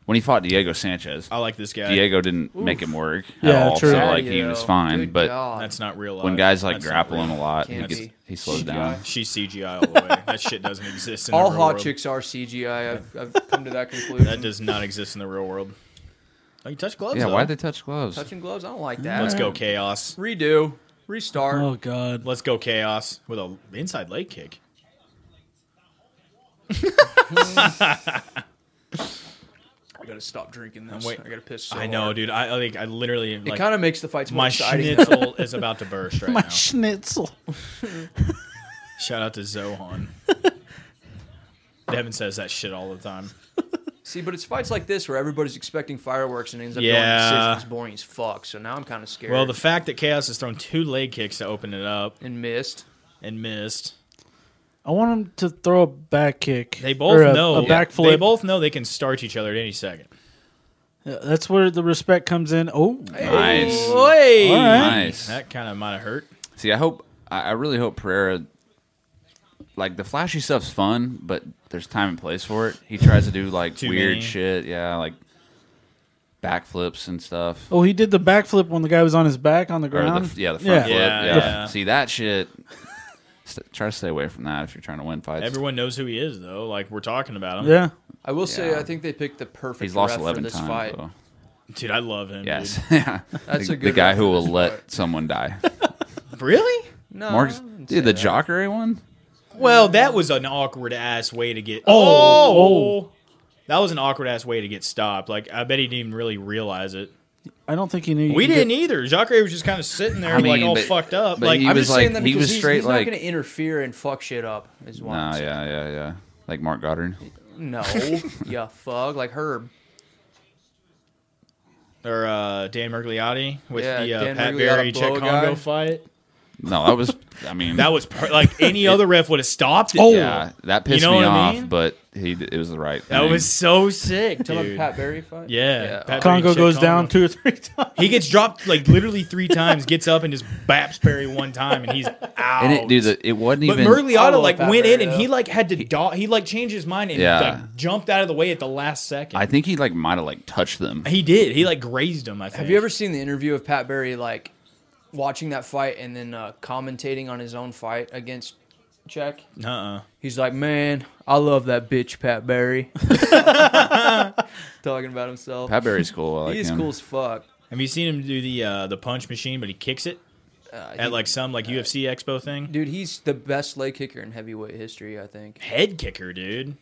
Speaker 1: when he fought Diego Sanchez,
Speaker 2: I like this guy.
Speaker 1: Diego didn't make him work at
Speaker 3: Yeah,
Speaker 1: all.
Speaker 3: true.
Speaker 1: So like he
Speaker 4: Yo,
Speaker 1: was fine,
Speaker 4: good
Speaker 1: but
Speaker 4: God.
Speaker 2: That's not real. Life.
Speaker 1: when guys like
Speaker 2: That's not
Speaker 1: grapple him
Speaker 2: real.
Speaker 1: a lot, he
Speaker 4: Can't
Speaker 1: gets
Speaker 4: be.
Speaker 1: he slows down.
Speaker 2: She's CGI all the way. That shit doesn't exist in the
Speaker 4: all
Speaker 2: real
Speaker 4: hot
Speaker 2: world.
Speaker 4: chicks are CGI. I've, I've come to that conclusion.
Speaker 2: That does not exist in the real world. Oh, you touch gloves.
Speaker 1: Yeah,
Speaker 2: though.
Speaker 1: why'd they touch gloves?
Speaker 4: Touching gloves, I don't like that.
Speaker 2: Let's go chaos.
Speaker 4: Redo, restart.
Speaker 3: Oh god,
Speaker 2: Let's go chaos with a inside leg kick.
Speaker 4: I gotta stop drinking this.
Speaker 2: wait-
Speaker 4: I gotta piss. So
Speaker 2: I know, dude. I I think I literally
Speaker 4: It
Speaker 2: like
Speaker 4: kind of makes the fights more
Speaker 2: my
Speaker 4: exciting.
Speaker 2: schnitzel is about to burst right
Speaker 3: my
Speaker 2: now.
Speaker 3: schnitzel.
Speaker 2: Shout out to Zohan. Devin says that shit all the time.
Speaker 4: See, but it's fights like this where everybody's expecting fireworks and it ends up going
Speaker 2: Yeah.
Speaker 4: decisions. Boring as fuck. So now I'm kind of scared.
Speaker 2: Well, the fact that Chaos has thrown two leg kicks to open it up
Speaker 4: and missed.
Speaker 2: and missed,
Speaker 3: I want him to throw a back kick.
Speaker 2: they
Speaker 3: or
Speaker 2: both
Speaker 3: a,
Speaker 2: know
Speaker 3: a back
Speaker 2: they
Speaker 3: flip.
Speaker 2: both know they can starch each other at any second.
Speaker 3: Yeah, That's where the respect comes in. Oh,
Speaker 1: Nice.
Speaker 4: Hey!
Speaker 3: All right.
Speaker 1: Nice.
Speaker 2: That kind of might have hurt.
Speaker 1: See, I hope I I really hope Pereira like the flashy stuff's fun, but there's time and place for it. He tries to do like
Speaker 2: Too
Speaker 1: weird
Speaker 2: many.
Speaker 1: shit, yeah, like backflips and stuff.
Speaker 3: oh, he did the backflip when the guy was on his back on the
Speaker 1: Or
Speaker 3: ground.
Speaker 1: the, yeah, the front
Speaker 2: Yeah.
Speaker 1: flip. Yeah.
Speaker 2: Yeah.
Speaker 1: See that shit. st- try to stay away from that if you're trying to win fights.
Speaker 2: Everyone knows who he is, though. Like we're talking about him.
Speaker 3: Yeah.
Speaker 4: I will say,
Speaker 1: Yeah.
Speaker 4: I think they picked the perfect.
Speaker 1: He's lost
Speaker 4: ref
Speaker 1: eleven
Speaker 4: for this
Speaker 1: times.
Speaker 4: Fight.
Speaker 1: so-
Speaker 2: dude, I love him.
Speaker 1: Yes, yeah.
Speaker 4: That's
Speaker 1: the,
Speaker 4: a good
Speaker 1: the guy
Speaker 4: ref
Speaker 1: who
Speaker 4: for
Speaker 1: will
Speaker 4: this
Speaker 1: let
Speaker 4: fight.
Speaker 1: someone die.
Speaker 2: dude. really.
Speaker 4: No,
Speaker 1: Mark's
Speaker 4: I wouldn't say
Speaker 1: dude, the
Speaker 4: that.
Speaker 1: Jockery one.
Speaker 2: Well, that was an awkward ass way to get.
Speaker 3: Oh.
Speaker 2: oh. that was an awkward ass way to get stopped. Like I bet he didn't even really realize it.
Speaker 3: I don't think he knew. you
Speaker 2: We
Speaker 3: could
Speaker 2: didn't
Speaker 3: Get,
Speaker 2: either. Jacare was just kind of sitting there,
Speaker 1: I mean,
Speaker 2: like all
Speaker 1: but-
Speaker 2: fucked up.
Speaker 1: but
Speaker 2: Like
Speaker 1: he
Speaker 4: I'm
Speaker 1: was
Speaker 4: just saying
Speaker 1: like-
Speaker 4: that
Speaker 1: he
Speaker 4: because
Speaker 1: was
Speaker 4: he's,
Speaker 1: straight,
Speaker 4: he's
Speaker 1: like-
Speaker 4: not going to interfere and fuck shit up. Is why. I'm
Speaker 1: Nah,
Speaker 4: saying.
Speaker 1: yeah, yeah, yeah. Like Mark Goddard.
Speaker 4: No, yeah, fuck, like Herb.
Speaker 2: or uh, Dan Mergliotti with
Speaker 4: Yeah,
Speaker 2: the uh,
Speaker 4: Dan
Speaker 2: Pat
Speaker 4: Mergliotti
Speaker 2: Barry
Speaker 4: blow
Speaker 2: Czech
Speaker 4: a
Speaker 2: Congo
Speaker 4: guy.
Speaker 2: fight.
Speaker 1: No, that was. I mean,
Speaker 2: That was per- like any other ref would have stopped it.
Speaker 1: yeah, that pissed
Speaker 2: know
Speaker 1: me
Speaker 2: what I
Speaker 1: off.
Speaker 2: mean?
Speaker 1: But he, d- it was the right.
Speaker 2: that
Speaker 1: thing.
Speaker 2: was so sick,
Speaker 4: Tell him
Speaker 2: dude.
Speaker 4: Pat Barry fight.
Speaker 2: yeah, Pat Barry
Speaker 3: Congo
Speaker 2: Czech
Speaker 3: goes
Speaker 2: Congo.
Speaker 3: down two or three times.
Speaker 2: He gets dropped like literally three times, gets up and just baps Barry one time, and he's out.
Speaker 1: And it, dude, the- it wasn't
Speaker 2: But
Speaker 1: even.
Speaker 4: I
Speaker 2: Mergliotta
Speaker 4: love
Speaker 2: like
Speaker 4: Pat
Speaker 2: went in
Speaker 4: Barry,
Speaker 2: and he
Speaker 4: though.
Speaker 2: like had to do- he like changed his mind and
Speaker 1: Yeah.
Speaker 2: like jumped out of the way at the last second.
Speaker 1: I think he like might have like touched them.
Speaker 2: he did. He like grazed him. I think.
Speaker 4: Have you ever seen the interview of Pat Barry like watching that fight and then uh, commentating on his own fight against Czech?
Speaker 2: Uh. uh
Speaker 4: He's like, man, I love that bitch Pat Barry. Talking about himself.
Speaker 1: Pat Barry's cool. I like
Speaker 4: he is
Speaker 1: him.
Speaker 4: cool as fuck.
Speaker 2: Have you seen him do the uh, the punch machine? But he kicks it
Speaker 4: Uh, he-
Speaker 2: at like some like UFC expo thing.
Speaker 4: dude, he's the best leg kicker in heavyweight history, I think.
Speaker 2: Head kicker, dude.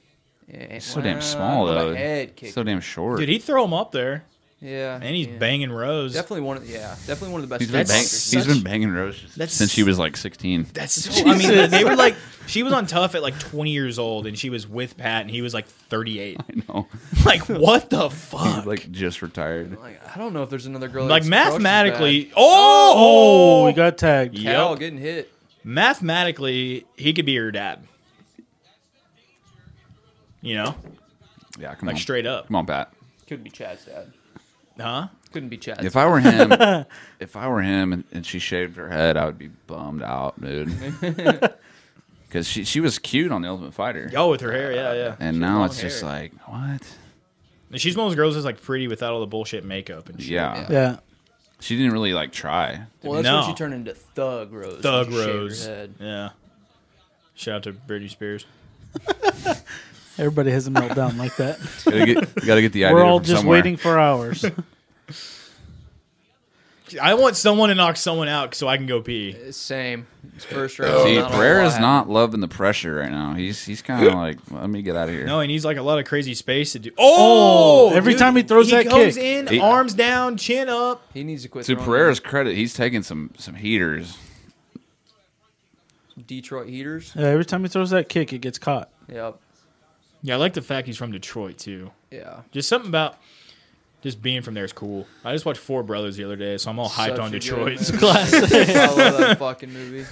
Speaker 4: Yeah,
Speaker 1: So damn
Speaker 4: well,
Speaker 1: small
Speaker 4: I'm a
Speaker 1: though.
Speaker 4: Head kicker.
Speaker 1: So damn short.
Speaker 2: Dude, he'd throw him up there,
Speaker 4: yeah,
Speaker 2: and he's
Speaker 4: yeah.
Speaker 2: banging rows.
Speaker 4: Definitely one of yeah, definitely one of the best.
Speaker 1: he's been,
Speaker 4: leg
Speaker 2: That's
Speaker 1: bang-
Speaker 4: kickers.
Speaker 1: he's
Speaker 2: such-
Speaker 1: been banging Rose
Speaker 2: That's-
Speaker 1: since she was like 16.
Speaker 2: That's so, I mean, they were like, she was on Tough at like 20 years old, and she was with Pat, and he was like 38.
Speaker 1: You know,
Speaker 2: Like, what the
Speaker 1: he's
Speaker 2: fuck? Like,
Speaker 1: like just retired.
Speaker 4: Like, I don't know if there's another girl. that's crouched as
Speaker 2: mathematically,
Speaker 4: bad.
Speaker 2: oh,
Speaker 3: Oh, he got tagged.
Speaker 2: Yeah.
Speaker 4: Cal
Speaker 2: Yep.
Speaker 4: getting hit.
Speaker 2: mathematically, he could be her dad. You know,
Speaker 1: Yeah, come
Speaker 2: like
Speaker 1: on,
Speaker 2: straight up,
Speaker 1: come on, Pat.
Speaker 4: Couldn't be Chad's dad.
Speaker 2: huh?
Speaker 4: Couldn't be Chad's.
Speaker 1: If I were him, if I were him, and, and she shaved her head, I would be bummed out, dude. Because she she was cute on the Ultimate Fighter,
Speaker 2: Yo, Oh, with her hair, yeah, yeah.
Speaker 1: and now
Speaker 4: long
Speaker 1: it's just
Speaker 4: hair.
Speaker 1: like what?
Speaker 2: And she's one of those girls that's like pretty without all the bullshit makeup and shit.
Speaker 1: Yeah.
Speaker 3: Yeah.
Speaker 1: she didn't really like try.
Speaker 4: well, that's
Speaker 2: No.
Speaker 4: when she turned into Thug Rose.
Speaker 2: Thug
Speaker 4: when she shaved her
Speaker 2: Rose.
Speaker 4: head.
Speaker 2: Yeah. Shout out to Britney Spears.
Speaker 3: Everybody has a meltdown like that.
Speaker 1: Gotta get, gotta get the idea.
Speaker 3: We're all
Speaker 1: from
Speaker 3: just
Speaker 1: somewhere.
Speaker 3: waiting for hours.
Speaker 2: I want someone to knock someone out so I can go pee.
Speaker 4: It's Same. It's first round.
Speaker 2: Oh,
Speaker 4: I
Speaker 1: See,
Speaker 4: don't know
Speaker 1: Pereira's
Speaker 4: why.
Speaker 1: not loving the pressure right now. He's he's kind of like, let me get out of here.
Speaker 2: No, he needs like a lot of crazy space to do. Oh,
Speaker 3: every time he throws that
Speaker 2: goes
Speaker 3: kick.
Speaker 2: in,
Speaker 1: He-
Speaker 2: arms down, chin up.
Speaker 4: He needs to quit.
Speaker 1: to
Speaker 4: throwing
Speaker 1: Pereira's credit, he's taking some some heaters.
Speaker 4: Detroit Heaters.
Speaker 3: Yeah, every time he throws that kick, it gets caught.
Speaker 4: Yep.
Speaker 2: Yeah, I like the fact he's from Detroit too.
Speaker 4: Yeah.
Speaker 2: Just something about just being from there is cool. I just watched Four Brothers the other day, so I'm all hyped
Speaker 4: Such
Speaker 2: on
Speaker 4: a good
Speaker 2: Detroit's
Speaker 4: movie.
Speaker 2: class.
Speaker 4: I love that fucking movie.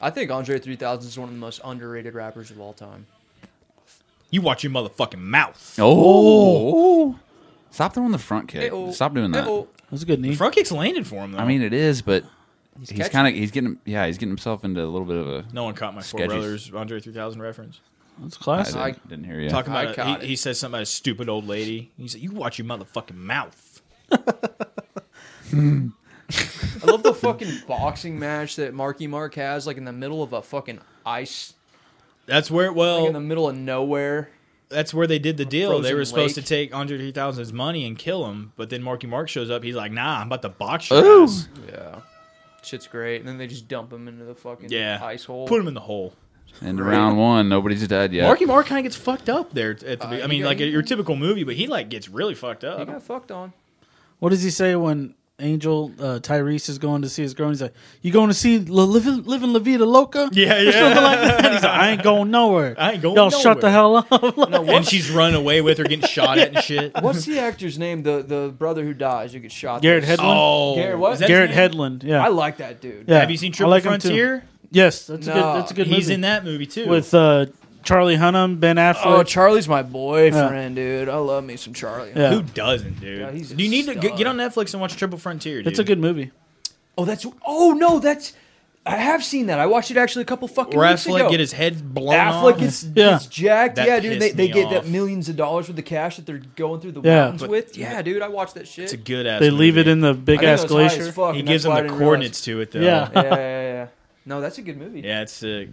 Speaker 4: I think Andre 3000 is one of the most underrated rappers of all time.
Speaker 2: you watch your motherfucking mouth.
Speaker 1: Oh, stop throwing the front kick.
Speaker 4: Hey-oh.
Speaker 1: oh, Stop doing that.
Speaker 4: Hey-oh.
Speaker 3: That was a good knee.
Speaker 2: Front kicks landed for him though.
Speaker 1: I mean, it is, but he's,
Speaker 4: catching.
Speaker 1: kind of he's getting yeah he's getting himself into a little bit of a.
Speaker 2: no one caught my Four
Speaker 1: Sketchy.
Speaker 2: Brothers Andre 3000 reference.
Speaker 3: That's
Speaker 1: I
Speaker 3: classic.
Speaker 1: didn't,
Speaker 4: I-
Speaker 1: didn't hear you.
Speaker 2: Talking
Speaker 4: I
Speaker 2: about
Speaker 4: caught
Speaker 2: a,
Speaker 4: it.
Speaker 2: he, he says something about a stupid old lady. He said, "You watch your motherfucking mouth."
Speaker 4: I love the fucking boxing match that Marky Mark has, like in the middle of a fucking ice,
Speaker 2: That's where well
Speaker 4: like in the middle of nowhere.
Speaker 2: that's where they did the deal. They
Speaker 4: Frozen
Speaker 2: were supposed
Speaker 4: Lake.
Speaker 2: to take Andre 3000's money and kill him, but then Marky Mark shows up. He's like, "Nah, I'm about to box your
Speaker 1: Ooh.
Speaker 2: ass.
Speaker 4: Yeah. Shit's great. And then they just dump him into the fucking
Speaker 2: Yeah,
Speaker 4: ice hole.
Speaker 2: Put him in the hole.
Speaker 1: And round one, nobody's dead yet.
Speaker 2: Marky Mark kind of gets fucked up there. At the,
Speaker 4: Uh,
Speaker 2: be- I
Speaker 4: he
Speaker 2: mean,
Speaker 4: got-
Speaker 2: like
Speaker 4: he-
Speaker 2: your typical movie, but he like gets really fucked
Speaker 4: He
Speaker 2: up.
Speaker 4: got fucked on.
Speaker 3: What does he say when Angel uh, Tyrese is going to see his girl? He's like, "You going to see La Livin' Livin' La Vida Loca?"
Speaker 2: Yeah, yeah.
Speaker 3: Something like that. He's like, "I ain't going nowhere.
Speaker 2: I ain't going
Speaker 3: Y'all shut the hell up."
Speaker 4: No,
Speaker 2: And
Speaker 4: what,
Speaker 2: she's run away with her getting shot at and shit.
Speaker 4: what's the actor's name? The the brother who dies who gets shot.
Speaker 3: Garrett Hedlund.
Speaker 2: Oh,
Speaker 4: Garrett, what?
Speaker 2: is that his
Speaker 3: Garrett
Speaker 2: name?
Speaker 3: Headland. Yeah.
Speaker 4: I like that dude.
Speaker 3: yeah.
Speaker 2: Have you seen
Speaker 3: I
Speaker 2: Triple
Speaker 3: like him too.
Speaker 2: Frontier?
Speaker 3: Yes, that's a
Speaker 4: No.
Speaker 3: good. That's a good
Speaker 2: He's
Speaker 3: movie.
Speaker 2: in that movie too.
Speaker 3: with uh, Charlie Hunnam, Ben Affleck.
Speaker 4: Oh, Charlie's my boyfriend, dude. I love me some Charlie.
Speaker 3: yeah,
Speaker 2: who doesn't, dude?
Speaker 4: Yeah, he's a
Speaker 2: you need to get,
Speaker 4: stud.
Speaker 2: get on Netflix and watch Triple Frontier. Dude.
Speaker 3: it's a good movie.
Speaker 4: Oh, that's. Oh no, that's. I have seen that. I watched it actually a couple fucking
Speaker 2: Where
Speaker 4: weeks ago.
Speaker 2: Affleck get his head blown
Speaker 4: Affleck
Speaker 2: off.
Speaker 4: gets,
Speaker 3: Yeah.
Speaker 4: gets jacked.
Speaker 2: That
Speaker 4: yeah, dude. They,
Speaker 2: pissed
Speaker 4: they
Speaker 2: me
Speaker 4: get
Speaker 2: off.
Speaker 4: that millions of dollars with the cash that they're going through the
Speaker 3: Yeah.
Speaker 4: mountains
Speaker 3: But-
Speaker 4: with. Yeah, dude. I watched that shit.
Speaker 2: It's a good ass.
Speaker 3: They leave it in the
Speaker 4: I
Speaker 3: big
Speaker 4: think I
Speaker 3: ass
Speaker 4: was high as
Speaker 3: glacier.
Speaker 4: fuck,
Speaker 2: He
Speaker 4: and that's
Speaker 2: gives him
Speaker 4: why I
Speaker 2: the
Speaker 4: didn't
Speaker 2: coordinates to it though.
Speaker 3: Yeah.
Speaker 4: realize- Yeah, yeah, yeah. No, that's a good movie.
Speaker 2: Yeah, it's sick.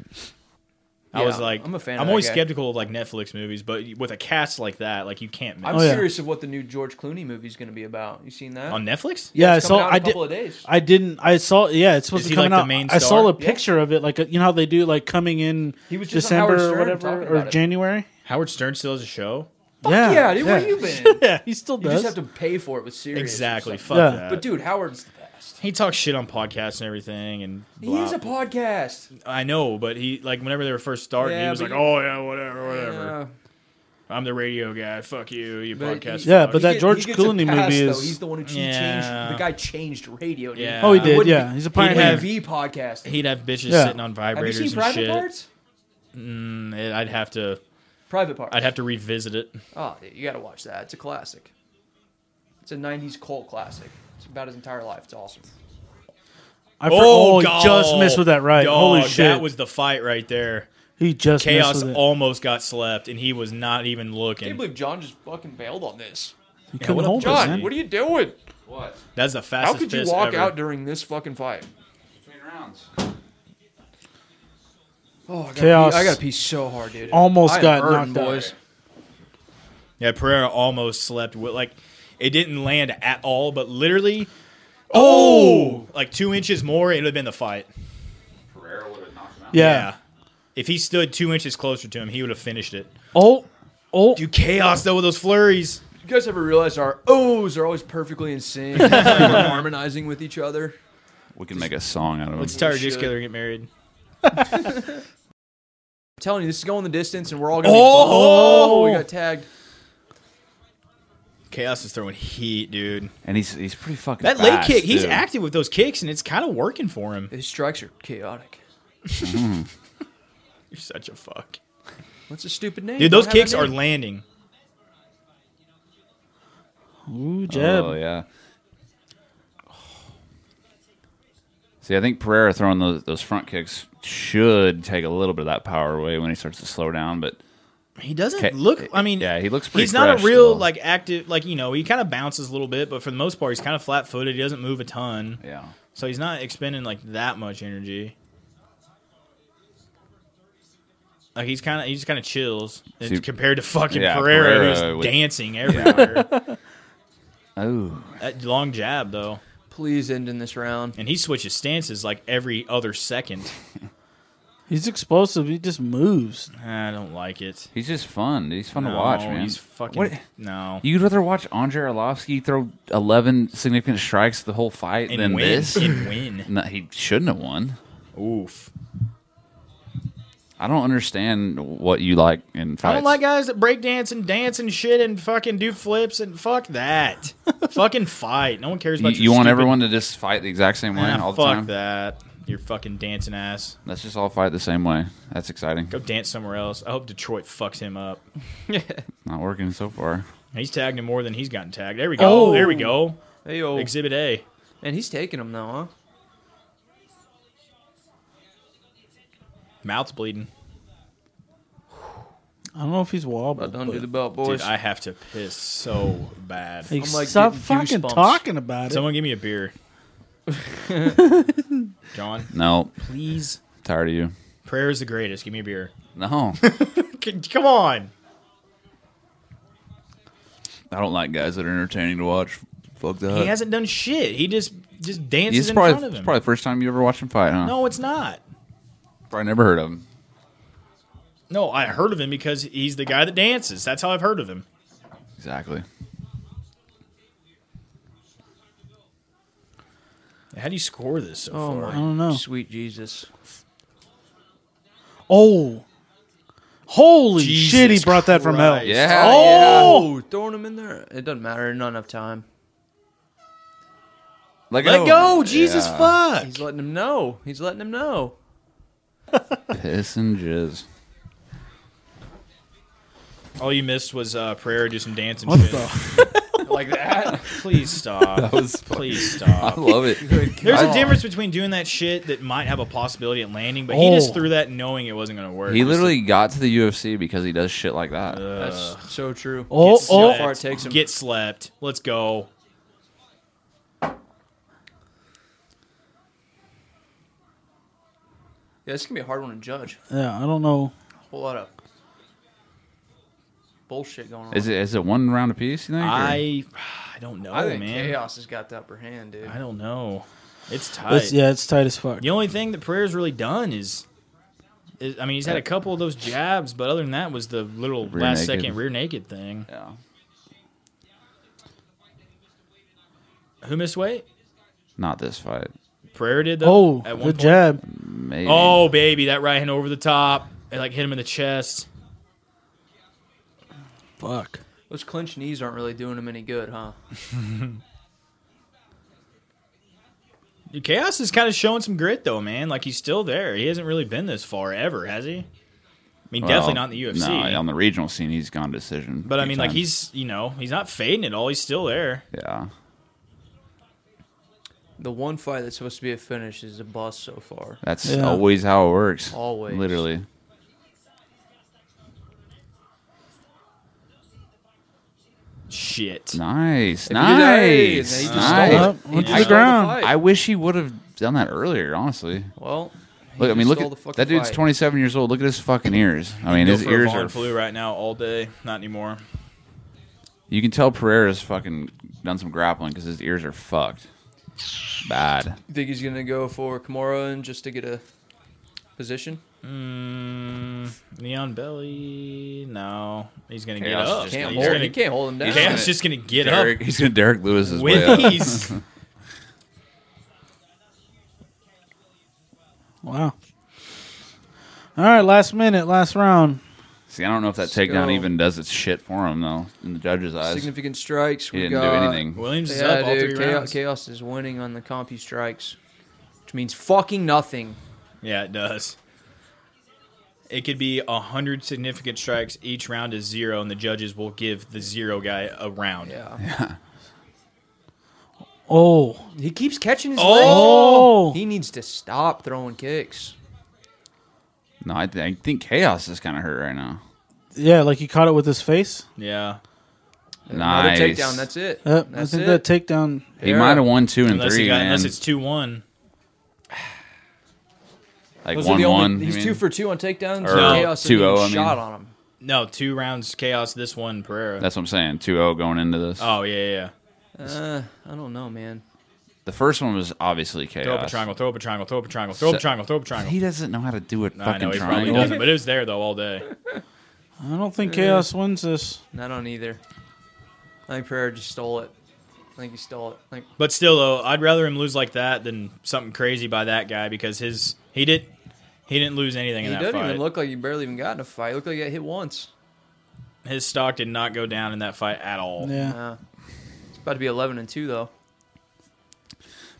Speaker 2: I
Speaker 4: Yeah,
Speaker 2: was like,
Speaker 4: I'm a fan of
Speaker 2: I'm
Speaker 4: that
Speaker 2: always
Speaker 4: guy.
Speaker 2: skeptical of like Netflix movies, but with a cast like that, like you can't miss
Speaker 4: I'm
Speaker 3: Oh, yeah.
Speaker 4: curious of what the new George Clooney movie is going to be about. You seen that?
Speaker 2: on Netflix.
Speaker 3: Yeah, I
Speaker 4: it's coming
Speaker 3: saw.
Speaker 4: out in
Speaker 3: I
Speaker 4: a couple
Speaker 3: did.
Speaker 4: of days.
Speaker 3: I didn't. I saw. Yeah, it's supposed
Speaker 2: Is
Speaker 3: to
Speaker 2: he,
Speaker 3: come
Speaker 2: like, the
Speaker 3: out.
Speaker 2: main
Speaker 3: I saw
Speaker 2: star?
Speaker 3: a picture of it, like you know how they do, like coming in
Speaker 4: He was just on
Speaker 3: December
Speaker 4: Howard Stern
Speaker 3: or
Speaker 4: talking
Speaker 3: whatever
Speaker 4: about
Speaker 3: or
Speaker 4: it.
Speaker 3: January.
Speaker 2: Howard Stern still has a show.
Speaker 4: yeah, dude, where you been?
Speaker 3: yeah, he still
Speaker 4: You
Speaker 3: does.
Speaker 4: just have to pay for it with serious. or
Speaker 2: Exactly.
Speaker 4: something.
Speaker 2: Fuck
Speaker 3: Yeah.
Speaker 2: that.
Speaker 4: But dude, Howard's the best.
Speaker 2: he talks shit on podcasts and everything, and
Speaker 4: He is
Speaker 2: blah.
Speaker 4: a podcast.
Speaker 2: I know, but he like whenever they were first starting, he
Speaker 4: Yeah,
Speaker 2: was
Speaker 4: but
Speaker 2: like,
Speaker 4: you-
Speaker 2: "Oh yeah, whatever, whatever.
Speaker 4: Yeah.
Speaker 2: I'm the radio guy. Fuck you, you
Speaker 4: Uh, But
Speaker 2: podcast."
Speaker 4: you-
Speaker 3: Yeah,
Speaker 2: fuck."
Speaker 3: but
Speaker 4: He
Speaker 3: that
Speaker 4: get-
Speaker 3: George
Speaker 4: he gets a
Speaker 3: Clooney
Speaker 4: pass,
Speaker 3: movie
Speaker 4: though.
Speaker 3: is-
Speaker 4: He's the one who he
Speaker 2: Yeah.
Speaker 4: changed. The guy changed radio. Dude.
Speaker 2: Yeah.
Speaker 3: oh, he
Speaker 2: I
Speaker 3: did.
Speaker 4: wouldn't
Speaker 3: Yeah,
Speaker 4: be-
Speaker 3: he's a
Speaker 4: He'd
Speaker 3: pioneer.
Speaker 2: have-
Speaker 4: be podcasting.
Speaker 2: he'd have bitches
Speaker 3: Yeah.
Speaker 2: sitting on
Speaker 4: Have you
Speaker 2: vibrators
Speaker 4: seen
Speaker 2: and
Speaker 4: Private
Speaker 2: shit.
Speaker 4: Parts?
Speaker 2: Mm, it- I'd have to,
Speaker 4: Private Parts.
Speaker 2: I'd have to revisit it.
Speaker 4: Oh, dude, you got to watch that. It's a classic. It's a '90s cult classic. It's about his entire life. It's awesome.
Speaker 3: I for- oh, he just missed with that right.
Speaker 2: Dog,
Speaker 3: Holy shit!
Speaker 2: That was the fight right there.
Speaker 3: he just
Speaker 2: Chaos
Speaker 3: missed with it.
Speaker 2: almost got slept, and he was not even
Speaker 4: I can't
Speaker 2: looking.
Speaker 4: believe John just fucking bailed on this.
Speaker 3: He couldn't
Speaker 2: what up,
Speaker 3: hold it,
Speaker 4: John,
Speaker 3: man.
Speaker 4: what are you doing?
Speaker 1: What?
Speaker 2: That's the
Speaker 4: How
Speaker 2: fastest.
Speaker 4: could you
Speaker 2: fist
Speaker 4: walk
Speaker 2: ever.
Speaker 4: out during this fucking fight?
Speaker 1: Between rounds.
Speaker 4: Oh, I gotta,
Speaker 3: Chaos
Speaker 4: Pee, I gotta pee so hard, dude.
Speaker 3: almost
Speaker 4: I am
Speaker 3: got
Speaker 4: hurting,
Speaker 3: knocked out.
Speaker 4: boys.
Speaker 2: Yeah, Pereira almost slept with like it didn't land at all, but literally, oh, like two inches more, it would have been the fight.
Speaker 1: Pereira would have knocked him out.
Speaker 3: Yeah.
Speaker 2: If he stood two inches closer to him, he would have finished it.
Speaker 3: Oh, oh,
Speaker 2: Dude, chaos though with those flurries.
Speaker 4: You guys ever realize our O's are always perfectly in sync, It's like we're harmonizing with each other?
Speaker 1: We can make a song out of him.
Speaker 2: Let's Tyra Dukes
Speaker 4: should.
Speaker 2: Killer get married.
Speaker 4: I'm telling you, this is going the distance, and we're all gonna.
Speaker 2: Oh!
Speaker 4: be bummed. we got tagged.
Speaker 2: Chaos is throwing heat, dude.
Speaker 1: and he's he's pretty fucking.
Speaker 2: That
Speaker 1: fast,
Speaker 2: leg kick, he's
Speaker 1: dude.
Speaker 2: active with those kicks, and it's kind of working for him.
Speaker 4: His strikes are chaotic.
Speaker 2: You're such a fuck,
Speaker 4: What's a stupid name?
Speaker 2: dude.
Speaker 4: Don't
Speaker 2: Those
Speaker 4: have that
Speaker 2: kicks are
Speaker 4: name.
Speaker 2: landing.
Speaker 3: ooh, jab.
Speaker 1: Oh yeah. See, I think Pereira throwing those those front kicks should take a little bit of that power away when he starts to slow down. But
Speaker 2: He doesn't
Speaker 1: Okay.
Speaker 2: look. I mean,
Speaker 1: eh, Yeah, he looks pretty
Speaker 2: He's not a
Speaker 1: fresh
Speaker 2: real
Speaker 1: still.
Speaker 2: like active. Like you know, he kind of bounces a little bit, but for the most part, he's kind of flat footed. He doesn't move a ton,
Speaker 1: yeah,
Speaker 2: so he's not expending like that much energy. Like he's kind of he just kind of chills It's
Speaker 1: See-
Speaker 2: compared to fucking
Speaker 1: Yeah,
Speaker 2: Pereira,
Speaker 1: Pereira
Speaker 2: who's
Speaker 1: with-
Speaker 2: dancing everywhere.
Speaker 1: oh,
Speaker 2: that long jab though,
Speaker 4: Please end in this round.
Speaker 2: and he switches stances like every other second.
Speaker 3: He's explosive. He just moves.
Speaker 2: I don't like it.
Speaker 1: he's just fun. He's fun to
Speaker 2: No,
Speaker 1: watch, man.
Speaker 2: He's fucking
Speaker 1: What-
Speaker 2: no.
Speaker 1: You'd rather watch Andre Arlovsky throw eleven significant strikes the whole fight
Speaker 2: and
Speaker 1: than
Speaker 2: win
Speaker 1: this?
Speaker 2: and win.
Speaker 1: No, he shouldn't have won.
Speaker 2: Oof.
Speaker 1: I don't understand what you like in fights.
Speaker 2: I don't like guys that break dance and dance and shit and fucking do flips and fuck that. fucking fight. No one cares
Speaker 1: You,
Speaker 2: about
Speaker 1: you
Speaker 2: your
Speaker 1: want
Speaker 2: stupid-
Speaker 1: everyone to just fight the exact same way
Speaker 2: Nah,
Speaker 1: all the
Speaker 2: fuck
Speaker 1: time.
Speaker 2: that. Your fucking dancing ass.
Speaker 1: Let's just all fight the same way. That's exciting.
Speaker 2: Go dance somewhere else. I hope Detroit fucks him up.
Speaker 1: Not working so far.
Speaker 2: He's tagged him more than he's gotten tagged. There we go.
Speaker 3: Oh.
Speaker 2: There we go.
Speaker 4: Hey
Speaker 1: Oh.
Speaker 4: yo,
Speaker 2: Exhibit A.
Speaker 4: and he's taking him though, huh?
Speaker 2: Mouth's bleeding.
Speaker 3: I don't know if he's
Speaker 4: About
Speaker 3: wobbled.
Speaker 4: to undo
Speaker 3: but-
Speaker 4: the belt, boys.
Speaker 2: Dude, I have to piss so bad.
Speaker 3: Hey,
Speaker 4: I'm, like,
Speaker 3: stop
Speaker 4: getting
Speaker 3: fucking
Speaker 4: goosebumps.
Speaker 3: talking about it.
Speaker 2: Someone give me a beer. John,
Speaker 1: No,
Speaker 2: please.
Speaker 1: tired of you.
Speaker 2: Prayer is the greatest. Give me a beer.
Speaker 1: No,
Speaker 2: C- Come on.
Speaker 1: I don't like guys that are entertaining to watch. Fuck that.
Speaker 2: He hasn't done shit. He just just dances
Speaker 1: It's
Speaker 2: in
Speaker 1: Uh, probably,
Speaker 2: front of
Speaker 1: it's
Speaker 2: him.
Speaker 1: probably the first time you ever watched him fight, huh?
Speaker 2: no, it's not.
Speaker 1: Probably never heard of him.
Speaker 2: No, I heard of him because he's the guy that dances. That's how I've heard of him.
Speaker 1: Exactly.
Speaker 2: How do you score this so
Speaker 4: oh
Speaker 2: far?
Speaker 4: my,
Speaker 3: I don't know.
Speaker 4: sweet Jesus.
Speaker 3: Oh. Holy
Speaker 2: Jesus
Speaker 3: shit, he brought that from hell.
Speaker 2: Christ.
Speaker 1: Yeah. yeah.
Speaker 3: Oh!
Speaker 4: Oh, throwing him in there. It doesn't matter. Not enough time.
Speaker 1: Let go.
Speaker 2: Let go, Oh, Jesus
Speaker 1: Yeah.
Speaker 2: fuck.
Speaker 4: He's letting him know. He's letting him know.
Speaker 1: Piss and jizz.
Speaker 2: All you missed was uh, prayer, do some dancing
Speaker 3: What
Speaker 2: shit.
Speaker 3: the?
Speaker 2: Like that? Please stop.
Speaker 1: was
Speaker 2: Please
Speaker 1: I
Speaker 2: stop.
Speaker 1: love it.
Speaker 2: There's a
Speaker 1: God.
Speaker 2: difference between doing that shit that might have a possibility at landing, but he just
Speaker 3: Oh.
Speaker 2: threw that knowing it wasn't going to work.
Speaker 1: He
Speaker 2: Just
Speaker 1: literally got to the UFC because he does shit like that.
Speaker 4: That's so true.
Speaker 2: get
Speaker 3: Oh,
Speaker 2: slept.
Speaker 3: oh.
Speaker 4: far it takes him.
Speaker 2: Uh, Get slept. Let's go.
Speaker 4: Yeah, this is gonna be a hard one to judge.
Speaker 3: Yeah, I don't know.
Speaker 4: A whole lot of bullshit going on.
Speaker 1: Is it is it one round apiece? You think? or-
Speaker 2: I I don't know,
Speaker 4: I think
Speaker 2: Oh, man.
Speaker 4: chaos has got the upper hand, dude.
Speaker 2: I don't know. It's tight.
Speaker 3: It's, yeah, it's tight as fuck.
Speaker 2: The only thing that Prayer's really done is, is I mean, he's had a couple of those jabs, but other than that, was the little
Speaker 1: Uh, Rear
Speaker 2: last
Speaker 1: naked.
Speaker 2: second rear naked thing.
Speaker 1: yeah.
Speaker 2: Who missed weight?
Speaker 1: Not this fight.
Speaker 2: Prayer did though.
Speaker 3: Oh,
Speaker 2: at
Speaker 3: good
Speaker 2: one point.
Speaker 3: jab.
Speaker 1: Maybe.
Speaker 2: Oh baby, that right hand over the top. It like hit him in the chest.
Speaker 3: Fuck.
Speaker 4: Those clinch knees aren't really doing him any good, huh?
Speaker 2: Dude, Chaos is kind of showing some grit though, man. Like he's still there. He hasn't really been this far ever, has he? I mean,
Speaker 1: Well,
Speaker 2: definitely not in the UFC.
Speaker 1: No, on the regional scene, he's gone decision.
Speaker 2: but I
Speaker 1: big
Speaker 2: mean, like
Speaker 1: time.
Speaker 2: he's you know he's not fading at all. He's still there.
Speaker 1: yeah.
Speaker 4: The one fight that's supposed to be a finish is a bust so far.
Speaker 1: That's
Speaker 3: Yeah.
Speaker 1: always how it works.
Speaker 4: Always.
Speaker 1: Literally.
Speaker 2: Shit.
Speaker 1: Nice.
Speaker 4: If he did- hey,
Speaker 1: Nice.
Speaker 4: he just
Speaker 1: nice.
Speaker 4: stole
Speaker 3: Yep, went
Speaker 4: it. He
Speaker 3: to
Speaker 4: just
Speaker 3: the
Speaker 4: stole
Speaker 3: ground.
Speaker 4: fight.
Speaker 1: I wish he would have done that earlier, honestly.
Speaker 4: well, he
Speaker 1: Look, I mean,
Speaker 4: just
Speaker 1: look
Speaker 4: stole
Speaker 1: at
Speaker 4: the fucking
Speaker 1: that dude's
Speaker 4: fight.
Speaker 1: 27 years old. Look at his fucking ears. I mean,
Speaker 2: Go
Speaker 1: his
Speaker 2: for a
Speaker 1: ears
Speaker 2: Von
Speaker 1: are.
Speaker 2: flu right now all day. Not anymore.
Speaker 1: You can tell Pereira's fucking done some grappling because his ears are fucked. Bad.
Speaker 4: You think he's gonna go for Kimura and just to get a position?
Speaker 2: Mm, neon belly. No, he's gonna
Speaker 1: Chaos
Speaker 2: get up.
Speaker 1: is
Speaker 4: Can't
Speaker 1: He's
Speaker 4: hold.
Speaker 1: gonna-
Speaker 4: he can't hold him down.
Speaker 1: he's
Speaker 2: Chaos
Speaker 1: gonna-
Speaker 2: just gonna get
Speaker 1: Derek, he's gonna Derek Lewis
Speaker 2: up
Speaker 1: his way
Speaker 2: with
Speaker 1: up.
Speaker 2: these.
Speaker 3: Wow. All right, last minute, last round.
Speaker 1: See, I don't know if that
Speaker 4: Let's
Speaker 1: takedown
Speaker 4: go.
Speaker 1: even does its shit for him though. In the judge's eyes, he
Speaker 4: Significant strikes. We
Speaker 1: didn't do
Speaker 4: got,
Speaker 1: anything.
Speaker 2: Williams is
Speaker 4: Yeah,
Speaker 2: up all
Speaker 4: dude,
Speaker 2: three
Speaker 4: Chaos,
Speaker 2: rounds.
Speaker 4: Chaos is winning on the compu strikes, which means fucking nothing.
Speaker 2: Yeah, it does. It could be a hundred significant strikes. Each round is zero, and the judges will give the zero guy a round.
Speaker 4: Yeah.
Speaker 3: Oh,
Speaker 4: He keeps catching his
Speaker 3: Oh!
Speaker 4: legs. He needs to stop throwing kicks.
Speaker 1: No, I, th- I think chaos is kind of hurt right now.
Speaker 3: yeah, like he caught it with his face.
Speaker 2: Yeah.
Speaker 1: Nice.
Speaker 4: Another takedown. That's it.
Speaker 3: Yep,
Speaker 4: that's
Speaker 3: Uh, I think that
Speaker 4: it.
Speaker 3: takedown.
Speaker 1: He
Speaker 4: Yeah.
Speaker 1: might have won two and
Speaker 2: Unless,
Speaker 1: three,
Speaker 2: he got,
Speaker 1: man.
Speaker 2: unless it's two one.
Speaker 1: like
Speaker 4: Those are
Speaker 1: one
Speaker 4: the only-
Speaker 1: one.
Speaker 4: He's two for two on takedowns.
Speaker 1: Or
Speaker 4: and chaos is
Speaker 1: 2-0,
Speaker 4: getting
Speaker 1: I mean.
Speaker 4: shot on him.
Speaker 2: No, two rounds chaos. This one Pereira.
Speaker 1: That's what I'm saying. 2-0 going into this.
Speaker 2: oh yeah, yeah, yeah.
Speaker 4: Uh, I don't know, man.
Speaker 1: the first one was obviously chaos.
Speaker 2: Throw up a triangle. Throw up a triangle. Throw up a triangle. Throw up a
Speaker 1: Se-
Speaker 2: triangle. Throw up a triangle.
Speaker 1: He doesn't know how to do it.
Speaker 2: No, I
Speaker 1: fucking
Speaker 2: know he probably
Speaker 1: triangle.
Speaker 2: doesn't, but it was there though all day.
Speaker 3: I don't think Chaos wins this.
Speaker 4: Not on either. I think Pereira just stole it. I think he stole it. Like
Speaker 2: But still, though, I'd rather him lose like that than something crazy by that guy because his he did he didn't lose anything
Speaker 4: he
Speaker 2: in that
Speaker 4: doesn't
Speaker 2: fight.
Speaker 4: even look like he barely even got in a fight. He looked like he got hit once.
Speaker 2: his stock did not go down in that fight at all.
Speaker 3: Yeah.
Speaker 4: Uh, it's about to be eleven and two though.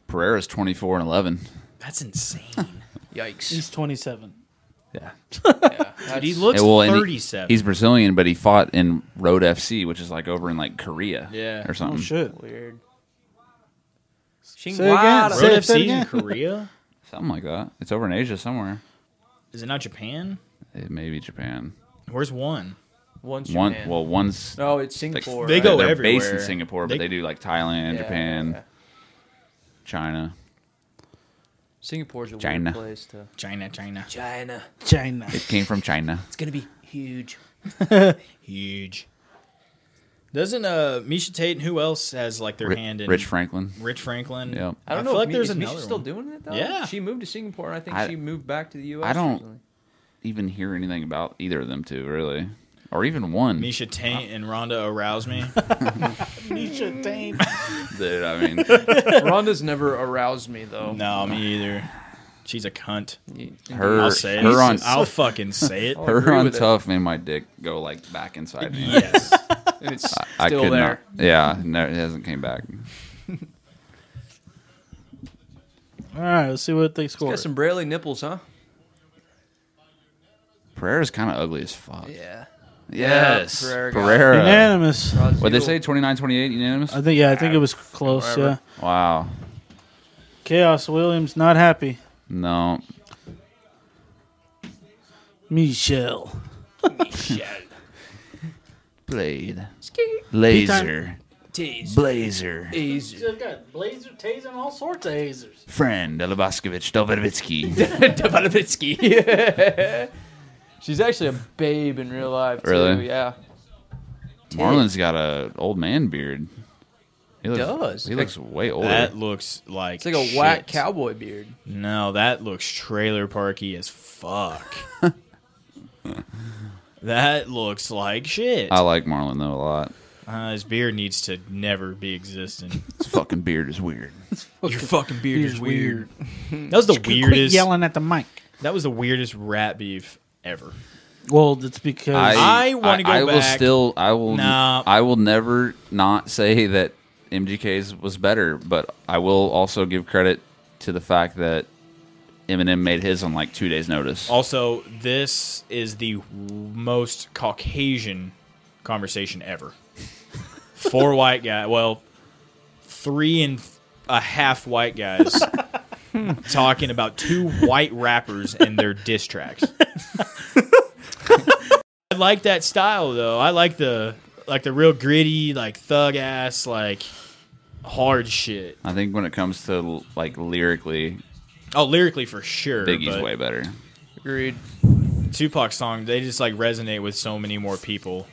Speaker 1: Pereira's 24 and 11.
Speaker 2: That's insane.
Speaker 4: Yikes.
Speaker 3: He's 27.
Speaker 1: Yeah.
Speaker 4: Yeah,
Speaker 2: Dude, he
Speaker 4: that's-
Speaker 2: looks
Speaker 1: Well, and he-
Speaker 2: thirty-seven.
Speaker 1: He's Brazilian, but he fought in Road FC, which is like over in like Korea. Or
Speaker 2: Yeah.
Speaker 3: Oh,
Speaker 4: Hmm.
Speaker 1: something.
Speaker 3: shit.
Speaker 4: weird.
Speaker 3: Say again.
Speaker 2: Road
Speaker 3: Say it
Speaker 2: FC in
Speaker 3: again.
Speaker 2: Korea.
Speaker 1: Something like that. It's over in Asia somewhere.
Speaker 2: Is it not Japan?
Speaker 1: It may be Japan.
Speaker 2: Where's one?
Speaker 4: Once
Speaker 1: One
Speaker 4: Japan.
Speaker 1: well one's
Speaker 4: no, it's
Speaker 1: like,
Speaker 4: Singapore.
Speaker 2: They
Speaker 4: right?
Speaker 2: go
Speaker 1: they're based in
Speaker 2: everywhere.
Speaker 1: Singapore, but
Speaker 2: They-
Speaker 1: they do like Thailand,
Speaker 4: Yeah,
Speaker 1: Japan,
Speaker 4: yeah.
Speaker 1: China.
Speaker 4: Singapore's a
Speaker 1: China.
Speaker 4: weird place to.
Speaker 2: China, China.
Speaker 4: China.
Speaker 3: China.
Speaker 1: It came from China.
Speaker 4: It's gonna be huge.
Speaker 2: Huge. Doesn't uh Misha Tate and who else has like their
Speaker 1: Ri-
Speaker 2: hand in
Speaker 1: Rich Franklin.
Speaker 2: Rich Franklin?
Speaker 1: Yep.
Speaker 4: I don't know.
Speaker 2: feel
Speaker 4: if
Speaker 2: like
Speaker 4: Mi-
Speaker 2: there's
Speaker 4: is Misha
Speaker 2: another
Speaker 4: still
Speaker 2: one.
Speaker 4: doing that though.
Speaker 2: Yeah.
Speaker 4: She moved to Singapore. and I think
Speaker 1: I-
Speaker 4: she moved back to the U.S.
Speaker 1: I don't-
Speaker 4: recently.
Speaker 1: Even hear anything about either of them two, really. Or even one.
Speaker 2: Misha Tate and Ronda arouse me.
Speaker 3: Misha Tate.
Speaker 1: Dude, I mean
Speaker 4: Rhonda's never aroused me though.
Speaker 2: no, me either. She's a cunt.
Speaker 4: You-
Speaker 1: her
Speaker 2: I'll say it.
Speaker 1: her on
Speaker 2: I'll fucking say it.
Speaker 4: Oh,
Speaker 1: her
Speaker 4: agree
Speaker 1: on
Speaker 4: with it.
Speaker 1: tough made my dick go like back inside me.
Speaker 2: yes.
Speaker 4: and it's still
Speaker 1: I could
Speaker 4: there.
Speaker 1: not. Yeah, no, it hasn't came back.
Speaker 3: All right, let's see what they score.
Speaker 4: Got some Braille nipples, huh?
Speaker 1: Pereira's kind of ugly as fuck.
Speaker 4: Yeah.
Speaker 1: Yes,
Speaker 4: Yeah, Pereira
Speaker 1: Pereira.
Speaker 4: got it.
Speaker 3: Unanimous. Uh,
Speaker 1: What they say, 29-28 unanimous.
Speaker 3: I think, yeah, I think it was close,
Speaker 4: Whatever.
Speaker 3: yeah.
Speaker 1: Wow.
Speaker 3: Chaos Williams, not happy.
Speaker 1: No,
Speaker 3: Michelle.
Speaker 1: blade,
Speaker 4: Ski.
Speaker 1: laser,
Speaker 4: Taser.
Speaker 1: Blazer,
Speaker 4: Taser.
Speaker 3: He's got blazer, taser, and all sorts of hazers.
Speaker 1: friend, Alabaskovich, Dolbedovitsky.
Speaker 4: Davidovitsky. She's actually a babe in real life. Too.
Speaker 1: Really?
Speaker 4: Yeah.
Speaker 1: Marlon's got a old man beard. He looks,
Speaker 4: does.
Speaker 1: He looks way older.
Speaker 2: That looks like
Speaker 4: It's like a
Speaker 2: shit.
Speaker 4: whack cowboy beard.
Speaker 2: No, that looks trailer parky as fuck. that looks like shit.
Speaker 1: I like Marlon though a lot.
Speaker 2: Uh, his beard needs to never be existent.
Speaker 1: His fucking beard is weird.
Speaker 4: Your fucking beard is weird.
Speaker 2: That was the
Speaker 3: Quit
Speaker 2: weirdest.
Speaker 3: yelling at the mic.
Speaker 2: That was the weirdest rat beef ever.
Speaker 3: Well, that's because
Speaker 2: I wanna go
Speaker 1: I, I will
Speaker 2: back.
Speaker 1: still. I will.
Speaker 2: Nah.
Speaker 1: I will never not say that MGK's was better, but I will also give credit to the fact that Eminem made his on like two days' notice.
Speaker 2: Also, this is the most Caucasian conversation ever. Four white guys, well, three and a half white guys talking about two white rappers and their diss tracks. I like that style though. I like the like the real gritty, like thug ass, like hard shit.
Speaker 1: I think when it comes to like lyrically,
Speaker 2: Oh, lyrically for sure.
Speaker 1: Biggie's
Speaker 2: but-
Speaker 1: way better.
Speaker 4: Agreed.
Speaker 2: Tupac song, they just like resonate with so many more people.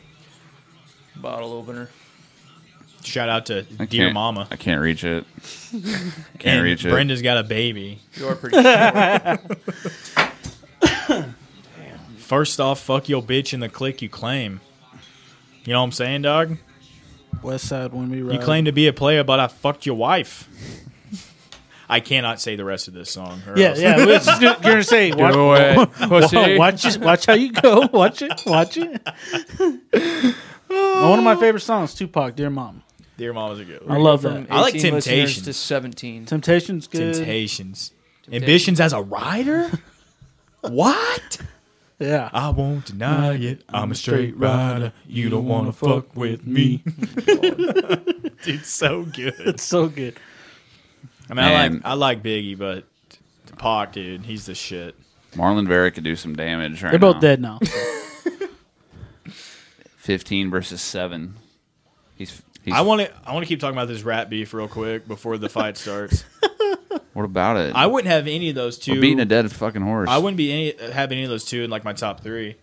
Speaker 4: Bottle opener.
Speaker 2: Shout out to
Speaker 1: I
Speaker 2: Dear
Speaker 1: can't-
Speaker 2: Mama.
Speaker 1: I can't reach it. can't
Speaker 2: And
Speaker 1: reach it.
Speaker 2: Brenda's got a baby.
Speaker 4: You are pretty. short.
Speaker 2: First off, fuck your bitch in the clique you claim. You know what I'm saying, dog?
Speaker 3: West Side when we
Speaker 2: You
Speaker 3: ride.
Speaker 2: claim to be a player, but I fucked your wife. I cannot say the rest of this song. or
Speaker 3: Yeah,
Speaker 2: else.
Speaker 3: yeah. We're just gonna- gonna say watch,
Speaker 4: Pussy.
Speaker 3: watch, it- watch how you go. Watch it. Watch it. One of my favorite songs, Tupac, "Dear Mom."
Speaker 2: Dear Mama's a good
Speaker 3: I
Speaker 2: one.
Speaker 3: love
Speaker 4: From
Speaker 3: that.
Speaker 2: I like
Speaker 4: 18 listeners
Speaker 2: Temptations.
Speaker 4: To 17.
Speaker 3: Temptations good.
Speaker 2: Temptations. Ambitions as a rider? what?
Speaker 3: Yeah.
Speaker 2: I won't deny it. I'm a straight rider. You don't want to fuck with me. Dude, so good.
Speaker 3: It's so good.
Speaker 2: I mean, I like
Speaker 1: Man.
Speaker 2: I like Biggie, but Pac, dude, he's the shit.
Speaker 1: Marlon Vera could do some damage right
Speaker 3: They're both
Speaker 1: now.
Speaker 3: dead now.
Speaker 1: 15 versus 7. He's, he's
Speaker 2: I want to I want to keep talking about this rat beef real quick before the fight starts.
Speaker 1: What about it?
Speaker 2: I wouldn't have any of those 2
Speaker 1: We're beating a dead fucking horse.
Speaker 2: I wouldn't be any have any of those two in like my top three.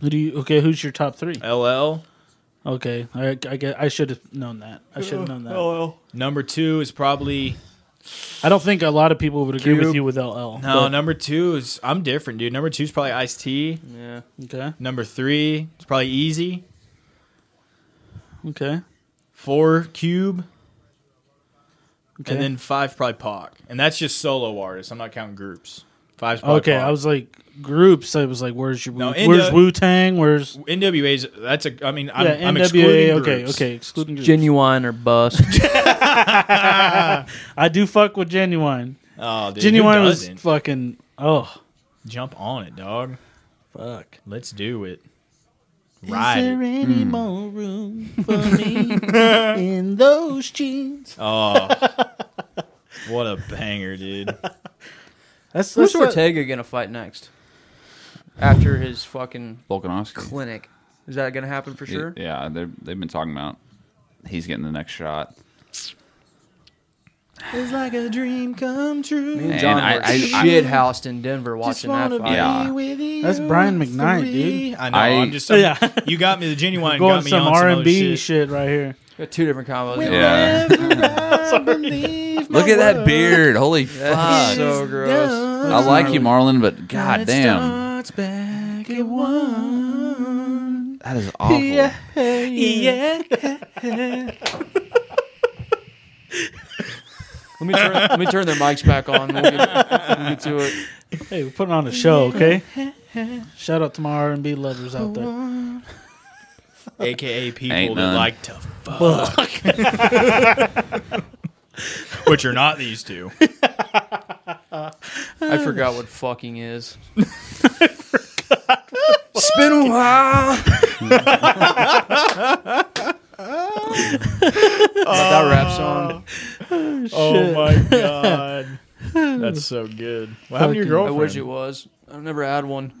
Speaker 3: Who do you? Okay, who's your top three?
Speaker 2: LL.
Speaker 3: Okay, I, I get. I should have known that. I should have known that.
Speaker 2: LL. Number two is probably
Speaker 3: I don't think a lot of people would agree
Speaker 2: Cube.
Speaker 3: with you with LL.
Speaker 2: no.
Speaker 3: but-
Speaker 2: number two is I'm different, dude. Number two is probably Ice T.
Speaker 4: Yeah.
Speaker 3: Okay.
Speaker 2: Number three is probably Easy.
Speaker 3: Okay.
Speaker 2: Four Cube.
Speaker 3: Okay.
Speaker 2: And then five probably Pac. And that's just solo artists. I'm not counting groups. Five's probably
Speaker 3: okay,
Speaker 2: Pac.
Speaker 3: I was like groups. I was like, where's your
Speaker 2: No,
Speaker 3: Wu-
Speaker 2: in
Speaker 3: where's
Speaker 2: the-
Speaker 3: Wu Tang? Where's
Speaker 2: NWA's that's a I mean I'm,
Speaker 3: yeah
Speaker 2: I'm
Speaker 3: NWA?
Speaker 2: excluding
Speaker 3: Okay,
Speaker 2: groups.
Speaker 3: okay, excluding groups.
Speaker 4: Genuine or bust.
Speaker 3: I do fuck with genuine.
Speaker 2: Oh, dude,
Speaker 3: genuine
Speaker 2: who
Speaker 3: was
Speaker 2: doesn't?
Speaker 3: fucking oh
Speaker 2: jump on it, dog.
Speaker 3: fuck.
Speaker 2: Let's do it. Ride.
Speaker 3: Is there
Speaker 2: it.
Speaker 3: any more room for me in those jeans?
Speaker 2: Oh, what a banger, dude!
Speaker 3: That's
Speaker 4: Who's
Speaker 3: that's what-
Speaker 4: Ortega gonna fight next? After his fucking
Speaker 1: Volkanovski.
Speaker 4: clinic, is that gonna happen for sure?
Speaker 1: Yeah, they're- they've been talking about he's getting the next shot.
Speaker 2: It's like a dream come true.
Speaker 4: Me and
Speaker 1: Man,
Speaker 4: John
Speaker 1: I-
Speaker 4: were
Speaker 1: I- I-
Speaker 4: shit housed in Denver watching that
Speaker 2: wanna
Speaker 4: fight.
Speaker 1: Yeah.
Speaker 2: with you
Speaker 3: That's Brian McKnight, dude.
Speaker 2: I know.
Speaker 1: I-
Speaker 2: I, am just. I'm-
Speaker 3: Yeah.
Speaker 2: you got me. The genuine
Speaker 3: going
Speaker 2: got me
Speaker 3: some
Speaker 2: on some
Speaker 3: R
Speaker 2: other
Speaker 3: and B
Speaker 2: shit.
Speaker 3: shit right here.
Speaker 4: Got two different combos.
Speaker 1: Yeah. Look at that beard. Holy
Speaker 4: Ah,
Speaker 1: fuck.
Speaker 4: so gross.
Speaker 1: I like you, Marlon, but god damn. That is awful.
Speaker 3: Yeah.
Speaker 4: Let me turn, let me turn their mics back on. We'll get, we'll get to it.
Speaker 3: Hey, we're putting on a show, okay? Shout out to my R and B lovers out there.
Speaker 2: AKA people
Speaker 1: Ain't
Speaker 2: that
Speaker 1: none.
Speaker 2: like to fuck, which are not these two.
Speaker 4: I forgot what fucking is.
Speaker 1: It's been a while.
Speaker 4: That rap song.
Speaker 2: Oh my god,
Speaker 4: Uh,
Speaker 2: that's so good. What happened to your
Speaker 3: Fucking-
Speaker 4: I
Speaker 2: girlfriend?
Speaker 4: wish it was. I've never had one.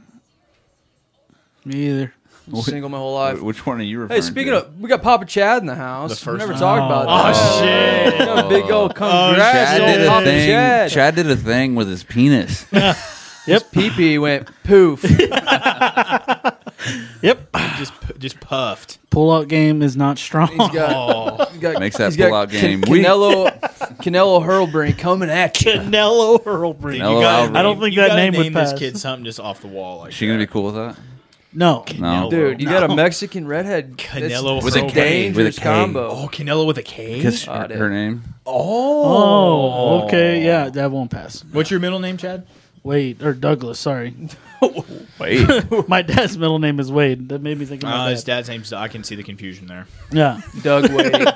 Speaker 3: Me either.
Speaker 4: Single my whole life.
Speaker 1: Uh, Which one are you referring
Speaker 4: Hey,
Speaker 1: to?
Speaker 4: speaking of, we got Papa Chad in the house.
Speaker 2: The first
Speaker 4: we never
Speaker 2: one.
Speaker 4: talked about that.
Speaker 2: Oh, shit.
Speaker 4: You know, big old congrats,
Speaker 2: Chad
Speaker 4: on
Speaker 2: did a
Speaker 4: Papa
Speaker 1: thing.
Speaker 4: Chad.
Speaker 1: Chad did a thing with his penis.
Speaker 4: Yep, pee pee went poof.
Speaker 3: Yep.
Speaker 2: Just pu- just puffed.
Speaker 3: Pullout game is not strong.
Speaker 4: He's got,
Speaker 2: Oh,
Speaker 4: he's got
Speaker 1: Makes that
Speaker 4: he's got
Speaker 1: pull-out game.
Speaker 4: Can-
Speaker 1: We-
Speaker 4: Canelo, Canelo Hurlbrink coming at you.
Speaker 3: Canelo Hurlbrink.
Speaker 1: Canelo Alvarez.
Speaker 3: I don't think
Speaker 2: you
Speaker 3: that
Speaker 2: gotta
Speaker 3: name would
Speaker 2: name this
Speaker 3: pass.
Speaker 2: kid something just off the wall. Like
Speaker 1: Is she gonna be
Speaker 2: that.
Speaker 1: cool with that?
Speaker 3: No.
Speaker 1: No.
Speaker 4: Dude, you
Speaker 2: No.
Speaker 4: got a Mexican redhead. That's-
Speaker 2: Canelo
Speaker 4: that's
Speaker 1: With a K.
Speaker 4: a
Speaker 1: With a
Speaker 4: dangerous
Speaker 1: K.
Speaker 4: combo.
Speaker 2: Oh, Canelo with a K.
Speaker 1: Because
Speaker 4: Got
Speaker 1: her,
Speaker 4: it.
Speaker 1: her name.
Speaker 2: Oh.
Speaker 3: Oh, okay. Yeah, that won't pass.
Speaker 2: What's your middle name, Chad?
Speaker 3: Wade or Douglas. Sorry,
Speaker 1: Wait.
Speaker 3: my dad's middle name is Wade. That made me think of
Speaker 2: Uh,
Speaker 3: my
Speaker 2: his
Speaker 3: dad.
Speaker 2: dad's name's. I can see the confusion there.
Speaker 3: Yeah,
Speaker 4: Doug Wade.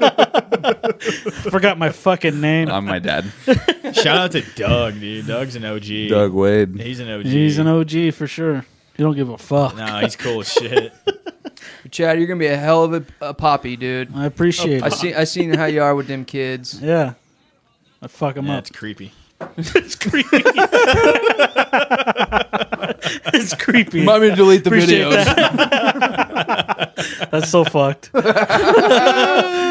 Speaker 3: forgot my fucking name.
Speaker 1: I'm my dad.
Speaker 2: Shout out to Doug, dude. Doug's an OG.
Speaker 1: Wade.
Speaker 2: He's an OG.
Speaker 3: He's an OG for sure. You don't give a fuck.
Speaker 2: Nah, he's cool as shit.
Speaker 4: Chad, you're gonna be a hell of a, a poppy, dude.
Speaker 3: I appreciate
Speaker 4: I
Speaker 3: it.
Speaker 4: seen I seen how you are with them kids.
Speaker 3: Yeah, I fuck him
Speaker 2: Yeah,
Speaker 3: up.
Speaker 2: it's creepy.
Speaker 3: It's creepy. it's creepy.
Speaker 4: Remind me to delete the
Speaker 3: Appreciate
Speaker 4: videos.
Speaker 3: That's so fucked.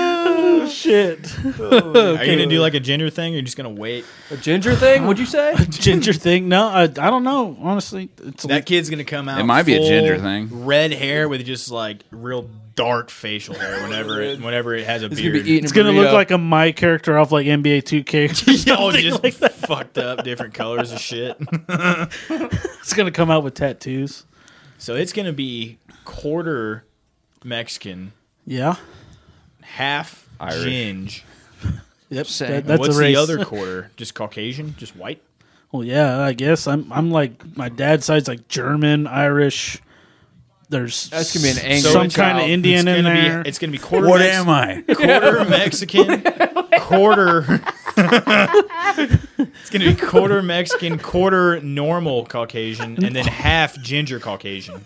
Speaker 3: Shit.
Speaker 2: Are you gonna do like a gender thing? Or you are just gonna wait?
Speaker 4: A ginger thing? What'd you say?
Speaker 3: Ginger thing? No, I, I don't know. Honestly, it's
Speaker 2: That kid's gonna come out.
Speaker 1: It might be a
Speaker 2: full
Speaker 1: ginger thing.
Speaker 2: Red hair with just like real dark facial hair. Whenever it, whenever it has a
Speaker 4: He's gonna
Speaker 2: beard.
Speaker 4: be eating.
Speaker 3: It's gonna look
Speaker 4: burrito.
Speaker 3: like a my character off like NBA 2K.
Speaker 2: Yeah, all just fucked up, different colors of shit.
Speaker 3: it's gonna come out with tattoos.
Speaker 2: So it's gonna be quarter Mexican,
Speaker 3: Yeah,
Speaker 2: half
Speaker 1: Irish.
Speaker 2: Ginge.
Speaker 3: yep.
Speaker 4: Same.
Speaker 3: That, that's
Speaker 2: What's
Speaker 3: a race.
Speaker 2: the other quarter? Just Caucasian? Just white?
Speaker 3: Well, yeah, I guess I'm. I'm like my dad's side's like German, Irish. There's
Speaker 4: That's gonna be an
Speaker 3: s-
Speaker 4: angry
Speaker 3: some
Speaker 4: child.
Speaker 3: kind of Indian
Speaker 2: it's
Speaker 3: in
Speaker 2: gonna
Speaker 3: there.
Speaker 2: Be, it's gonna be quarter. Mex-
Speaker 1: I?
Speaker 2: Quarter Mexican, quarter. it's gonna be quarter Mexican, quarter normal Caucasian, and then half ginger Caucasian.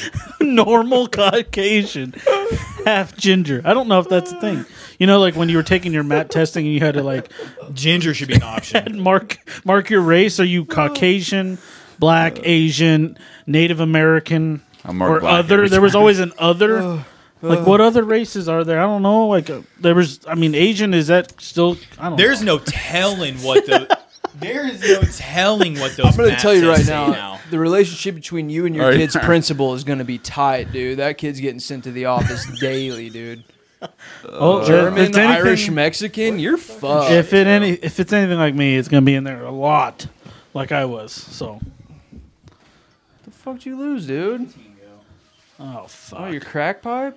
Speaker 3: normal Caucasian, half ginger. I don't know if that's a thing. You know, like when you were taking your map testing and you had to like
Speaker 2: Ginger should be an option.
Speaker 3: mark mark your race. Are you Caucasian, Black, Asian, Native American,
Speaker 1: I mark
Speaker 3: or
Speaker 1: black
Speaker 3: other?
Speaker 1: every
Speaker 3: There was always an other. Like what other races are there? I don't know. Like uh, there was. I mean, Asian is that still? I don't.
Speaker 2: There's
Speaker 3: know.
Speaker 2: no telling what the. Oh There is no telling what those.
Speaker 4: I'm gonna
Speaker 2: map
Speaker 4: tell you right
Speaker 2: tests say
Speaker 4: now, the relationship between you and your
Speaker 1: All right.
Speaker 4: kid's principal is gonna be tight, dude. That kid's getting sent to the office daily, dude.
Speaker 3: oh, if
Speaker 4: uh, German,
Speaker 3: it's anything-
Speaker 4: Irish, Mexican, you're fucked.
Speaker 3: If it any, if it's anything like me, it's gonna be in there a lot, like I was. So.
Speaker 4: the fuck you lose, dude?
Speaker 3: Oh fuck!
Speaker 4: Oh, your crack pipe?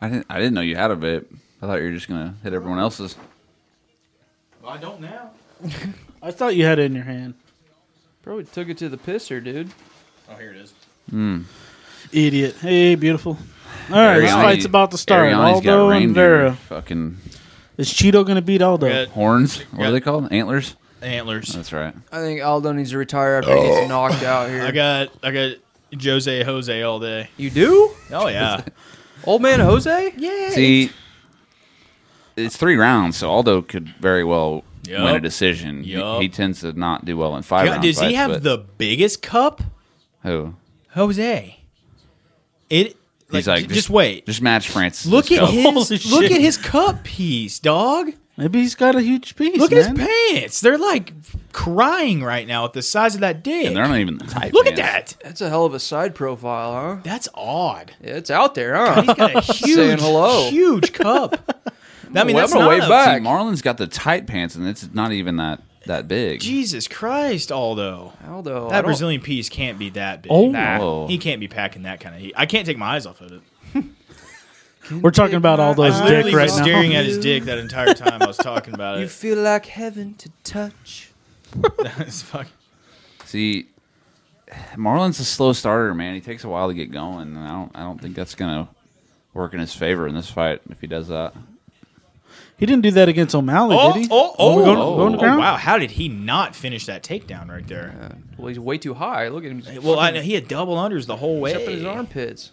Speaker 1: I didn't. I didn't know you had a vape. I thought you were just gonna hit everyone else's.
Speaker 2: I don't now.
Speaker 3: I thought you had it in your hand,
Speaker 4: Probably took it to the pisser, dude.
Speaker 2: Oh, here it is.
Speaker 3: idiot. Hey, beautiful. All right, this
Speaker 1: Ariani-
Speaker 3: fight's about to start.
Speaker 1: Ariani's got
Speaker 3: Aldo and
Speaker 1: reindeer
Speaker 3: Vera.
Speaker 1: Fucking
Speaker 3: Is Cheeto gonna beat Aldo?
Speaker 2: Good.
Speaker 1: horns. What
Speaker 2: Yeah.
Speaker 1: are they called? Antlers.
Speaker 2: Antlers.
Speaker 1: That's right.
Speaker 4: I think Aldo needs to retire after he gets knocked out here.
Speaker 2: I got I got Jose Jose all day.
Speaker 4: you do?
Speaker 2: Oh yeah.
Speaker 4: Old man Jose? Yeah.
Speaker 1: See, it's three rounds, so Aldo could very well
Speaker 2: Yup.
Speaker 1: win a decision. He-
Speaker 2: Yup.
Speaker 1: He, tends to not do well in five
Speaker 2: God,
Speaker 1: round
Speaker 2: does he
Speaker 1: fights,
Speaker 2: have
Speaker 1: but-
Speaker 2: the biggest cup?
Speaker 1: Who?
Speaker 2: Jose. It like,
Speaker 1: He's like,
Speaker 2: j- just, wait.
Speaker 1: Just match Francis.
Speaker 2: look
Speaker 1: Let's
Speaker 2: at
Speaker 1: go.
Speaker 2: his
Speaker 3: Holy
Speaker 2: look
Speaker 3: shit.
Speaker 2: at his cup piece, dog.
Speaker 3: Maybe he's got a huge piece.
Speaker 2: Look at
Speaker 3: man.
Speaker 2: his pants. They're like crying right now at the size of that dick.
Speaker 1: And they're not even the type.
Speaker 2: look at
Speaker 1: man.
Speaker 2: that.
Speaker 4: That's a hell of a side profile, huh?
Speaker 2: That's odd.
Speaker 4: Yeah, it's out there, huh?
Speaker 2: He's got a huge
Speaker 4: hello.
Speaker 2: huge cup. I mean,
Speaker 4: Well,
Speaker 2: that's
Speaker 4: I'm
Speaker 2: not
Speaker 4: gonna
Speaker 2: a-
Speaker 4: wave back.
Speaker 1: See, Marlon's got the tight pants, and it's not even that that big.
Speaker 2: Jesus Christ, Aldo.
Speaker 4: Aldo. I
Speaker 2: That
Speaker 4: don't-
Speaker 2: Brazilian piece can't be that big.
Speaker 3: Oh.
Speaker 1: Nah.
Speaker 2: He can't be packing that kind of heat. I can't take my eyes off of it.
Speaker 3: We're talking about Aldo's
Speaker 4: I
Speaker 2: literally
Speaker 3: dick right
Speaker 2: was
Speaker 3: now.
Speaker 2: staring at his dick that entire time I was talking about
Speaker 4: You
Speaker 2: it.
Speaker 4: feel like heaven to touch.
Speaker 2: It's fuck-
Speaker 1: See, Marlon's a slow starter, man. He takes a while to get going, and I don't, I don't think that's gonna work in his favor in this fight if he does that.
Speaker 3: He didn't do that against O'Malley,
Speaker 2: Oh,
Speaker 3: did he?
Speaker 2: oh, oh,
Speaker 3: We're going,
Speaker 1: oh,
Speaker 3: going to
Speaker 1: oh,
Speaker 3: ground?
Speaker 2: wow. How did he not finish that takedown right there?
Speaker 4: Well, he's way too high. Look at him. He's
Speaker 2: Well, I know he had double unders the whole way.
Speaker 4: up in his armpits.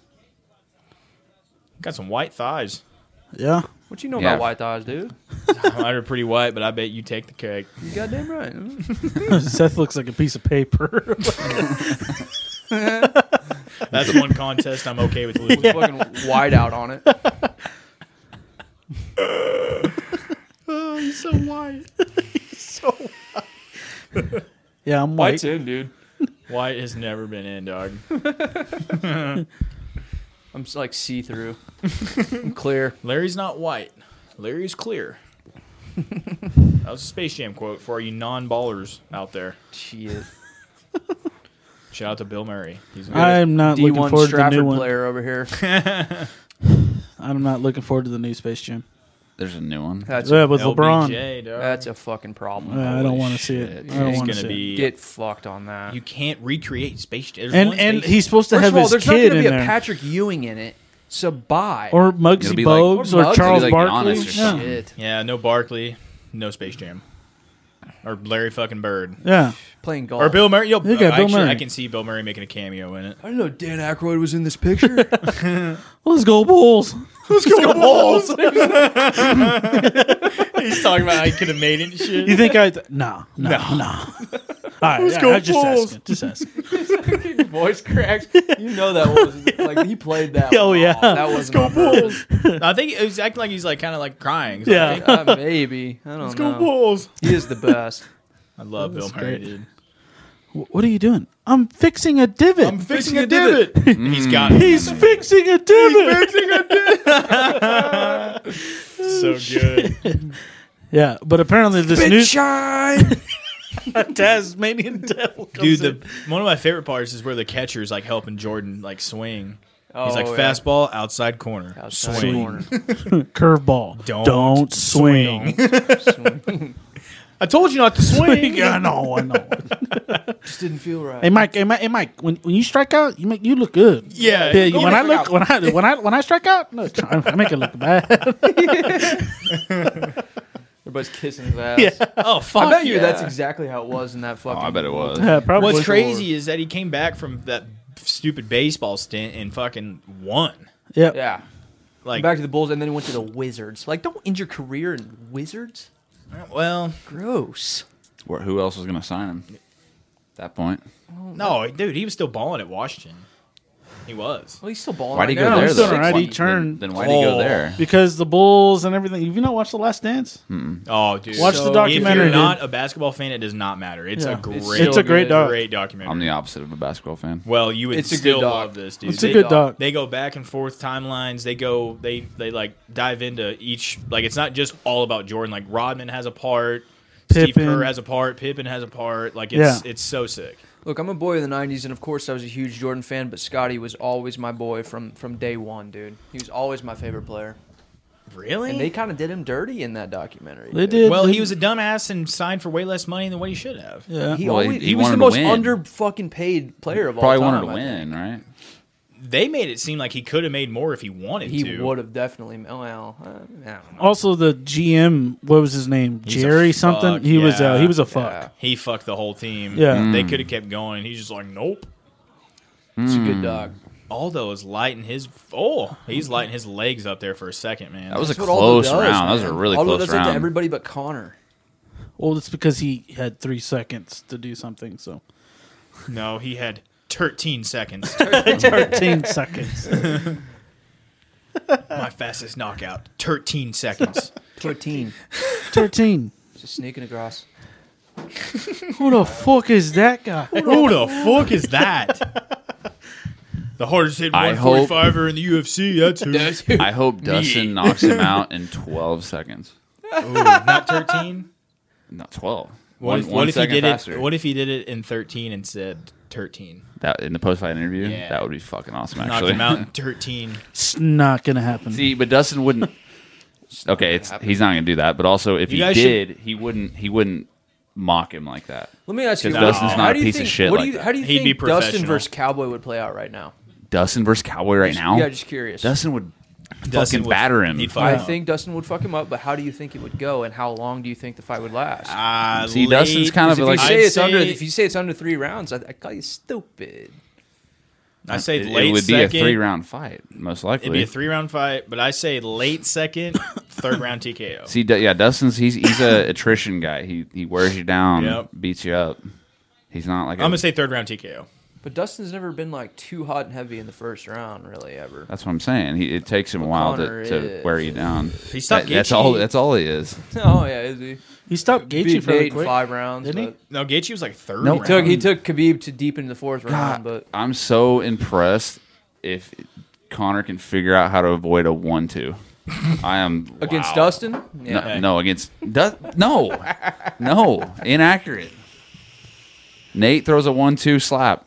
Speaker 2: Got some white thighs.
Speaker 3: Yeah.
Speaker 4: What you know
Speaker 1: Yeah.
Speaker 4: about white thighs, dude?
Speaker 2: Mine are pretty white, but I bet you take the cake.
Speaker 4: You goddamn right. huh?
Speaker 3: Seth looks like a piece of paper.
Speaker 2: That's one contest I'm okay with losing.
Speaker 4: With fucking white out on it.
Speaker 2: Oh, he's so white.
Speaker 3: yeah, I'm white.
Speaker 1: in, dude.
Speaker 2: White has never been in, dog.
Speaker 4: I'm s- like see through. I'm clear.
Speaker 2: Larry's not white. Larry's clear. that was a Space Jam quote for all you non-ballers out there.
Speaker 4: Shit.
Speaker 2: Shout out to Bill Murray. He's
Speaker 3: I'm not looking
Speaker 4: D1
Speaker 3: forward to the new
Speaker 4: Stratford
Speaker 3: one.
Speaker 4: player over here.
Speaker 3: I'm not looking forward to the new Space Jam.
Speaker 1: There's a new one.
Speaker 4: That's
Speaker 3: Yeah,
Speaker 4: a,
Speaker 3: with LeBron.
Speaker 2: LBJ, dog.
Speaker 4: that's a fucking problem.
Speaker 3: Yeah, I don't
Speaker 1: Holy
Speaker 3: want to see it.
Speaker 1: shit.
Speaker 3: I don't
Speaker 2: he's
Speaker 3: want to
Speaker 2: gonna
Speaker 3: see
Speaker 2: be.
Speaker 3: it.
Speaker 4: Get fucked on that.
Speaker 2: you can't recreate Space Jam. There's
Speaker 3: And
Speaker 2: one
Speaker 3: and
Speaker 2: Space-
Speaker 3: he's supposed to
Speaker 4: First
Speaker 3: have
Speaker 4: of all,
Speaker 3: his
Speaker 4: there's not
Speaker 3: kid
Speaker 4: gonna
Speaker 3: in
Speaker 4: be a
Speaker 3: there,
Speaker 4: Patrick Ewing in it. So bye.
Speaker 3: or
Speaker 1: It'll
Speaker 3: Muggsy
Speaker 1: be like-
Speaker 3: Bogues,
Speaker 4: Or
Speaker 3: or,
Speaker 4: Muggsy.
Speaker 3: Charles
Speaker 1: It'll be like
Speaker 3: Barkley.
Speaker 1: Giannis or
Speaker 3: yeah.
Speaker 1: something.
Speaker 4: Shit.
Speaker 2: yeah, no Barkley, no Space Jam, or Larry fucking Bird,
Speaker 3: yeah,
Speaker 4: Playing golf.
Speaker 2: or Bill Murray. Yo,
Speaker 3: You got
Speaker 2: uh,
Speaker 3: Bill
Speaker 2: actually,
Speaker 3: Murray.
Speaker 2: I can see Bill Murray making a cameo in it.
Speaker 4: I didn't know Dan Aykroyd was in this picture.
Speaker 3: Let's go Bulls.
Speaker 2: He's talking about how he could have made it and shit.
Speaker 3: You think I? Th- no, no, no. All right, Let's
Speaker 2: go
Speaker 3: I, just
Speaker 2: Bulls.
Speaker 3: asking. Just asking.
Speaker 4: Voice cracks. You know that was like he played that.
Speaker 3: Oh,
Speaker 4: one
Speaker 3: yeah.
Speaker 4: off. that was go Bulls.
Speaker 2: I think it was acting like he's like kind of like crying. So I
Speaker 3: Yeah.
Speaker 2: think-
Speaker 4: Uh, maybe I don't know.
Speaker 2: Bulls.
Speaker 4: He is the best.
Speaker 2: I love Bill
Speaker 3: That's
Speaker 2: Murray,
Speaker 3: great.
Speaker 2: dude.
Speaker 3: Wh- What are you doing? I'm fixing a divot.
Speaker 2: fixing a divot. He's got it.
Speaker 3: He's fixing a divot.
Speaker 2: so good.
Speaker 3: yeah, but apparently this
Speaker 4: Big
Speaker 3: new
Speaker 4: shine.
Speaker 3: Tasmanian devil
Speaker 2: Dude,
Speaker 3: comes
Speaker 2: the one of my favorite parts is where the catcher's like helping Jordan like swing.
Speaker 4: Oh,
Speaker 2: He's like
Speaker 4: yeah.
Speaker 2: fastball outside corner.
Speaker 4: Outside
Speaker 2: swing.
Speaker 4: corner.
Speaker 3: in. curveball.
Speaker 2: Don't
Speaker 3: swing.
Speaker 4: Swing.
Speaker 2: I told you not to swing.
Speaker 3: I know, I know.
Speaker 4: Just didn't feel right.
Speaker 3: Hey Mike, hey Mike, hey Mike. When, when you strike out, you make you look good.
Speaker 2: Yeah,
Speaker 3: Yeah,
Speaker 2: go
Speaker 3: when I
Speaker 2: make
Speaker 3: look, when I when I when I strike out, look, I I make it look bad.
Speaker 4: Everybody's kissing his ass.
Speaker 2: oh
Speaker 4: I
Speaker 2: fuck!
Speaker 4: bet you
Speaker 2: yeah.
Speaker 4: that's exactly how it was in that
Speaker 1: Oh,
Speaker 4: fucking.
Speaker 1: I bet it was.
Speaker 3: Yeah, probably.
Speaker 2: What's crazy is that he came back from that stupid baseball stint and fucking won.
Speaker 3: Yep.
Speaker 4: Yeah.
Speaker 2: Like,
Speaker 4: Back to the Bulls, and then he went to the Wizards. Like, don't end your career in Wizards.
Speaker 2: well,
Speaker 4: Gross.
Speaker 1: Where, who else was gonna sign him? At that point,
Speaker 2: no, dude, he was still balling at Washington. He was.
Speaker 4: Well, he's still balling.
Speaker 1: why'd he
Speaker 4: right
Speaker 1: go
Speaker 4: now.
Speaker 1: there
Speaker 4: Oh, He's
Speaker 1: though?
Speaker 4: six
Speaker 3: alright. He
Speaker 4: one.
Speaker 3: turned-
Speaker 1: Then, then why'd he go
Speaker 2: Oh.
Speaker 1: there?
Speaker 3: Because the Bulls and everything. Have you not watched The Last Dance?
Speaker 2: Oh, dude,
Speaker 3: Watch
Speaker 4: So-
Speaker 3: the
Speaker 2: If
Speaker 3: documentary.
Speaker 2: you're
Speaker 3: dude.
Speaker 2: not a basketball fan, it does not matter. It's a
Speaker 3: Yeah.
Speaker 2: great,
Speaker 4: It's
Speaker 3: it's
Speaker 4: still
Speaker 3: a great
Speaker 4: good.
Speaker 3: doc.
Speaker 2: great documentary.
Speaker 1: I'm the opposite of a basketball fan.
Speaker 2: well, you would
Speaker 4: It's a
Speaker 2: still
Speaker 4: good doc.
Speaker 2: love this, dude.
Speaker 3: It's a
Speaker 2: They-
Speaker 3: good doc.
Speaker 2: They go back and forth timelines. They go, they they like dive into each. Like it's not just all about Jordan. Like Rodman has a part. Steve
Speaker 3: Pippen.
Speaker 2: Kerr has a part. Pippen has a part. Like it's
Speaker 3: Yeah.
Speaker 2: it's so sick.
Speaker 4: Look, I'm a boy of the '90s, and of course, I was a huge Jordan fan. But Scotty was always my boy from from day one, dude. He was always my favorite player,
Speaker 2: Really?
Speaker 4: and they kind of did him dirty in that documentary.
Speaker 3: They
Speaker 4: dude.
Speaker 3: did.
Speaker 2: well, he was a dumbass and signed for way less money than what he should have.
Speaker 3: Yeah.
Speaker 4: He
Speaker 1: Well, he-
Speaker 4: always he,
Speaker 1: he
Speaker 4: was
Speaker 1: wanted
Speaker 4: the
Speaker 1: to
Speaker 4: most
Speaker 1: win.
Speaker 4: under fucking paid player of all
Speaker 1: Probably
Speaker 4: time.
Speaker 1: wanted to
Speaker 4: I
Speaker 1: win,
Speaker 4: think.
Speaker 1: right?
Speaker 2: They made it seem like he could have made more if he wanted
Speaker 4: He
Speaker 2: to.
Speaker 4: would have definitely. Well, uh, I don't know.
Speaker 3: also the GM. What was his name?
Speaker 2: a
Speaker 3: Jerry
Speaker 2: fuck,
Speaker 3: something. He was. Uh,
Speaker 2: yeah,
Speaker 3: he was a
Speaker 4: Yeah.
Speaker 3: fuck.
Speaker 2: He fucked the whole team.
Speaker 3: Yeah.
Speaker 2: They could have kept going. He's just like, nope.
Speaker 4: It's a
Speaker 1: Hmm.
Speaker 4: good dog.
Speaker 2: Aldo is lighting his oh, he's lighting his legs up there for a second, man.
Speaker 1: That was a
Speaker 4: That's what Aldo
Speaker 1: close
Speaker 4: does,
Speaker 1: round. That was a
Speaker 4: man.
Speaker 1: really
Speaker 4: Aldo
Speaker 1: close
Speaker 4: does it to
Speaker 1: round.
Speaker 4: everybody but Connor.
Speaker 3: Well, it's because he had three seconds to do something. So
Speaker 2: no, he had 13 seconds.
Speaker 3: thirteen seconds.
Speaker 2: My fastest knockout, 13 seconds.
Speaker 4: Thirteen,
Speaker 3: Thirteen.
Speaker 4: just sneaking across.
Speaker 3: Who the fuck is that guy?
Speaker 2: Who the fuck is that? The hardest hit
Speaker 1: I hope-
Speaker 2: 145er in the UFC. That's who.
Speaker 1: I hope Dustin knocks him out in 12 seconds.
Speaker 2: Ooh, not 13.
Speaker 1: Not 12.
Speaker 2: What
Speaker 1: One-
Speaker 2: if,
Speaker 1: one
Speaker 2: what if he
Speaker 1: second
Speaker 2: did
Speaker 1: faster.
Speaker 2: it? What if he did it in 13 and said 13?
Speaker 1: that in the post-fight interview?
Speaker 2: Yeah.
Speaker 1: That would be fucking awesome.
Speaker 2: Knocked
Speaker 1: Actually,
Speaker 2: him out in 13.
Speaker 3: It's not gonna happen.
Speaker 1: See, but Dustin wouldn't. Okay, it's, he's not gonna do that. But also, if
Speaker 2: You
Speaker 1: he
Speaker 2: guys
Speaker 1: did, he wouldn't. He wouldn't mock him like that.
Speaker 4: Let me ask you.
Speaker 1: Because
Speaker 4: what-
Speaker 1: Dustin's
Speaker 4: how
Speaker 1: not a
Speaker 4: do you
Speaker 1: piece of
Speaker 4: think-
Speaker 1: shit
Speaker 4: What
Speaker 1: like
Speaker 4: do you,
Speaker 1: that.
Speaker 4: how do you
Speaker 2: He'd be
Speaker 4: think Dustin
Speaker 2: professional.
Speaker 4: versus Cowboy would play out right now?
Speaker 1: Dustin versus Cowboy right now.
Speaker 4: Yeah, just curious.
Speaker 1: Dustin would
Speaker 2: Dustin
Speaker 1: fucking
Speaker 2: would-
Speaker 1: batter him.
Speaker 2: he'd
Speaker 4: I
Speaker 2: fuck him.
Speaker 4: think Dustin would fuck him up, but how do you think it would go, and how long do you think the fight would last?
Speaker 2: Uh,
Speaker 1: See, Dustin's kind of
Speaker 4: if
Speaker 1: like
Speaker 4: you say
Speaker 2: I'd
Speaker 4: it's under,
Speaker 2: say-
Speaker 4: if you say it's under three rounds, I, I call you stupid.
Speaker 2: I say
Speaker 1: it,
Speaker 2: late
Speaker 1: it would be a
Speaker 2: second.
Speaker 1: three round fight, most likely.
Speaker 2: It'd be a three round fight, but I say late second, third round TKO.
Speaker 1: See, Du- yeah, Dustin's he's he's a attrition guy. He he wears you down,
Speaker 2: Yep.
Speaker 1: beats you up. He's not like
Speaker 2: I'm gonna say third round TKO.
Speaker 4: But Dustin's never been like too hot and heavy in the first round, really ever.
Speaker 1: that's what I'm saying. He, it takes him a while
Speaker 4: O'Connor
Speaker 1: to, to
Speaker 4: is-
Speaker 1: wear you down.
Speaker 2: He's not
Speaker 1: that's
Speaker 2: Gaethje.
Speaker 1: all. That's all he is.
Speaker 4: oh yeah, is he?
Speaker 3: He stopped Gaethje
Speaker 4: Beat
Speaker 3: fairly
Speaker 4: Nate in
Speaker 3: quick.
Speaker 4: five rounds.
Speaker 3: didn't he?
Speaker 4: but-
Speaker 2: No, Gaethje was like third.
Speaker 1: No,
Speaker 2: round.
Speaker 4: Took he took Khabib to deep into the fourth round, but
Speaker 1: I'm so impressed if Connor can figure out how to avoid a one-two. I am
Speaker 4: against
Speaker 1: wow.
Speaker 4: Dustin,
Speaker 1: No,
Speaker 4: yeah,
Speaker 1: no, against does no, no, inaccurate. Nate throws a one-two slap.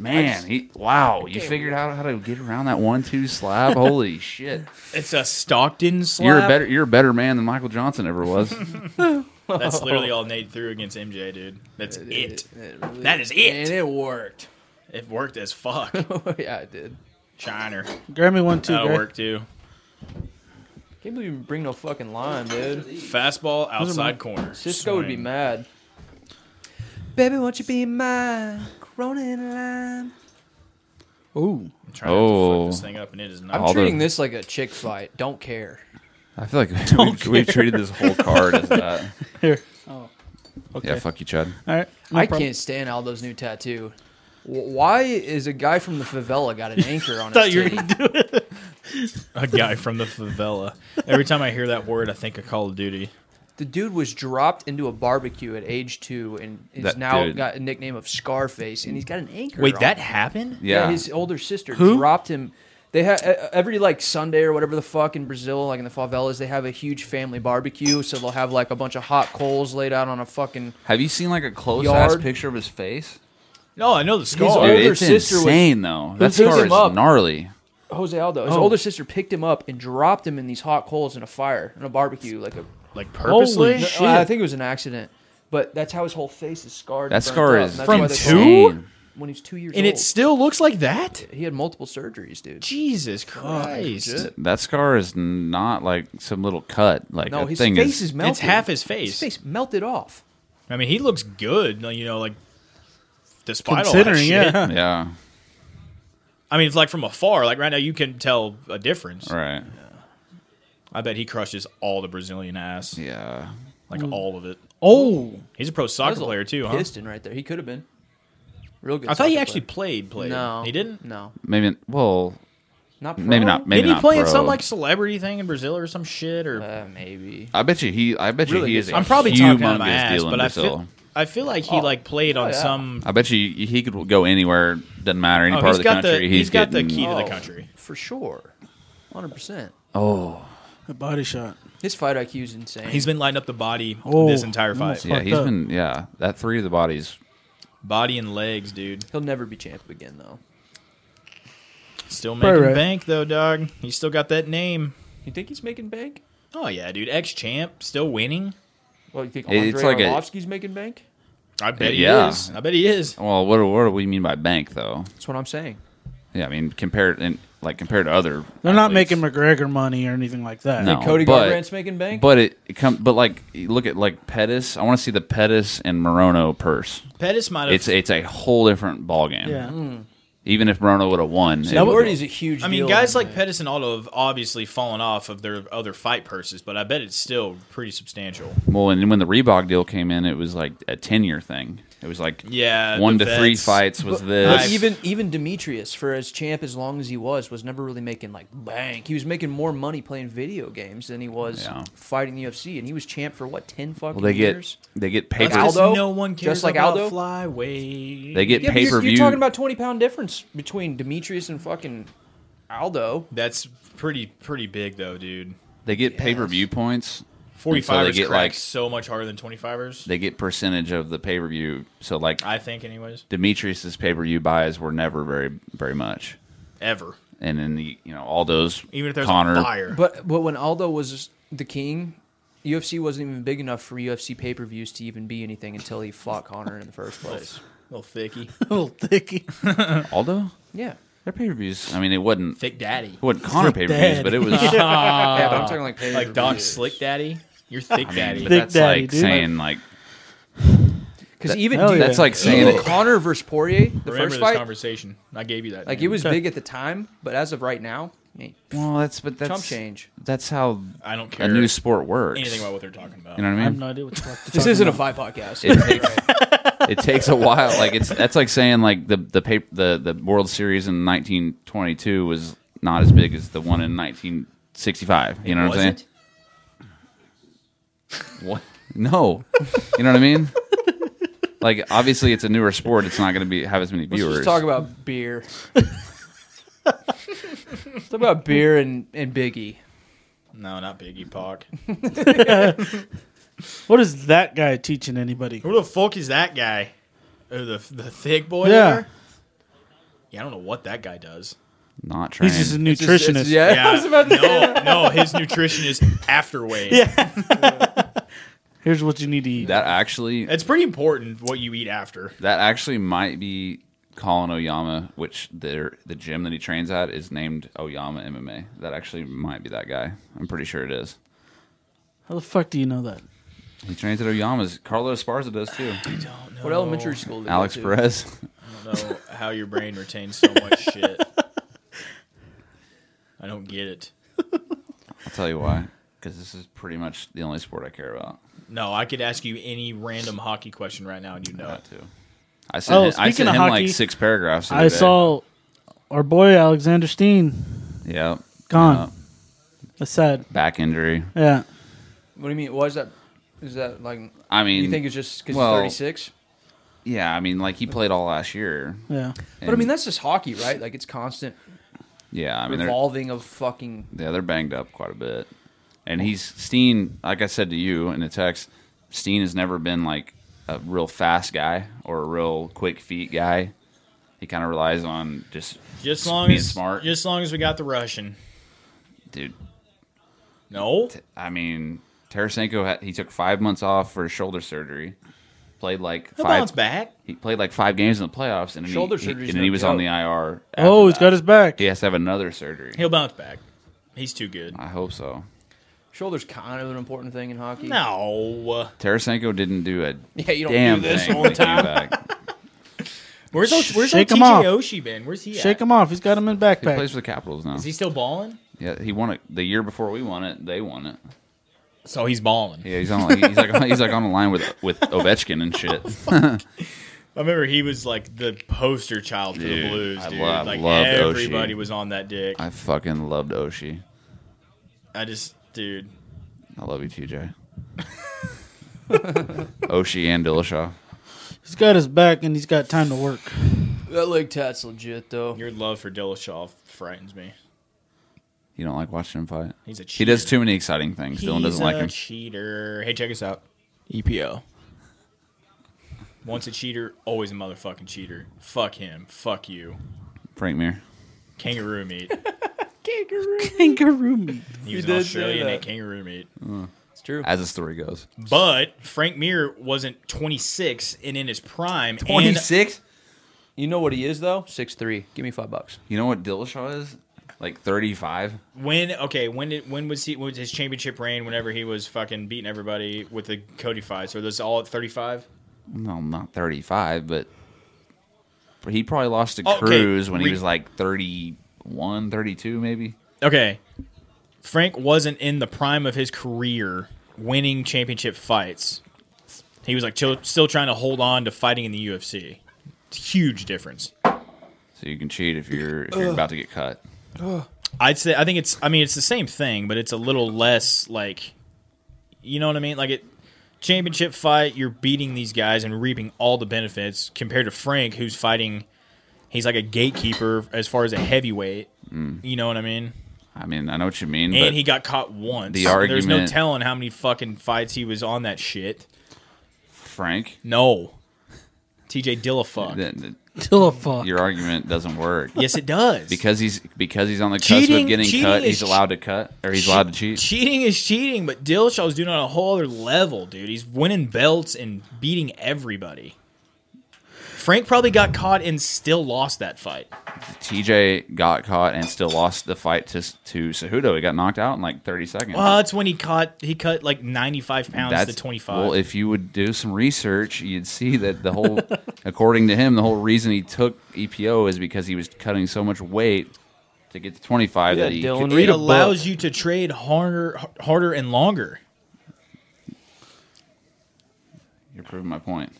Speaker 1: Man, he wow! You figured out how to get around that one-two slap. Holy shit!
Speaker 2: It's a Stockton slap.
Speaker 1: You're a better, you're a better man than Michael Johnson ever was.
Speaker 2: That's literally all Nate threw against MJ, dude. That's it.
Speaker 4: really-
Speaker 2: That is it.
Speaker 4: and it worked.
Speaker 2: It worked as fuck.
Speaker 4: yeah, it did.
Speaker 2: Chiner.
Speaker 3: Grab me one too,
Speaker 2: That'll
Speaker 3: Greg.
Speaker 2: work too.
Speaker 4: Can't believe you bring no fucking line, dude.
Speaker 2: Fastball
Speaker 3: my-
Speaker 2: outside corner.
Speaker 4: Cisco would be
Speaker 2: Swing.
Speaker 4: mad. Baby, won't you be mine? Cronin line.
Speaker 3: Ooh,
Speaker 2: I'm trying
Speaker 1: Oh.
Speaker 2: to fuck this thing up, and it is not.
Speaker 4: I'm
Speaker 1: All the-
Speaker 4: treating this like a chick fight. Don't care.
Speaker 1: I feel like we've, we've treated this whole card as that.
Speaker 3: here.
Speaker 1: Yeah, fuck you, Chud.
Speaker 3: All right.
Speaker 4: I can't stand Aldo's new tattoo. W- Why is a guy from the favela got an anchor on his
Speaker 3: thought you were
Speaker 4: titty?
Speaker 2: a guy from the favela. Every time I hear that word, I think of Call of Duty.
Speaker 4: The dude was dropped into a barbecue at age two and is
Speaker 1: That
Speaker 4: now
Speaker 1: dude.
Speaker 4: got a nickname of Scarface, and he's got an anchor.
Speaker 2: Wait,
Speaker 4: on
Speaker 2: that
Speaker 4: him.
Speaker 2: happened?
Speaker 1: Yeah,
Speaker 4: his older sister dropped him. They have every like Sunday or whatever the fuck in Brazil, like in the favelas, they have a huge family barbecue. So they'll have like a bunch of hot coals laid out on a fucking.
Speaker 1: have you seen like a close ass
Speaker 4: Yard.
Speaker 1: picture of his face?
Speaker 2: No, I know the scar.
Speaker 1: Dude,
Speaker 4: older
Speaker 1: it's
Speaker 4: sister was-
Speaker 1: insane though. That
Speaker 4: took
Speaker 1: scar
Speaker 4: him
Speaker 1: is
Speaker 4: up?
Speaker 1: gnarly.
Speaker 4: Jose Aldo, his older sister picked him up and dropped him in these hot coals in a fire in a barbecue, like a.
Speaker 2: like purposely.
Speaker 3: Holy
Speaker 4: No,
Speaker 3: shit.
Speaker 4: I think it was an accident, but that's how his whole face is scarred.
Speaker 1: That
Speaker 4: and burnt
Speaker 1: scar
Speaker 4: up,
Speaker 1: is
Speaker 4: and that's
Speaker 2: From
Speaker 4: why
Speaker 1: insane.
Speaker 4: they
Speaker 2: two?
Speaker 4: call him- when he's two years
Speaker 2: and
Speaker 4: old.
Speaker 2: it still looks like that.
Speaker 4: he had multiple surgeries, dude.
Speaker 2: Jesus Christ!
Speaker 1: That scar is not like some little cut. Like
Speaker 4: No,
Speaker 1: that
Speaker 4: his
Speaker 1: thing
Speaker 4: face
Speaker 1: is,
Speaker 4: is, melted.
Speaker 2: It's half his
Speaker 4: His
Speaker 2: face.
Speaker 4: face melted off.
Speaker 2: I mean, he looks good. like, You know, like despite all that
Speaker 3: Considering,
Speaker 2: shit.
Speaker 3: yeah.
Speaker 1: yeah,
Speaker 2: I mean, it's like from afar. Like right now, you can tell a difference.
Speaker 1: right.
Speaker 2: I bet he crushes all the Brazilian ass,
Speaker 1: Yeah,
Speaker 2: like all of it.
Speaker 3: Oh,
Speaker 2: He's a pro
Speaker 4: That
Speaker 2: soccer
Speaker 4: was a
Speaker 2: player too, huh?
Speaker 4: Piston right there. He could have been real good.
Speaker 2: I thought he
Speaker 4: soccer
Speaker 2: actually
Speaker 4: player.
Speaker 2: played. Played.
Speaker 4: No,
Speaker 2: He didn't.
Speaker 4: No,
Speaker 1: maybe. Well,
Speaker 4: not pro?
Speaker 1: maybe not. Maybe
Speaker 2: Did he
Speaker 1: not
Speaker 2: play in
Speaker 1: pro.
Speaker 2: some like celebrity thing in Brazil or some shit? Or
Speaker 4: Uh, maybe.
Speaker 1: I bet you he. I bet you
Speaker 4: Really
Speaker 1: he
Speaker 4: good
Speaker 1: is. A
Speaker 2: I'm probably
Speaker 1: humongous
Speaker 2: talking out of my ass,
Speaker 1: deal in
Speaker 2: but I
Speaker 1: Brazil.
Speaker 2: feel I feel like he like played on
Speaker 4: Oh. yeah.
Speaker 2: some.
Speaker 1: I bet you he could go anywhere. Doesn't matter any
Speaker 2: Oh,
Speaker 1: part
Speaker 2: he's
Speaker 1: of the
Speaker 2: got the
Speaker 1: country.
Speaker 2: he's got the
Speaker 1: getting,
Speaker 2: key to the
Speaker 4: Oh,
Speaker 2: country.
Speaker 4: for sure, hundred percent.
Speaker 1: Oh,
Speaker 3: a body shot.
Speaker 4: His fight IQ is insane.
Speaker 2: He's been lighting up the body
Speaker 3: Oh,
Speaker 2: this entire fight.
Speaker 3: almost
Speaker 1: yeah.
Speaker 3: Fucked
Speaker 1: He's
Speaker 3: up.
Speaker 1: been yeah. That three of the bodies.
Speaker 2: Body and legs, dude.
Speaker 4: He'll never be champ again though.
Speaker 2: Still
Speaker 3: Right,
Speaker 2: making
Speaker 3: right.
Speaker 2: bank though, dog. He's still got that name.
Speaker 4: You think he's making bank?
Speaker 2: Oh yeah, dude. Ex champ, still winning.
Speaker 4: Well, you think
Speaker 1: It-
Speaker 4: Andre
Speaker 1: it's like a-
Speaker 4: Arlovsky's making bank?
Speaker 2: I bet
Speaker 1: Yeah.
Speaker 2: he is. I bet he is.
Speaker 1: Well, what what do we mean by bank though?
Speaker 4: That's what I'm saying.
Speaker 1: Yeah, I mean compared and like compared to other.
Speaker 3: They're not
Speaker 1: athletes.
Speaker 3: making McGregor money or anything like that.
Speaker 1: No,
Speaker 4: Cody
Speaker 1: but-
Speaker 4: Garbrandt's making bank.
Speaker 1: But it, it come, but like you look at like Pettis. I want to see the Pettis and Morono purse.
Speaker 2: Pettis might have.
Speaker 1: It's it's a whole different ballgame.
Speaker 3: Yeah.
Speaker 1: Even if Morono would have won, it
Speaker 4: That
Speaker 1: would-
Speaker 4: a huge.
Speaker 2: I mean,
Speaker 4: deal
Speaker 2: guys
Speaker 4: in
Speaker 2: like Pettis and Aldo have obviously fallen off of their other fight purses, but I bet it's still pretty substantial.
Speaker 1: well, and when the Reebok deal came in, it was like a ten year thing. It was like
Speaker 2: Yeah,
Speaker 1: one
Speaker 2: the
Speaker 1: to three
Speaker 2: vets.
Speaker 1: fights was
Speaker 4: But
Speaker 1: this.
Speaker 2: I've-
Speaker 4: even even Demetrius, for as champ as long as he was, was never really making like bank. He was making more money playing video games than he was
Speaker 1: Yeah.
Speaker 4: fighting the UFC, and he was champ for what ten fucking
Speaker 1: well, they
Speaker 4: years.
Speaker 1: get they get pay
Speaker 2: That's
Speaker 1: per
Speaker 4: Aldo-
Speaker 2: 'cause no one
Speaker 4: Just
Speaker 2: cares
Speaker 4: like
Speaker 2: about
Speaker 4: Aldo?
Speaker 2: flyweight.
Speaker 1: they get
Speaker 4: Yeah, but
Speaker 1: pay
Speaker 4: you're-
Speaker 1: per
Speaker 4: you're,
Speaker 1: view.
Speaker 4: talking about twenty pound difference between Demetrius and fucking Aldo.
Speaker 2: That's pretty pretty big though, dude.
Speaker 1: They get pay per view
Speaker 4: Yes.
Speaker 1: points.
Speaker 2: Forty
Speaker 1: so they
Speaker 2: fivers
Speaker 1: get,
Speaker 2: crack
Speaker 1: like-
Speaker 2: so much harder than twenty fivers.
Speaker 1: They get percentage of the pay per view. So like
Speaker 2: I think, anyways,
Speaker 1: Demetrius's pay per view buys were never very very much.
Speaker 2: ever.
Speaker 1: And then the you know all those
Speaker 2: Even if there's
Speaker 1: Connor
Speaker 2: a fire,
Speaker 4: But but when Aldo was the king, UFC wasn't even big enough for UFC pay per views to even be anything until he fought Connor in the first place.
Speaker 2: little thicky,
Speaker 3: little thicky.
Speaker 1: Aldo
Speaker 4: Yeah.
Speaker 1: their pay per views. I mean it wasn't
Speaker 2: thick daddy,
Speaker 1: it wasn't Connor pay
Speaker 3: Thick
Speaker 1: per views,
Speaker 3: dad.
Speaker 1: but it was
Speaker 4: yeah, but
Speaker 1: Uh,
Speaker 4: I'm talking like pay
Speaker 2: like Doc Slick Daddy. You're thick daddy.
Speaker 1: but that's
Speaker 3: daddy,
Speaker 1: like
Speaker 3: dude.
Speaker 1: saying like
Speaker 4: Because even
Speaker 3: hell
Speaker 4: dude,
Speaker 3: yeah.
Speaker 1: That's like saying
Speaker 4: even
Speaker 1: that
Speaker 4: Connor versus Poirier, the
Speaker 2: Remember
Speaker 4: first
Speaker 2: this
Speaker 4: fight,
Speaker 2: conversation? I gave you that.
Speaker 4: like
Speaker 2: dude.
Speaker 4: it was big at the time, but as of right now, man,
Speaker 1: Well, that's but that's
Speaker 4: chump change.
Speaker 1: That's how
Speaker 2: I don't care
Speaker 1: a new sport works.
Speaker 2: anything about what they're talking about.
Speaker 1: you know what
Speaker 3: I
Speaker 1: I
Speaker 3: have
Speaker 1: mean?
Speaker 3: no idea what the fuck they're
Speaker 4: This
Speaker 3: talking
Speaker 4: isn't a
Speaker 3: about.
Speaker 4: fight podcast.
Speaker 1: It takes it takes a while. Like it's that's like saying like the the paper, the the World Series in 1922 was not as big as the one in 1965. You know what I'm saying? What? No. You know what I mean? Like obviously it's a newer sport. It's not going to be have as many
Speaker 4: Let's
Speaker 1: viewers.
Speaker 4: just talk about beer. Let's talk about beer and and Biggie.
Speaker 2: No, not Biggie Pac.
Speaker 3: What is that guy teaching anybody?
Speaker 2: Who the fuck is that guy? Oh, the the thick boy.
Speaker 3: Yeah.
Speaker 2: There? Yeah, I don't know what that guy does.
Speaker 1: not trained.
Speaker 3: He's just a
Speaker 4: It's just-
Speaker 3: nutritionist.
Speaker 4: it's- yeah, I was about to
Speaker 2: no, no, his nutrition is afterweight.
Speaker 3: Here's what you need to eat.
Speaker 1: that actually
Speaker 2: It's pretty important what you eat after.
Speaker 1: that actually might be Colin Oyama, which their the gym that he trains at is named Oyama MMA. That actually might be that guy. I'm pretty sure it is.
Speaker 3: How the fuck do you know that?
Speaker 1: He trains at Oyama's. Carlos Esparza does too.
Speaker 2: Don't know.
Speaker 4: What elementary school? Did you
Speaker 1: Alex
Speaker 4: go to?
Speaker 1: Perez.
Speaker 2: I don't know how your brain retains so much shit. I don't get it.
Speaker 1: I'll tell you why. Because this is pretty much the only sport I care about.
Speaker 2: No, I could ask you any random hockey question right now, and you know it.
Speaker 1: That too. I sent
Speaker 3: Oh,
Speaker 1: him, I
Speaker 3: speaking
Speaker 1: sent
Speaker 3: of
Speaker 1: him
Speaker 3: hockey,
Speaker 1: like six paragraphs. the
Speaker 3: I
Speaker 1: other day.
Speaker 3: saw our boy Alexander Steen
Speaker 1: Yeah. Uh-huh.
Speaker 3: gone. That's sad.
Speaker 1: Back injury.
Speaker 3: Yeah.
Speaker 4: What do you mean? Why is that? Is that like
Speaker 1: I mean,
Speaker 4: you think it's just because
Speaker 1: well,
Speaker 4: he's 36?
Speaker 1: yeah. I mean, like he played all last year.
Speaker 3: Yeah.
Speaker 4: But I mean, that's just hockey, right? Like it's constant
Speaker 1: yeah. I mean, they're
Speaker 4: revolving of fucking.
Speaker 1: Yeah, they're banged up quite a bit. And he's Steen, like I said to you in the text, Steen has never been like a real fast guy or a real quick feet guy. He kind of relies on just
Speaker 2: Just as long
Speaker 1: being
Speaker 2: as
Speaker 1: smart,
Speaker 2: Just as long as we got the Russian.
Speaker 1: dude.
Speaker 2: No,
Speaker 1: I mean, Tarasenko had, he took five months off for shoulder surgery, played like
Speaker 2: he'll
Speaker 1: five.
Speaker 2: bounce back.
Speaker 1: He played like five games in the playoffs, and then
Speaker 4: Shoulder
Speaker 1: he, he,
Speaker 4: surgery's
Speaker 1: and then he
Speaker 4: no
Speaker 1: was
Speaker 4: joke.
Speaker 1: on the IR. after
Speaker 3: Oh, he's
Speaker 1: that.
Speaker 3: got his back.
Speaker 1: He has to have another surgery.
Speaker 2: He'll bounce back. He's too good.
Speaker 1: I hope so.
Speaker 4: Shoulders kind of an important thing in hockey.
Speaker 2: No,
Speaker 1: Tarasenko didn't do a
Speaker 4: Yeah, you don't
Speaker 1: damn
Speaker 4: do this
Speaker 1: thing
Speaker 4: all
Speaker 1: when
Speaker 4: the
Speaker 1: he came
Speaker 4: time.
Speaker 1: back.
Speaker 2: where's our, where's our
Speaker 3: Shake
Speaker 2: TJ
Speaker 3: 'em off.
Speaker 2: Oshie been? Where's he?
Speaker 3: Shake
Speaker 2: at?
Speaker 3: him off. He's got him in
Speaker 1: He
Speaker 3: backpack.
Speaker 1: plays for the Capitals now.
Speaker 2: Is he still balling?
Speaker 1: Yeah, he won it the year before we won it. They won it.
Speaker 2: So he's balling.
Speaker 1: Yeah, he's on. Like, he's like he's like on the line with with Ovechkin and shit.
Speaker 2: I remember he was like the poster child for the
Speaker 1: Dude,
Speaker 2: Blues,
Speaker 1: I
Speaker 2: dude.
Speaker 1: love-
Speaker 2: like
Speaker 1: loved Oshie.
Speaker 2: everybody was on that dick. I,
Speaker 1: I fucking loved Oshi.
Speaker 2: just, dude,
Speaker 1: I love you, TJ. Oshi and Dillashaw.
Speaker 3: He's got his back and he's got time to work.
Speaker 4: That leg tat's legit though.
Speaker 2: your love for Dillashaw frightens me.
Speaker 1: You don't like watching him fight.
Speaker 2: He's a cheater.
Speaker 1: He does too many exciting things. Dylan
Speaker 2: He's
Speaker 1: doesn't like
Speaker 2: a
Speaker 1: him.
Speaker 2: Cheater. Hey, check us out. EPO. Once a cheater, always a motherfucking cheater. Fuck him. Fuck you.
Speaker 1: Frank Mir.
Speaker 2: Kangaroo meat.
Speaker 3: Kangaroo meat.
Speaker 2: He was
Speaker 4: did
Speaker 2: in
Speaker 4: say
Speaker 2: Australia and
Speaker 4: that.
Speaker 2: ate kangaroo meat.
Speaker 4: It's true.
Speaker 1: As the story goes,
Speaker 2: But Frank Mir wasn't 26 and in his prime. and-
Speaker 1: twenty six.
Speaker 4: You know what he is though? Six three. Give me five bucks.
Speaker 1: You know what Dillashaw is? Like thirty five.
Speaker 2: When okay, when did when was he when was his championship reign? Whenever he was fucking beating everybody with the Cody fight, so this all at thirty five.
Speaker 1: No, not thirty five, but but he probably lost to
Speaker 2: Okay,
Speaker 1: Cruz when
Speaker 2: re-
Speaker 1: he was like 31, 32 maybe.
Speaker 2: Okay, Frank wasn't in the prime of his career, winning championship fights. He was like chill, still trying to hold on to fighting in the UFC. It's a huge difference.
Speaker 1: So you can cheat if you're if you're about to get cut.
Speaker 2: I'd say I think it's I mean it's the same thing, but it's a little less like you know what I mean? Like it championship fight, you're beating these guys and reaping all the benefits compared to Frank who's fighting he's like a gatekeeper as far as a heavyweight. You know what I mean?
Speaker 1: I mean, I know what you mean,
Speaker 2: And
Speaker 1: Mm. but
Speaker 2: he got caught once.
Speaker 1: the
Speaker 2: There's no
Speaker 1: argument-
Speaker 2: telling how many fucking fights he was on that shit.
Speaker 1: Frank,
Speaker 2: No. TJ Dillafuck.
Speaker 1: th- th-
Speaker 3: Till a fuck.
Speaker 1: your argument doesn't work
Speaker 2: yes it does.
Speaker 1: because he's because he's on the cusp
Speaker 2: Cheating-
Speaker 1: of getting
Speaker 2: cheating
Speaker 1: cut.
Speaker 2: is
Speaker 1: He's allowed to cut, or he's allowed to cheat.
Speaker 2: Cheating is cheating, but Dillashaw's doing it on a whole other level, dude. He's winning belts and beating everybody. Frank probably got caught and still lost that fight.
Speaker 1: TJ got caught and still lost the fight to to Cejudo. He got knocked out in like 30 seconds.
Speaker 2: Well, that's when he caught he cut like ninety five pounds
Speaker 1: That's
Speaker 2: to twenty five.
Speaker 1: Well, if you would do some research, you'd see that the whole, according to him, the whole reason he took EPO is because he was cutting so much weight to get to 25
Speaker 4: Yeah,
Speaker 1: that he
Speaker 4: Dylan,
Speaker 1: could-
Speaker 2: it
Speaker 4: read a
Speaker 2: allows
Speaker 4: book.
Speaker 2: you to trade harder, harder and longer.
Speaker 1: you're proving my point.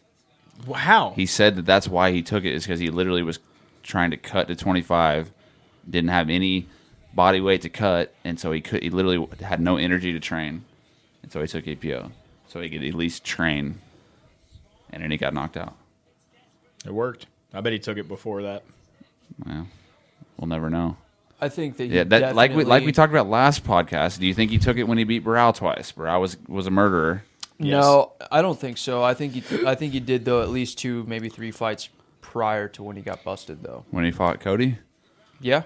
Speaker 2: How?
Speaker 1: He said that that's why he took it is because he literally was trying to cut to 25, didn't have any body weight to cut, and so he could he literally had no energy to train, and so he took EPO so he could at least train, and then he got knocked out.
Speaker 2: It worked. I bet he took it before that.
Speaker 1: Well, we'll never know.
Speaker 4: I think that he
Speaker 1: Yeah, that like we like we
Speaker 4: definitely-
Speaker 1: talked about last podcast. Do you think he took it when he beat Burrell twice? Burrell was was a murderer.
Speaker 4: No, I don't think so. I think he, I think he did though at least two, maybe three fights prior to when he got busted though.
Speaker 1: when he fought Cody.
Speaker 4: Yeah,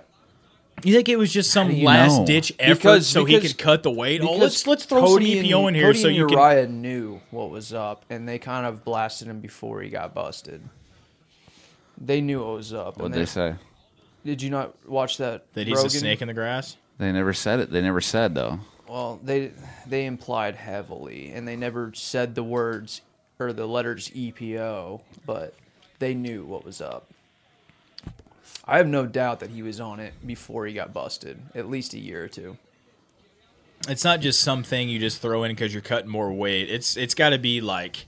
Speaker 2: You think it was just
Speaker 1: do
Speaker 2: some
Speaker 1: you
Speaker 2: last
Speaker 1: know?
Speaker 2: ditch effort
Speaker 4: Because-
Speaker 2: so he
Speaker 4: because-
Speaker 2: could cut the weight? Oh,
Speaker 4: Because
Speaker 2: let's let's throw
Speaker 4: Cody
Speaker 2: some EPO in
Speaker 4: and-
Speaker 2: here
Speaker 4: Cody
Speaker 2: so
Speaker 4: and
Speaker 2: you can.
Speaker 4: Uriah knew what was up, and they kind of blasted him before he got busted. They knew what was up. and
Speaker 1: What'd they say?
Speaker 4: Did you not watch that?
Speaker 2: That he's
Speaker 4: Rogan?
Speaker 2: a snake in the grass.
Speaker 1: They never said it. They never said though.
Speaker 4: Well, they they implied heavily, and they never said the words or the letters EPO, but they knew what was up. I have no doubt that he was on it before he got busted, at least a year or two.
Speaker 2: It's not just something you just throw in because you're cutting more weight. It's it's got to be like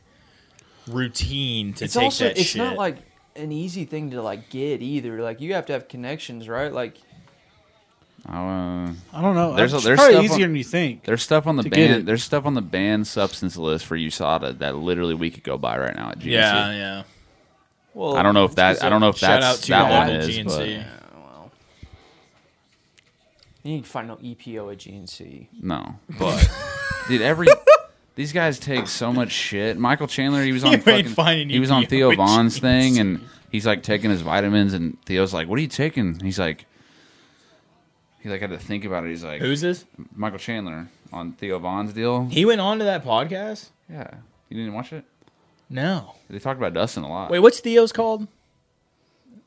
Speaker 2: routine to
Speaker 4: it's
Speaker 2: take
Speaker 4: also
Speaker 2: that
Speaker 4: it's
Speaker 2: shit.
Speaker 4: not like an easy thing to like get either. Like you have to have connections, right? Like
Speaker 1: I, uh,
Speaker 3: I don't know.
Speaker 1: There's
Speaker 3: There's,
Speaker 1: a-
Speaker 3: it's
Speaker 1: there's
Speaker 3: probably
Speaker 1: stuff on-
Speaker 3: easier than you think.
Speaker 1: there's stuff on the
Speaker 3: To get
Speaker 1: ban.
Speaker 3: it.
Speaker 1: There's stuff on the banned substance list for USADA that literally we could go buy right now at GNC.
Speaker 2: yeah, yeah.
Speaker 4: well,
Speaker 1: I don't know if that. I don't know if
Speaker 2: Shout out
Speaker 1: that's
Speaker 2: to your
Speaker 1: that one
Speaker 2: local
Speaker 1: is.
Speaker 2: GNC.
Speaker 1: but-
Speaker 4: Yeah, well, you can find no E EPO at GNC.
Speaker 1: no, but dude, every. These guys take so much shit. Michael Chandler, he was on
Speaker 2: You ain't
Speaker 1: fucking,
Speaker 2: finding
Speaker 1: he was on
Speaker 2: EPO
Speaker 1: Theo
Speaker 2: at
Speaker 1: Vaughn's
Speaker 2: GNC.
Speaker 1: thing, and he's like taking his vitamins, and Theo's like, "What are you taking?" He's like, he like had to think about it. He's like,
Speaker 2: Who's this?
Speaker 1: Michael Chandler on Theo Vaughn's deal.
Speaker 2: He went on to that podcast.
Speaker 1: Yeah. You didn't watch it?
Speaker 2: No.
Speaker 1: They talked about Dustin a lot.
Speaker 2: Wait, what's Theo's called?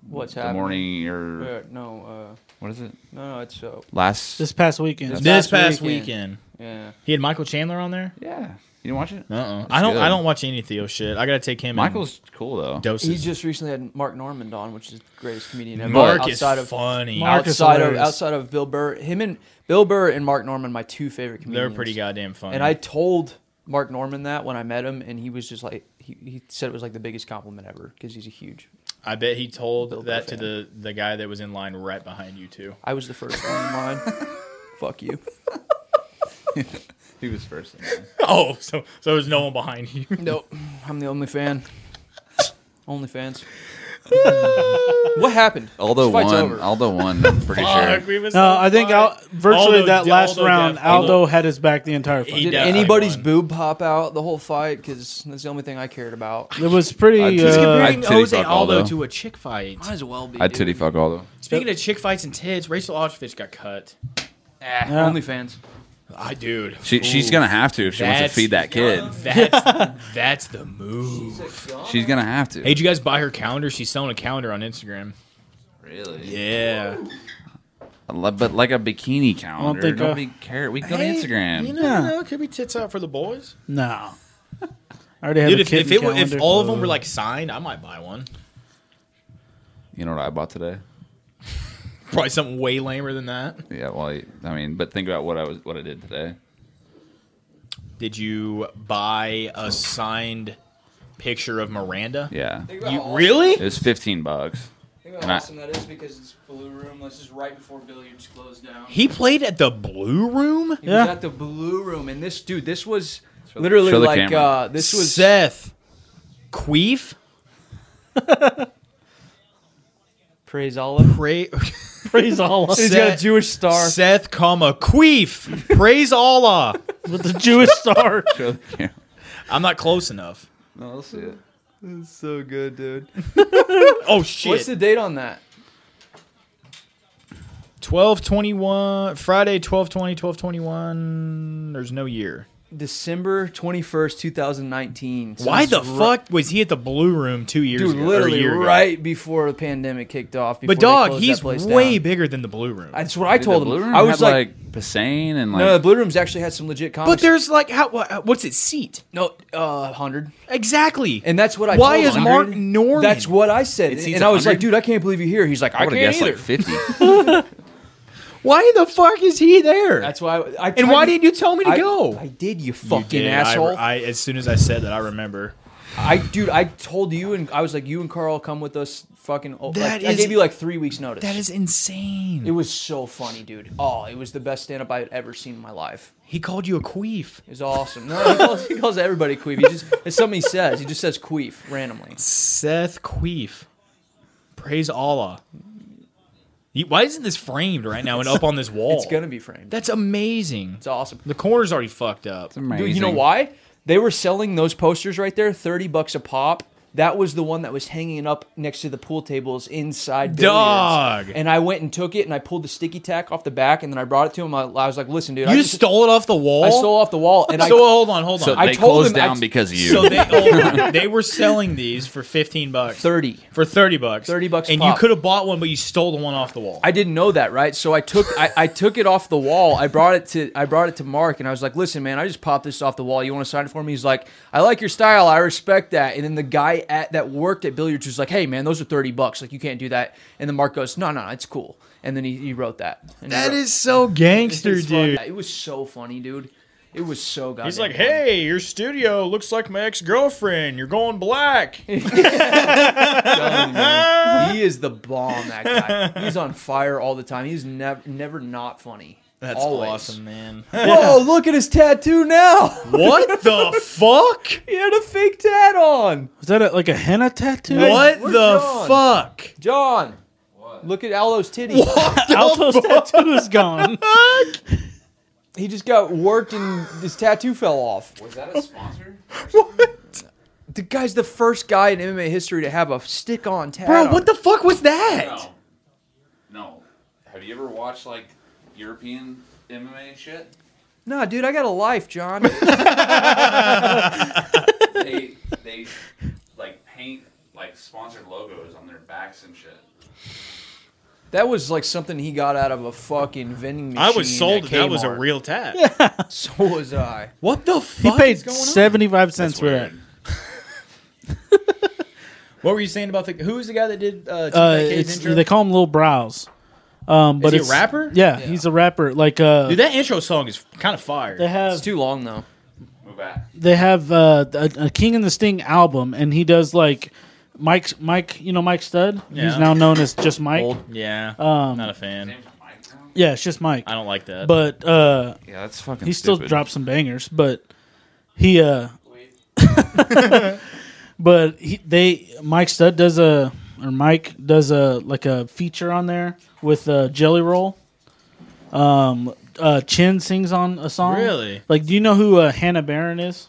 Speaker 4: What's
Speaker 1: the
Speaker 4: happening?
Speaker 1: morning or
Speaker 4: Uh, no, uh,
Speaker 1: what is it?
Speaker 4: no, no, it's uh,
Speaker 1: Last
Speaker 3: This past weekend,
Speaker 4: This
Speaker 2: This
Speaker 4: This
Speaker 2: past
Speaker 4: past
Speaker 2: weekend.
Speaker 4: weekend. yeah.
Speaker 2: He had Michael Chandler on there.
Speaker 1: Yeah. You didn't watch it?
Speaker 2: Uh-uh.
Speaker 1: It's
Speaker 2: I don't.
Speaker 1: good.
Speaker 2: I don't watch any Theo shit. I gotta take him.
Speaker 1: Michael's cool though.
Speaker 2: and doses.
Speaker 4: He just recently had Mark Normand on, which is the greatest comedian ever.
Speaker 2: Mark
Speaker 4: outside
Speaker 2: is
Speaker 4: of
Speaker 2: funny.
Speaker 3: Mark is
Speaker 4: outside of
Speaker 3: hilarious.
Speaker 4: outside of Bill Burr, him and Bill Burr and Mark Norman, my two favorite comedians.
Speaker 2: They're pretty goddamn funny.
Speaker 4: And I told Mark Norman that when I met him, and he was just like, he, he said it was like the biggest compliment ever because he's a huge.
Speaker 2: I bet he told
Speaker 4: Bill Burr
Speaker 2: that to
Speaker 4: fan.
Speaker 2: the the guy that was in line right behind you too.
Speaker 4: I was the first one in line. Fuck you.
Speaker 1: He was first.
Speaker 2: Oh, so so there's no one behind you.
Speaker 4: Nope. I'm the only fan. only fans. what happened?
Speaker 1: Although
Speaker 4: This fight's
Speaker 1: one,
Speaker 4: over.
Speaker 1: although one, I'm pretty sure.
Speaker 2: Fuck, we was
Speaker 3: No,
Speaker 2: so
Speaker 3: I think
Speaker 2: far.
Speaker 3: Al- virtually
Speaker 2: Aldo
Speaker 3: that
Speaker 2: did-
Speaker 3: last
Speaker 2: Aldo
Speaker 3: round,
Speaker 2: definitely-
Speaker 3: Aldo had his back the entire fight.
Speaker 2: He
Speaker 4: Did
Speaker 2: definitely
Speaker 4: anybody's
Speaker 2: won.
Speaker 4: boob pop out the whole fight? Because that's the only thing I cared about.
Speaker 3: It was pretty.
Speaker 1: I
Speaker 3: uh,
Speaker 1: just
Speaker 2: Comparing
Speaker 1: I'd titty
Speaker 2: Jose
Speaker 1: fuck
Speaker 2: Aldo
Speaker 1: Aldo.
Speaker 2: to a chick fight.
Speaker 4: Might as well be.
Speaker 1: I
Speaker 4: dude.
Speaker 1: titty fuck all though.
Speaker 2: Speaking of chick fights and tits, Rachel Ostovich got cut. Ah,
Speaker 4: Eh,
Speaker 3: Yeah.
Speaker 4: Only fans.
Speaker 2: I dude.
Speaker 1: She, she's
Speaker 2: Ooh,
Speaker 1: gonna have to if she wants to
Speaker 2: that's-
Speaker 1: feed that kid.
Speaker 2: That's that's the move.
Speaker 1: She's gonna have to.
Speaker 2: Hey, did you guys buy her calendar? She's selling a calendar on Instagram.
Speaker 1: really?
Speaker 2: Yeah.
Speaker 1: But like a bikini calendar.
Speaker 3: think, uh,
Speaker 1: Nobody care. We go to Instagram.
Speaker 2: You know, you know, it could be tits out for the boys.
Speaker 3: no, I already have
Speaker 2: Dude,
Speaker 3: a
Speaker 2: if, if,
Speaker 3: kitten
Speaker 2: it were, if
Speaker 3: calendar.
Speaker 2: all of them were like signed, I might buy one.
Speaker 1: you know what I bought today?
Speaker 2: Probably something way lamer than that.
Speaker 1: Yeah. Well, I, I mean, but think about what I was, what I did today.
Speaker 2: Did you buy a signed picture of Miranda?
Speaker 1: Yeah.
Speaker 2: You really?
Speaker 1: It was fifteen bucks.
Speaker 4: Think
Speaker 1: And
Speaker 4: how
Speaker 1: I-
Speaker 4: awesome that is because it's Blue Room. This is right before billiards closed down. He
Speaker 2: He played at the Blue Room.
Speaker 3: Yeah.
Speaker 4: was at the Blue Room, and this dude, this was literally
Speaker 1: show the
Speaker 4: like
Speaker 1: camera.
Speaker 4: uh, this was
Speaker 2: Seth Queef.
Speaker 4: praise Allah.
Speaker 2: Pray,
Speaker 3: praise Allah
Speaker 4: He's
Speaker 2: Seth-
Speaker 4: got a Jewish star.
Speaker 2: Seth, comma Queef. Praise Allah.
Speaker 3: with the Jewish star.
Speaker 1: Show the camera.
Speaker 2: I'm not close enough.
Speaker 1: No, let's see it.
Speaker 4: That's so good, dude.
Speaker 2: Oh shit.
Speaker 4: What's the date on that?
Speaker 2: 1221 Friday 1220 1221 there's no year.
Speaker 4: December 21st, 2019. So
Speaker 2: Why
Speaker 4: it's
Speaker 2: the
Speaker 4: ri-
Speaker 2: fuck was he at the Blue Room two years
Speaker 4: Dude,
Speaker 2: ago? or a
Speaker 4: literally
Speaker 2: year ago?
Speaker 4: right before the pandemic kicked off. before
Speaker 2: But
Speaker 4: they
Speaker 2: dog,
Speaker 4: closed
Speaker 2: he's
Speaker 4: that place
Speaker 2: way
Speaker 4: down.
Speaker 2: bigger than the Blue Room.
Speaker 4: That's what I told
Speaker 1: the Blue
Speaker 4: him.
Speaker 1: Room
Speaker 4: I was
Speaker 1: had,
Speaker 4: like,
Speaker 1: like, Bassane and like
Speaker 4: no, the Blue Room's actually had some legit comics.
Speaker 2: but there's like how wha- what's its seat?
Speaker 4: no uh, hundred,
Speaker 2: Exactly.
Speaker 4: and that's what I.
Speaker 2: Why
Speaker 4: told
Speaker 2: is
Speaker 4: him.
Speaker 2: Mark
Speaker 4: 100?
Speaker 2: Norman?
Speaker 4: That's what I said,
Speaker 1: It
Speaker 4: and,
Speaker 1: seats
Speaker 4: I was like,
Speaker 1: 100?
Speaker 4: dude, I can't believe you're here. He's like, I,
Speaker 1: I would have
Speaker 4: can't
Speaker 1: guessed
Speaker 4: either.
Speaker 1: like fifty.
Speaker 2: Why the fuck is he there?
Speaker 4: that's why. I, I
Speaker 2: and why didn't you tell me to
Speaker 4: I,
Speaker 2: go?
Speaker 4: I did, you
Speaker 2: You
Speaker 4: fucking
Speaker 2: did. I-
Speaker 4: asshole.
Speaker 2: I, as soon as I said that, I remember.
Speaker 4: I dude, I told you and I was like, you and Carl come with us. Fucking, oh,
Speaker 2: That
Speaker 4: like, I
Speaker 2: is-
Speaker 4: gave you like three weeks notice.
Speaker 2: That is insane.
Speaker 4: It was so funny, dude. Oh, it was the best stand up I had ever seen in my life.
Speaker 2: he called you a queef.
Speaker 4: It was awesome. No, he calls, he calls everybody queef. He just it's something he says. He just says queef randomly.
Speaker 2: Seth Queef. Praise Allah. You- why isn't this framed right now and up on this wall?
Speaker 4: It's gonna be framed.
Speaker 2: That's amazing.
Speaker 4: It's awesome.
Speaker 2: The corner's already fucked up.
Speaker 4: Dude, you know why? They were selling those posters right there, thirty bucks a pop. That was the one that was hanging up next to the pool tables inside. Billiards.
Speaker 2: Dog.
Speaker 4: And I went and took it, and I pulled the sticky tack off the back, and then I brought it to him. I, I was like, "Listen, dude,
Speaker 2: You
Speaker 4: I
Speaker 2: just stole it off the wall.
Speaker 4: I stole off the wall, and I
Speaker 2: so hold on, hold on.
Speaker 1: So
Speaker 4: I
Speaker 1: they
Speaker 4: told
Speaker 1: closed
Speaker 4: him I-
Speaker 1: down because of you.
Speaker 2: So they hold on. they were selling these for fifteen bucks,
Speaker 4: 30.
Speaker 2: for thirty bucks,
Speaker 4: 30 bucks
Speaker 2: and
Speaker 4: pop.
Speaker 2: you could have bought one, but you stole the one off the wall.
Speaker 4: I didn't know that, right? So I took I, I took it off the wall. I brought it to I brought it to Mark, and I was like, "Listen, man, I just popped this off the wall. You want to sign it for me?" He's like, "I like your style. I respect that." And then the guy at that worked at Billiards was like, "Hey, man, those are thirty bucks. Like, you can't do that." And then Mark goes, "No, no, no, it's cool." And then he, he wrote that. And he
Speaker 2: that
Speaker 4: wrote-
Speaker 2: is so
Speaker 4: it's
Speaker 2: gangster,
Speaker 4: just fun.
Speaker 2: dude.
Speaker 4: It was so funny, dude. It was so goddamn.
Speaker 2: He's like,
Speaker 4: funny.
Speaker 2: "Hey, your studio looks like my ex girlfriend. You're going black."
Speaker 4: Done, man. he is the bomb. That guy. He's on fire all the time. He's never never not funny.
Speaker 2: That's
Speaker 4: Always.
Speaker 2: awesome, man.
Speaker 4: Whoa, look at his tattoo now.
Speaker 2: what the fuck?
Speaker 4: He had a fake tat on.
Speaker 3: Was that a, like a henna tattoo?
Speaker 2: What
Speaker 4: where's
Speaker 2: the
Speaker 4: John?
Speaker 2: fuck?
Speaker 4: John, look at Aldo's titties.
Speaker 3: Alto's tattoo is gone.
Speaker 4: He just got worked and his tattoo fell off.
Speaker 1: Was that a sponsor?
Speaker 4: The guy's the first guy in MMA history to have a stick-on tat.
Speaker 2: Bro,
Speaker 4: on.
Speaker 2: what the fuck was that?
Speaker 1: No. No. Have you ever watched like European MMA shit?
Speaker 4: Nah, dude, I got a life, John.
Speaker 1: They they like paint like sponsored logos on their backs and shit.
Speaker 4: that was like something he got out of a fucking vending machine.
Speaker 2: I was sold
Speaker 4: at
Speaker 2: that that was a
Speaker 4: Kmart.
Speaker 2: real tat.
Speaker 4: So was I.
Speaker 2: What the
Speaker 3: He
Speaker 2: fuck?
Speaker 3: paid
Speaker 2: is going on?
Speaker 3: seventy-five cents for that.
Speaker 2: What were you saying about the? Who was the guy that did? Uh,
Speaker 3: Uh,
Speaker 2: T.K.'s
Speaker 3: it's,
Speaker 2: intro?
Speaker 3: they call him Little Brows. Um, but
Speaker 2: he a
Speaker 3: it's,
Speaker 2: rapper?
Speaker 3: Yeah,
Speaker 4: Yeah.
Speaker 3: he's a rapper. Like uh,
Speaker 2: Dude, that intro song is kind of fire.
Speaker 3: they have
Speaker 4: It's too long though.
Speaker 1: Move back.
Speaker 3: they have uh, a, a King and the Sting album, and he does like Mike Mike. You know Mike Stud. He's
Speaker 2: Yeah.
Speaker 3: now known as just Mike.
Speaker 4: Old.
Speaker 2: yeah,
Speaker 3: Um,
Speaker 2: not a fan.
Speaker 1: Name's Mike now?
Speaker 3: Yeah, it's just Mike.
Speaker 2: I don't like that.
Speaker 3: But uh,
Speaker 1: Yeah, that's fucking.
Speaker 3: he still drops some bangers, but he uh but he they Mike Stud does a or Mike does a like a feature on there with uh Jelly Roll. Um uh Chin sings on a song.
Speaker 2: Really?
Speaker 3: Like do you know who uh, Hannah Barron is?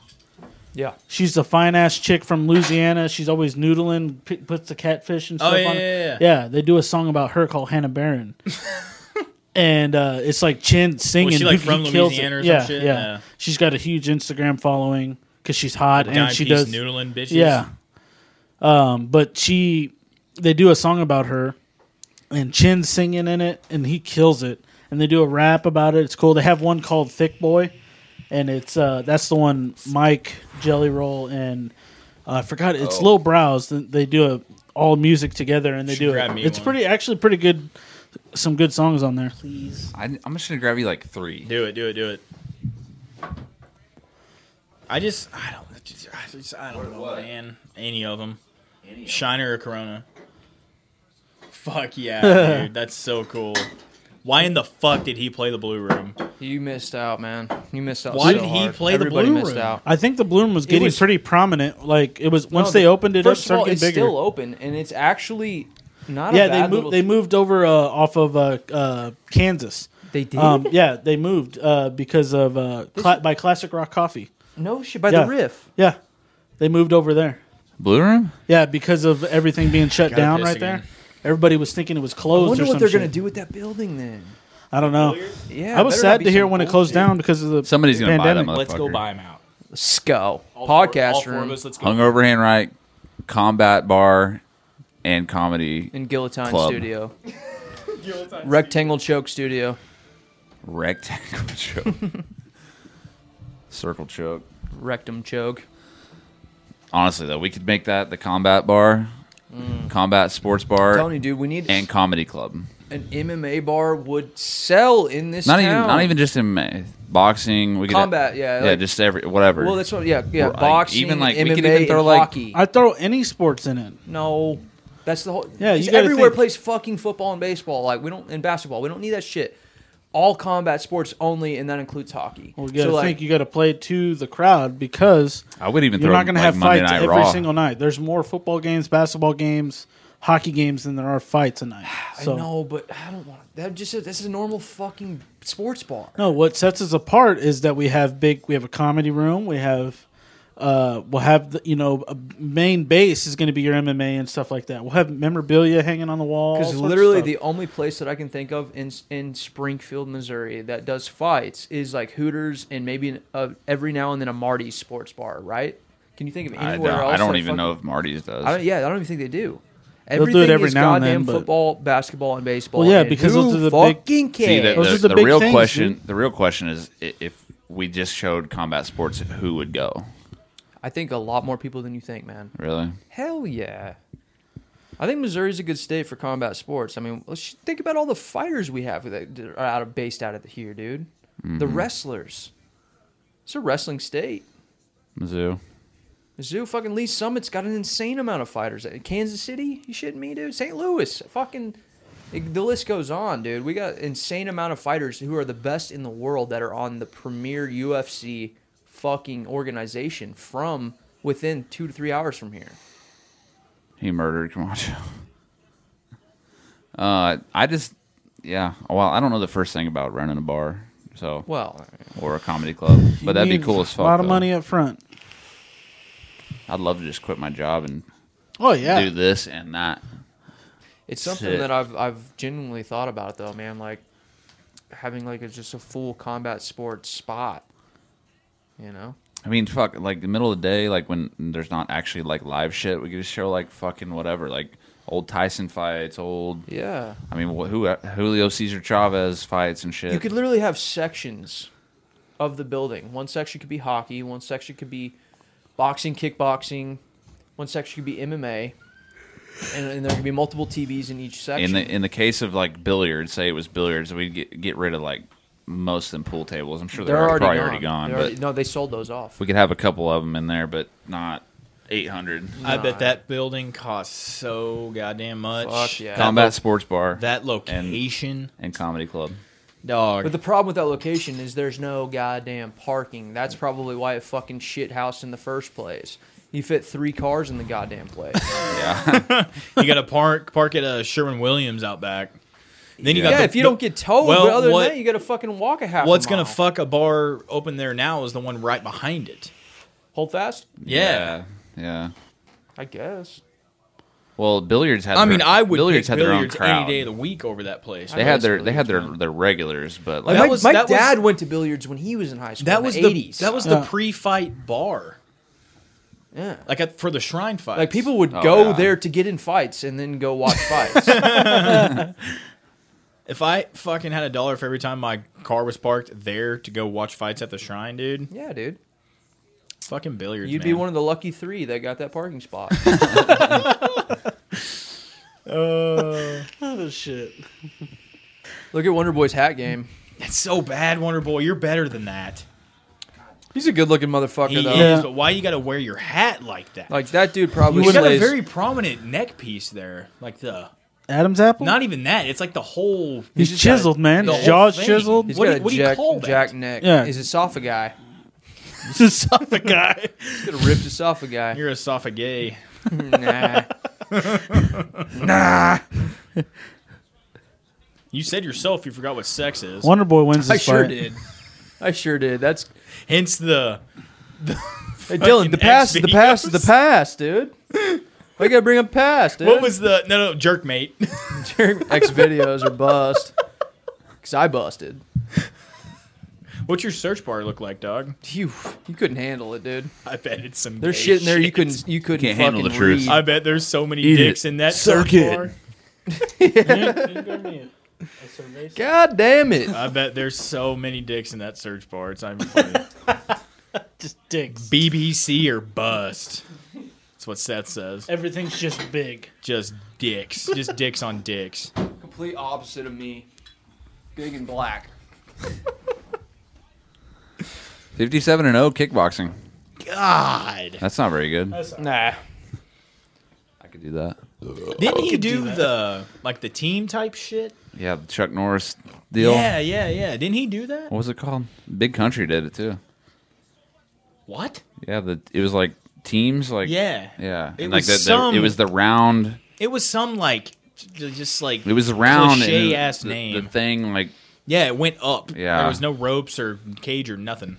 Speaker 4: Yeah.
Speaker 3: She's a fine ass chick from Louisiana. She's always noodling, p- puts the catfish and
Speaker 2: Oh,
Speaker 3: stuff
Speaker 2: yeah,
Speaker 3: on. it.
Speaker 2: yeah,
Speaker 3: they do a song about her called Hannah Barron. and uh, it's like Chin singing.
Speaker 2: Was she, like,
Speaker 3: He-
Speaker 2: from
Speaker 3: he kills
Speaker 2: Louisiana
Speaker 3: it.
Speaker 2: or some
Speaker 3: yeah,
Speaker 2: shit?
Speaker 3: Yeah.
Speaker 2: Yeah.
Speaker 3: she's got a huge Instagram following because she's hot
Speaker 2: Dime
Speaker 3: and she
Speaker 2: piece
Speaker 3: does.
Speaker 2: noodling bitches.
Speaker 3: Yeah. Um, but she, they do a song about her, and Chin's singing in it, and he kills it. And they do a rap about it. It's cool. They have one called Thick Boy, and it's uh, that's the one Mike Jelly Roll and uh, I forgot it's
Speaker 1: Oh.
Speaker 3: Lil Brows. They- They do a all music together, and they
Speaker 2: Should
Speaker 3: do
Speaker 2: grab
Speaker 3: it.
Speaker 2: me
Speaker 3: It's
Speaker 2: one.
Speaker 3: pretty actually pretty good. Some good songs on there. Please,
Speaker 1: I, am just gonna grab you like three.
Speaker 2: Do it, do it, do it. I just, I don't, I just- I, just, I don't know,
Speaker 1: what?
Speaker 2: man. Any of them,
Speaker 1: Any of
Speaker 2: Shiner or Corona? Fuck yeah, dude, that's so cool. Why in the fuck did he play the Blue Room?
Speaker 4: You missed out, man. You missed out.
Speaker 2: Why
Speaker 4: so
Speaker 2: did he
Speaker 4: hard.
Speaker 2: play the
Speaker 4: Everybody
Speaker 2: Blue
Speaker 4: missed
Speaker 2: Room?
Speaker 4: out.
Speaker 3: I think the Bloom was getting
Speaker 4: was-
Speaker 3: pretty prominent. Like it was once
Speaker 4: No,
Speaker 3: they
Speaker 4: the-
Speaker 3: opened it
Speaker 4: First
Speaker 3: up,
Speaker 4: of all,
Speaker 3: started
Speaker 4: it's
Speaker 3: getting bigger.
Speaker 4: still open, and it's actually not. a
Speaker 3: yeah,
Speaker 4: bad
Speaker 3: they
Speaker 4: little-
Speaker 3: moved. They moved over uh, off of uh, uh, Kansas.
Speaker 4: They did.
Speaker 3: Um, yeah, they moved uh, because of uh, cla- by Classic Rock Coffee.
Speaker 4: no shit by
Speaker 3: yeah.
Speaker 4: the riff.
Speaker 3: Yeah, they moved over there.
Speaker 1: Blue Room?
Speaker 3: Yeah, because of everything being shut
Speaker 2: Gotta
Speaker 3: down
Speaker 2: piss
Speaker 3: right
Speaker 2: again.
Speaker 3: there. Everybody was thinking it was
Speaker 4: I
Speaker 3: closed.
Speaker 4: wonder
Speaker 3: or
Speaker 4: what
Speaker 3: some
Speaker 4: they're
Speaker 3: shit.
Speaker 4: gonna do with that building then.
Speaker 3: I don't know.
Speaker 4: Yeah,
Speaker 3: I was sad to hear when it closed down because of the
Speaker 1: Somebody's gonna buy that
Speaker 3: pandemic.
Speaker 1: mother-
Speaker 2: Let's go
Speaker 1: Motherfucker.
Speaker 2: buy him out.
Speaker 4: Sco
Speaker 2: All four- all
Speaker 4: podcast
Speaker 2: four
Speaker 4: room
Speaker 2: of us, let's go.
Speaker 1: Hungover Handwrite, Combat Bar, and Comedy
Speaker 4: in Guillotine
Speaker 1: Club.
Speaker 4: Studio, Rectangle Choke Studio.
Speaker 1: Rectangle Choke. Circle Choke.
Speaker 4: rectum choke.
Speaker 1: Honestly, though, we could make that the Combat Bar, Combat Sports Bar,
Speaker 4: Telling you, dude, we need
Speaker 1: Er. and Comedy Club.
Speaker 4: an MMA bar would sell in this
Speaker 1: Not
Speaker 4: town.
Speaker 1: even not even just in ma- boxing. We could
Speaker 4: Combat, yeah,
Speaker 1: yeah,
Speaker 4: like-
Speaker 1: just every whatever.
Speaker 4: Well, that's what. Yeah, yeah.
Speaker 1: Or, like,
Speaker 4: boxing,
Speaker 1: even, like,
Speaker 4: MMA,
Speaker 1: we could even throw,
Speaker 4: and
Speaker 1: like-
Speaker 4: hockey.
Speaker 3: I throw any sports in it.
Speaker 4: no, that's the whole.
Speaker 3: Yeah, you
Speaker 4: 'cause
Speaker 3: gotta
Speaker 4: everywhere
Speaker 3: think-
Speaker 4: plays fucking football and baseball. Like we don't and basketball. We don't need that shit. All combat sports only, and that includes hockey.
Speaker 3: Well, you
Speaker 4: so
Speaker 3: gotta
Speaker 4: like,
Speaker 3: think you gotta play to the crowd because
Speaker 1: I would even
Speaker 3: you're
Speaker 1: throw
Speaker 3: not gonna
Speaker 1: like,
Speaker 3: have
Speaker 1: Monday
Speaker 3: fights
Speaker 1: Night
Speaker 3: every
Speaker 1: Raw.
Speaker 3: single night. There's more football games, basketball games, hockey games than there are fights a night. So
Speaker 4: I know, but I don't want that. Just this is a normal fucking sports bar.
Speaker 3: No, what sets us apart is that we have big. We have a comedy room. We have, uh, we'll have the, you know, a main base is going to be your MMA and stuff like that. We'll have memorabilia hanging on the wall. all
Speaker 4: Because
Speaker 3: sorts of
Speaker 4: literally
Speaker 3: stuff.
Speaker 4: the only place that I can think of in in Springfield, Missouri, that does fights is like Hooters and maybe an, uh, every now and then a Marty's sports bar, right? Can you think of
Speaker 1: I
Speaker 4: anywhere
Speaker 1: don't,
Speaker 4: else?
Speaker 1: I don't
Speaker 4: that
Speaker 1: even
Speaker 4: fucking-
Speaker 1: know if Marty's does.
Speaker 4: I don't, yeah, I don't even think they do.
Speaker 3: do it
Speaker 4: Everything
Speaker 3: every
Speaker 4: is
Speaker 3: now and
Speaker 4: goddamn
Speaker 3: then, but-
Speaker 4: football, basketball, and baseball.
Speaker 3: Well, yeah,
Speaker 4: and
Speaker 3: because
Speaker 4: who
Speaker 3: those are the big-
Speaker 4: fucking big,
Speaker 1: See, the,
Speaker 3: Those
Speaker 1: the-
Speaker 3: are the
Speaker 1: the
Speaker 3: big
Speaker 1: real
Speaker 3: things,
Speaker 1: question. The real question is i- if we just showed combat sports, who would go?
Speaker 4: I think a lot more people than you think, man.
Speaker 1: Really?
Speaker 4: Hell yeah. I think Missouri's a good state for combat sports. I mean, let's just think about all the fighters we have that are out of based out of here, dude. The wrestlers. It's a wrestling state.
Speaker 1: Mizzou.
Speaker 4: Mizzou, fucking Lee Summit's got an insane amount of fighters. Uh, Kansas City, you shitting me, dude? St. Louis, fucking, it- the list goes on, dude. We got insane amount of fighters who are the best in the world that are on the premier UFC fucking organization from within two to three hours from here.
Speaker 1: He murdered Camacho. Uh, I just, yeah. Well, I don't know the first thing about running a bar, so
Speaker 4: Well,
Speaker 1: or a comedy club, but that'd be
Speaker 3: need
Speaker 1: cool as fuck.
Speaker 3: A lot of
Speaker 1: though.
Speaker 3: money up front.
Speaker 1: I'd love to just quit my job and
Speaker 3: Oh yeah,
Speaker 1: do this and that.
Speaker 4: It's something
Speaker 1: Shit.
Speaker 4: that I've I've genuinely thought about though, man. Like having like a, just a full combat sports spot, you know.
Speaker 1: I mean, fuck, like the middle of the day, like when there's not actually like live shit, we could just show like fucking whatever, like old Tyson fights, old.
Speaker 4: Yeah,
Speaker 1: I mean, wh- who Julio Cesar Chavez fights and shit.
Speaker 4: you could literally have sections of the building. One section could be hockey. One section could be boxing, kickboxing. One section could be MMA. And, and there could be multiple TVs in each
Speaker 1: in
Speaker 4: section.
Speaker 1: the in the case of like billiards, say it was billiards, we'd get get rid of like most of them pool tables. I'm sure they're, already probably already gone,
Speaker 4: They're
Speaker 1: but
Speaker 4: already- no, they sold those off.
Speaker 1: we could have a couple of them in there, but not 800.
Speaker 2: I bet
Speaker 4: Nah.
Speaker 2: that building costs so goddamn much.
Speaker 4: Fuck yeah.
Speaker 2: That
Speaker 1: Combat
Speaker 2: lo-
Speaker 1: sports bar
Speaker 2: that location,
Speaker 1: and comedy club.
Speaker 2: dog.
Speaker 4: But the problem with that location is there's no goddamn parking. That's probably why it fucking shit house in the first place. You fit three cars in the goddamn place.
Speaker 1: Yeah,
Speaker 2: you got to park park at a Sherwin Williams out back. Then you
Speaker 1: Yeah.
Speaker 2: got
Speaker 4: yeah,
Speaker 2: the,
Speaker 4: if you
Speaker 2: the-
Speaker 4: don't get towed,
Speaker 2: Well,
Speaker 4: but other
Speaker 2: what-
Speaker 4: than that, you got to fucking walk a half.
Speaker 2: what's
Speaker 4: a
Speaker 2: gonna
Speaker 4: mile.
Speaker 2: fuck a bar open there now is the one right behind it.
Speaker 4: Hold fast,
Speaker 2: Yeah.
Speaker 1: yeah. yeah.
Speaker 4: I guess.
Speaker 1: Well, billiards had.
Speaker 2: I mean,
Speaker 1: their-
Speaker 2: I would
Speaker 1: billiards had
Speaker 2: pick
Speaker 1: their own
Speaker 2: billiards
Speaker 1: crowd.
Speaker 2: any day of the week over that place.
Speaker 1: They had their
Speaker 4: Billiards
Speaker 1: they had their
Speaker 4: now.
Speaker 1: their regulars, but
Speaker 4: Like
Speaker 1: like,
Speaker 2: That
Speaker 4: my,
Speaker 2: was-
Speaker 4: my
Speaker 2: that was-
Speaker 4: dad went to billiards when he was in high school.
Speaker 2: that
Speaker 4: in
Speaker 2: was
Speaker 4: the
Speaker 2: the
Speaker 4: eighties.
Speaker 2: that was the
Speaker 3: Yeah.
Speaker 2: pre-fight bar,
Speaker 4: yeah.
Speaker 2: like at, for the shrine fight.
Speaker 4: Like people would
Speaker 1: Oh,
Speaker 4: go
Speaker 1: yeah.
Speaker 4: there to get in fights and then go watch fights.
Speaker 2: If I fucking had a dollar for every time my car was parked there to go watch fights at the shrine, dude,
Speaker 4: yeah, dude.
Speaker 2: fucking billiards.
Speaker 4: You'd be one of the lucky three that got that parking spot.
Speaker 3: oh shit.
Speaker 4: Look at Wonder Boy's hat game.
Speaker 2: That's so bad, Wonder Boy. You're better than that.
Speaker 4: He's a good looking motherfucker
Speaker 2: He
Speaker 4: though.
Speaker 2: is,
Speaker 3: Yeah.
Speaker 2: but why you got to wear your hat like that?
Speaker 4: Like that dude probably
Speaker 2: you got a
Speaker 4: slays-
Speaker 2: very prominent neck piece there, like the
Speaker 3: Adam's apple.
Speaker 2: not even that. It's like the whole.
Speaker 3: He's
Speaker 4: just
Speaker 3: chiseled,
Speaker 4: got-
Speaker 3: man.
Speaker 2: the
Speaker 3: His
Speaker 2: whole
Speaker 3: jaw's
Speaker 2: thing.
Speaker 3: chiseled.
Speaker 4: He's
Speaker 2: What
Speaker 4: got
Speaker 2: do-
Speaker 4: a
Speaker 2: what do you
Speaker 4: jack,
Speaker 2: call that?
Speaker 4: jack neck.
Speaker 3: Yeah.
Speaker 4: His esophagi.
Speaker 3: He's a suffolk guy.
Speaker 4: He's got a ripped esophagi.
Speaker 2: You're esophagay.
Speaker 4: nah.
Speaker 2: You said yourself you forgot what sex is.
Speaker 3: Wonder Boy wins this
Speaker 4: I sure
Speaker 3: fight.
Speaker 4: did. I sure did. That's
Speaker 2: Hence the
Speaker 4: Hey, Dylan.
Speaker 2: Fucking
Speaker 4: The past. The past is the
Speaker 2: X videos.
Speaker 4: past, dude. Why you gotta bring up past, dude?
Speaker 2: what was the no no jerk mate.
Speaker 4: Jerk- X videos or bust. Cause I busted.
Speaker 2: What's your search bar look like, dog?
Speaker 4: You you couldn't handle it, dude.
Speaker 2: I bet it's some.
Speaker 4: There's
Speaker 2: gay
Speaker 4: shit in there you couldn't you couldn't
Speaker 1: Can't
Speaker 4: fucking
Speaker 1: handle the truth.
Speaker 4: read.
Speaker 2: I bet there's so many
Speaker 1: Eat
Speaker 2: dicks
Speaker 1: it.
Speaker 2: in that
Speaker 1: Suck
Speaker 2: search
Speaker 1: it.
Speaker 2: bar.
Speaker 4: God damn it!
Speaker 2: I bet there's so many dicks in that search bar. It's not even funny.
Speaker 3: Just dicks.
Speaker 2: BBC or bust. That's what Seth says.
Speaker 3: Everything's just big.
Speaker 2: Just dicks. Just dicks on dicks.
Speaker 4: Complete opposite of me. Big and black.
Speaker 1: 57 and 0 kickboxing.
Speaker 2: God.
Speaker 1: That's not very good.
Speaker 3: That's all right.
Speaker 4: Nah.
Speaker 1: I could do that.
Speaker 2: Didn't he do, the like the team type shit?
Speaker 1: Yeah, the Chuck Norris deal.
Speaker 2: Yeah, yeah, yeah. Didn't he do that?
Speaker 1: What was it called? Big Country did it too.
Speaker 2: What?
Speaker 1: Yeah, the it was like teams like
Speaker 2: Yeah.
Speaker 1: Yeah.
Speaker 2: It
Speaker 1: and,
Speaker 2: was
Speaker 1: like the,
Speaker 2: some-
Speaker 1: the, it was the round
Speaker 2: It was some like j- just like
Speaker 1: it was the round and
Speaker 2: cliche ass
Speaker 1: the-
Speaker 2: name.
Speaker 1: The, thing like
Speaker 2: yeah, it went up.
Speaker 1: Yeah.
Speaker 2: There was no ropes or cage or nothing.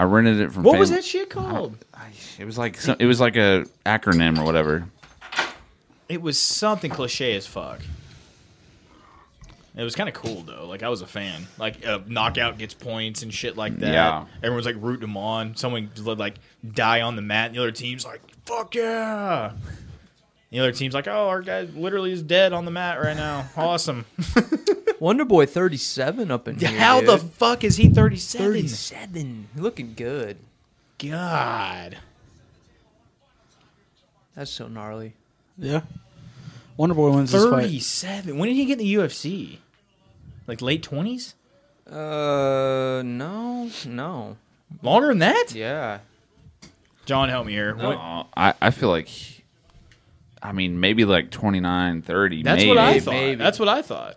Speaker 1: I rented it from
Speaker 2: What was
Speaker 1: Fam-
Speaker 2: that shit
Speaker 1: Uh-huh.
Speaker 2: called?
Speaker 1: It was like some, it was like a acronym or whatever.
Speaker 2: It was something cliche as fuck. It was kind of cool though. Like I was a fan. Like a knockout gets points and shit like that.
Speaker 1: Yeah.
Speaker 2: Everyone's like rooting him on. Someone just let, like die on the mat. And the other team's like, "Fuck yeah!" And the other team's like, "Oh, our guy literally is dead on the mat right now. Awesome."
Speaker 4: Wonder Boy 37 up in here.
Speaker 2: How the
Speaker 4: dude.
Speaker 2: fuck is he thirty seven?
Speaker 4: 37? Looking good.
Speaker 2: God.
Speaker 4: That's so gnarly.
Speaker 3: Yeah. Wonder Boy wins this fight.
Speaker 2: 37. When did he get in the UFC? Like late 20s?
Speaker 4: Uh, no, no.
Speaker 2: Longer than that?
Speaker 4: Yeah.
Speaker 2: John, help me here. What-
Speaker 1: Uh, I I feel like he- I mean maybe like 29, 30
Speaker 2: that's
Speaker 1: maybe.
Speaker 2: what I thought.
Speaker 4: maybe.
Speaker 2: That's what I thought.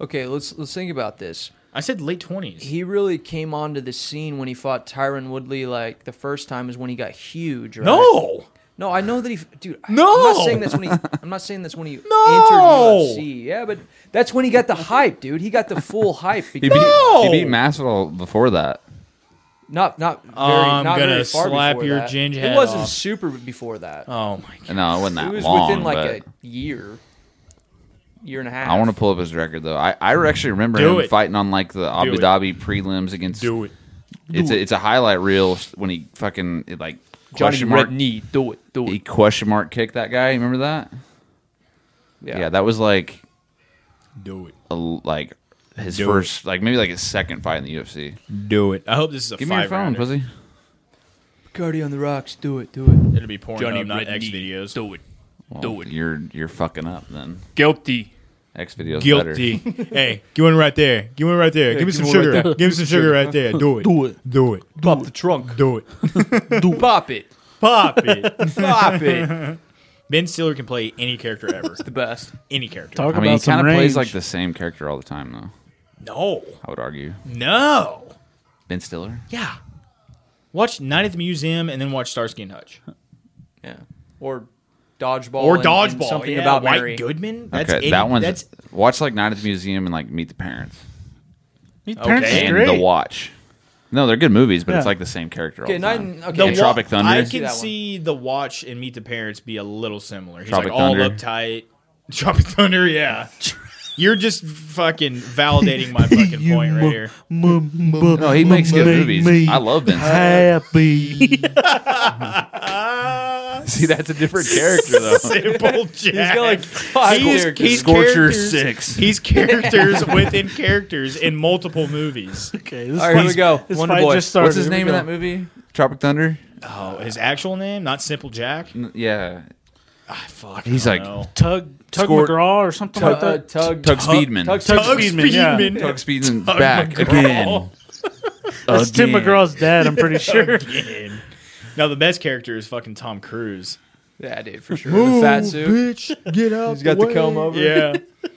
Speaker 4: Okay, let's let's think about this.
Speaker 2: I said late 20s.
Speaker 4: He really came onto the scene when he fought Tyron Woodley. Like the first time is when he got huge. Right?
Speaker 2: No!
Speaker 4: no, I know that he, dude. I- I'm
Speaker 2: No!
Speaker 4: not saying that's when he. I'm not saying that's when he
Speaker 2: No!
Speaker 4: entered UFC. Yeah, but that's when he got the hype, dude. He got the full hype.
Speaker 1: He
Speaker 4: Because
Speaker 1: beat,
Speaker 2: No!
Speaker 1: he beat Masvidal before that.
Speaker 4: not not very,
Speaker 2: Oh, I'm
Speaker 4: not
Speaker 2: gonna
Speaker 4: very far
Speaker 2: slap
Speaker 4: before
Speaker 2: your
Speaker 4: that.
Speaker 2: ginger
Speaker 4: It
Speaker 2: head
Speaker 4: wasn't
Speaker 2: off.
Speaker 4: super before that.
Speaker 2: Oh, my God.
Speaker 1: No, it wasn't that
Speaker 4: it was
Speaker 1: long.
Speaker 4: within like
Speaker 1: but
Speaker 4: a year, year and a half.
Speaker 1: I want to pull up his record though. I, I actually remember
Speaker 2: Do
Speaker 1: him
Speaker 2: it.
Speaker 1: fighting on like the Abu
Speaker 2: it.
Speaker 1: Dhabi prelims against.
Speaker 2: Do it.
Speaker 1: it's a, it's a highlight reel when he fucking it like
Speaker 4: Johnny
Speaker 1: question mark
Speaker 4: Red Knee. Do it, do
Speaker 1: he
Speaker 4: it.
Speaker 1: question mark kicked that guy. You Remember that? Yeah, that was like
Speaker 2: Do it.
Speaker 1: a, like his
Speaker 2: Do
Speaker 1: first like maybe like his second fight in the UFC.
Speaker 2: Do it. I hope this is a
Speaker 1: Give me your
Speaker 2: five
Speaker 1: phone,
Speaker 2: rounder.
Speaker 1: pussy.
Speaker 4: Cardi on the rocks. Do it, do it.
Speaker 2: It'll be porn, Johnny not
Speaker 5: Red
Speaker 2: X
Speaker 5: Knee.
Speaker 2: videos.
Speaker 5: Do it.
Speaker 1: Do it. You're you're fucking up then.
Speaker 5: Guilty.
Speaker 1: X videos
Speaker 2: Guilty. hey, give one right there. Give one right there. give me
Speaker 4: give
Speaker 2: some
Speaker 4: one right
Speaker 2: sugar.
Speaker 4: there.
Speaker 2: give me some sugar right there. Do it.
Speaker 3: Do it.
Speaker 2: Do it.
Speaker 4: Pop the trunk.
Speaker 2: Do it.
Speaker 4: Do pop it.
Speaker 2: Pop it.
Speaker 4: Pop it.
Speaker 2: ben Stiller can play any character ever.
Speaker 4: the best.
Speaker 2: any character.
Speaker 3: Talk
Speaker 1: I mean, he
Speaker 3: about some
Speaker 1: kind of plays
Speaker 3: range.
Speaker 1: like the same character all the time though.
Speaker 2: No.
Speaker 1: I would argue.
Speaker 2: No.
Speaker 1: Ben Stiller.
Speaker 2: Yeah. Watch Night at the Museum and then watch Starsky and Hutch.
Speaker 4: Yeah. Or dodgeball.
Speaker 2: Or
Speaker 4: and- and
Speaker 2: Dodgeball.
Speaker 4: something
Speaker 2: yeah,
Speaker 4: about
Speaker 2: White
Speaker 4: Mary.
Speaker 2: Goodman. That's
Speaker 1: Okay,
Speaker 2: it.
Speaker 1: that one's
Speaker 2: That's
Speaker 1: watch like Night at the Museum and like Meet the Parents
Speaker 3: Meet the Parents
Speaker 2: Okay.
Speaker 3: is
Speaker 1: and
Speaker 3: great.
Speaker 1: The Watch. No, they're good movies, but it's
Speaker 3: Yeah.
Speaker 1: like the same character all
Speaker 4: Okay,
Speaker 1: the
Speaker 4: not
Speaker 1: time.
Speaker 4: in,
Speaker 2: the
Speaker 4: okay.
Speaker 1: And Tropic Thunder.
Speaker 2: I
Speaker 4: See
Speaker 2: can
Speaker 4: that one.
Speaker 2: see the watch and Meet the Parents be a little similar. He's
Speaker 1: Tropic
Speaker 2: like all
Speaker 1: Thunder.
Speaker 2: uptight. Tropic Thunder. Yeah. You're just fucking validating my fucking point right here.
Speaker 1: No, he makes good movies. I love Ben. Stiller.
Speaker 3: Happy.
Speaker 1: See, that's a different character though.
Speaker 2: Simple Jack.
Speaker 4: He's got like five characters.
Speaker 1: Scorcher
Speaker 2: characters-
Speaker 1: six.
Speaker 2: He's characters within characters in multiple movies.
Speaker 3: Okay, this
Speaker 4: All right, here
Speaker 3: fight-
Speaker 4: we go.
Speaker 3: This
Speaker 4: Wonder
Speaker 3: fight
Speaker 4: Boy.
Speaker 3: just started.
Speaker 1: What's his
Speaker 3: Here we
Speaker 1: name in
Speaker 3: go.
Speaker 1: that movie? Tropic Thunder.
Speaker 2: Oh, his actual name, not Simple Jack.
Speaker 1: N- Yeah,
Speaker 2: Ah, fuck.
Speaker 1: He's
Speaker 2: I don't
Speaker 1: like-
Speaker 2: know.
Speaker 3: Tug Tug
Speaker 1: Score-
Speaker 3: McGraw or something
Speaker 4: Uh,
Speaker 3: like
Speaker 4: uh,
Speaker 3: that.
Speaker 4: Tug.
Speaker 1: Tug Speedman.
Speaker 4: Tug.
Speaker 3: Tug
Speaker 2: Tug
Speaker 3: Speedman, yeah.
Speaker 2: Speedman.
Speaker 1: Tug Speedman's
Speaker 2: Tug
Speaker 1: back
Speaker 2: McGraw.
Speaker 1: again.
Speaker 3: That's Tim
Speaker 1: Again.
Speaker 3: McGraw's dad. I'm pretty sure.
Speaker 2: Again. Now the best character is fucking Tom Cruise.
Speaker 4: Yeah, dude, for sure. In the fat suit.
Speaker 2: bitch, get out.
Speaker 4: He's got the comb over.
Speaker 2: Yeah.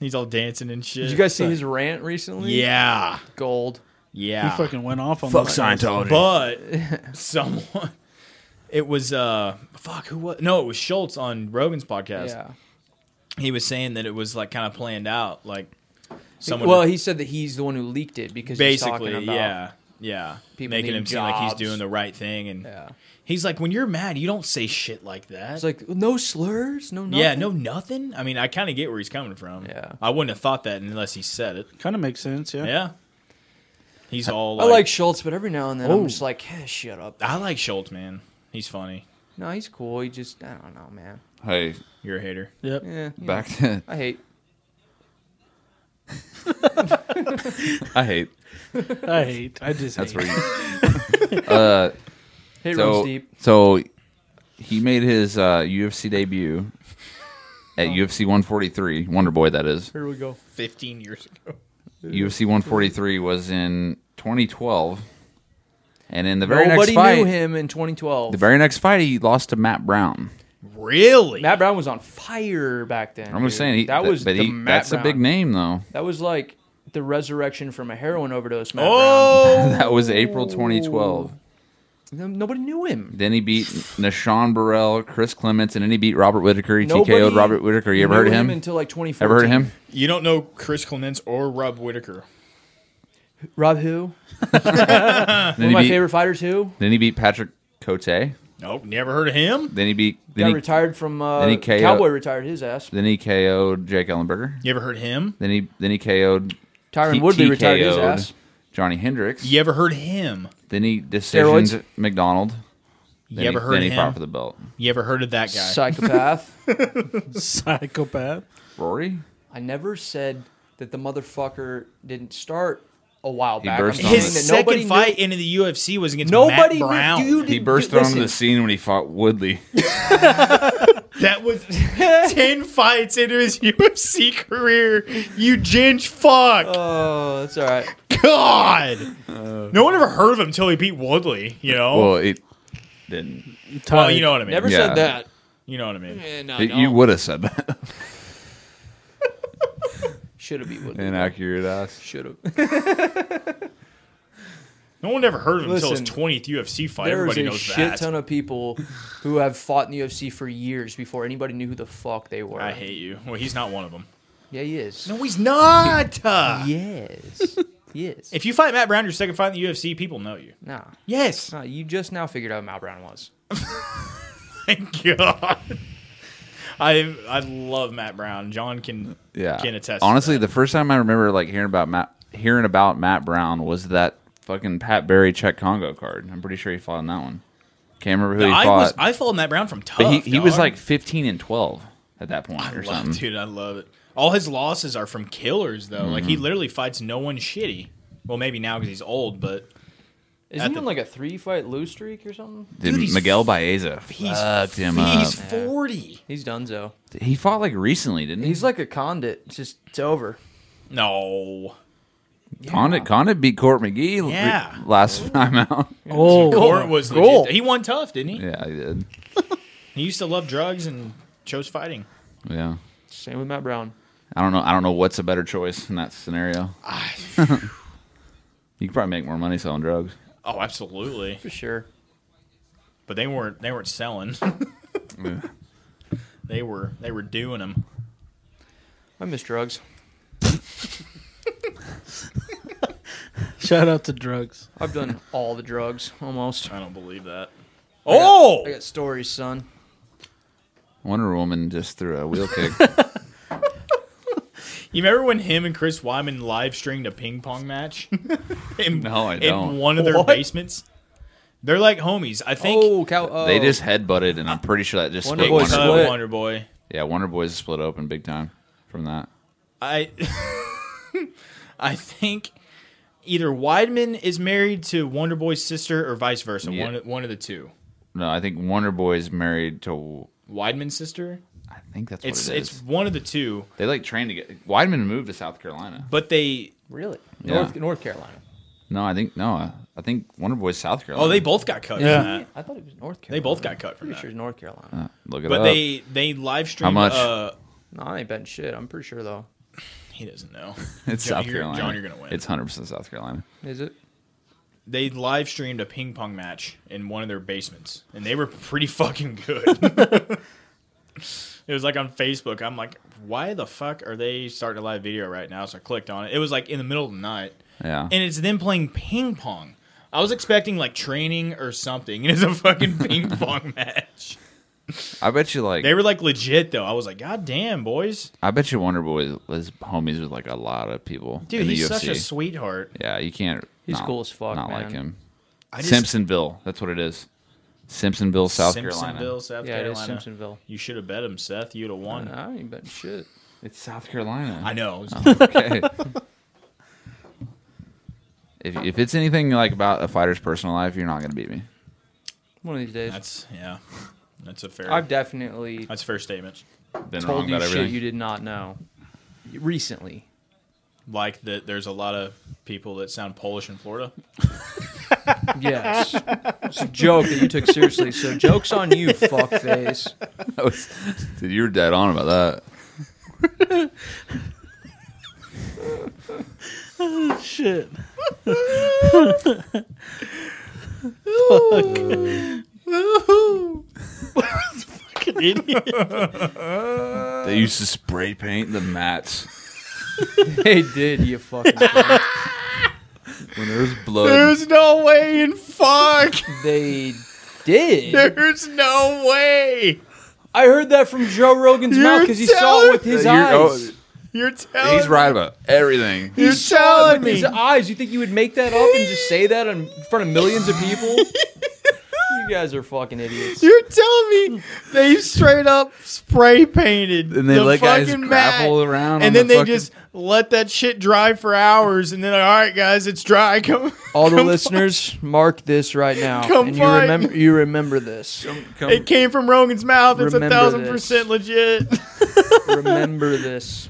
Speaker 2: He's all dancing and shit.
Speaker 4: Did you guys see his rant recently?
Speaker 2: Yeah.
Speaker 4: Gold.
Speaker 2: Yeah.
Speaker 3: He fucking went off on that.
Speaker 2: but someone it was uh fuck who was no it was Schultz on Rogan's podcast.
Speaker 4: Yeah.
Speaker 2: He was saying that it was like kind of planned out like someone
Speaker 4: well, he said that he's the one who leaked it because he's
Speaker 2: basically
Speaker 4: talking about
Speaker 2: yeah. Yeah,
Speaker 4: People
Speaker 2: making
Speaker 4: need
Speaker 2: him seem like he's
Speaker 4: jobs.
Speaker 2: doing the right thing, and
Speaker 4: Yeah.
Speaker 2: he's like, when you're mad, you don't say shit like that.
Speaker 4: It's like no slurs, no nothing.
Speaker 2: yeah, no, nothing. I mean, I kind of get where he's coming from.
Speaker 4: Yeah.
Speaker 2: I wouldn't have thought that unless he said it.
Speaker 3: Kind of makes sense, yeah.
Speaker 2: Yeah, he's all.
Speaker 4: I
Speaker 2: Like, Ah.
Speaker 4: like Schultz, but every now and then I'm
Speaker 3: Oh.
Speaker 4: just like, hey, shut up.
Speaker 2: I like Schultz, man. He's funny.
Speaker 4: No, he's cool. He just I don't know, man.
Speaker 1: Hey,
Speaker 2: You're a hater.
Speaker 3: Yep.
Speaker 4: Yeah, you
Speaker 1: back
Speaker 4: know,
Speaker 1: to
Speaker 4: I hate.
Speaker 1: I hate.
Speaker 3: I hate. I just
Speaker 1: That's where
Speaker 3: hate.
Speaker 1: you- uh,
Speaker 4: Hate
Speaker 1: so,
Speaker 4: runs deep.
Speaker 1: So he made his uh, UFC debut
Speaker 4: Oh.
Speaker 1: at UFC 143, Wonder Boy that is.
Speaker 4: Here we go.
Speaker 2: Fifteen years ago.
Speaker 1: UFC 143 was in 2012. And in the very
Speaker 4: Nobody
Speaker 1: next fight,
Speaker 4: knew him in 2012.
Speaker 1: the very next fight he lost to Matt Brown.
Speaker 2: Really?
Speaker 4: Matt Brown was on fire back then.
Speaker 1: I'm
Speaker 4: dude.
Speaker 1: just saying he,
Speaker 4: that was
Speaker 1: but
Speaker 4: the
Speaker 1: he,
Speaker 4: Matt
Speaker 1: that's
Speaker 4: Brown.
Speaker 1: a big name though.
Speaker 4: That was like the resurrection from a heroin overdose. Matt
Speaker 2: oh,
Speaker 1: That was April 2012.
Speaker 4: Brown. No- Nobody knew him.
Speaker 1: Then he beat Nashawn Burrell, Chris Clements, and then he beat Robert Whitaker. He TKO'd
Speaker 4: Nobody
Speaker 1: Robert Whitaker. You ever
Speaker 4: knew
Speaker 1: heard of him?
Speaker 4: until like 2014.
Speaker 1: ever heard of him?
Speaker 2: you don't know Chris Clements or Rob Whitaker.
Speaker 4: Rob who?
Speaker 1: Then
Speaker 4: One of
Speaker 1: he
Speaker 4: my
Speaker 1: beat,
Speaker 4: favorite fighters who
Speaker 1: Then he beat Patrick Cote. Then
Speaker 2: Nope, never heard of him.
Speaker 1: he beat.
Speaker 4: got
Speaker 1: Then he,
Speaker 4: retired from uh,
Speaker 1: then he KO
Speaker 4: Cowboy retired his ass.
Speaker 1: then he KO'd Jake Ellenberger.
Speaker 2: You ever heard him?
Speaker 1: Then he then he KO'd
Speaker 4: Tyron
Speaker 1: He
Speaker 4: Woodley retired his
Speaker 1: TKO'd
Speaker 4: ass.
Speaker 1: Johnny Hendricks.
Speaker 2: You ever heard him?
Speaker 1: Then he decisioned
Speaker 4: Steroids?
Speaker 1: McDonald. Then
Speaker 2: You ever
Speaker 1: he,
Speaker 2: heard
Speaker 1: then
Speaker 2: of
Speaker 1: he fought for
Speaker 2: him?
Speaker 1: the belt.
Speaker 2: You ever heard of that guy?
Speaker 4: Psychopath.
Speaker 3: Psychopath.
Speaker 1: Rory.
Speaker 4: I never said that the motherfucker didn't start a while
Speaker 1: He
Speaker 4: back.
Speaker 1: burst
Speaker 4: I'm
Speaker 1: on
Speaker 4: saying
Speaker 1: us.
Speaker 2: His
Speaker 4: that
Speaker 2: second
Speaker 4: nobody knew-
Speaker 2: fight into the UFC was against
Speaker 4: Nobody
Speaker 2: Matt
Speaker 4: knew-
Speaker 2: Brown.
Speaker 4: dude,
Speaker 1: He
Speaker 4: dude,
Speaker 1: burst onto
Speaker 4: listen.
Speaker 1: the scene when he fought Woodley.
Speaker 2: That was ten fights into his UFC career. You ginge fuck.
Speaker 4: Oh, that's all right.
Speaker 2: God. no one ever heard of him until he beat Woodley. You know.
Speaker 1: Uh. well, it didn't.
Speaker 2: Well, you know what I mean.
Speaker 4: Never
Speaker 1: Yeah.
Speaker 4: said that.
Speaker 2: You know what I mean.
Speaker 4: Eh, no,
Speaker 1: It-
Speaker 4: no.
Speaker 1: You would have said that.
Speaker 4: should have beat Woodley.
Speaker 1: uh, Inaccurate ass.
Speaker 4: Should have.
Speaker 2: No one ever heard of him until
Speaker 4: Listen,
Speaker 2: his twentieth UFC fight.
Speaker 4: There is
Speaker 2: Everybody
Speaker 4: a
Speaker 2: knows
Speaker 4: shit
Speaker 2: that.
Speaker 4: ton of people who have fought in the UFC for years before anybody knew who the fuck they were.
Speaker 2: I hate you. Well, he's not one of them.
Speaker 4: Yeah, he is.
Speaker 2: No, he's not. Uh,
Speaker 4: Yes. yes.
Speaker 2: If you fight Matt Brown, your second fight in the UFC, people know you.
Speaker 4: nah.
Speaker 2: Yes.
Speaker 4: Nah, you just now figured out who Mal Brown was.
Speaker 2: Thank God. I I love Matt Brown. John can
Speaker 1: Yeah.
Speaker 2: can attest. to
Speaker 1: Honestly,
Speaker 2: that.
Speaker 1: the first time I remember like hearing about Matt hearing about Matt Brown was that fucking Pat Barry Czech Congo card. I'm pretty sure he fought in that one. Can't remember who he
Speaker 2: I
Speaker 1: fought.
Speaker 2: was I followed Matt Brown from tough.
Speaker 1: but he, he was
Speaker 2: dog.
Speaker 1: like 15 and 12 at that point or
Speaker 2: love,
Speaker 1: something.
Speaker 2: dude, I love it. All his losses are from killers though. Like
Speaker 1: Mm-hmm.
Speaker 2: he literally fights no one shitty. Well, maybe now because he's old, but
Speaker 4: Isn't
Speaker 2: At
Speaker 4: he
Speaker 2: the-
Speaker 4: on like a three fight lose streak or something?
Speaker 1: Dude,
Speaker 2: Dude, he's-
Speaker 1: Miguel Baeza
Speaker 2: he's
Speaker 1: fucked him
Speaker 2: he's
Speaker 1: up.
Speaker 2: forty.
Speaker 4: He's done so.
Speaker 1: He fought like recently, didn't he?
Speaker 4: He's like a condit. It's just it's over.
Speaker 2: No,
Speaker 1: Condit, Condit beat Court McGee re-
Speaker 2: Yeah.
Speaker 1: last time out.
Speaker 3: Oh,
Speaker 2: Court was
Speaker 4: cool.
Speaker 2: legit. He won tough, didn't he?
Speaker 1: Yeah, he did.
Speaker 2: He used to love drugs and chose fighting.
Speaker 1: Yeah.
Speaker 4: Same with Matt Brown.
Speaker 1: I don't know. I don't know what's a better choice in that scenario. you could probably make more money selling drugs.
Speaker 2: Oh, absolutely.
Speaker 4: For sure.
Speaker 2: But they weren't they weren't selling. they were they were doing them.
Speaker 4: I miss drugs.
Speaker 3: shout out to drugs.
Speaker 4: I've done all the drugs almost.
Speaker 2: I don't believe that.
Speaker 4: I got-
Speaker 2: Oh,
Speaker 4: I got stories, son.
Speaker 1: Wonder Woman just threw a wheel kick.
Speaker 2: You remember when him and Chris Wyman live streamed a ping pong match? in,
Speaker 1: No, I
Speaker 2: In
Speaker 1: don't.
Speaker 2: one of their
Speaker 4: What?
Speaker 2: basements. They're like homies. I think
Speaker 4: oh, cow. Oh.
Speaker 1: They just headbutted, and I'm pretty sure that just
Speaker 4: Wonder
Speaker 1: split
Speaker 4: Boy
Speaker 1: Wonder,
Speaker 4: split.
Speaker 2: Uh,
Speaker 4: Boy.
Speaker 2: Wonder Boy.
Speaker 1: Yeah, Wonder Boys split open big time from that.
Speaker 2: I I think either Weidman is married to Wonder Boy's sister or vice versa.
Speaker 1: Yeah.
Speaker 2: One one of the two.
Speaker 1: No, I think Wonder Boy's married to.
Speaker 2: Weidman's sister?
Speaker 1: I think that's what
Speaker 2: It's
Speaker 1: it is.
Speaker 2: it's one of the two,
Speaker 1: They like trained to get Weidman moved to South Carolina.
Speaker 2: but they
Speaker 4: really
Speaker 1: Yeah.
Speaker 4: North North Carolina.
Speaker 1: No, I think no, I, I think Wonder Boy's South Carolina.
Speaker 2: Oh, they both got cut
Speaker 3: Yeah.
Speaker 2: from that.
Speaker 4: I thought it was North Carolina.
Speaker 2: They both got cut from
Speaker 4: Pretty sure
Speaker 2: that.
Speaker 4: it's North Carolina.
Speaker 1: look it
Speaker 2: But
Speaker 1: up.
Speaker 2: they they live streamed
Speaker 1: much?
Speaker 2: uh
Speaker 4: No, I ain't betting shit. I'm pretty sure though.
Speaker 2: he doesn't know.
Speaker 1: it's
Speaker 2: John,
Speaker 1: South
Speaker 2: you're-
Speaker 1: Carolina.
Speaker 2: John, you're gonna win.
Speaker 1: It's hundred percent South Carolina.
Speaker 4: Is it?
Speaker 2: they live streamed a ping pong match in one of their basements, and they were pretty fucking good. it was like on Facebook. I'm like, why the fuck are they starting a
Speaker 1: Oh.
Speaker 2: live video right now? So I clicked on it. It was like in the middle of the night,
Speaker 1: Yeah,
Speaker 2: and it's them playing ping pong. I was expecting like training or something, and it's a fucking ping pong match.
Speaker 1: I bet you like.
Speaker 2: They were like legit though. I was like, God damn, boys,
Speaker 1: I bet you Wonder Boy was homies with like a lot of people
Speaker 2: dude,
Speaker 1: in the
Speaker 2: he's
Speaker 1: UFC.
Speaker 2: such a sweetheart.
Speaker 1: yeah, you can't.
Speaker 4: He's
Speaker 1: not-
Speaker 4: cool as fuck,
Speaker 1: Not like
Speaker 4: man.
Speaker 1: him.
Speaker 2: I just-
Speaker 1: Simpsonville. That's what it is. Simpsonville, South Carolina.
Speaker 2: Simpsonville, South
Speaker 4: Yeah, it is
Speaker 2: Carolina.
Speaker 4: Simpsonville. Uh,
Speaker 2: You should have bet him, Seth. You'd have won.
Speaker 4: I ain't betting shit.
Speaker 1: It's South Carolina.
Speaker 2: I know.
Speaker 1: Oh. okay. if if it's anything like about a fighter's personal life, you're not gonna beat me.
Speaker 4: One of these days.
Speaker 2: That's yeah. That's a fair.
Speaker 4: I've definitely
Speaker 2: that's a fair statement.
Speaker 1: Been
Speaker 4: told
Speaker 1: wrong
Speaker 4: you
Speaker 1: about everything.
Speaker 4: shit you did not know recently.
Speaker 2: Like that, there's a lot of people that sound Polish in Florida.
Speaker 4: Yes. It's a joke that you took seriously, so joke's on you, fuckface.
Speaker 1: That was- dude, you were dead on about that.
Speaker 3: Shit. Fucking idiot.
Speaker 1: They used to spray paint the mats
Speaker 4: They did, you fucking
Speaker 1: when there was blood.
Speaker 2: no way in fuck.
Speaker 4: They did.
Speaker 2: There's no way.
Speaker 4: I heard that from Joe Rogan's mouth because he saw it with his
Speaker 1: You're- oh,
Speaker 4: eyes.
Speaker 2: You're telling.
Speaker 1: he's right about everything.
Speaker 2: You're telling me.
Speaker 4: His eyes. You think you would make that up and just say that in front of millions of people? you guys are fucking idiots.
Speaker 2: You're telling me they straight up spray painted
Speaker 1: And they
Speaker 2: the
Speaker 1: let guys
Speaker 2: fucking
Speaker 1: grapple
Speaker 2: mat.
Speaker 1: around, on
Speaker 2: and then
Speaker 1: the
Speaker 2: they
Speaker 1: fucking-
Speaker 2: just let that shit dry for hours, and then all right, guys, it's dry. Come,
Speaker 4: All the
Speaker 2: come
Speaker 4: listeners, mark this right now,
Speaker 2: Come
Speaker 4: and you
Speaker 2: fight.
Speaker 4: remember. You remember this.
Speaker 1: Come-
Speaker 2: It came from Rogan's mouth. It's a
Speaker 4: Remember
Speaker 2: thousand
Speaker 4: this.
Speaker 2: percent legit.
Speaker 4: remember this.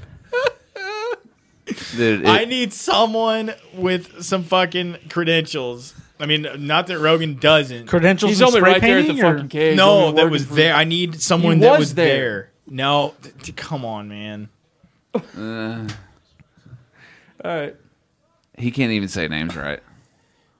Speaker 1: dude, it-
Speaker 2: I need someone with some fucking credentials. I mean, not that Rogan doesn't.
Speaker 3: Credentials
Speaker 4: He's
Speaker 3: and
Speaker 4: only
Speaker 3: spray
Speaker 4: right there at
Speaker 3: painting.
Speaker 4: the
Speaker 3: or-
Speaker 4: fucking cage.
Speaker 2: no,
Speaker 4: only
Speaker 2: that
Speaker 4: working
Speaker 2: was
Speaker 4: for-
Speaker 2: there. I need someone
Speaker 4: He
Speaker 2: that
Speaker 4: was
Speaker 2: was
Speaker 4: there.
Speaker 2: there. No, th- th- come on, man.
Speaker 4: All right.
Speaker 1: he can't even say names right.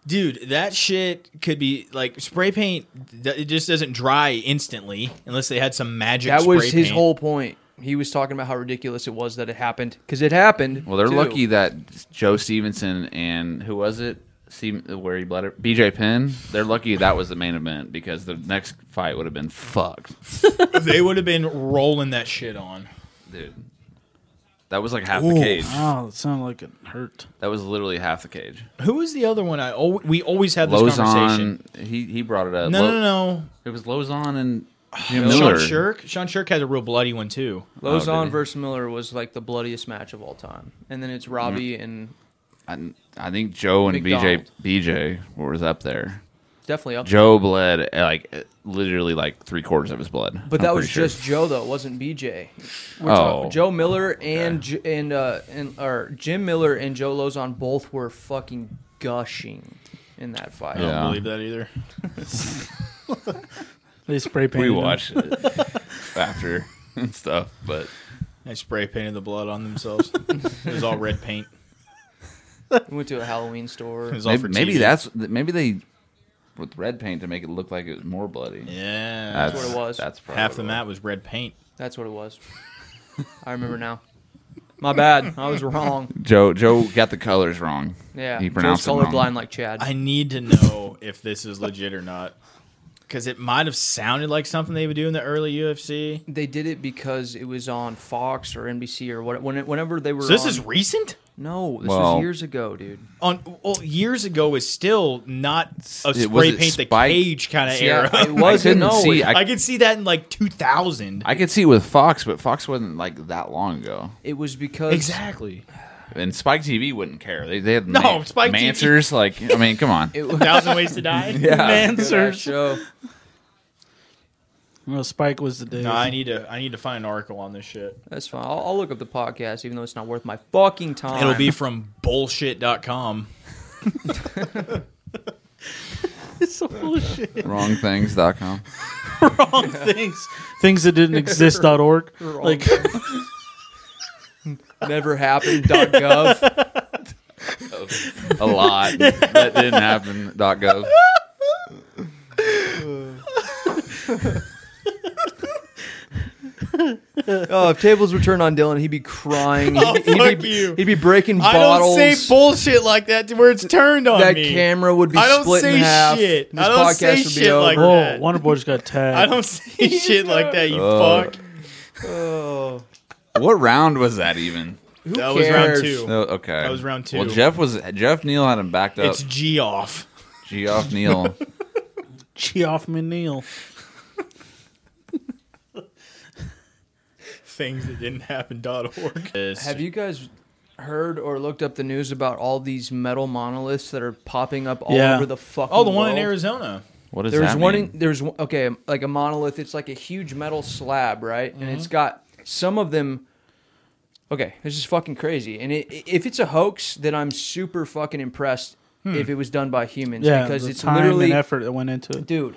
Speaker 2: Dude, that shit could be like spray paint. th- It just doesn't dry instantly unless they had some magic.
Speaker 4: That
Speaker 2: spray
Speaker 4: was his
Speaker 2: paint.
Speaker 4: whole point. He was talking about how ridiculous it was that it happened because it happened.
Speaker 1: Well, they're
Speaker 4: too.
Speaker 1: lucky that Joe Stevenson and who was it? Steven- Where he bled it? BJ Penn. They're lucky that was the main event because the next fight would have been fucked,
Speaker 2: they would have been rolling that shit on.
Speaker 1: dude. That was like half
Speaker 2: Ooh.
Speaker 1: the cage.
Speaker 3: Oh, that sounded like it hurt.
Speaker 1: That was literally half the cage.
Speaker 2: Who was the other one? I al- we always had this conversation.
Speaker 1: Lozon, he he brought it up.
Speaker 2: No,
Speaker 1: Lo-
Speaker 2: no, no.
Speaker 1: It was Lozon and Jim
Speaker 2: Sean
Speaker 1: Miller.
Speaker 2: Shirk. Sean Shirk had a real bloody one too.
Speaker 1: Oh, did
Speaker 4: Lozon
Speaker 1: he?
Speaker 4: versus Miller was like the bloodiest match of all time, and then it's Robbie
Speaker 1: Mm-hmm.
Speaker 4: and
Speaker 1: I, I think Joe and
Speaker 4: McDonald.
Speaker 1: BJ BJ was up there.
Speaker 4: definitely up.
Speaker 1: Joe bled eh, like eh, literally like three quarters of his blood.
Speaker 4: But
Speaker 1: I'm
Speaker 4: that was
Speaker 1: pretty sure.
Speaker 4: just Joe though, it wasn't BJ. We're
Speaker 1: Oh.
Speaker 4: talking Joe Miller and J and uh and or Jim Miller and Joe Lozon both were fucking gushing in that fight.
Speaker 2: I
Speaker 1: Yeah.
Speaker 2: don't believe that either.
Speaker 3: They spray
Speaker 1: we
Speaker 3: painted. him.
Speaker 1: watched it after and stuff. But
Speaker 2: They spray painted the blood on themselves. it was all red paint.
Speaker 4: We went to a Halloween store.
Speaker 2: It was all
Speaker 1: maybe,
Speaker 2: for
Speaker 1: maybe
Speaker 2: TV.
Speaker 1: that's maybe they with red paint to make it look like it was more bloody.
Speaker 2: yeah.
Speaker 1: That's,
Speaker 4: what it was.
Speaker 1: That's probably
Speaker 2: Half the
Speaker 1: what it
Speaker 2: mat was red paint.
Speaker 4: That's what it was. I remember now. My bad. I was wrong.
Speaker 1: was. Joe Joe got the colors wrong.
Speaker 4: Yeah.
Speaker 1: he pronounced it
Speaker 4: Joe's
Speaker 1: wrong.
Speaker 4: colorblind like Chad.
Speaker 2: I need to know if this is legit or not, because it might have sounded like something they would do in the early UFC.
Speaker 4: they did it because it was on Fox or NBC or what, when, whenever they were.
Speaker 2: So this
Speaker 4: on-
Speaker 2: is recent.
Speaker 4: no, this
Speaker 1: Well-
Speaker 4: was years ago, dude.
Speaker 2: On well, years ago was still not a
Speaker 1: It-
Speaker 2: spray
Speaker 1: was it
Speaker 2: paint the
Speaker 1: spiked?
Speaker 2: cage kind of
Speaker 4: Yeah,
Speaker 2: era.
Speaker 4: it
Speaker 2: I,
Speaker 4: wasn't.
Speaker 1: couldn't
Speaker 4: no,
Speaker 1: see-
Speaker 4: it,
Speaker 1: I-
Speaker 2: could see that in like 2000.
Speaker 1: I could see it with Fox, but Fox wasn't like that long ago.
Speaker 4: it was because
Speaker 2: exactly.
Speaker 1: And Spike TV wouldn't care. They they had
Speaker 2: No,
Speaker 1: man-
Speaker 2: Spike TV.
Speaker 1: mansers. Like I mean, come on.
Speaker 4: It was
Speaker 2: Thousand ways to die.
Speaker 1: Yeah.
Speaker 4: Good ass
Speaker 3: Mansers.
Speaker 4: show.
Speaker 3: No, Spike was the dude.
Speaker 2: No, I need to. I need to find an article on this shit.
Speaker 4: That's fine. I'll, I'll look up the podcast, even though it's not worth my fucking time.
Speaker 2: It'll be from bullshit.com.
Speaker 3: it's so full of shit.
Speaker 1: Wrongthings.com.
Speaker 3: Wrong things. Things that didn't exist.org.
Speaker 4: Wrong.
Speaker 3: Like,
Speaker 4: never happened. Dot gov.
Speaker 1: A lot that didn't happen. Dot gov.
Speaker 4: Oh, if tables were turned on Dylan, he'd be crying.
Speaker 2: Oh,
Speaker 4: he'd,
Speaker 2: fuck
Speaker 4: be,
Speaker 2: you.
Speaker 4: He'd be breaking
Speaker 2: I
Speaker 4: bottles.
Speaker 2: don't say bullshit like that to where it's turned on
Speaker 4: that
Speaker 2: me.
Speaker 4: camera would be
Speaker 2: I don't
Speaker 4: split
Speaker 2: say
Speaker 4: in half.
Speaker 2: shit.
Speaker 4: This
Speaker 2: I don't
Speaker 4: podcast
Speaker 2: say
Speaker 4: would be
Speaker 2: shit
Speaker 4: over.
Speaker 2: like-
Speaker 3: Whoa, Wonder Boy just got tagged.
Speaker 2: I don't say shit like that, you fuck.
Speaker 4: Oh,
Speaker 1: What round was that even?
Speaker 4: who
Speaker 2: That was round
Speaker 4: cares?
Speaker 2: two.
Speaker 1: No, okay.
Speaker 2: That was round two.
Speaker 1: Well, Jeff was Jeff Neal had him backed up.
Speaker 2: It's G off.
Speaker 1: G off Neal.
Speaker 3: She off me, Neil.
Speaker 2: Things that didn't happen dot org.
Speaker 4: Have you guys heard or looked up the news about all these metal monoliths that are popping up all
Speaker 3: Yeah.
Speaker 4: over the fucking?
Speaker 2: Oh, the one in
Speaker 4: world?
Speaker 2: Arizona.
Speaker 1: What is
Speaker 4: There's
Speaker 1: that?
Speaker 4: one.
Speaker 1: mean?
Speaker 4: In, there's one- okay, like a monolith. It's like a huge metal slab, right? And it's got some of them. Okay, this is fucking crazy. And it, if it's a hoax, then I'm super fucking impressed if it was done by humans
Speaker 3: Yeah,
Speaker 4: because
Speaker 3: the
Speaker 4: it's
Speaker 3: time
Speaker 4: literally
Speaker 3: and effort that went into it.
Speaker 4: dude.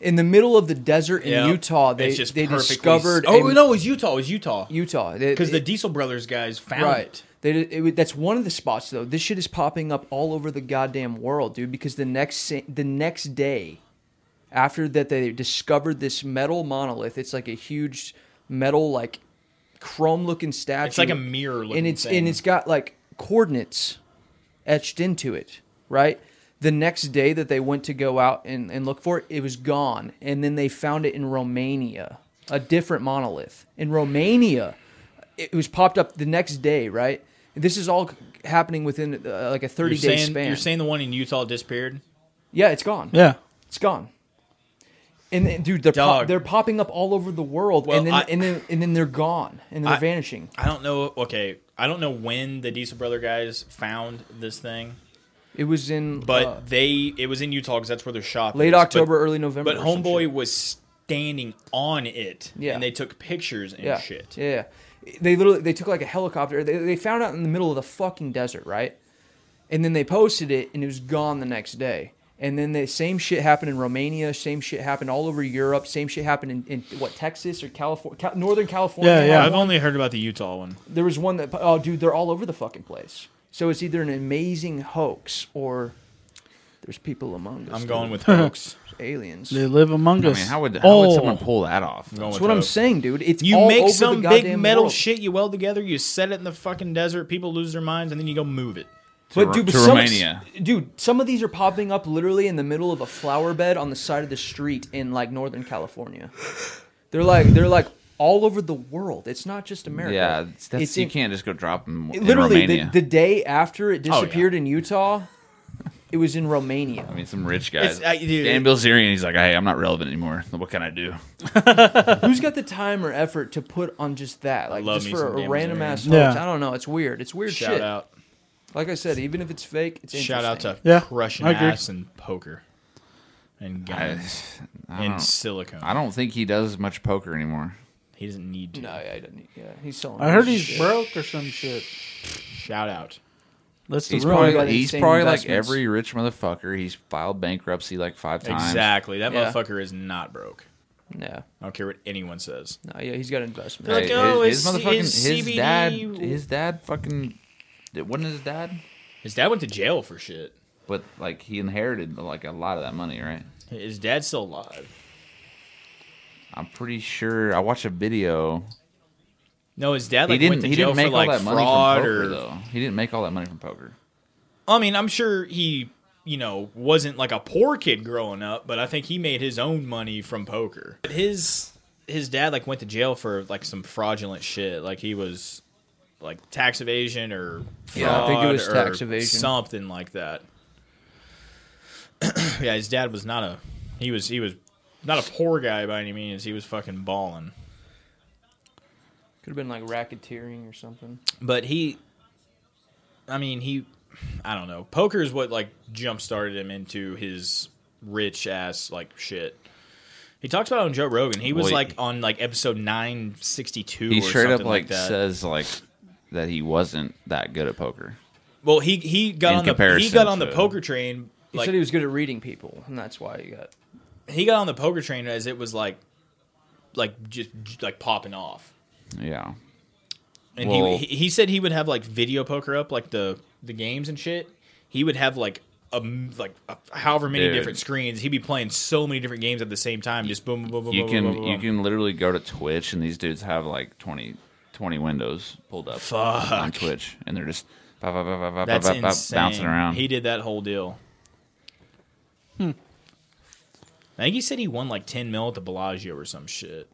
Speaker 4: In the middle of the desert in
Speaker 2: Yeah.
Speaker 4: Utah, they
Speaker 2: It's just
Speaker 4: they
Speaker 2: perfectly-
Speaker 4: discovered
Speaker 2: Oh
Speaker 4: a-
Speaker 2: no, it was Utah. It was Utah.
Speaker 4: Utah
Speaker 2: Because the Diesel Brothers guys found
Speaker 4: right.
Speaker 2: it.
Speaker 4: They, did- it, would- that's one of the spots though. This shit is popping up all over the goddamn world, dude. Because the next sa- the next day, after that, they discovered this metal monolith. It's like a huge metal, like chrome looking statue.
Speaker 2: It's like a mirror looking
Speaker 4: and it's
Speaker 2: thing.
Speaker 4: and it's got like coordinates etched into it, right? The next day that they went to go out and, and look for it, it was gone. And then they found it in Romania, a different monolith. In Romania, it was popped up the next day, right? And this is all c- happening within uh, like a 30
Speaker 2: you're
Speaker 4: day
Speaker 2: saying,
Speaker 4: span.
Speaker 2: You're saying the one in Utah disappeared?
Speaker 4: yeah, it's gone.
Speaker 3: Yeah.
Speaker 4: It's gone. And then, dude, they're pop,
Speaker 2: Dog.
Speaker 4: they're popping up all over the world,
Speaker 2: Well,
Speaker 4: and then
Speaker 2: I-
Speaker 4: and then and then they're gone, and then they're
Speaker 2: I-
Speaker 4: vanishing.
Speaker 2: I don't know. Okay, I don't know when the Diesel Brother guys found this thing,
Speaker 4: It was in
Speaker 2: but
Speaker 4: uh,
Speaker 2: they it was in Utah because that's where their shop.
Speaker 4: late
Speaker 2: is, but-
Speaker 4: October, early November.
Speaker 2: But
Speaker 4: or some shit.
Speaker 2: Homeboy was standing on it,
Speaker 4: Yeah.
Speaker 2: and they took pictures and
Speaker 4: yeah.
Speaker 2: shit.
Speaker 4: Yeah, yeah. They literally they took like a helicopter. They, they found out in the middle of the fucking desert, right? And then they posted it, and it was gone the next day. And then the same shit happened in Romania. Same shit happened all over Europe. Same shit happened in, in what Texas or California, Cal- Northern California.
Speaker 3: Yeah, yeah.
Speaker 4: had
Speaker 2: I've
Speaker 4: one.
Speaker 2: only heard about the Utah one.
Speaker 4: There was one that oh, dude, they're all over the fucking place. So it's either an amazing hoax or there's people among us.
Speaker 2: I'm
Speaker 4: dude.
Speaker 2: going with hoax.
Speaker 4: aliens.
Speaker 3: They live among
Speaker 1: I
Speaker 3: us.
Speaker 1: mean, how would how
Speaker 3: oh,
Speaker 1: would someone pull that off?
Speaker 2: I'm going
Speaker 4: That's
Speaker 2: with
Speaker 4: what I'm
Speaker 2: hoax.
Speaker 4: saying, dude. It's
Speaker 2: You
Speaker 4: all
Speaker 2: make
Speaker 4: over
Speaker 2: some
Speaker 4: the
Speaker 2: big
Speaker 4: goddamn
Speaker 2: metal
Speaker 4: world.
Speaker 2: shit you weld together, you set it in the fucking desert, people lose their minds, and then you go move it.
Speaker 1: Ru-
Speaker 4: But dude, but
Speaker 1: to
Speaker 4: some,
Speaker 1: Romania.
Speaker 4: dude, some of these are popping up literally in the middle of a flower bed on the side of the street in like Northern California. They're like they're like all over the world. It's not just America.
Speaker 1: Yeah, it's- that's,
Speaker 4: It's
Speaker 1: you
Speaker 4: in-
Speaker 1: can't just go drop them in
Speaker 4: literally the,
Speaker 1: Romania. Oh,
Speaker 4: the day after it
Speaker 2: yeah.
Speaker 4: disappeared in Utah, it was in Romania.
Speaker 1: I mean, some rich guys.
Speaker 2: It's- I- dude,
Speaker 1: Dan
Speaker 2: it-
Speaker 1: Bilzerian, he's like, hey, I'm not relevant anymore. What can I do?
Speaker 4: Who's got the time or effort to put on just that? Like
Speaker 2: love
Speaker 4: just
Speaker 2: me
Speaker 4: for
Speaker 2: some
Speaker 4: a
Speaker 2: damn
Speaker 4: random
Speaker 2: Missouri.
Speaker 4: ass hoax.
Speaker 3: Yeah.
Speaker 4: I don't know. It's weird. It's weird
Speaker 2: Shout
Speaker 4: shit.
Speaker 2: out.
Speaker 4: Like I said, even if it's fake, it's
Speaker 2: Shout out to
Speaker 4: interesting.
Speaker 3: Yeah,
Speaker 2: crushing
Speaker 3: I agree.
Speaker 2: ass and poker and
Speaker 1: I,
Speaker 2: guns
Speaker 1: I
Speaker 2: and
Speaker 1: don't,
Speaker 2: silicone.
Speaker 1: I don't think he does much poker anymore.
Speaker 2: he doesn't need to.
Speaker 4: No, yeah, I didn't. Yeah, he's selling.
Speaker 3: I heard
Speaker 4: his
Speaker 3: he's
Speaker 4: shit.
Speaker 3: broke or some shit.
Speaker 2: Shout out.
Speaker 3: That's the
Speaker 1: He's
Speaker 3: rumor.
Speaker 1: probably,
Speaker 4: got
Speaker 1: like, he's
Speaker 4: insane
Speaker 1: probably like
Speaker 4: investments.
Speaker 1: every rich motherfucker. He's filed bankruptcy like five times.
Speaker 2: Exactly. That
Speaker 4: Yeah.
Speaker 2: motherfucker is not broke.
Speaker 4: Yeah.
Speaker 2: I don't care what anyone says.
Speaker 4: No, yeah, he's got investment.
Speaker 1: Hey,
Speaker 2: Like, oh,
Speaker 1: his, his
Speaker 2: it's-
Speaker 1: motherfucking
Speaker 2: it's
Speaker 1: his
Speaker 2: CBD.
Speaker 1: dad his dad fucking it wasn't his dad,
Speaker 2: His dad went to jail for shit.
Speaker 1: but like he inherited like a lot of that money, right?
Speaker 2: His dad's still alive.
Speaker 1: I'm pretty sure I watched a video.
Speaker 2: No, his dad
Speaker 1: He
Speaker 2: like
Speaker 1: didn't
Speaker 2: went to
Speaker 1: he
Speaker 2: jail
Speaker 1: didn't make
Speaker 2: for like
Speaker 1: all that money
Speaker 2: fraud
Speaker 1: from poker
Speaker 2: or.
Speaker 1: though. He didn't make all that money from poker.
Speaker 2: I mean, I'm sure he, you know, wasn't like a poor kid growing up, but I think he made his own money from poker. But his his dad like went to jail for like some fraudulent shit. Like he was like tax evasion or fraud
Speaker 4: Yeah, I think it was
Speaker 2: or
Speaker 4: tax evasion.
Speaker 2: something like that. yeah, his dad was not a he was he was not a poor guy by any means. He was fucking balling.
Speaker 4: Could have been like racketeering or something.
Speaker 2: but he i mean he i don't know poker is what like jump started him into his rich ass like shit he talks about it on joe rogan he was
Speaker 1: Well, he-
Speaker 2: like on like episode 962
Speaker 1: He
Speaker 2: or
Speaker 1: straight up
Speaker 2: something
Speaker 1: like,
Speaker 2: that
Speaker 1: says like that he wasn't that good at poker.
Speaker 2: well he he got
Speaker 1: in
Speaker 2: on the he
Speaker 1: comparison
Speaker 2: got on the
Speaker 1: to-
Speaker 2: poker train
Speaker 4: He
Speaker 2: like
Speaker 4: said he was good at reading people, and that's why he got.
Speaker 2: he got on the poker train as it was like like just like popping off
Speaker 1: Yeah.
Speaker 2: and
Speaker 1: Well-
Speaker 2: he he he said he would have like video poker up like the the games and shit. He would have like a m- like a, however many
Speaker 1: Dude.
Speaker 2: different screens. He'd be playing so many different games at the same time. Just boom, boom, boom, boom.
Speaker 1: You
Speaker 2: boom, boom,
Speaker 1: can
Speaker 2: boom,
Speaker 1: you can literally go to Twitch and these dudes have like 20, 20 windows pulled up on
Speaker 2: Fuck.
Speaker 1: Twitch and they're just bop, bop, bop, bop, bop,
Speaker 2: That's
Speaker 1: bop, bop,
Speaker 2: insane.
Speaker 1: bouncing around.
Speaker 2: He did that whole deal. I think he said he won like ten mil at the Bellagio or some shit.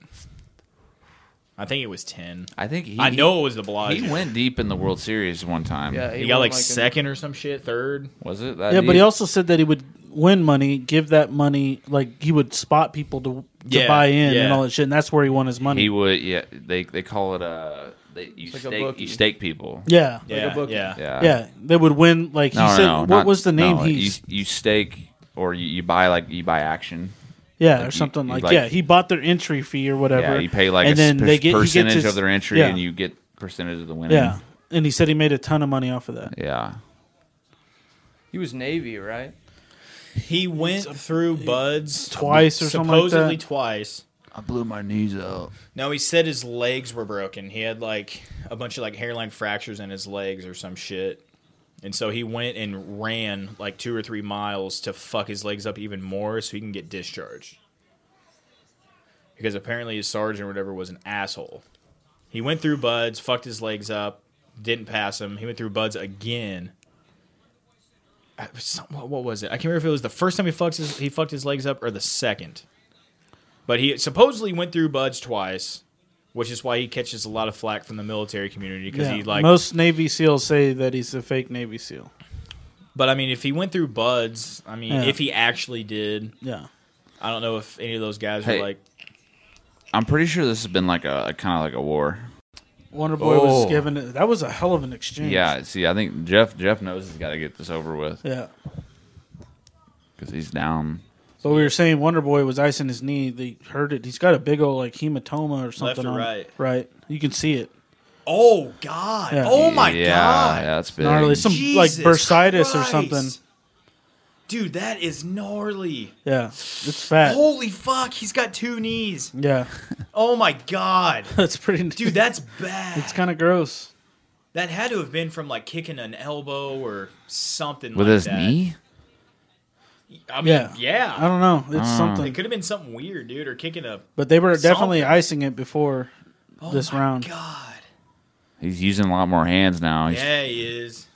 Speaker 2: I think it was ten.
Speaker 1: I think he,
Speaker 2: I know it was the Bellagio.
Speaker 1: he went deep in the World Series one time.
Speaker 4: Yeah,
Speaker 2: He got
Speaker 4: won,
Speaker 2: like,
Speaker 4: in-
Speaker 2: second or some shit, third.
Speaker 1: Was it that?
Speaker 3: yeah, but
Speaker 1: deep?
Speaker 3: he also said that he would win money, give that money, like he would spot people to, to
Speaker 2: Yeah,
Speaker 3: buy in
Speaker 2: yeah.
Speaker 3: and all that shit, and that's where he won his money.
Speaker 1: he would. Yeah, they they call it uh, they, you
Speaker 4: like a
Speaker 1: stake
Speaker 4: bookie.
Speaker 1: you stake people.
Speaker 3: yeah,
Speaker 2: Yeah,
Speaker 4: a bookie.
Speaker 2: yeah,
Speaker 1: Yeah,
Speaker 3: yeah, they would win. Like he
Speaker 1: No, no,
Speaker 3: said,
Speaker 1: no,
Speaker 3: what
Speaker 1: not-
Speaker 3: was the name?
Speaker 1: no,
Speaker 3: he
Speaker 1: you, you stake or you, you buy like you buy action.
Speaker 3: yeah,
Speaker 1: like,
Speaker 3: or
Speaker 1: you-
Speaker 3: something
Speaker 1: you
Speaker 3: like,
Speaker 1: like-
Speaker 3: yeah. He bought their entry fee or whatever.
Speaker 1: Yeah, you pay like
Speaker 3: and
Speaker 1: a
Speaker 3: then
Speaker 1: per-
Speaker 3: they get he gets
Speaker 1: percentage
Speaker 3: his-
Speaker 1: of their entry,
Speaker 3: yeah,
Speaker 1: and you get percentage of the winning.
Speaker 3: yeah. And he said he made a ton of money off of that.
Speaker 1: yeah.
Speaker 4: He was Navy, right?
Speaker 2: He went through Buds
Speaker 3: Twice or something like
Speaker 2: supposedly
Speaker 3: that?
Speaker 2: twice.
Speaker 1: I blew my knees out.
Speaker 2: No, he said his legs were broken. He had like a bunch of like hairline fractures in his legs or some shit. And so he went and ran like two or three miles to fuck his legs up even more so he can get discharged. Because apparently his sergeant or whatever was an asshole. He went through Buds, fucked his legs up, didn't pass him. He went through Buds again. I- some- What what was it? I can't remember if it was the first time he fucked his, he fucked his legs up or the second. But he supposedly went through Buds twice, which is why he catches a lot of flack from the military community because
Speaker 3: Yeah.
Speaker 2: he like
Speaker 3: Most Navy SEALs say that he's a fake Navy SEAL.
Speaker 2: But I mean, if he went through buds, I mean,
Speaker 3: Yeah.
Speaker 2: if he actually did,
Speaker 3: Yeah,
Speaker 2: I don't know if any of those guys
Speaker 1: Hey.
Speaker 2: are like,
Speaker 1: I'm pretty sure this has been like a, kind of like a war.
Speaker 3: Wonder Boy was
Speaker 1: Oh.
Speaker 3: given. That was a hell of an exchange.
Speaker 1: Yeah. See, I think Jeff Jeff knows he's got to get this over with
Speaker 3: yeah.
Speaker 1: because he's down.
Speaker 3: But we were saying Wonder Boy was icing his knee. They hurt it. He's got a big old like hematoma or something.
Speaker 2: or
Speaker 3: on it.
Speaker 2: right?
Speaker 3: Right. You can see it.
Speaker 2: oh god,
Speaker 3: Yeah.
Speaker 2: oh my
Speaker 1: yeah,
Speaker 2: god,
Speaker 1: Yeah, that's big.
Speaker 3: Gnarly. Some like
Speaker 2: Jesus
Speaker 3: bursitis or
Speaker 2: Christ.
Speaker 3: something.
Speaker 2: dude, that is gnarly.
Speaker 3: Yeah. It's fat.
Speaker 2: Holy fuck, he's got two knees.
Speaker 3: yeah.
Speaker 2: Oh my god,
Speaker 3: That's pretty.
Speaker 2: dude, that's bad.
Speaker 3: it's kind of gross.
Speaker 2: that had to have been from like kicking an elbow or something
Speaker 1: with
Speaker 2: like
Speaker 1: his
Speaker 2: that.
Speaker 1: knee.
Speaker 2: I mean,
Speaker 3: Yeah.
Speaker 2: yeah,
Speaker 3: I don't know. It's
Speaker 2: it
Speaker 3: something.
Speaker 2: could have been something weird, dude, or kicking a.
Speaker 3: But they were definitely
Speaker 2: Something.
Speaker 3: icing it before
Speaker 2: Oh
Speaker 3: this
Speaker 2: my
Speaker 3: round.
Speaker 2: God,
Speaker 1: He's using a lot more hands now. He's,
Speaker 2: yeah, he is.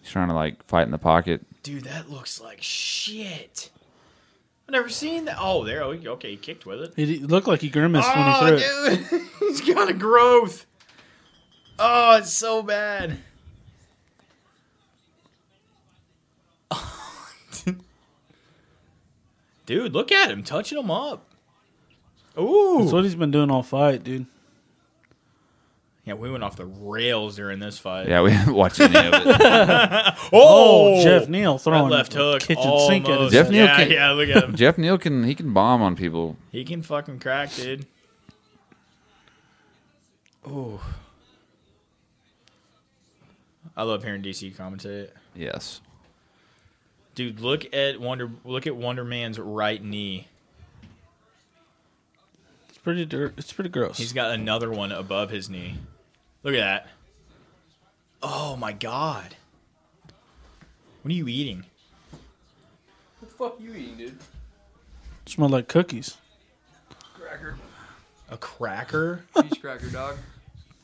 Speaker 1: he's trying to like fight in the pocket.
Speaker 2: Dude, that looks like shit. I've never seen that. Oh, there. oh, Okay, he kicked with it.
Speaker 3: He d- looked like he grimaced when he threw it.
Speaker 2: Oh, dude. He's got a growth. Oh, it's so bad. dude, look at him touching him up.
Speaker 3: That's
Speaker 2: Ooh.
Speaker 3: what he's been doing all fight, dude.
Speaker 2: Yeah, we went off the rails during this fight.
Speaker 1: Yeah, we haven't watched any of it.
Speaker 3: Oh, Jeff Neal
Speaker 2: That
Speaker 3: throwing
Speaker 2: left
Speaker 3: a
Speaker 2: hook.
Speaker 3: kitchen
Speaker 2: almost.
Speaker 3: sink at his
Speaker 1: Jeff
Speaker 3: head.
Speaker 1: Neal
Speaker 2: yeah,
Speaker 1: can-
Speaker 2: yeah, look at him.
Speaker 1: Jeff Neal can he can bomb on people.
Speaker 2: He can fucking crack, dude. Oh. I love hearing DC commentate.
Speaker 1: Yes.
Speaker 2: Dude, look at Wonder look at Wonder Man's right knee.
Speaker 3: It's pretty. dir- It's pretty gross.
Speaker 2: He's got another one above his knee. Look at that. Oh my god. What are you eating?
Speaker 4: What the fuck you eating, dude?
Speaker 3: Smelled like cookies.
Speaker 4: Cracker,
Speaker 2: A cracker?
Speaker 4: cheese cracker, dog.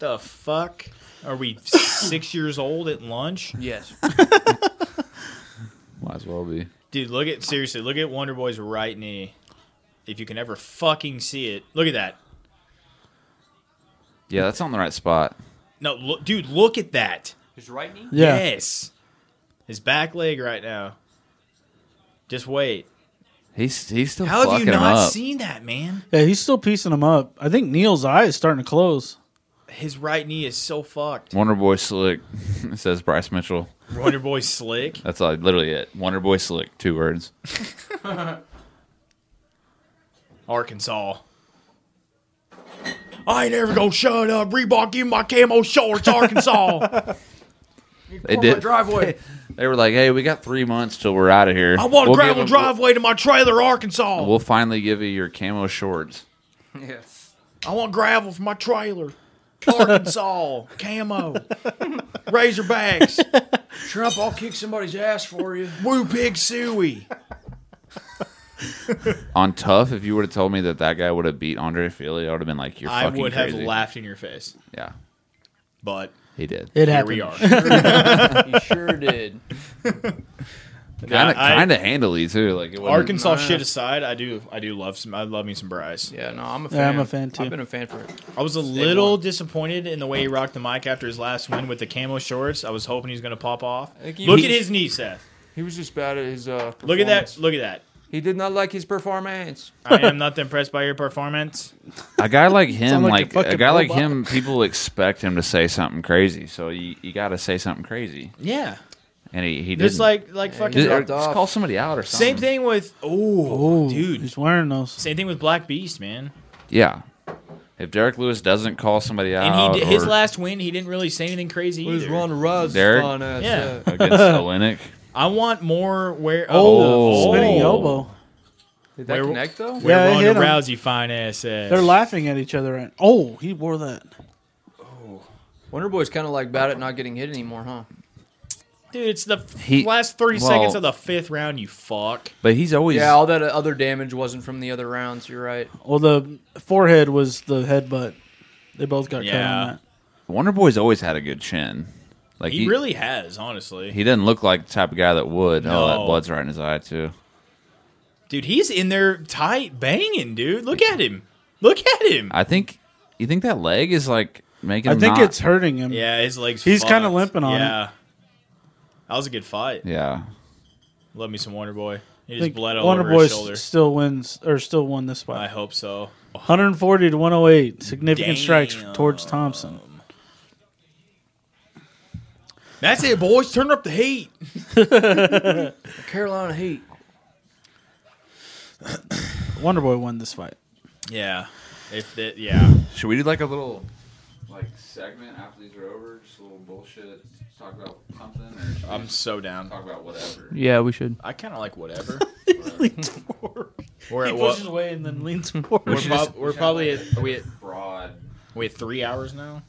Speaker 2: the fuck? Are we six years old at lunch?
Speaker 4: Yes.
Speaker 1: Might as well be.
Speaker 2: Dude, look at seriously, look at Wonder Boy's right knee. If you can ever fucking see it, look at that.
Speaker 1: Yeah, that's on the right spot.
Speaker 2: No, look, dude, look at that.
Speaker 4: His right knee.
Speaker 3: Yeah.
Speaker 2: Yes, his back leg right now. Just wait.
Speaker 1: He's he's still
Speaker 2: How have you
Speaker 1: fucking him
Speaker 2: not
Speaker 1: up.
Speaker 2: seen that, man?
Speaker 3: Yeah, he's still piecing him up. I think Neil's eye is starting to close.
Speaker 2: His right knee is so fucked.
Speaker 1: Wonder Boy Slick says Bryce Mitchell.
Speaker 2: Wonder Boy slick.
Speaker 1: That's like literally it. Wonder Boy Slick, two words.
Speaker 2: Arkansas. I ain't ever gonna shut up. Reebok, give me my camo shorts, Arkansas.
Speaker 1: They
Speaker 4: Pull my
Speaker 1: did.
Speaker 4: driveway.
Speaker 1: They were like, "Hey, we got three months till we're out of here.
Speaker 2: I want a
Speaker 1: We'll give
Speaker 2: gravel
Speaker 1: them-
Speaker 2: driveway to my trailer, Arkansas.
Speaker 1: We'll, we'll finally give you your camo shorts."
Speaker 4: yes.
Speaker 2: I want gravel for my trailer. Arkansas, camo, Razorbacks.
Speaker 4: Trump, I'll kick somebody's ass for you.
Speaker 2: Woo pig suey.
Speaker 1: On tough, if you would have told me that that guy would have beat Andre Philly, I would have been like, "You're
Speaker 2: I
Speaker 1: fucking
Speaker 2: would
Speaker 1: crazy."
Speaker 2: have laughed in your face,
Speaker 1: Yeah,
Speaker 2: but
Speaker 1: he did.
Speaker 3: It
Speaker 2: here
Speaker 3: happened.
Speaker 2: we are. Yeah,
Speaker 4: He sure did.
Speaker 1: Kind of,
Speaker 2: I-
Speaker 1: kind of handily too. Like it wasn't-
Speaker 2: Arkansas shit aside, I do, I do love some. I love me some Bryce.
Speaker 4: Yeah, no, I'm a fan.
Speaker 3: Yeah, I'm a fan, too.
Speaker 4: I've been a fan for
Speaker 2: I was a little disappointed in the way he rocked the mic after his last win with the camo shorts. I was hoping he was going to pop off.
Speaker 4: think he-
Speaker 2: Look
Speaker 4: he-
Speaker 2: at his knee, Seth.
Speaker 4: He was just bad at his. Uh,
Speaker 2: Look at that.
Speaker 4: performance.
Speaker 2: Look at that.
Speaker 4: He did not like his performance.
Speaker 2: I am not impressed by your performance.
Speaker 1: a guy like him,
Speaker 3: Sound like a
Speaker 1: like, a
Speaker 3: fucking
Speaker 1: guy like
Speaker 3: robot.
Speaker 1: him, people expect him to say something crazy. So you, you got to say something crazy,
Speaker 2: Yeah,
Speaker 1: and he he
Speaker 2: just
Speaker 1: didn't.
Speaker 2: like like fucking.
Speaker 1: just, or
Speaker 4: dropped
Speaker 1: just
Speaker 4: off.
Speaker 1: call somebody out or something.
Speaker 2: Same thing with oh,
Speaker 3: Ooh,
Speaker 2: dude.
Speaker 3: he's wearing those.
Speaker 2: Same thing with Black Beast, man.
Speaker 1: Yeah. If Derek Lewis doesn't call somebody out,
Speaker 2: And he did, his
Speaker 1: or
Speaker 2: last win, he didn't really say anything crazy
Speaker 4: Who's
Speaker 2: either.
Speaker 4: Ron Russ?
Speaker 1: Derek?
Speaker 4: on us,
Speaker 2: Yeah.
Speaker 4: uh,
Speaker 1: against Olenek,
Speaker 2: I want more where
Speaker 1: Oh.
Speaker 3: Spinning
Speaker 1: Oh.
Speaker 3: elbow.
Speaker 4: Did that
Speaker 2: Where-
Speaker 4: connect though?
Speaker 2: where
Speaker 3: Yeah, it
Speaker 2: Ronda
Speaker 3: hit him.
Speaker 2: Rousey fine ass ass.
Speaker 3: They're laughing at each other. And, oh, he wore that.
Speaker 4: Wonder Boy's kind of like bad at not getting hit anymore, huh?
Speaker 2: dude. It's the f-
Speaker 1: He-
Speaker 2: last three
Speaker 1: well-
Speaker 2: seconds of the fifth round. You fuck.
Speaker 1: but he's always
Speaker 4: Yeah, all that other damage wasn't from the other rounds. You're right.
Speaker 3: Well, the forehead was the headbutt. They both got cut
Speaker 2: Yeah.
Speaker 3: on that.
Speaker 1: Wonder Boy's always had a good chin. Like
Speaker 2: He,
Speaker 1: he,
Speaker 2: really has, honestly.
Speaker 1: he doesn't look like the type of guy that would. Oh, that
Speaker 2: No.
Speaker 1: blood's right in his eye too.
Speaker 2: Dude, he's in there tight banging, dude. Look at him. Look at him.
Speaker 1: I think you think that leg is like making.
Speaker 3: I
Speaker 1: him
Speaker 3: think
Speaker 1: not-
Speaker 3: it's hurting him.
Speaker 2: Yeah, his legs.
Speaker 3: He's kinda
Speaker 2: fucked.
Speaker 3: limping on it.
Speaker 2: Yeah, that was a good fight.
Speaker 1: yeah.
Speaker 2: Love me some Wonder Boy. He
Speaker 3: I
Speaker 2: just
Speaker 3: think
Speaker 2: bled all
Speaker 3: Wonder
Speaker 2: over
Speaker 3: Boy
Speaker 2: his shoulder.
Speaker 3: still wins or still won this
Speaker 2: I
Speaker 3: fight.
Speaker 2: hope so.
Speaker 3: 140 to 108. Significant strikes
Speaker 2: Damn.
Speaker 3: towards Thompson.
Speaker 2: That's it, boys. Turn up the heat.
Speaker 4: Carolina Heat.
Speaker 3: Wonder Boy won this fight.
Speaker 2: Yeah. If that, yeah.
Speaker 1: Should we do like a little like segment after these are over? Just a little bullshit. Talk about something. Or should we
Speaker 2: I'm so down.
Speaker 1: talk about whatever.
Speaker 4: Yeah, we should.
Speaker 2: I kind of like whatever.
Speaker 3: leans forward.
Speaker 2: We're
Speaker 3: He
Speaker 2: at what?
Speaker 3: pushes away and then leans
Speaker 2: We're,
Speaker 3: forward.
Speaker 1: should
Speaker 2: prob-
Speaker 1: just-
Speaker 2: we're probably at, are we at
Speaker 1: Broad.
Speaker 2: we at three hours now.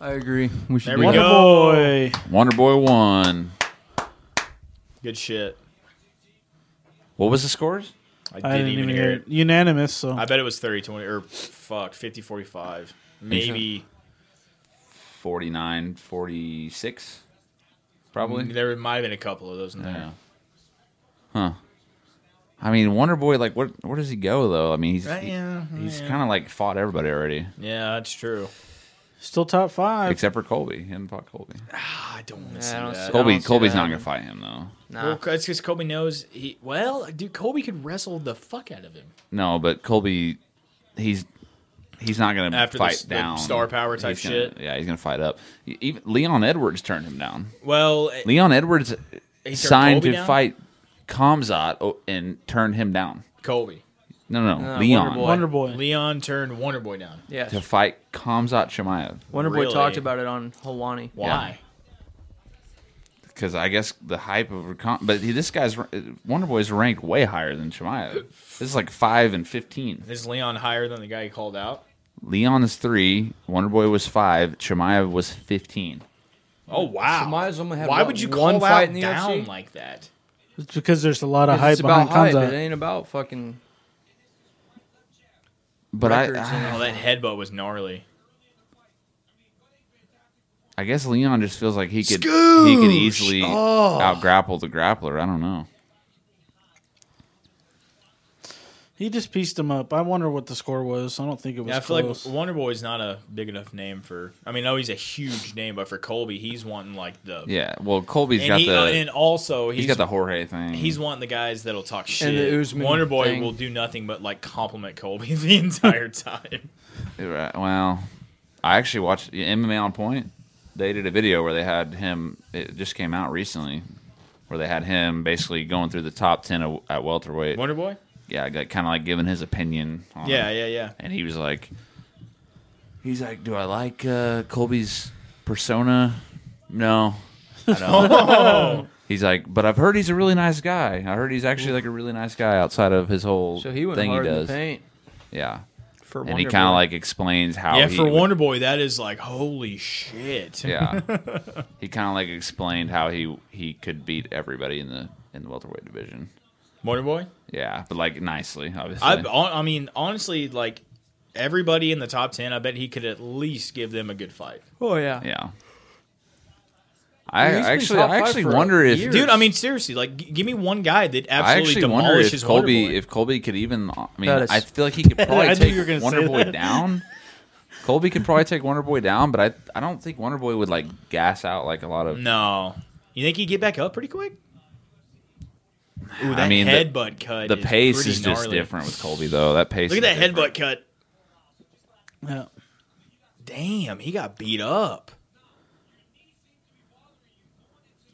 Speaker 4: I agree. We should.
Speaker 2: There
Speaker 4: do
Speaker 2: we
Speaker 3: Wonder
Speaker 4: that.
Speaker 2: go.
Speaker 3: Boy.
Speaker 1: Wonder Boy won.
Speaker 2: Good shit.
Speaker 1: What was the scores?
Speaker 2: I didn't,
Speaker 3: I didn't even hear it. Unanimous, so.
Speaker 2: I bet it was 30 20 or fuck 50 45. Maybe
Speaker 1: 49, 46, probably.
Speaker 2: there might have been a couple of those in there.
Speaker 1: Mm-hmm. Yeah. Huh. I mean, Wonder Boy, like, where where does he go though? I mean, he's
Speaker 2: Right, yeah,
Speaker 1: he- he's
Speaker 2: yeah.
Speaker 1: kind of like fought everybody already,
Speaker 2: Yeah, that's true.
Speaker 3: Still top five.
Speaker 1: except for Colby. He hasn't fought Colby.
Speaker 2: Ah, I don't want to
Speaker 4: Yeah,
Speaker 2: see
Speaker 4: I don't
Speaker 2: that.
Speaker 4: see-
Speaker 1: Colby
Speaker 4: see
Speaker 1: Colby's
Speaker 4: that.
Speaker 1: not gonna fight him though.
Speaker 4: Nah.
Speaker 2: Well, it's because Kobe knows he. Well, dude, Kobe could wrestle the fuck out of him.
Speaker 1: No, but Colby, he's he's not gonna
Speaker 2: After the
Speaker 1: fight
Speaker 2: s- the
Speaker 1: down
Speaker 2: star power type
Speaker 1: He's gonna-
Speaker 2: shit.
Speaker 1: Yeah, he's gonna fight up. E- Even Leon Edwards turned him down.
Speaker 2: Well,
Speaker 1: Leon Edwards
Speaker 2: turned
Speaker 1: signed
Speaker 2: Colby
Speaker 1: to
Speaker 2: down?
Speaker 1: fight Kamzat oh, and turned him down.
Speaker 2: Kobe.
Speaker 1: No, no,
Speaker 4: No,
Speaker 1: no
Speaker 4: Ah, Wonder
Speaker 1: Leon
Speaker 4: Boy.
Speaker 3: Wonder Boy.
Speaker 2: Leon turned Wonder Boy down.
Speaker 4: Yes.
Speaker 1: to fight Kamzat Shemaev.
Speaker 4: Wonder Boy
Speaker 2: Really?
Speaker 4: talked about it on Hawani.
Speaker 2: Why?
Speaker 1: because I guess the hype of con- but he, this guy's uh, Wonder Boy's ranked way higher than Shemaya. This is like five and fifteen.
Speaker 2: Is Leon higher than the guy he called out?
Speaker 1: Leon is three. Wonder Boy was five. Shemaya was fifteen.
Speaker 2: Oh wow!
Speaker 4: Shemaev's only had,
Speaker 2: Why
Speaker 4: what,
Speaker 2: would you
Speaker 4: one
Speaker 2: call
Speaker 4: fight
Speaker 2: out
Speaker 4: in the
Speaker 2: down
Speaker 4: UFC?
Speaker 2: like that?
Speaker 3: It's because there's a lot of hype
Speaker 4: It's about
Speaker 3: behind
Speaker 4: hype.
Speaker 3: Kanza.
Speaker 4: It ain't about fucking.
Speaker 1: But I,
Speaker 4: Records
Speaker 1: I,
Speaker 4: and-
Speaker 2: Oh, that headbutt was gnarly.
Speaker 1: I guess Leon just feels like he could he could
Speaker 2: Scoosh!
Speaker 1: easily
Speaker 2: Oh.
Speaker 1: out grapple the grappler. I don't know.
Speaker 3: He just pieced him up. I wonder what the score was. I don't think it was
Speaker 2: Yeah, I feel
Speaker 3: close.
Speaker 2: like Wonder Boy's not a big enough name for. I mean, no, he's a huge name, but for Colby, he's wanting like the.
Speaker 1: Yeah. Well, Colby's
Speaker 2: and,
Speaker 1: got
Speaker 2: he,
Speaker 1: the
Speaker 2: uh, and also he's,
Speaker 1: he's got the Jorge thing.
Speaker 2: he's wanting the guys that'll talk shit.
Speaker 4: the Usman
Speaker 2: Wonder Boy
Speaker 4: thing.
Speaker 2: will do nothing but like compliment Colby the entire time.
Speaker 1: Uh, well. I actually watched MMA on Point. They did a video where they had him. It just came out recently. Where they had him basically going through the top ten of, at welterweight.
Speaker 2: Wonder Boy.
Speaker 1: yeah, like, kind of like giving his opinion. On
Speaker 2: Yeah,
Speaker 1: it.
Speaker 2: yeah, yeah.
Speaker 1: And he was like, he's like, do I like uh, Colby's persona? No, I don't. He's like, but I've heard he's a really nice guy. I heard he's actually like a really nice guy outside of his whole
Speaker 4: So he went
Speaker 1: thing
Speaker 4: hard
Speaker 1: he
Speaker 4: in the
Speaker 1: does.
Speaker 4: paint.
Speaker 1: Yeah.
Speaker 5: for
Speaker 1: and he
Speaker 5: Wonder
Speaker 1: kind of
Speaker 5: Boy.
Speaker 1: like explains how
Speaker 2: yeah,
Speaker 1: he
Speaker 2: for
Speaker 1: would-
Speaker 2: Wonder Boy, that is like holy shit.
Speaker 1: yeah he kind of like explained how he he could beat everybody in the in the welterweight division
Speaker 2: Wonder Boy.
Speaker 1: yeah but like nicely obviously
Speaker 2: I, I mean, honestly, like everybody in the top ten, I bet he could at least give them a good fight.
Speaker 4: Oh yeah.
Speaker 1: yeah I
Speaker 4: he's been
Speaker 1: actually,
Speaker 4: top
Speaker 1: I
Speaker 4: five
Speaker 1: actually
Speaker 4: for
Speaker 1: wonder if
Speaker 2: Dude, I mean, seriously, like, g- give me one guy that
Speaker 1: I
Speaker 2: absolutely
Speaker 1: actually wonder
Speaker 2: demolishes
Speaker 1: if Colby,
Speaker 2: Wonder Boy.
Speaker 1: if Colby could even. I mean,
Speaker 4: That is-
Speaker 1: I feel like he could
Speaker 3: I
Speaker 1: probably
Speaker 3: knew
Speaker 1: take
Speaker 3: you were gonna say
Speaker 1: Wonder Boy
Speaker 3: that.
Speaker 1: down. Colby could probably take Wonder Boy down, but I, I don't think Wonder Boy would like gas out like a lot of.
Speaker 2: no, you think he'd get back up pretty quick? Ooh, that
Speaker 1: I mean, the-
Speaker 2: headbutt cut.
Speaker 1: The pace
Speaker 2: pretty
Speaker 1: is just
Speaker 2: gnarly.
Speaker 1: different with Colby though. That pace.
Speaker 2: Look at
Speaker 1: is
Speaker 2: that
Speaker 1: different.
Speaker 2: headbutt cut.
Speaker 3: Yeah.
Speaker 2: Damn, he got beat up.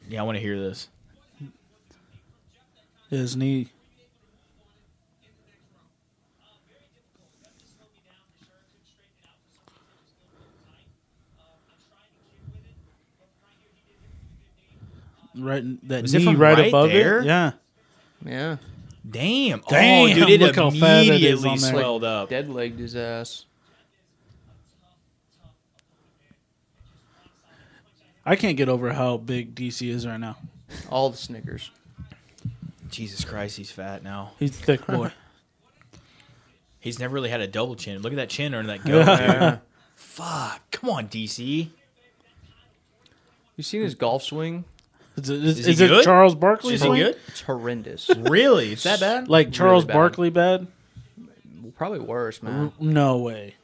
Speaker 2: Yeah, I want to hear this.
Speaker 3: His knee. Right, in- that
Speaker 2: Was it
Speaker 3: knee
Speaker 2: from
Speaker 3: right,
Speaker 2: right
Speaker 3: above
Speaker 2: there?
Speaker 3: it. Yeah,
Speaker 4: Yeah.
Speaker 2: Damn.
Speaker 3: Damn,
Speaker 2: oh, dude, it
Speaker 3: look how fat it is
Speaker 2: immediately
Speaker 3: on there.
Speaker 2: swelled up.
Speaker 4: Dead legged his ass.
Speaker 3: I can't get over how big DC is right now.
Speaker 4: All the Snickers.
Speaker 2: Jesus Christ, he's fat now.
Speaker 3: He's a thick boy.
Speaker 2: He's never really had a double chin. Look at that chin under that goat. dude. Fuck. Come on, DC.
Speaker 4: You seen his golf swing?
Speaker 3: Is it, is,
Speaker 2: Is
Speaker 3: is,
Speaker 2: he
Speaker 3: it
Speaker 2: good?
Speaker 3: Charles Barkley?
Speaker 2: Is he
Speaker 3: swing?
Speaker 2: good?
Speaker 4: It's horrendous.
Speaker 2: Really? It's that bad?
Speaker 3: Like Charles
Speaker 4: bad.
Speaker 3: Barkley Mm. bad?
Speaker 4: Probably worse, man.
Speaker 3: No way.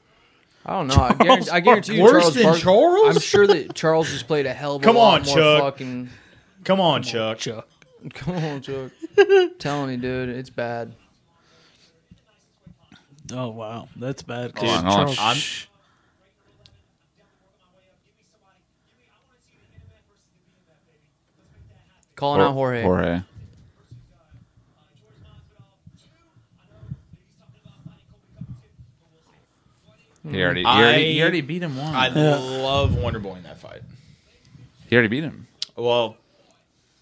Speaker 4: I don't know. I guarantee, I guarantee you,
Speaker 2: Barkley.
Speaker 4: Charles
Speaker 2: Worse than
Speaker 4: Barkley-
Speaker 2: Charles?
Speaker 4: I'm sure that Charles has played a hell of a
Speaker 2: Come
Speaker 4: lot
Speaker 2: on,
Speaker 4: more
Speaker 2: Chuck.
Speaker 4: fucking.
Speaker 2: Come on, Chuck.
Speaker 3: Chuck.
Speaker 4: Come on, Chuck. telling you, dude, it's bad.
Speaker 3: Oh wow, that's bad. 'cause
Speaker 1: Hold on, hold on.
Speaker 3: Charles-
Speaker 2: I'm-
Speaker 1: Shh.
Speaker 4: Calling out Jorge.
Speaker 1: Jorge. He already, he already, he
Speaker 2: I-
Speaker 1: already beat him once.
Speaker 2: I
Speaker 3: Yeah.
Speaker 2: love Wonder Boy in that fight.
Speaker 1: he already beat him.
Speaker 2: Well,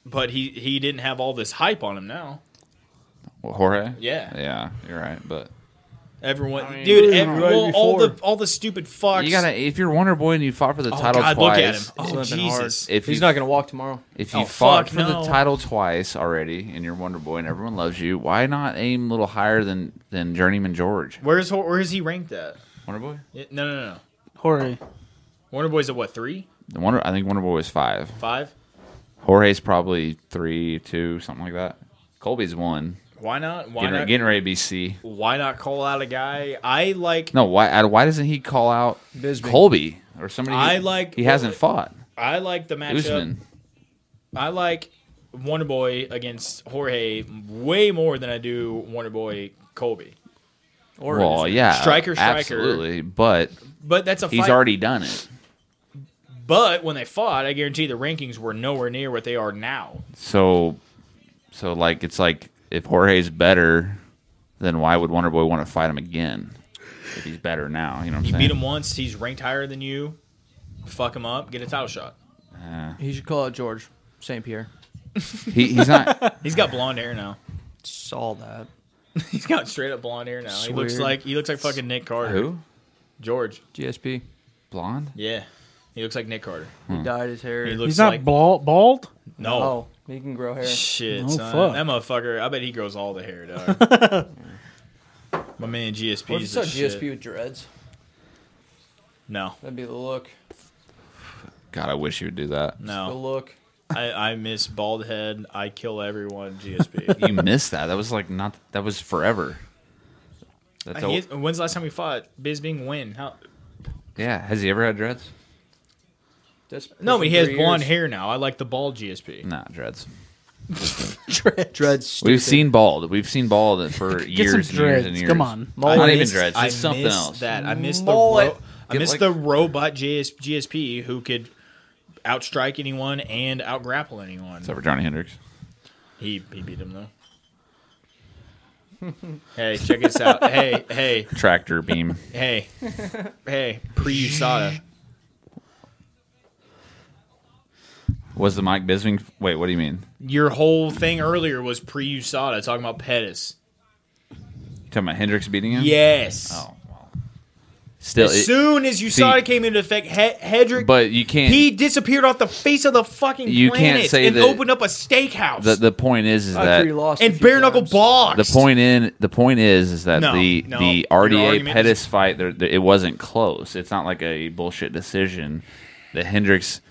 Speaker 2: but he he didn't have all this hype on him now.
Speaker 1: Well, Jorge.
Speaker 2: Yeah.
Speaker 1: yeah, you're right. But
Speaker 2: Everyone,
Speaker 4: I mean,
Speaker 2: dude,
Speaker 4: right
Speaker 2: every, well, all
Speaker 4: before.
Speaker 2: the all the stupid fucks.
Speaker 1: you gotta, if you're Wonder Boy and you fought for the
Speaker 2: oh
Speaker 1: title
Speaker 2: God,
Speaker 1: twice,
Speaker 2: look at him.
Speaker 4: It's
Speaker 2: Oh
Speaker 4: not been hard.
Speaker 2: Jesus,
Speaker 1: if
Speaker 4: He's
Speaker 1: you-
Speaker 4: not going to walk tomorrow.
Speaker 1: If you
Speaker 2: Oh,
Speaker 1: fought
Speaker 2: fuck,
Speaker 1: for
Speaker 2: no.
Speaker 1: the title twice already and you're Wonder Boy and everyone loves you, why not aim a little higher than than Journeyman George?
Speaker 2: where's Ho- where is he ranked at?
Speaker 1: Wonder Boy.
Speaker 2: Yeah, No, no, no.
Speaker 3: Jorge.
Speaker 2: Wonder Boy's at what three,
Speaker 1: The Wonder, I think Wonder Boy was five.
Speaker 2: five?
Speaker 1: Jorge's probably three, two, something like that. Colby's one.
Speaker 2: Why not? Why
Speaker 1: Getting, re-
Speaker 2: not?
Speaker 1: getting ready to be C.
Speaker 2: why not call out a guy? I like
Speaker 1: No, why? uh, Why doesn't he call out
Speaker 4: Bisbee.
Speaker 1: Colby or somebody?
Speaker 2: I
Speaker 1: he-
Speaker 2: like-
Speaker 1: He hasn't fought.
Speaker 2: I like the matchup.
Speaker 1: Usman.
Speaker 2: I like Wonder Boy against Jorge way more than I do Wonder Boy Colby.
Speaker 4: Or
Speaker 1: Well, yeah,
Speaker 2: Striker, striker.
Speaker 1: absolutely. But
Speaker 2: But that's a
Speaker 1: he's
Speaker 2: fight.
Speaker 1: already done it.
Speaker 2: But when they fought, I guarantee the rankings were nowhere near what they are now.
Speaker 1: So, so like it's like if Jorge's better, then why would Wonder Boy want to fight him again? If he's better now, you know what I'm
Speaker 2: You
Speaker 1: saying.
Speaker 2: beat him once. He's ranked higher than you. Fuck him up. Get a title shot.
Speaker 4: He should call out George St. Pierre.
Speaker 1: He, he's not.
Speaker 2: He's got blonde hair now.
Speaker 4: Saw that.
Speaker 2: He's got straight up blonde hair now. He
Speaker 4: It's
Speaker 2: looks
Speaker 4: weird.
Speaker 2: like he looks like fucking Nick Carter.
Speaker 1: Who?
Speaker 2: George.
Speaker 4: GSP.
Speaker 1: Blonde?
Speaker 2: Yeah. He looks like Nick Carter.
Speaker 4: He dyed his hair.
Speaker 2: He looks
Speaker 3: He's not
Speaker 2: like
Speaker 3: bald. bald?
Speaker 2: no.
Speaker 4: Oh, he can grow hair.
Speaker 2: Shit,
Speaker 3: Oh,
Speaker 2: son.
Speaker 3: fuck.
Speaker 2: That motherfucker, I bet he grows all the hair, dog. My man
Speaker 4: What
Speaker 2: GSP
Speaker 4: if you
Speaker 2: is
Speaker 4: saw
Speaker 2: the
Speaker 4: GSP
Speaker 2: shit.
Speaker 4: with dreads?
Speaker 2: No,
Speaker 4: That'd be the look.
Speaker 1: God, I wish he would do that.
Speaker 4: The
Speaker 2: no.
Speaker 4: look.
Speaker 2: I, I miss bald head. I kill everyone, GSP.
Speaker 1: You missed that. That was like not. That was forever. That's
Speaker 2: Uh, He-
Speaker 1: old.
Speaker 2: when's the last time we fought? Bisbing win. How?
Speaker 1: Yeah. Has he ever had dreads?
Speaker 4: That's
Speaker 2: No, but he
Speaker 4: pushing
Speaker 2: has
Speaker 4: three
Speaker 2: blonde
Speaker 4: years.
Speaker 2: hair now. I like the bald GSP.
Speaker 1: Nah, dreads.
Speaker 4: Dreads.
Speaker 1: We've
Speaker 4: stupid.
Speaker 1: seen bald. We've seen bald for
Speaker 3: Get
Speaker 1: years
Speaker 3: some
Speaker 1: and years and
Speaker 3: dreads.
Speaker 1: years.
Speaker 3: Come on.
Speaker 1: Not
Speaker 2: I
Speaker 1: even
Speaker 2: missed-
Speaker 1: dreads.
Speaker 2: I
Speaker 1: Just something
Speaker 2: missed
Speaker 1: else.
Speaker 2: That I missed
Speaker 4: Mullet.
Speaker 2: the ro- I
Speaker 1: Get
Speaker 2: missed
Speaker 1: like-
Speaker 2: the robot GS- GSP who could outstrike anyone and outgrapple anyone.
Speaker 1: Except for Johnny Hendricks.
Speaker 2: He he beat him though. hey, check this out. Hey, hey,
Speaker 1: Tractor beam.
Speaker 2: hey, hey, pre USADA.
Speaker 1: Was the Mike Bisping? Wait, what do you mean?
Speaker 2: Your whole thing earlier was pre USADA talking about Pettis.
Speaker 1: You talking about Hendricks beating him?
Speaker 2: Yes.
Speaker 1: Oh, well. Still,
Speaker 2: as
Speaker 1: it-
Speaker 2: soon as USADA came into effect, he- Hedrick,
Speaker 1: but you can't.
Speaker 2: he disappeared off the face of the fucking
Speaker 1: You can't
Speaker 2: planet
Speaker 1: say
Speaker 2: and
Speaker 1: that-
Speaker 2: opened up a steakhouse
Speaker 1: the the point is is that
Speaker 4: After he lost a
Speaker 2: and
Speaker 4: few
Speaker 2: bare knuckle
Speaker 4: times.
Speaker 2: boxed.
Speaker 1: the point in the point is is that
Speaker 2: No,
Speaker 1: the
Speaker 2: no.
Speaker 1: the
Speaker 2: Your
Speaker 1: RDA
Speaker 2: argument is-
Speaker 1: Pettis fight there, there- it wasn't close. It's not like a bullshit decision. The Hendricks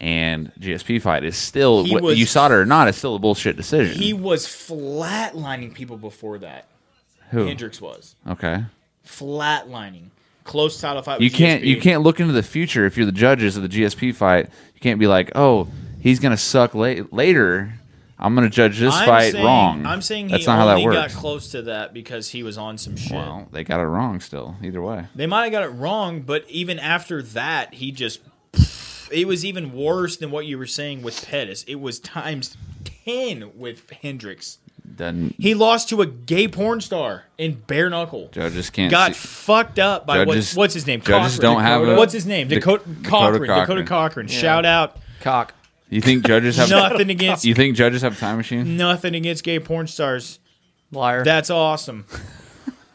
Speaker 1: and GSP fight is still
Speaker 2: He
Speaker 1: what
Speaker 2: was-
Speaker 1: you saw it or not. It's still a bullshit decision.
Speaker 2: He was flatlining people before that.
Speaker 1: Who?
Speaker 2: Hendricks was
Speaker 1: Okay.
Speaker 2: flatlining. Close title fight.
Speaker 1: You
Speaker 2: with
Speaker 1: can't
Speaker 2: GSP.
Speaker 1: you can't look into the future if you're the judges of the GSP fight. You can't be like, oh, he's gonna suck la- later. I'm gonna judge this
Speaker 2: I'm
Speaker 1: fight
Speaker 2: saying-
Speaker 1: wrong.
Speaker 2: I'm saying he
Speaker 1: that's not how that
Speaker 2: only
Speaker 1: works.
Speaker 2: got close to that because he was on some shit.
Speaker 1: Well, they got it wrong still. Either way.
Speaker 2: They might have got it wrong, but even after that, he just. It was even worse than what you were saying with Pettis. It was times 10 with Hendricks.
Speaker 1: Doesn't
Speaker 2: He lost to a gay porn star in bare knuckle.
Speaker 1: judges can't
Speaker 2: Got
Speaker 1: see-
Speaker 2: fucked up by
Speaker 1: Judges-
Speaker 2: what's, what's his name?
Speaker 1: judges
Speaker 2: Cochran.
Speaker 1: don't have a-
Speaker 2: What's his name?
Speaker 1: Da-
Speaker 2: Dakota,
Speaker 1: Dakota
Speaker 2: Cochran. Dakota
Speaker 1: Cochran.
Speaker 2: Cochran. Shout out.
Speaker 4: Cock.
Speaker 1: You think judges have
Speaker 2: Nothing against
Speaker 1: You think judges have a time machine?
Speaker 2: nothing against gay porn stars.
Speaker 4: Liar.
Speaker 2: That's awesome,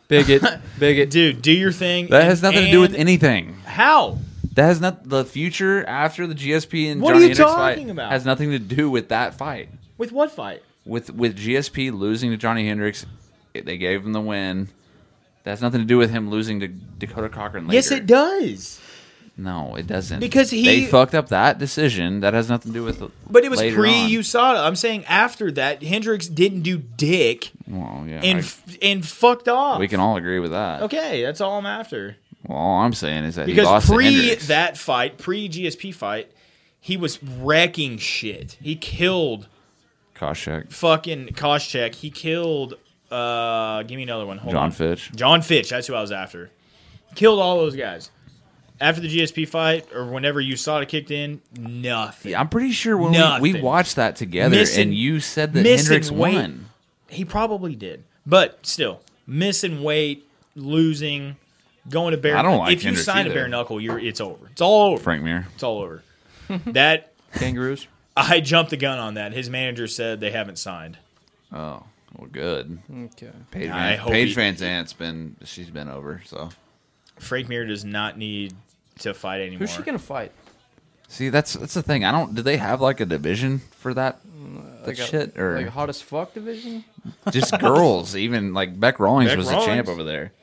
Speaker 4: bigot. Bigot.
Speaker 2: dude. Do your thing.
Speaker 1: That has
Speaker 2: and-
Speaker 1: nothing to do with
Speaker 2: and
Speaker 1: anything.
Speaker 2: How?
Speaker 1: That has not the future after the GSP and
Speaker 2: What are
Speaker 1: Johnny
Speaker 2: you
Speaker 1: Hendricks
Speaker 2: talking
Speaker 1: fight
Speaker 2: about?
Speaker 1: has nothing to do with that fight.
Speaker 2: With what fight?
Speaker 1: With with GSP losing to Johnny Hendricks, it- they gave him the win. That's nothing to do with him losing to Dakota Cochran later.
Speaker 2: Yes, it does.
Speaker 1: No, it doesn't.
Speaker 2: Because he-
Speaker 1: they fucked up that decision. That has nothing to do with. the-
Speaker 2: But it was
Speaker 1: later
Speaker 2: pre
Speaker 1: on.
Speaker 2: USADA. I'm saying after that, Hendricks didn't do dick
Speaker 1: Well, yeah,
Speaker 2: and
Speaker 1: I-
Speaker 2: f and fucked off.
Speaker 1: we can all agree with that.
Speaker 2: okay, that's all I'm after.
Speaker 1: Well, all I'm saying is that he
Speaker 2: Because
Speaker 1: lost to
Speaker 2: pre
Speaker 1: Hendricks.
Speaker 2: that fight, pre GSP fight, he was wrecking shit. He killed
Speaker 1: Koscheck,
Speaker 2: fucking Koscheck. He killed. uh Give me another one. Hold
Speaker 1: John
Speaker 2: on.
Speaker 1: Fitch.
Speaker 2: John Fitch. That's who I was after. Killed all those guys. After the GSP fight, or whenever USADA kicked in, nothing.
Speaker 1: Yeah, I'm pretty sure when we, we
Speaker 2: Nothing.
Speaker 1: watched that together,
Speaker 2: Missing-
Speaker 1: and you said that
Speaker 2: missing
Speaker 1: Hendricks
Speaker 2: weight.
Speaker 1: won.
Speaker 2: He probably did, but still missing weight, losing, going to bare.
Speaker 1: I don't like
Speaker 2: if you
Speaker 1: Hendricks
Speaker 2: sign a
Speaker 1: either.
Speaker 2: bare knuckle, you're it's over. It's all over.
Speaker 1: Frank Mir.
Speaker 2: It's all over. that
Speaker 4: Kangaroos.
Speaker 2: I jumped the gun on that. His manager said they haven't signed.
Speaker 1: Oh, well, good.
Speaker 4: Okay.
Speaker 1: Paige,
Speaker 2: I
Speaker 1: Van,
Speaker 2: hope
Speaker 1: Paige
Speaker 2: he-
Speaker 1: Van's aunt's been she's been over. So
Speaker 2: Frank Mir does not need to fight anymore.
Speaker 4: Who's she gonna fight?
Speaker 1: see, that's that's the thing. I don't. Do they have like a division for that? That
Speaker 2: Mm,
Speaker 4: Like a-
Speaker 1: shit or
Speaker 4: like a hot as fuck division?
Speaker 1: just girls? Even like Beck Rawlings
Speaker 2: Beck
Speaker 1: was a
Speaker 2: Rawlings.
Speaker 1: champ over there.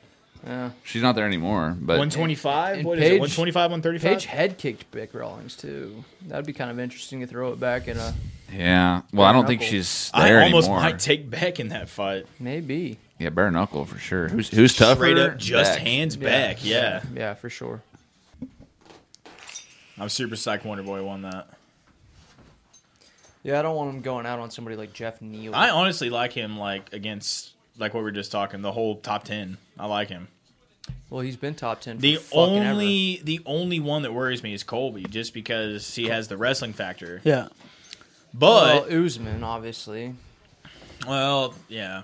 Speaker 4: Yeah.
Speaker 1: She's not there anymore. But
Speaker 2: 125?
Speaker 4: And
Speaker 2: What is
Speaker 4: Paige-
Speaker 2: it? 125, 135?
Speaker 4: Paige head kicked Bick Rawlings too. That'd be kind of interesting to throw it back in a
Speaker 1: yeah, well, I don't think
Speaker 4: Knuckle.
Speaker 1: she's
Speaker 2: I
Speaker 1: there
Speaker 2: almost
Speaker 1: anymore.
Speaker 2: might take back in that fight.
Speaker 4: maybe.
Speaker 1: yeah, bare knuckle for sure. Who's who's tougher?
Speaker 2: Straight up, just
Speaker 1: Beck.
Speaker 2: hands back. Yeah.
Speaker 4: Yeah, for sure.
Speaker 2: I'm super psyched Wonder Boy won that.
Speaker 4: Yeah, I don't want him going out on somebody like Jeff Neal.
Speaker 2: I honestly like him, like against like what we were just talking, the whole top ten. I like him.
Speaker 4: well, he's been top ten. For
Speaker 2: The
Speaker 4: fucking ever.
Speaker 2: only the only one that worries me is Colby, just because he has the wrestling factor.
Speaker 3: Yeah.
Speaker 2: But well,
Speaker 4: well, Usman, obviously.
Speaker 2: yeah.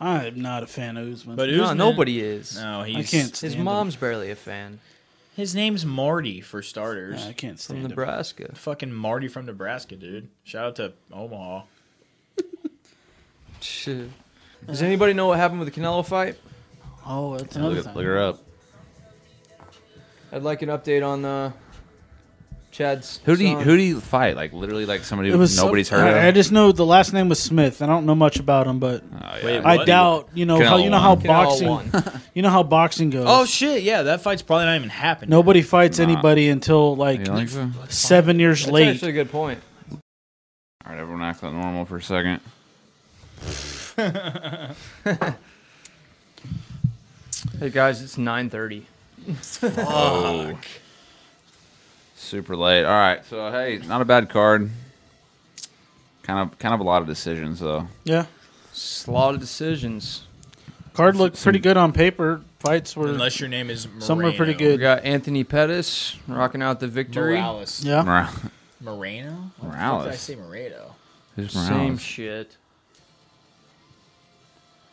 Speaker 3: I'm not a fan of Usman.
Speaker 2: But
Speaker 4: No,
Speaker 2: Usman-
Speaker 4: nobody is.
Speaker 2: No, he's
Speaker 3: I can't stand
Speaker 4: His
Speaker 3: him.
Speaker 4: mom's barely a fan
Speaker 2: His name's Marty for starters.
Speaker 3: Yeah, I can't
Speaker 4: from
Speaker 3: stand him.
Speaker 4: Nebraska.
Speaker 2: Fucking Marty from Nebraska, dude. Shout out to Omaha.
Speaker 4: Shit. Does anybody know what happened with the Canelo fight?
Speaker 3: Oh, that's
Speaker 1: Look,
Speaker 3: another
Speaker 1: at-
Speaker 3: thing.
Speaker 1: look her up.
Speaker 4: I'd like an update on uh, Chad's.
Speaker 1: Who do you
Speaker 4: son.
Speaker 1: who do you fight? Like literally, like somebody
Speaker 3: It was
Speaker 1: nobody's
Speaker 3: some-
Speaker 1: heard
Speaker 3: I, I
Speaker 1: of.
Speaker 3: just know the last name was Smith. I don't know much about him, but
Speaker 1: Oh, yeah.
Speaker 2: Wait,
Speaker 3: I
Speaker 2: What?
Speaker 3: doubt you know
Speaker 1: Canelo
Speaker 3: how you know how
Speaker 1: won.
Speaker 4: Canelo
Speaker 3: boxing
Speaker 4: won.
Speaker 3: you know how boxing goes.
Speaker 2: Oh shit, yeah, that fight's probably not even happening.
Speaker 3: Nobody fights
Speaker 1: Nah.
Speaker 3: anybody until like
Speaker 1: You think so?
Speaker 3: seven years
Speaker 4: That's
Speaker 3: late.
Speaker 4: actually a good point.
Speaker 1: All right, everyone act like normal for a second.
Speaker 4: Hey guys, it's nine thirty.
Speaker 1: Oh. Super late. All right, so hey, not a bad card. Kind of, kind of a lot of decisions though.
Speaker 3: Yeah,
Speaker 4: Slot of decisions.
Speaker 3: card looked pretty good on paper. Fights were
Speaker 2: Unless your name is Moreno.
Speaker 3: Some are pretty
Speaker 4: We
Speaker 3: good.
Speaker 4: got Anthony Pettis rocking out the victory.
Speaker 2: Morales.
Speaker 3: yeah.
Speaker 1: Mor-
Speaker 2: Moreno? Why the fuck Did I
Speaker 1: Morales.
Speaker 2: say Moreno?
Speaker 1: Who's
Speaker 4: Same
Speaker 1: Morales?
Speaker 4: shit.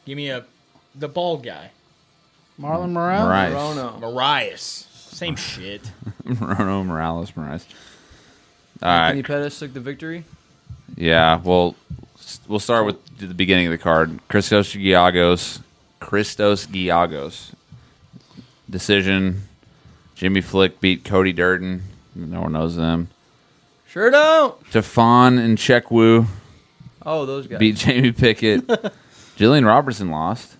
Speaker 2: Give me a the bald guy.
Speaker 3: Marlon Morales.
Speaker 1: Morales. Nice.
Speaker 4: Morono.
Speaker 2: Marias. Same shit.
Speaker 1: Moreno Morales Morales. All
Speaker 4: Anthony
Speaker 1: right,
Speaker 4: Pettis took the victory.
Speaker 1: yeah. Well, s- we'll start with the beginning of the card. Christos Giagos. Christos Giagos decision. Jimmy Flick beat Cody Durden. No one knows them.
Speaker 4: Sure don't.
Speaker 1: Tefan and Check Wu
Speaker 4: Oh, those guys.
Speaker 1: beat Jamie Pickett. Jillian Robertson lost.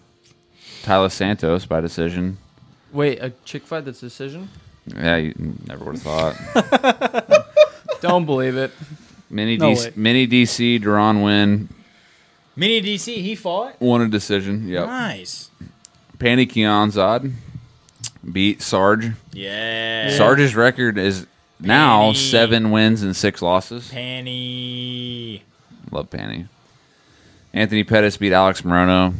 Speaker 1: Tyler Santos by decision.
Speaker 4: Wait, a chick fight that's decision?
Speaker 1: Yeah, you never would have thought.
Speaker 4: Don't believe it.
Speaker 1: Mini,
Speaker 3: No way.
Speaker 1: DC, mini DC, Duran win.
Speaker 2: Mini DC, he fought.
Speaker 1: Won a decision. Yep.
Speaker 2: Nice.
Speaker 1: Pandy Kianzad beat Sarge.
Speaker 2: Yeah.
Speaker 1: Sarge's record is now
Speaker 2: Pandy.
Speaker 1: seven wins and six losses.
Speaker 2: Panny.
Speaker 1: Love Panny. Anthony Pettis beat Alex Morono.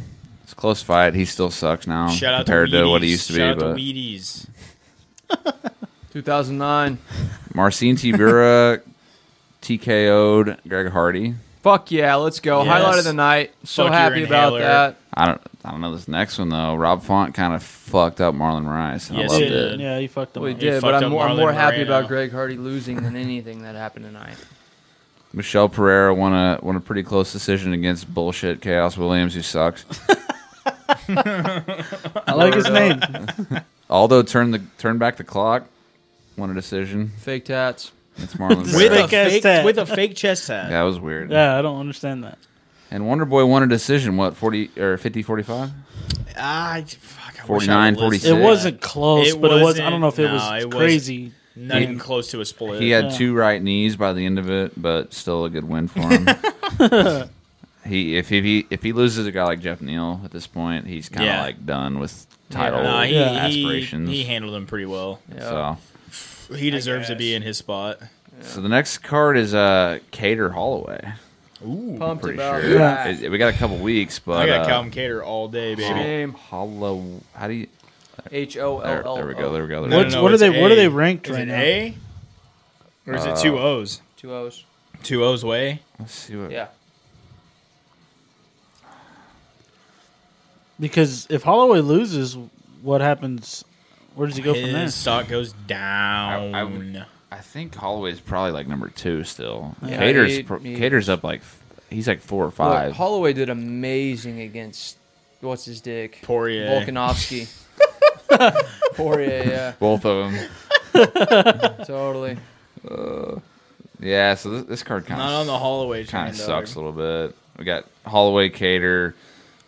Speaker 1: It's a close fight. He still sucks now
Speaker 2: Shout out
Speaker 1: Um, compared
Speaker 2: to,
Speaker 1: to,
Speaker 2: Wheaties.
Speaker 1: what he used to
Speaker 2: Shout
Speaker 1: be.
Speaker 2: Out
Speaker 1: But
Speaker 2: to Wheaties.
Speaker 4: 2009.
Speaker 1: Marcin Tibura TKO'd Greg Hardy.
Speaker 4: Fuck yeah, let's go.
Speaker 2: Yes.
Speaker 4: Highlight of the night. So
Speaker 2: Fuck your
Speaker 4: happy about
Speaker 2: inhaler.
Speaker 4: that.
Speaker 1: I don't. I don't know this next one though. Rob Font kind of fucked up Marlon Rice. And
Speaker 2: Yes,
Speaker 1: I loved
Speaker 2: he did.
Speaker 1: it.
Speaker 3: Yeah, you fucked them
Speaker 4: We
Speaker 3: up.
Speaker 4: did, but
Speaker 2: fucked
Speaker 4: I'm
Speaker 2: up
Speaker 4: more, I'm
Speaker 2: Marlon
Speaker 4: more happy
Speaker 2: Moreno.
Speaker 4: about Greg Hardy losing than anything that happened tonight.
Speaker 1: Michelle Pereira won a won a pretty close decision against bullshit Chaos Williams, who sucks.
Speaker 3: I like his name.
Speaker 1: Aldo turned the turned back the clock, won a decision.
Speaker 4: Fake tats.
Speaker 1: It's Marlon.
Speaker 3: With
Speaker 2: With
Speaker 1: Pereira.
Speaker 3: Fake
Speaker 2: a,
Speaker 3: a ass fake-
Speaker 2: fake,
Speaker 3: tat. with
Speaker 2: with a fake chest hat.
Speaker 1: that was weird.
Speaker 3: Yeah, I don't understand that.
Speaker 1: And Wonder Boy won a decision. What forty or 50, 45?
Speaker 2: Ah, I, fuck, I
Speaker 1: 49,
Speaker 2: wish I would've
Speaker 3: It
Speaker 1: Yeah.
Speaker 2: listened.
Speaker 3: wasn't close,
Speaker 2: It
Speaker 3: but it was. I
Speaker 2: wasn't-
Speaker 3: don't know if it
Speaker 2: no,
Speaker 3: was
Speaker 2: it wasn't.
Speaker 3: crazy.
Speaker 2: Not even close to a split.
Speaker 1: He had
Speaker 3: Yeah.
Speaker 1: two right knees by the end of it, but still a good win for him. he if, if he if he loses a guy like Jeff Neal at this point, he's kind of
Speaker 2: Yeah.
Speaker 1: like done with title
Speaker 2: Nah, he,
Speaker 3: Yeah.
Speaker 2: he,
Speaker 1: aspirations.
Speaker 2: he handled him pretty well.
Speaker 4: Yeah.
Speaker 1: so
Speaker 2: He deserves to
Speaker 4: guess.
Speaker 2: be in his spot.
Speaker 1: so the next card is uh Cater Holloway.
Speaker 2: Ooh,
Speaker 4: Pumped
Speaker 1: Pretty
Speaker 4: about
Speaker 1: sure
Speaker 4: that.
Speaker 1: It- we got a couple weeks, but
Speaker 2: Ah. I got
Speaker 1: uh,
Speaker 2: Calvin Cater all day, baby.
Speaker 4: Shame.
Speaker 1: Hollow. How do you?
Speaker 4: H O
Speaker 1: There,
Speaker 4: L L.
Speaker 1: there we go. There we go. There we
Speaker 2: No,
Speaker 1: go.
Speaker 3: What's-
Speaker 2: no, no,
Speaker 3: what are
Speaker 2: it's
Speaker 3: they- what
Speaker 2: A.
Speaker 3: are they ranked
Speaker 2: is
Speaker 3: right
Speaker 2: it
Speaker 3: now?
Speaker 2: A, or is it
Speaker 1: Uh,
Speaker 2: two O's?
Speaker 4: Two O's.
Speaker 2: Two O's way.
Speaker 1: Let's see what.
Speaker 4: Yeah.
Speaker 3: Because if Holloway loses, what happens? Where does he go from there?
Speaker 2: His stock goes down.
Speaker 1: I- I would- I think Holloway's probably like number two still.
Speaker 4: Yeah,
Speaker 1: Cater's
Speaker 4: he-
Speaker 1: pro-
Speaker 4: he-
Speaker 1: Cater's up like f- he's like four or
Speaker 4: Look,
Speaker 1: five.
Speaker 4: Holloway did amazing against what's his dick?
Speaker 2: Poirier.
Speaker 4: Volkanovski. Poirier, yeah.
Speaker 1: Both of them.
Speaker 4: Totally.
Speaker 1: Yeah. So this, this card kind
Speaker 2: Not on
Speaker 1: of
Speaker 2: the Holloway train.
Speaker 1: kind of
Speaker 2: dog.
Speaker 1: sucks a little bit. We got Holloway, Cater,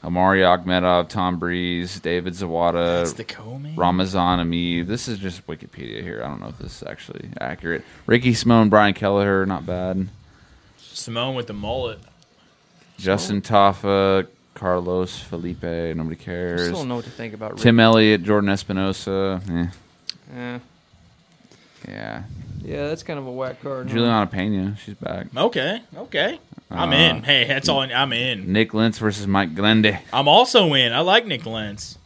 Speaker 1: Amari Akhmedov, Tom Breeze, David
Speaker 2: That's
Speaker 1: Zawada,
Speaker 2: the co-main.
Speaker 1: Ramazan Ameev. This is just Wikipedia here. I don't know if this is actually accurate. Ricky Simone, Brian Kelleher, not bad.
Speaker 2: Simone with the mullet.
Speaker 1: Justin Taffa, Carlos Felipe, nobody
Speaker 4: I
Speaker 1: cares.
Speaker 4: still don't know what to think about Rick.
Speaker 1: Tim Elliott, Jordan Espinosa. eh,
Speaker 4: Eh.
Speaker 1: yeah.
Speaker 4: Yeah, that's kind of a whack card. huh?
Speaker 1: Juliana Pena, she's back.
Speaker 2: Okay, okay. I'm
Speaker 1: Uh,
Speaker 2: in. Hey, that's all. I- I'm in.
Speaker 1: Nick Lentz versus Mike Glende.
Speaker 2: I'm also in. I like Nick Lentz.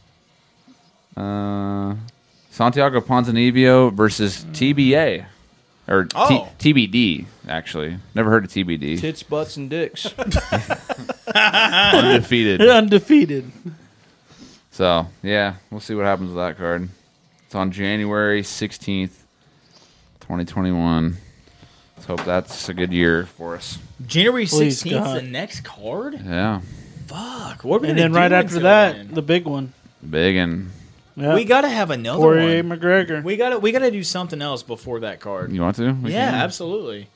Speaker 1: Uh, Santiago Ponzanivio versus TBA. Or T-
Speaker 2: Oh.
Speaker 1: TBD, actually. Never heard of TBD.
Speaker 4: Tits, butts, and dicks.
Speaker 1: Undefeated.
Speaker 3: Undefeated.
Speaker 1: So, yeah, we'll see what happens with that card. It's on January 16th, 2021. Let's hope that's a good year for us.
Speaker 2: January
Speaker 3: Please,
Speaker 2: 16th, 's
Speaker 3: God.
Speaker 2: the next card.
Speaker 1: Yeah.
Speaker 2: Fuck. What are we
Speaker 3: And
Speaker 2: gonna
Speaker 3: then
Speaker 2: do
Speaker 3: right after
Speaker 2: until
Speaker 3: that,
Speaker 2: then?
Speaker 3: the big one.
Speaker 1: Big and
Speaker 3: Yeah.
Speaker 2: we gotta have another
Speaker 3: Poirier
Speaker 2: one.
Speaker 3: McGregor.
Speaker 2: We gotta we gotta do something else before that card.
Speaker 1: you want to? We
Speaker 2: Yeah,
Speaker 1: can.
Speaker 2: absolutely.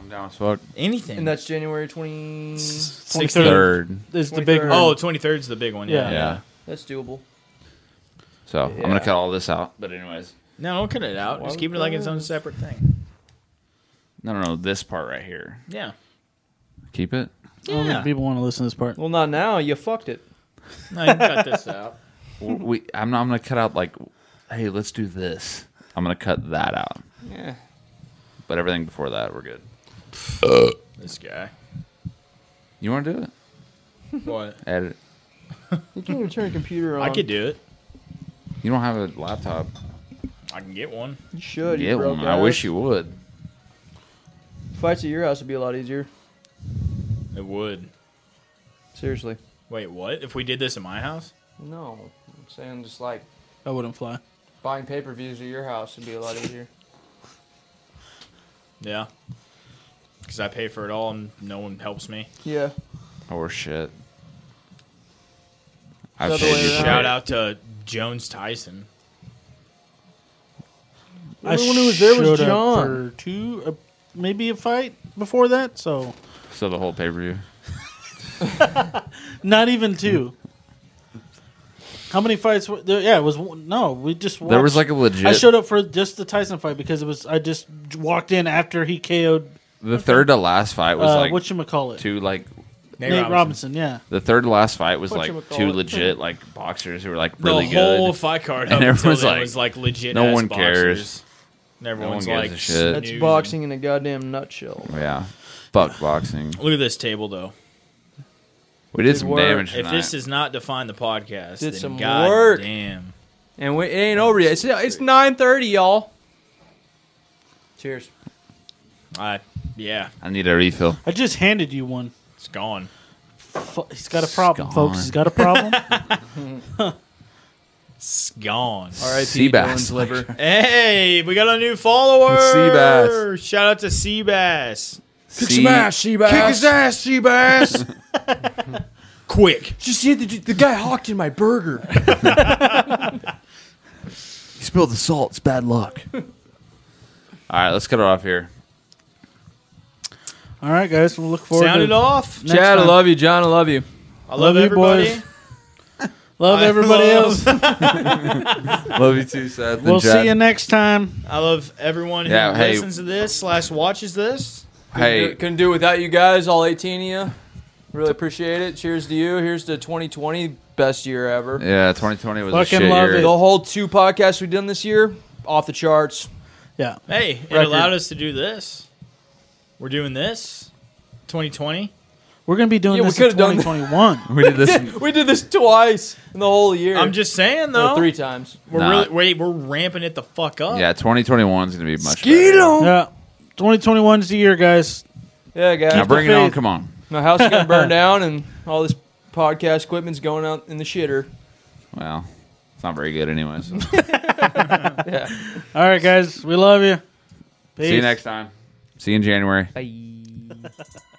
Speaker 1: I'm down as fuck.
Speaker 2: Anything.
Speaker 4: and that's January 20.
Speaker 3: 23rd.
Speaker 1: Third.
Speaker 3: is the big
Speaker 4: 23rd.
Speaker 3: one.
Speaker 2: Oh, 23rd is the big one. Oh, Yeah.
Speaker 3: Yeah.
Speaker 1: Yeah.
Speaker 4: That's doable.
Speaker 1: So I'm gonna
Speaker 4: Yeah.
Speaker 1: cut all this out. But anyways,
Speaker 2: No, don't cut it out.
Speaker 4: Why
Speaker 2: Just
Speaker 4: would
Speaker 2: keep it like
Speaker 4: that
Speaker 2: its
Speaker 4: is?
Speaker 2: own separate thing.
Speaker 1: no, no, no, this part right here.
Speaker 2: Yeah.
Speaker 1: Keep it.
Speaker 3: I don't
Speaker 2: Yeah.
Speaker 3: think people want to listen to this part.
Speaker 4: Well, not now. You fucked it.
Speaker 2: No, you can cut this out.
Speaker 1: we, I'm not. I'm gonna cut out like, hey, let's do this. I'm gonna cut that out.
Speaker 4: Yeah.
Speaker 1: But everything before that, we're good.
Speaker 2: This guy.
Speaker 1: You want to do it?
Speaker 2: What?
Speaker 1: Edit.
Speaker 4: You can't even turn your computer on.
Speaker 2: I could do it.
Speaker 1: You don't have a laptop.
Speaker 2: I can get one.
Speaker 4: You should.
Speaker 1: Get
Speaker 4: Oh, you broke
Speaker 1: one. I wish
Speaker 4: ass.
Speaker 1: you would.
Speaker 4: Fights at your house would be a lot easier.
Speaker 2: It would.
Speaker 4: Seriously.
Speaker 2: Wait, what? If we did this in my house?
Speaker 4: No. I'm saying just like
Speaker 3: I wouldn't fly.
Speaker 4: buying pay per views at your house would be a lot easier.
Speaker 2: Yeah. Because I pay for it all and no one helps me.
Speaker 4: Yeah.
Speaker 1: Oh shit. I
Speaker 4: Other
Speaker 1: paid
Speaker 4: way
Speaker 1: you
Speaker 4: around.
Speaker 1: for
Speaker 2: Shout
Speaker 1: it.
Speaker 2: out to Jones Tyson.
Speaker 3: I
Speaker 4: only one who was there was
Speaker 3: showed up
Speaker 4: John.
Speaker 3: for two, uh, maybe a fight before that. So
Speaker 1: So the whole pay per view.
Speaker 3: not even two. How many fights? Were there? Yeah, it was one- no. We just watched.
Speaker 1: There was like a legit.
Speaker 3: I showed up for just the Tyson fight because it was. I just walked in after he KO'd.
Speaker 1: the third to last fight was
Speaker 3: Uh,
Speaker 1: like
Speaker 3: what you call it?
Speaker 1: two like
Speaker 2: Nate,
Speaker 3: Nate Robinson. Yeah,
Speaker 1: the third to last fight was like
Speaker 3: Whatchamacallit.
Speaker 1: two legit like boxers who were like
Speaker 2: The
Speaker 1: really
Speaker 2: whole
Speaker 1: good.
Speaker 2: fight card
Speaker 1: And
Speaker 2: up until
Speaker 1: everyone's
Speaker 2: then
Speaker 1: like,
Speaker 2: was like legit.
Speaker 1: no
Speaker 2: ass
Speaker 1: one
Speaker 2: boxers.
Speaker 1: cares.
Speaker 2: And everyone's
Speaker 1: one gives
Speaker 2: like
Speaker 1: a shit.
Speaker 4: That's
Speaker 2: snoozing.
Speaker 4: boxing in a goddamn nutshell.
Speaker 1: yeah, fuck boxing.
Speaker 2: Look at this table though.
Speaker 1: We did
Speaker 4: Did
Speaker 1: some
Speaker 4: work.
Speaker 1: damage
Speaker 2: If
Speaker 1: tonight.
Speaker 2: this does not define the podcast,
Speaker 4: Did
Speaker 2: then
Speaker 4: some
Speaker 2: God
Speaker 4: work.
Speaker 2: damn.
Speaker 4: And we, it ain't over yet. It's, it's 9.30, y'all. Cheers.
Speaker 2: I yeah,
Speaker 1: I need a refill.
Speaker 3: I just handed you one.
Speaker 2: it's gone.
Speaker 3: Fu- He's got a problem,
Speaker 1: It's
Speaker 3: folks.
Speaker 1: gone.
Speaker 3: He's got a problem.
Speaker 2: It's gone.
Speaker 4: R.I.P.
Speaker 1: Sea bass.
Speaker 4: Dylan's liver.
Speaker 2: Hey, we got a new follower.
Speaker 1: Seabass.
Speaker 2: Shout out to Seabass.
Speaker 1: Kick
Speaker 4: sea bass.
Speaker 2: ass, Seabass. Quick.
Speaker 4: Just see the, the guy hawked in my burger.
Speaker 1: You spilled the salt. It's bad luck. All right, let's cut her off here.
Speaker 3: All right, guys. We'll look forward.
Speaker 2: Sound
Speaker 3: to
Speaker 2: it off.
Speaker 3: Next
Speaker 4: Chad, I
Speaker 3: time.
Speaker 4: love you. John, I love you.
Speaker 2: I love,
Speaker 3: Love you,
Speaker 2: everybody.
Speaker 3: boys. Love
Speaker 2: I
Speaker 3: everybody
Speaker 2: love-
Speaker 3: else.
Speaker 1: Love you too, Seth. and
Speaker 3: We'll
Speaker 1: Chad.
Speaker 3: see you next time.
Speaker 2: I love everyone who
Speaker 1: Yeah, hey.
Speaker 2: listens to this slash watches this.
Speaker 1: Hey,
Speaker 4: Couldn't do, couldn't do it without you guys, all 18 of you. Really appreciate it. Cheers to you. Here's to 2020, best year ever.
Speaker 1: yeah, 2020 was
Speaker 3: Fucking
Speaker 1: a shit
Speaker 3: love
Speaker 1: year.
Speaker 3: it.
Speaker 4: The whole two podcasts we've done this year, off the charts.
Speaker 3: Yeah.
Speaker 2: Hey, it
Speaker 4: Record.
Speaker 2: allowed us to do this. We're doing this. 2020.
Speaker 3: We're gonna be doing
Speaker 4: Yeah, we
Speaker 3: this in
Speaker 4: could've done that.
Speaker 3: 2021.
Speaker 1: We did this.
Speaker 4: we did this twice in the whole year.
Speaker 2: I'm just saying
Speaker 4: Or
Speaker 2: though.
Speaker 4: three times.
Speaker 2: We're
Speaker 1: Nah.
Speaker 2: really wait. We're ramping it the fuck up.
Speaker 1: yeah, 2021 is gonna be much. better.
Speaker 4: Skeeto.
Speaker 3: yeah, 2021's the year, guys.
Speaker 4: Yeah,
Speaker 1: Now
Speaker 4: guys.
Speaker 1: bring it on.
Speaker 3: faith.
Speaker 1: Come on.
Speaker 4: My house is gonna burn down, and all this podcast equipment's going out in the shitter.
Speaker 1: Well, it's not very good anyway. so.
Speaker 4: Yeah.
Speaker 3: All right, guys. We love you.
Speaker 1: see you
Speaker 3: Peace.
Speaker 1: next time. See you in January.
Speaker 4: Bye.